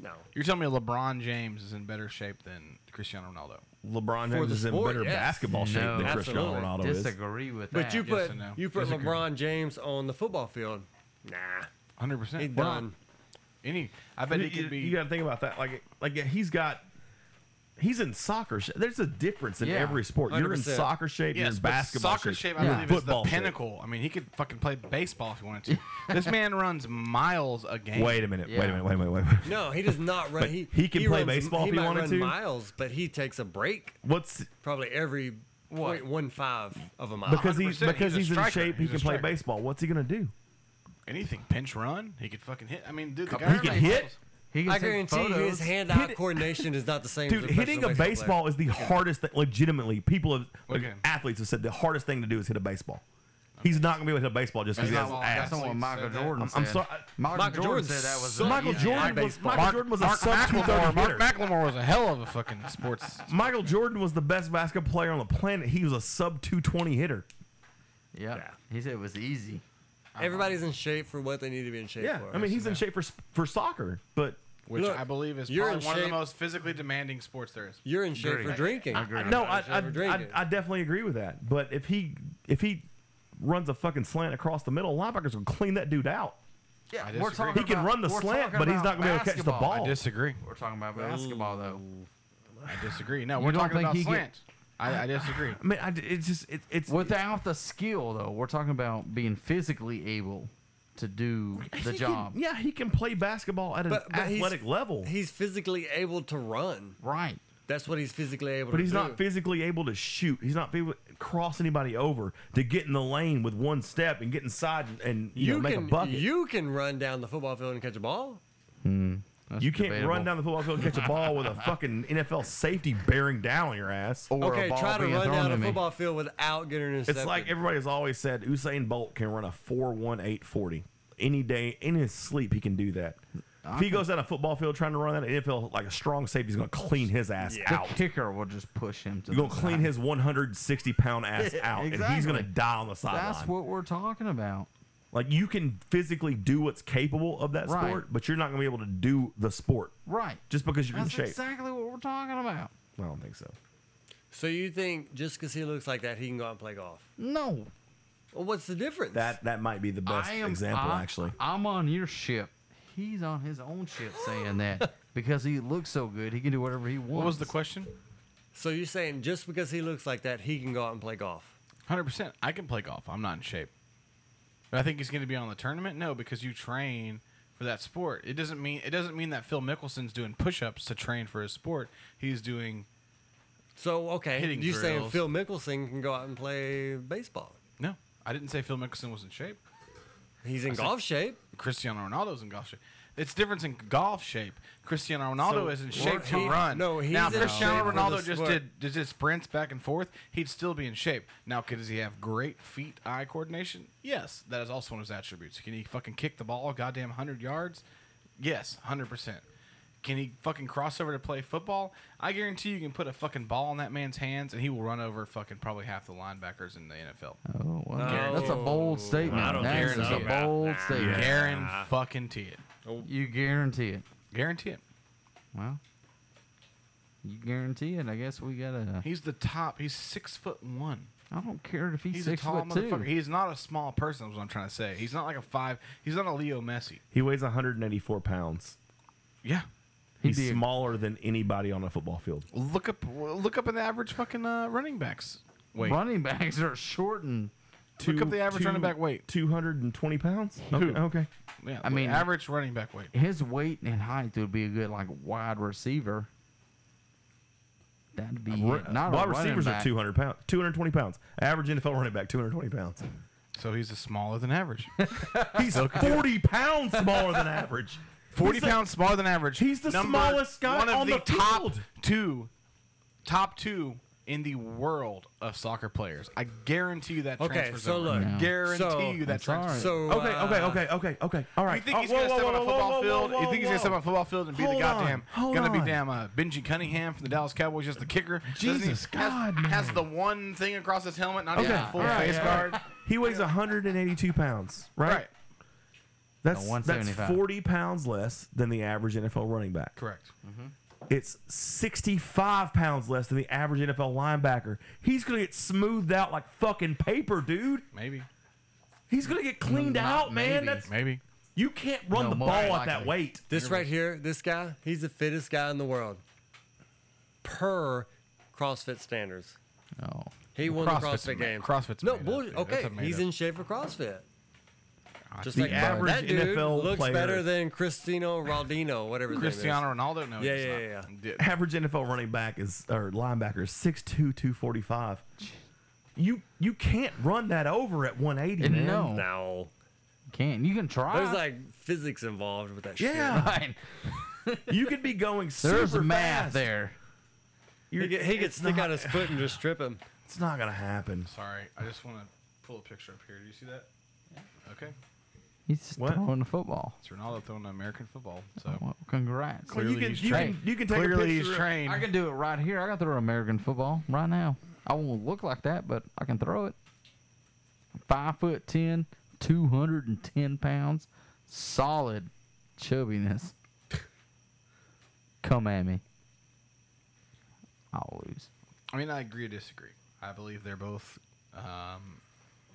no. You're telling me LeBron James is in better shape than Cristiano Ronaldo? LeBron James is in better basketball shape No, than Cristiano absolutely. Ronaldo is. Disagree with But that. you Yes put and no. you put Disagree. LeBron James on the football field, nah, hundred percent. He's done. Any, I bet you, he could you- be- You got to think about that. Like, like yeah, he's got. He's in soccer. shape. There's a difference in Yeah. every sport. you are in 100%. soccer shape. you're Yes, in but basketball soccer shape, I believe, football is the shape. pinnacle. I mean, he could fucking play baseball if he wanted to. this man runs miles a game. Wait a minute. Wait a minute. Wait a minute. Wait a minute. No, he does not run. But he he can play runs- baseball if he might wanted run to? Miles, but he takes a break. What's probably every point one five of a mile because he's because he's, in striker. shape. He's he a can play striker. baseball. What's he gonna do? Anything pinch run, he could fucking hit. I mean, dude, the He guy can runs- hit? He can I take guarantee you photos. his hand-eye coordination is not the same. as Dude, a hitting a professional baseball player. is the hardest thing. Legitimately, people have like, Okay. athletes have said the hardest thing to do is hit a baseball. He's not gonna be able to hit a baseball just because he has That's not what- ass. that's not what Michael Jordan I'm, I'm said. sorry. Michael Michael Jordan Jordan said that was sucked. Michael Yeah. Jordan was Baseball. Michael Mark- Jordan was a Mark sub McLemore, 230 hitter. Mark McLemore was a hell of a fucking sports. Michael Jordan was the best basketball player on the planet. He was a sub 220 hitter. Yeah. He said it was easy. Everybody's in shape for what they need to be in shape Yeah, for. I mean he's in shape for sp- for soccer, but Which Look, I believe is you're probably one in of the shape- most physically demanding sports there is. You're in shape for drinking. I, I, no, I, I, I, I definitely agree with that. But if he if he runs a fucking slant across the middle, linebackers will clean that dude out. Yeah, we're disagree. talking He can about- run the we're slant, talking but he's about not gonna be able to catch the basketball. ball. I disagree. We're talking about basketball, though. I disagree. No, You we're don't talking think about he get- slant. I, I disagree. I mean, I, it's just it, it's without the skill though. We're talking about being physically able to do the He can- job. yeah, he can play basketball at an athletic he's, level, He's physically able to run. Right. That's what he's physically able but to he's do. not physically able to shoot. He's not able to cross anybody over to get in the lane with one step and get inside and, and you, know, You make can a bucket. you can run down the football field and catch a ball. Mm. you can't run down the football field and catch a ball with a fucking NFL safety bearing down on your ass. okay, try to run down a football field without getting intercepted. It's like everybody has always said Usain Bolt can run a 4.1840. Any day in his sleep, he can do that. if he goes down a football field trying to run that, NFL like a strong safety is going to clean his ass out. The kicker will just push him to. You're going the to clean side. his 160 pound ass out, and he's going to Exactly. die on the That's sideline. what we're talking about. Like you can physically do what's capable of that Right. sport, but you're not going to be able to do the sport Right. just because you're That's in shape. exactly what we're talking about. I don't think so. So you think just because he looks like that, he can go out and play golf? No. Well, what's the difference? That that might be the best I am- example, I- actually. I'm on your ship. He's on his own ship saying that because he looks so good, he can do whatever he wants. What was the question? So you're saying just because he looks like that, he can go out and play golf? Hundred percent. I can play golf. I'm not in shape. But I think he's going to be on the tournament. No, because you train for that sport. It doesn't mean it doesn't mean that Phil Mickelson's doing push-ups to train for his sport. He's doing So okay, hitting you saying drills. Phil Mickelson can go out and play baseball? No, I didn't say Phil Mickelson was in shape. He's in I said golf shape. Cristiano Ronaldo's in golf shape. It's difference in golf shape. Cristiano Ronaldo So, is in or shape to he- run. no, he's now in shape Cristiano for Ronaldo the just sport. did just did sprints back and forth. He'd still be in shape. Now, could does he have great feet eye coordination? Yes, that is also one of his attributes. Can he fucking kick the ball a goddamn hundred yards? Yes, hundred percent. Can he fucking cross over to play football? I guarantee you can put a fucking ball in that man's hands and he will run over fucking probably half the linebackers in the NFL. Oh, well, that's a bold statement. I don't That's guarantee a it. bold Nah. statement. Guaran fucking tee it. You guarantee it. Guarantee it. Well, you guarantee it. I guess we gotta. He's the top. He's six foot one. I don't care if he's, He's six a tall foot two. motherfucker. He's not a small person. Is what I'm trying to say. He's not like a five. He's not a Leo Messi. He weighs 184 pounds. Yeah. He's He'd be a- smaller than anybody on a football field. Look up. Look up in the average fucking uh, running backs. Wait. Running backs are shortened. Look up the average running back weight. Two hundred and twenty pounds. Who? Okay. okay. Yeah, I mean, average running back weight. His weight and height would be a good like wide receiver. That'd be Ru- it. not wide a running receivers back. are two hundred pounds, two hundred twenty pounds. Average NFL running back, two hundred twenty pounds. So he's a smaller than average. he's forty pounds smaller than average. 40 He's a- pounds smaller than average. He's the Number smallest guy one of on the, the top field. two, top two in the world of soccer players. I guarantee you that. Okay, transfers so over. look, I guarantee so- you that That's all transfers. right. so, Okay, uh, okay, okay, okay, okay. All right. You think Oh, he's whoa, gonna whoa, step on a whoa, whoa, football whoa, field? whoa, you think he's gonna whoa. step on a football field and be the Hold on, goddamn? hold gonna on. be damn uh, Benji Cunningham from the Dallas Cowboys, just the kicker. Doesn't he- Jesus, has, God, has the one thing across his helmet, not Okay. even a full all right, face all guard. right. He weighs one hundred and eighty-two pounds. Right. Right. That's No, that's 175. forty pounds less than the average NFL running back. Correct. Mm-hmm. It's 65 pounds less than the average NFL linebacker. He's going to get smoothed out like fucking paper, dude. Maybe. He's going to get cleaned Not out, man. maybe. That's Maybe. You can't run the ball at that weight. This right here, this guy, he's the fittest guy in the world per CrossFit standards. Oh. He won CrossFit's the CrossFit ma- games. CrossFit's no made up, bullshit. dude. That's Okay, a made he's up. in shape for CrossFit. Just The like average that dude NFL looks player- better than Cristiano Ronaldo, whatever. his name is. Cristiano Ronaldo? No, yeah, he's yeah, not. yeah, yeah. Average NFL running back is or linebacker is 6'2", 245. You you can't run that over at 180, man. No. No. Can't. You can try. There's like physics involved with that Yeah. shit. you could be going There's super math fast. there. He could, he could stick out his foot and just strip him. It's not gonna happen. Sorry, I just want to pull a picture up here. Do you see that? Okay. He's just throwing the football. It's Ronaldo throwing American football. So Well, congrats. Well, you Clearly can- he's you can- trained. you can take a Clearly picture he's of- trained. I can do it right here. I can throw American football right now. I won't look like that, but I can throw it. Five foot ten, 210 pounds, solid chubbiness. Come at me. I'll lose. I mean, I agree or disagree. I believe they're both. Um,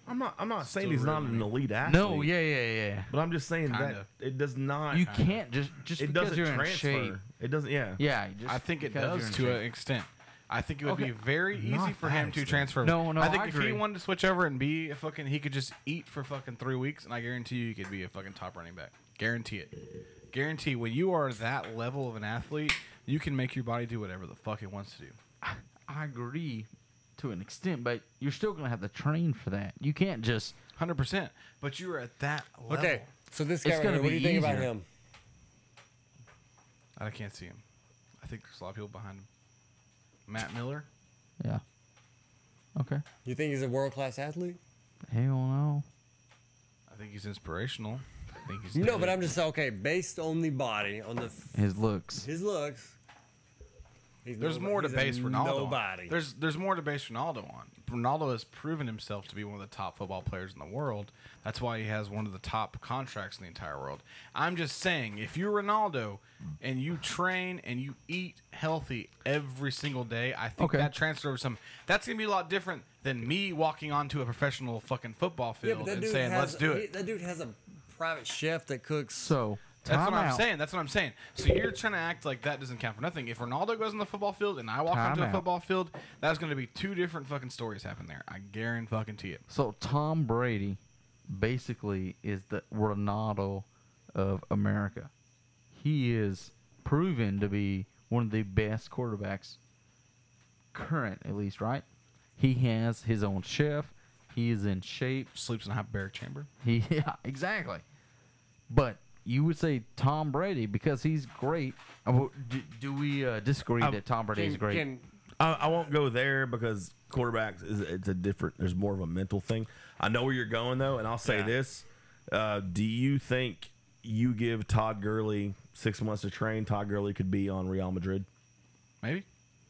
I'm not. I'm not saying Still he's not really an me. elite athlete. No, yeah, yeah, yeah. But I'm just saying Kinda. that it does not. You can't just- just it because doesn't you're in transfer. shape. It doesn't. Yeah. I think it because does you're in to an shape. extent. I think it would be Okay. very Not easy for that him extent. to transfer. No, no, I think I if agree. he wanted to switch over and be a fucking, he could just eat for fucking three weeks, and I guarantee you, he could be a fucking top running back. Guarantee it. Guarantee when you are that level of an athlete, you can make your body do whatever the fuck it wants to do. I agree to an extent, but you're still going to have to train for that. You can't just. 100%. But you are at that level. Okay, so this guy It's right gonna here, what do be you think about easier. him? I can't see him. I think there's a lot of people behind him. Matt Miller. Yeah. Okay. You think he's a world class athlete? Hell no. I think he's inspirational. I think he's No, but I'm just okay. Based on the body, on the f- His looks. his looks, he's There's nobo- more to he's a base Ronaldo. Nobody. On. There's there's more to base Ronaldo on. Ronaldo has proven himself to be one of the top football players in the world. That's why he has one of the top contracts in the entire world. I'm just saying, if you're Ronaldo and you train and you eat healthy every single day, I think Okay. that transfer over some. That's gonna be a lot different than me walking onto a professional fucking football yeah, field but that and dude saying, has, "Let's do he- it." that dude has a private chef that cooks. So That's what I'm saying. That's what I'm saying. So you're trying to act like that doesn't count for nothing. If Ronaldo goes on the football field and I walk Time onto the out. football field, that's going to be two different fucking stories happen there. I guarantee fucking to it. So Tom Brady basically is the Ronaldo of America. He is proven to be one of the best quarterbacks current at least, right? He has his own chef. He is in shape. Sleeps in a hyperbaric chamber. He yeah, exactly. But you would say Tom Brady because he's great. Uh, well, Do, do we uh, disagree that Tom Brady is great? I, I won't go there because quarterbacks is it's a different. There's more of a mental thing. I know where you're going though, and I'll say this: uh, Do you think you give Todd Gurley six months to train? Todd Gurley could be on Real Madrid. Maybe,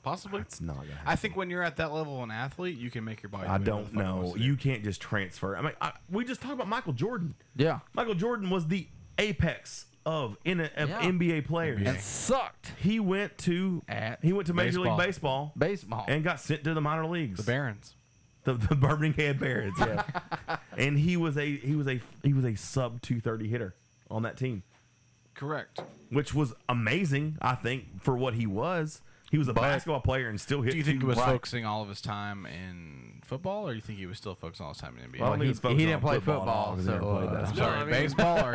possibly. It's not gonna I think when you're at that level of an athlete, you can make your body. I do whatever don't the fuck it know. wants to do. You can't just transfer. I mean, I, we just talked about Michael Jordan. Yeah, Michael Jordan was the apex of, in of Yeah. NBA players And sucked. He went to he went to Major League Baseball, baseball, and got sent to the minor leagues, the Barons, the, the Birmingham Barons. Yeah, and he was a he was a he was a sub two thirty hitter on that team, Correct. which was amazing. I think for what he was, he was a But- basketball player and still hit. Do you think he two- was right. focusing all of his time in football, or do you think he was still focusing all his time in NBA? Well, I don't Well, think he- it's focused he didn't on play football at football, all, I'm 'cause he never so, played that. uh, sorry, No, I mean- baseball or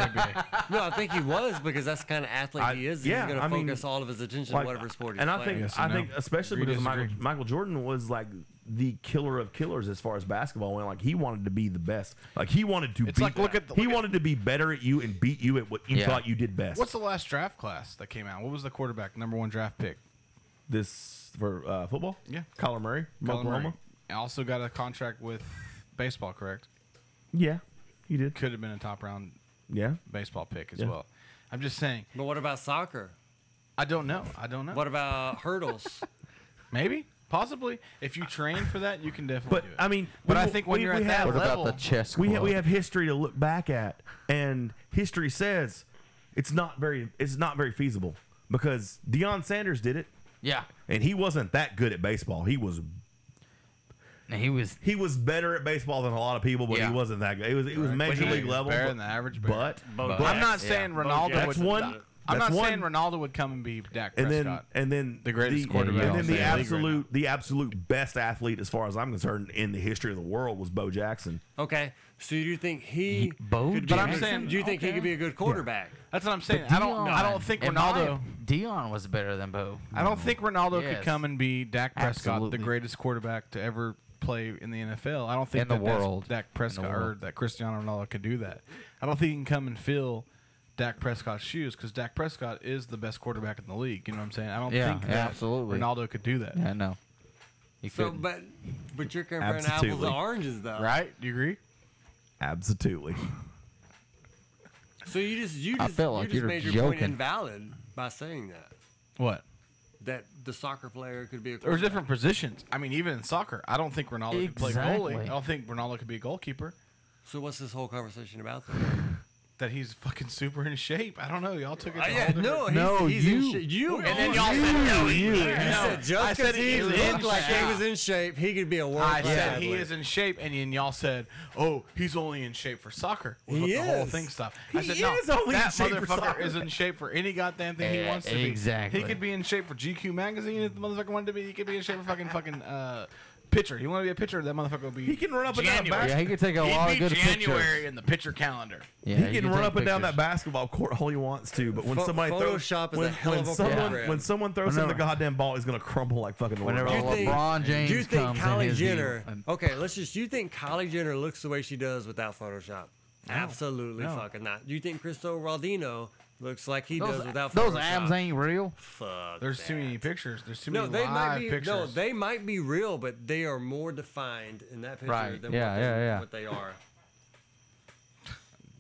NBA? no, I think he was because that's the kind of athlete he is. yeah, he's going to I mean, focus all of his attention on Like, whatever sport he's and I playing. think I think especially because Michael, Michael Jordan was like the killer of killers as far as basketball went. Like he wanted to be the best. Like he wanted to. It's beat, like, look at the- he wanted to be better at you and beat you at what you Yeah. thought you did best. What's the last draft class that came out? What was the quarterback number one draft pick? this for uh, football? Yeah, Kyler Murray, from Kyler Oklahoma. Murray. And Also got a contract with baseball, correct? Yeah, he did. Could have been a top round Yeah, baseball pick as Yeah. well. I'm just saying. But what about soccer? I don't know. I don't know. What about hurdles? Maybe, possibly. If you train for that, you can definitely. But do it. I mean, but we- I think when we- you're we at that have- level, We have, we have history to look back at, and history says it's not very it's not very feasible because Deion Sanders did it. Yeah. and he wasn't that good at baseball. He was. he was he was better at baseball than a lot of people, but Yeah. he wasn't that good. It was it was Right. major Yeah, he league was level, better but, than the average bear. But, Bo but- Jack. I'm not saying Ronaldo That's would. one. I'm that's not one saying Ronaldo would come and be Dak and Prescott. then and then the greatest quarterback and in then the the league right absolute the absolute best athlete as far as I'm concerned in the history of the world was Bo Jackson. Okay, so do you think he? Bo could be But a I'm good- saying- do you think he okay. could be a good quarterback? That's what I'm saying. I don't. I don't think Ronaldo. Dion was better than Bo. I don't think Ronaldo Yes. could come and be Dak Prescott, Absolutely. the greatest quarterback to ever play in the NFL. I don't think In the that that's- world. Dak Prescott or world. that Cristiano Ronaldo could do that. I don't think he can come and fill Dak Prescott's shoes because Dak Prescott is the best quarterback in the league. You know what I'm saying? I don't Yeah, think yeah, that absolutely. Ronaldo could do that. Yeah, I know. He So, couldn't. but but you're comparing apples Absolutely. to oranges, though, right? Do you agree? Absolutely. So you just you I just, felt you like just you were made your point joking. invalid by saying that What? that the soccer player could be a There's quarterback. different positions. I mean, even in soccer, I don't think Ronaldo could play goalie. Exactly. I don't think Ronaldo could be a goalkeeper. So what's this whole conversation about? Then? That he's fucking super in shape. I don't know. Y'all took it. Uh, to a yeah, whole no, different- he's- he's in shape. You and then are. y'all said no. He You, ain't. you said No. just I said because he he's in looked like he shape. was in shape, he could be a world. I class said he athlete. is in shape, and, and y'all said, "Oh, he's only in shape for soccer." Was He what the whole is. thing stopped. I He said, "No, is only in that shape for motherfucker soccer." Eh, is in shape for any goddamn thing he Yeah, wants to be. exactly. He could be in shape for GQ magazine if the motherfucker wanted to be. He could be in shape for fucking fucking uh, pitcher. He want to be a pitcher. That motherfucker will be. He can run up and down a January. basket. Yeah, he could take a He'd lot be of good January pictures. in the pitcher calendar. Yeah, he can run up and down that basketball court all he wants to, but when Pho- somebody throws Photoshop is a when, hell when of a someone program. when someone throws him Whenever- the goddamn ball, he's gonna crumble like fucking Whenever Ronaldo. do you think Kylie Jenner? okay, let's just. You think Kylie Jenner looks the way she does without Photoshop? No, Absolutely no. fucking not. Do you think Cristo Rodino looks like he Those, does without Photoshop? those abs ain't real. Fuck. There's too many pictures. There's too No, many they live might be pictures. no, they might be real, but they are more defined in that picture Right, than yeah, what, they, yeah, yeah. what they are.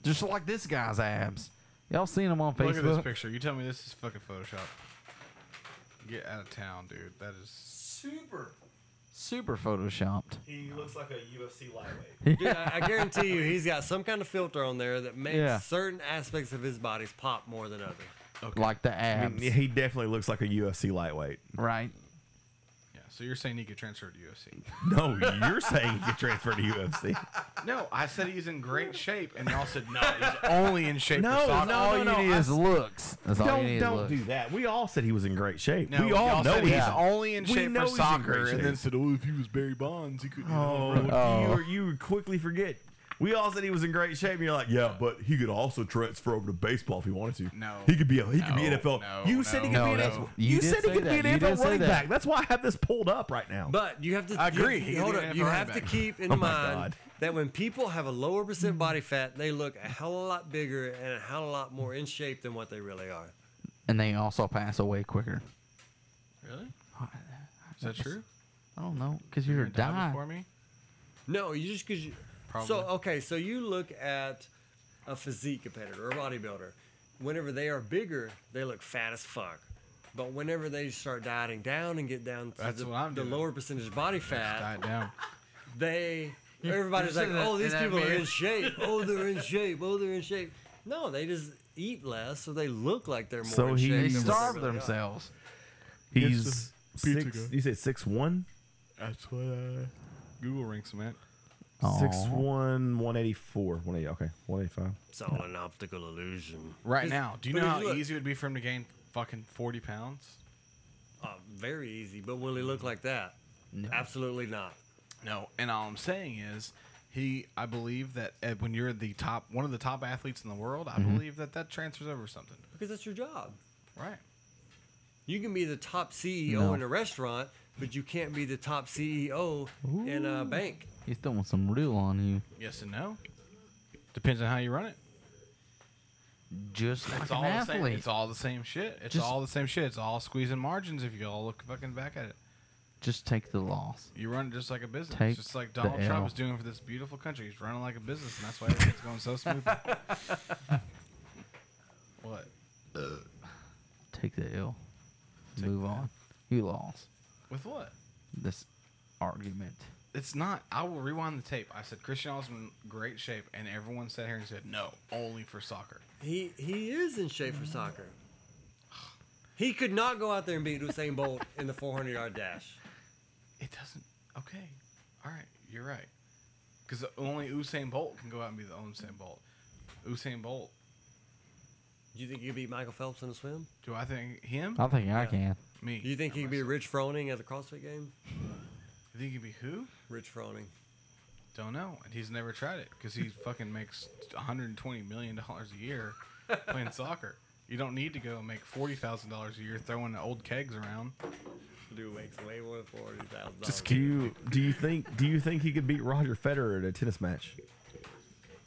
Just like this guy's abs. Y'all seen him on Facebook? Look at this picture. You tell me this is fucking Photoshop. Get out of town, dude. That is super. Super photoshopped. He looks like a UFC lightweight. Dude, I, I guarantee you, he's got some kind of filter on there that makes Yeah. certain aspects of his bodies pop more than others. Like the I abs. mean, he definitely looks like a UFC lightweight. Right. Yeah. So you're saying he could transfer to UFC? No, you're saying he could transfer to UFC. No, I said he's in great shape, and y'all said no. He's only in shape. for soccer. all you need I is s- looks. That's all don't you need is don't looks. do that. We all said he was in great shape. No, we all y'all know said he's he's only in we shape know for he's in soccer, great and then shape. said, "Oh, if he was Barry Bonds, he could." Oh, Oh. You, you quickly forget. We all said he was in great shape, and you're like, yeah, but he could also transfer over to baseball if he wanted to. No, he could be a he could be No, NFL. no, you said he could no. be No, an that's- you, you did said he say could be that. You an did NFL say running that. back. That's why I have this pulled up right now. But you have to I agree. You, He hold did up. have You a have running to back. keep in Oh my mind God. that when people have a lower percent body fat, they look a hell of a lot bigger and a hell of a lot more in shape than what they really are. and they also pass away quicker. Really? Is that true? I don't know, because you're, gonna die dying. before me? No, you just because you. Probably. So okay, so you look at a physique competitor or a bodybuilder. Whenever they are bigger, they look fat as fuck. But whenever they start dieting down and get down to That's the, what I'm the doing. lower percentage body fat, down. they You- everybody's you like, see that- oh, these that people are mirror? in shape. Oh, they're in shape. Oh, they're in shape. No, they just eat less, so they look like they're more. So in he- shape They than what starve really are. themselves. He's Pizza six. guy. You said six one, That's what uh, Google ranks him at. six one, one eighty four, one eighty. Okay, one eighty five. It's all an optical illusion. Right Because- now, do you know because how look- easy it would be for him to gain fucking forty pounds? Uh, very easy, but will he look like that? Absolutely not. No, and um, all I'm saying is, he. I believe that uh, when you're the top, one of the top athletes in the world, I Mhm. believe that that transfers over something. Because that's your job. Right. You can be the top CEO No. in a restaurant, but you can't be the top CEO in a bank. He's throwing some real on you. Yes and no. Depends on how you run it. Just like It's an all the athlete. same. It's all the same shit. It's Just- all the same shit. It's all squeezing margins. If you all look fucking back at it, Just take the loss. you run it just like a business. Take just like the Donald Trump L. is doing for this beautiful country. He's running like a business, and that's why everything's going so smoothly. what? Take the ill. Move on. You lost With what? this argument. It's not. I will rewind the tape. I said Christian Hall's in great shape, and everyone sat here and said no, only for soccer. He he is in shape for soccer. He could not go out there and beat Usain Bolt in the 400 yard dash. It doesn't. Okay, all right, you're right. Because only Usain Bolt can go out and be the own Usain Bolt. Usain Bolt. Do you think you could beat Michael Phelps in a swim? Do I think him? I think I can. Me. Do you think he could be Rich Froning at the CrossFit game? You think he'd be who? Rich Froning. Don't know, and he's never tried it because he fucking makes 120 million dollars a year playing soccer. You don't need to go and make forty thousand dollars a year throwing the old kegs around. Dude makes way more than forty thousand Just Do you do you think do you think he could beat Roger Federer at a tennis match?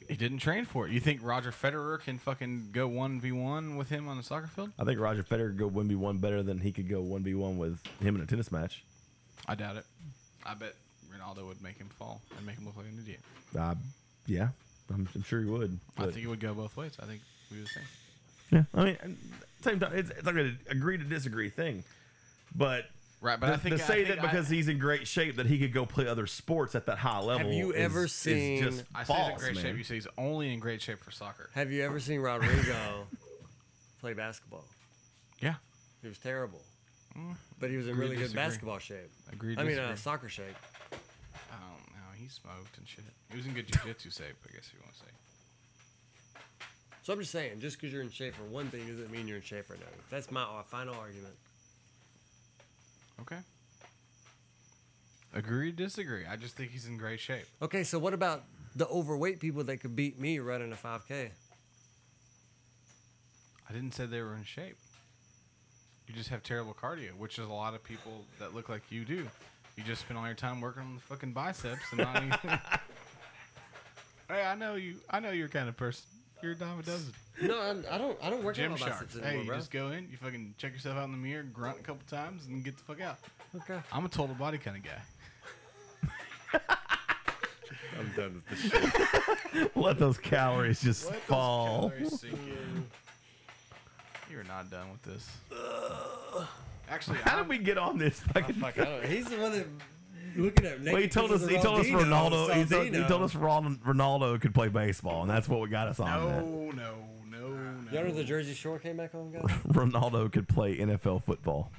He didn't train for it. You think Roger Federer can fucking go one v one with him on the soccer field? I think Roger Federer could go one v one better than he could go one v one with him in a tennis match. I doubt it. I bet Ronaldo would make him fall and make him look like an idiot. Uh, yeah, I'm, I'm sure he would. I but- think it would go both ways. I think we would say. Yeah, I mean, same time, it's, it's like an agree to disagree thing, but Right, but to, I think- to I say think that I- because he's in great shape that he could go play other sports at that high level. Have you is- ever is seen- just I say false, he's in great man. shape. You say he's only in great shape for soccer. Have you ever seen Rodrigo play basketball? Yeah. He was terrible. Mm. But he was in Agree to really good disagree. basketball shape. Agree to I mean, uh, disagree. soccer shape. I don't know. He smoked and shit. He was in good jiu-jitsu shape, I guess if you want to say. So I'm just saying, just because you're in shape for one thing doesn't mean you're in shape for another. That's my uh, final argument. Okay. Agree, disagree. I just think he's in great shape. Okay, so what about the overweight people that could beat me running a 5K? I didn't say they were in shape. You just have terrible cardio, which is a lot of people that look like you do. You just spend all your time working on the fucking biceps and not even. hey, I know you. I know you're kind of person. You're a dime a dozen. No, I'm, I don't. I don't work Gym on my shark. biceps anymore, Hey, you bro. just go in, you fucking check yourself out in the mirror, grunt a couple times, and get the fuck out. Okay. I'm a total body kind of guy. I'm done with this shit. Let those calories just Let those fall. calories sink in. You're not done with this. Actually, How did we get on this? Fucking Fuck, I don't, he's the one that looking at. well, he naked told us. pictures He of told us Ronaldinho, Ronaldo. He told, he Saldino. told us Ron, Ronaldo could play baseball, and that's what we got us on. that. No, no, no, no. Y'all know the Jersey Shore came back on, guys. Ronaldo could play NFL football.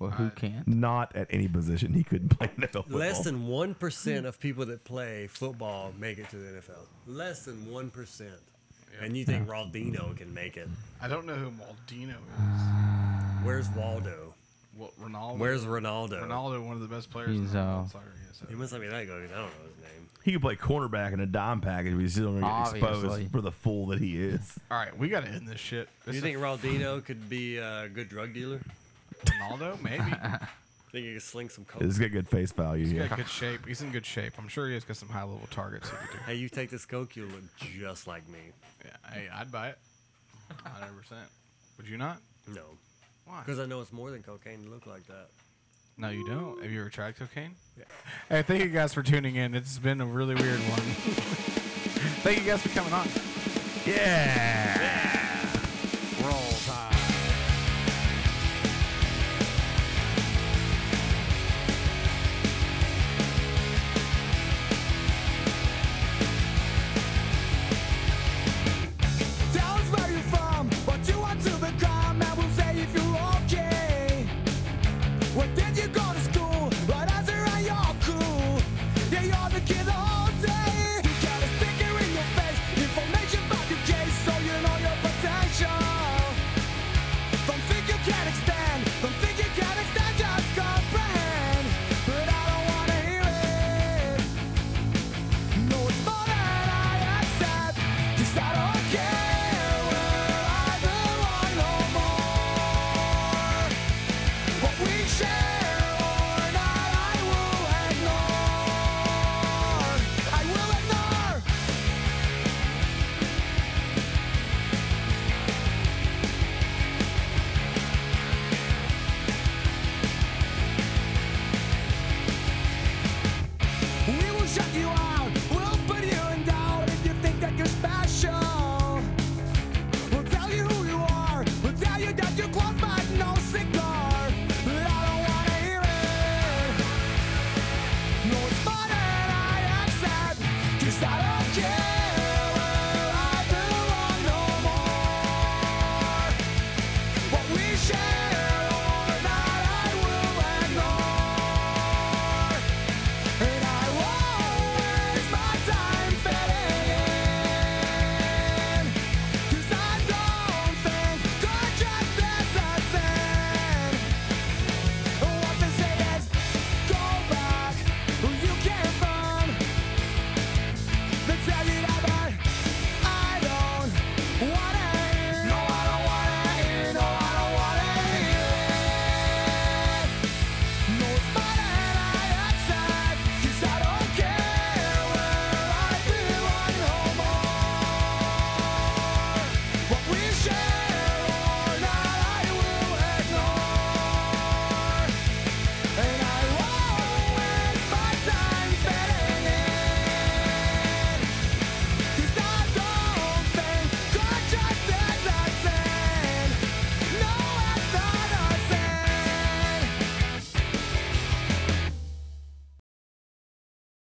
Well, who can't? Not at any position. He couldn't play NFL football. Less than one percent of people that play football make it to the NFL. Less than one percent. And you think Ronaldinho can make it? I don't know who Maldino is. Where's Waldo? What Ronaldo? Where's Ronaldo? Ronaldo, one of the best players. in He's, the uh, world. Sorry, yes, sir. He must not be that good 'cause I don't know his name. He could play cornerback in a dime package, but he's still going to get Obviously. exposed for the fool that he is. All right, we got to end this shit. Do you think Raldino could be a good drug dealer? Ronaldo? Maybe. think he could sling some coke? He's got good face value He's here. got good shape. He's in good shape. I'm sure he's got some high level targets. He could do. Hey, you take this coke, you'll look just like me. Yeah, hey, I'd buy it. 100. percent Would you not? No. Why? Because I know it's more than cocaine to look like that. No, you don't. Have you ever tried cocaine? Yeah. Hey, thank you guys for tuning in. It's been a really weird one. thank you guys for coming on. Yeah. Roll time. Tell us where you're from, what you want to become, and we'll say if you're okay. What did you go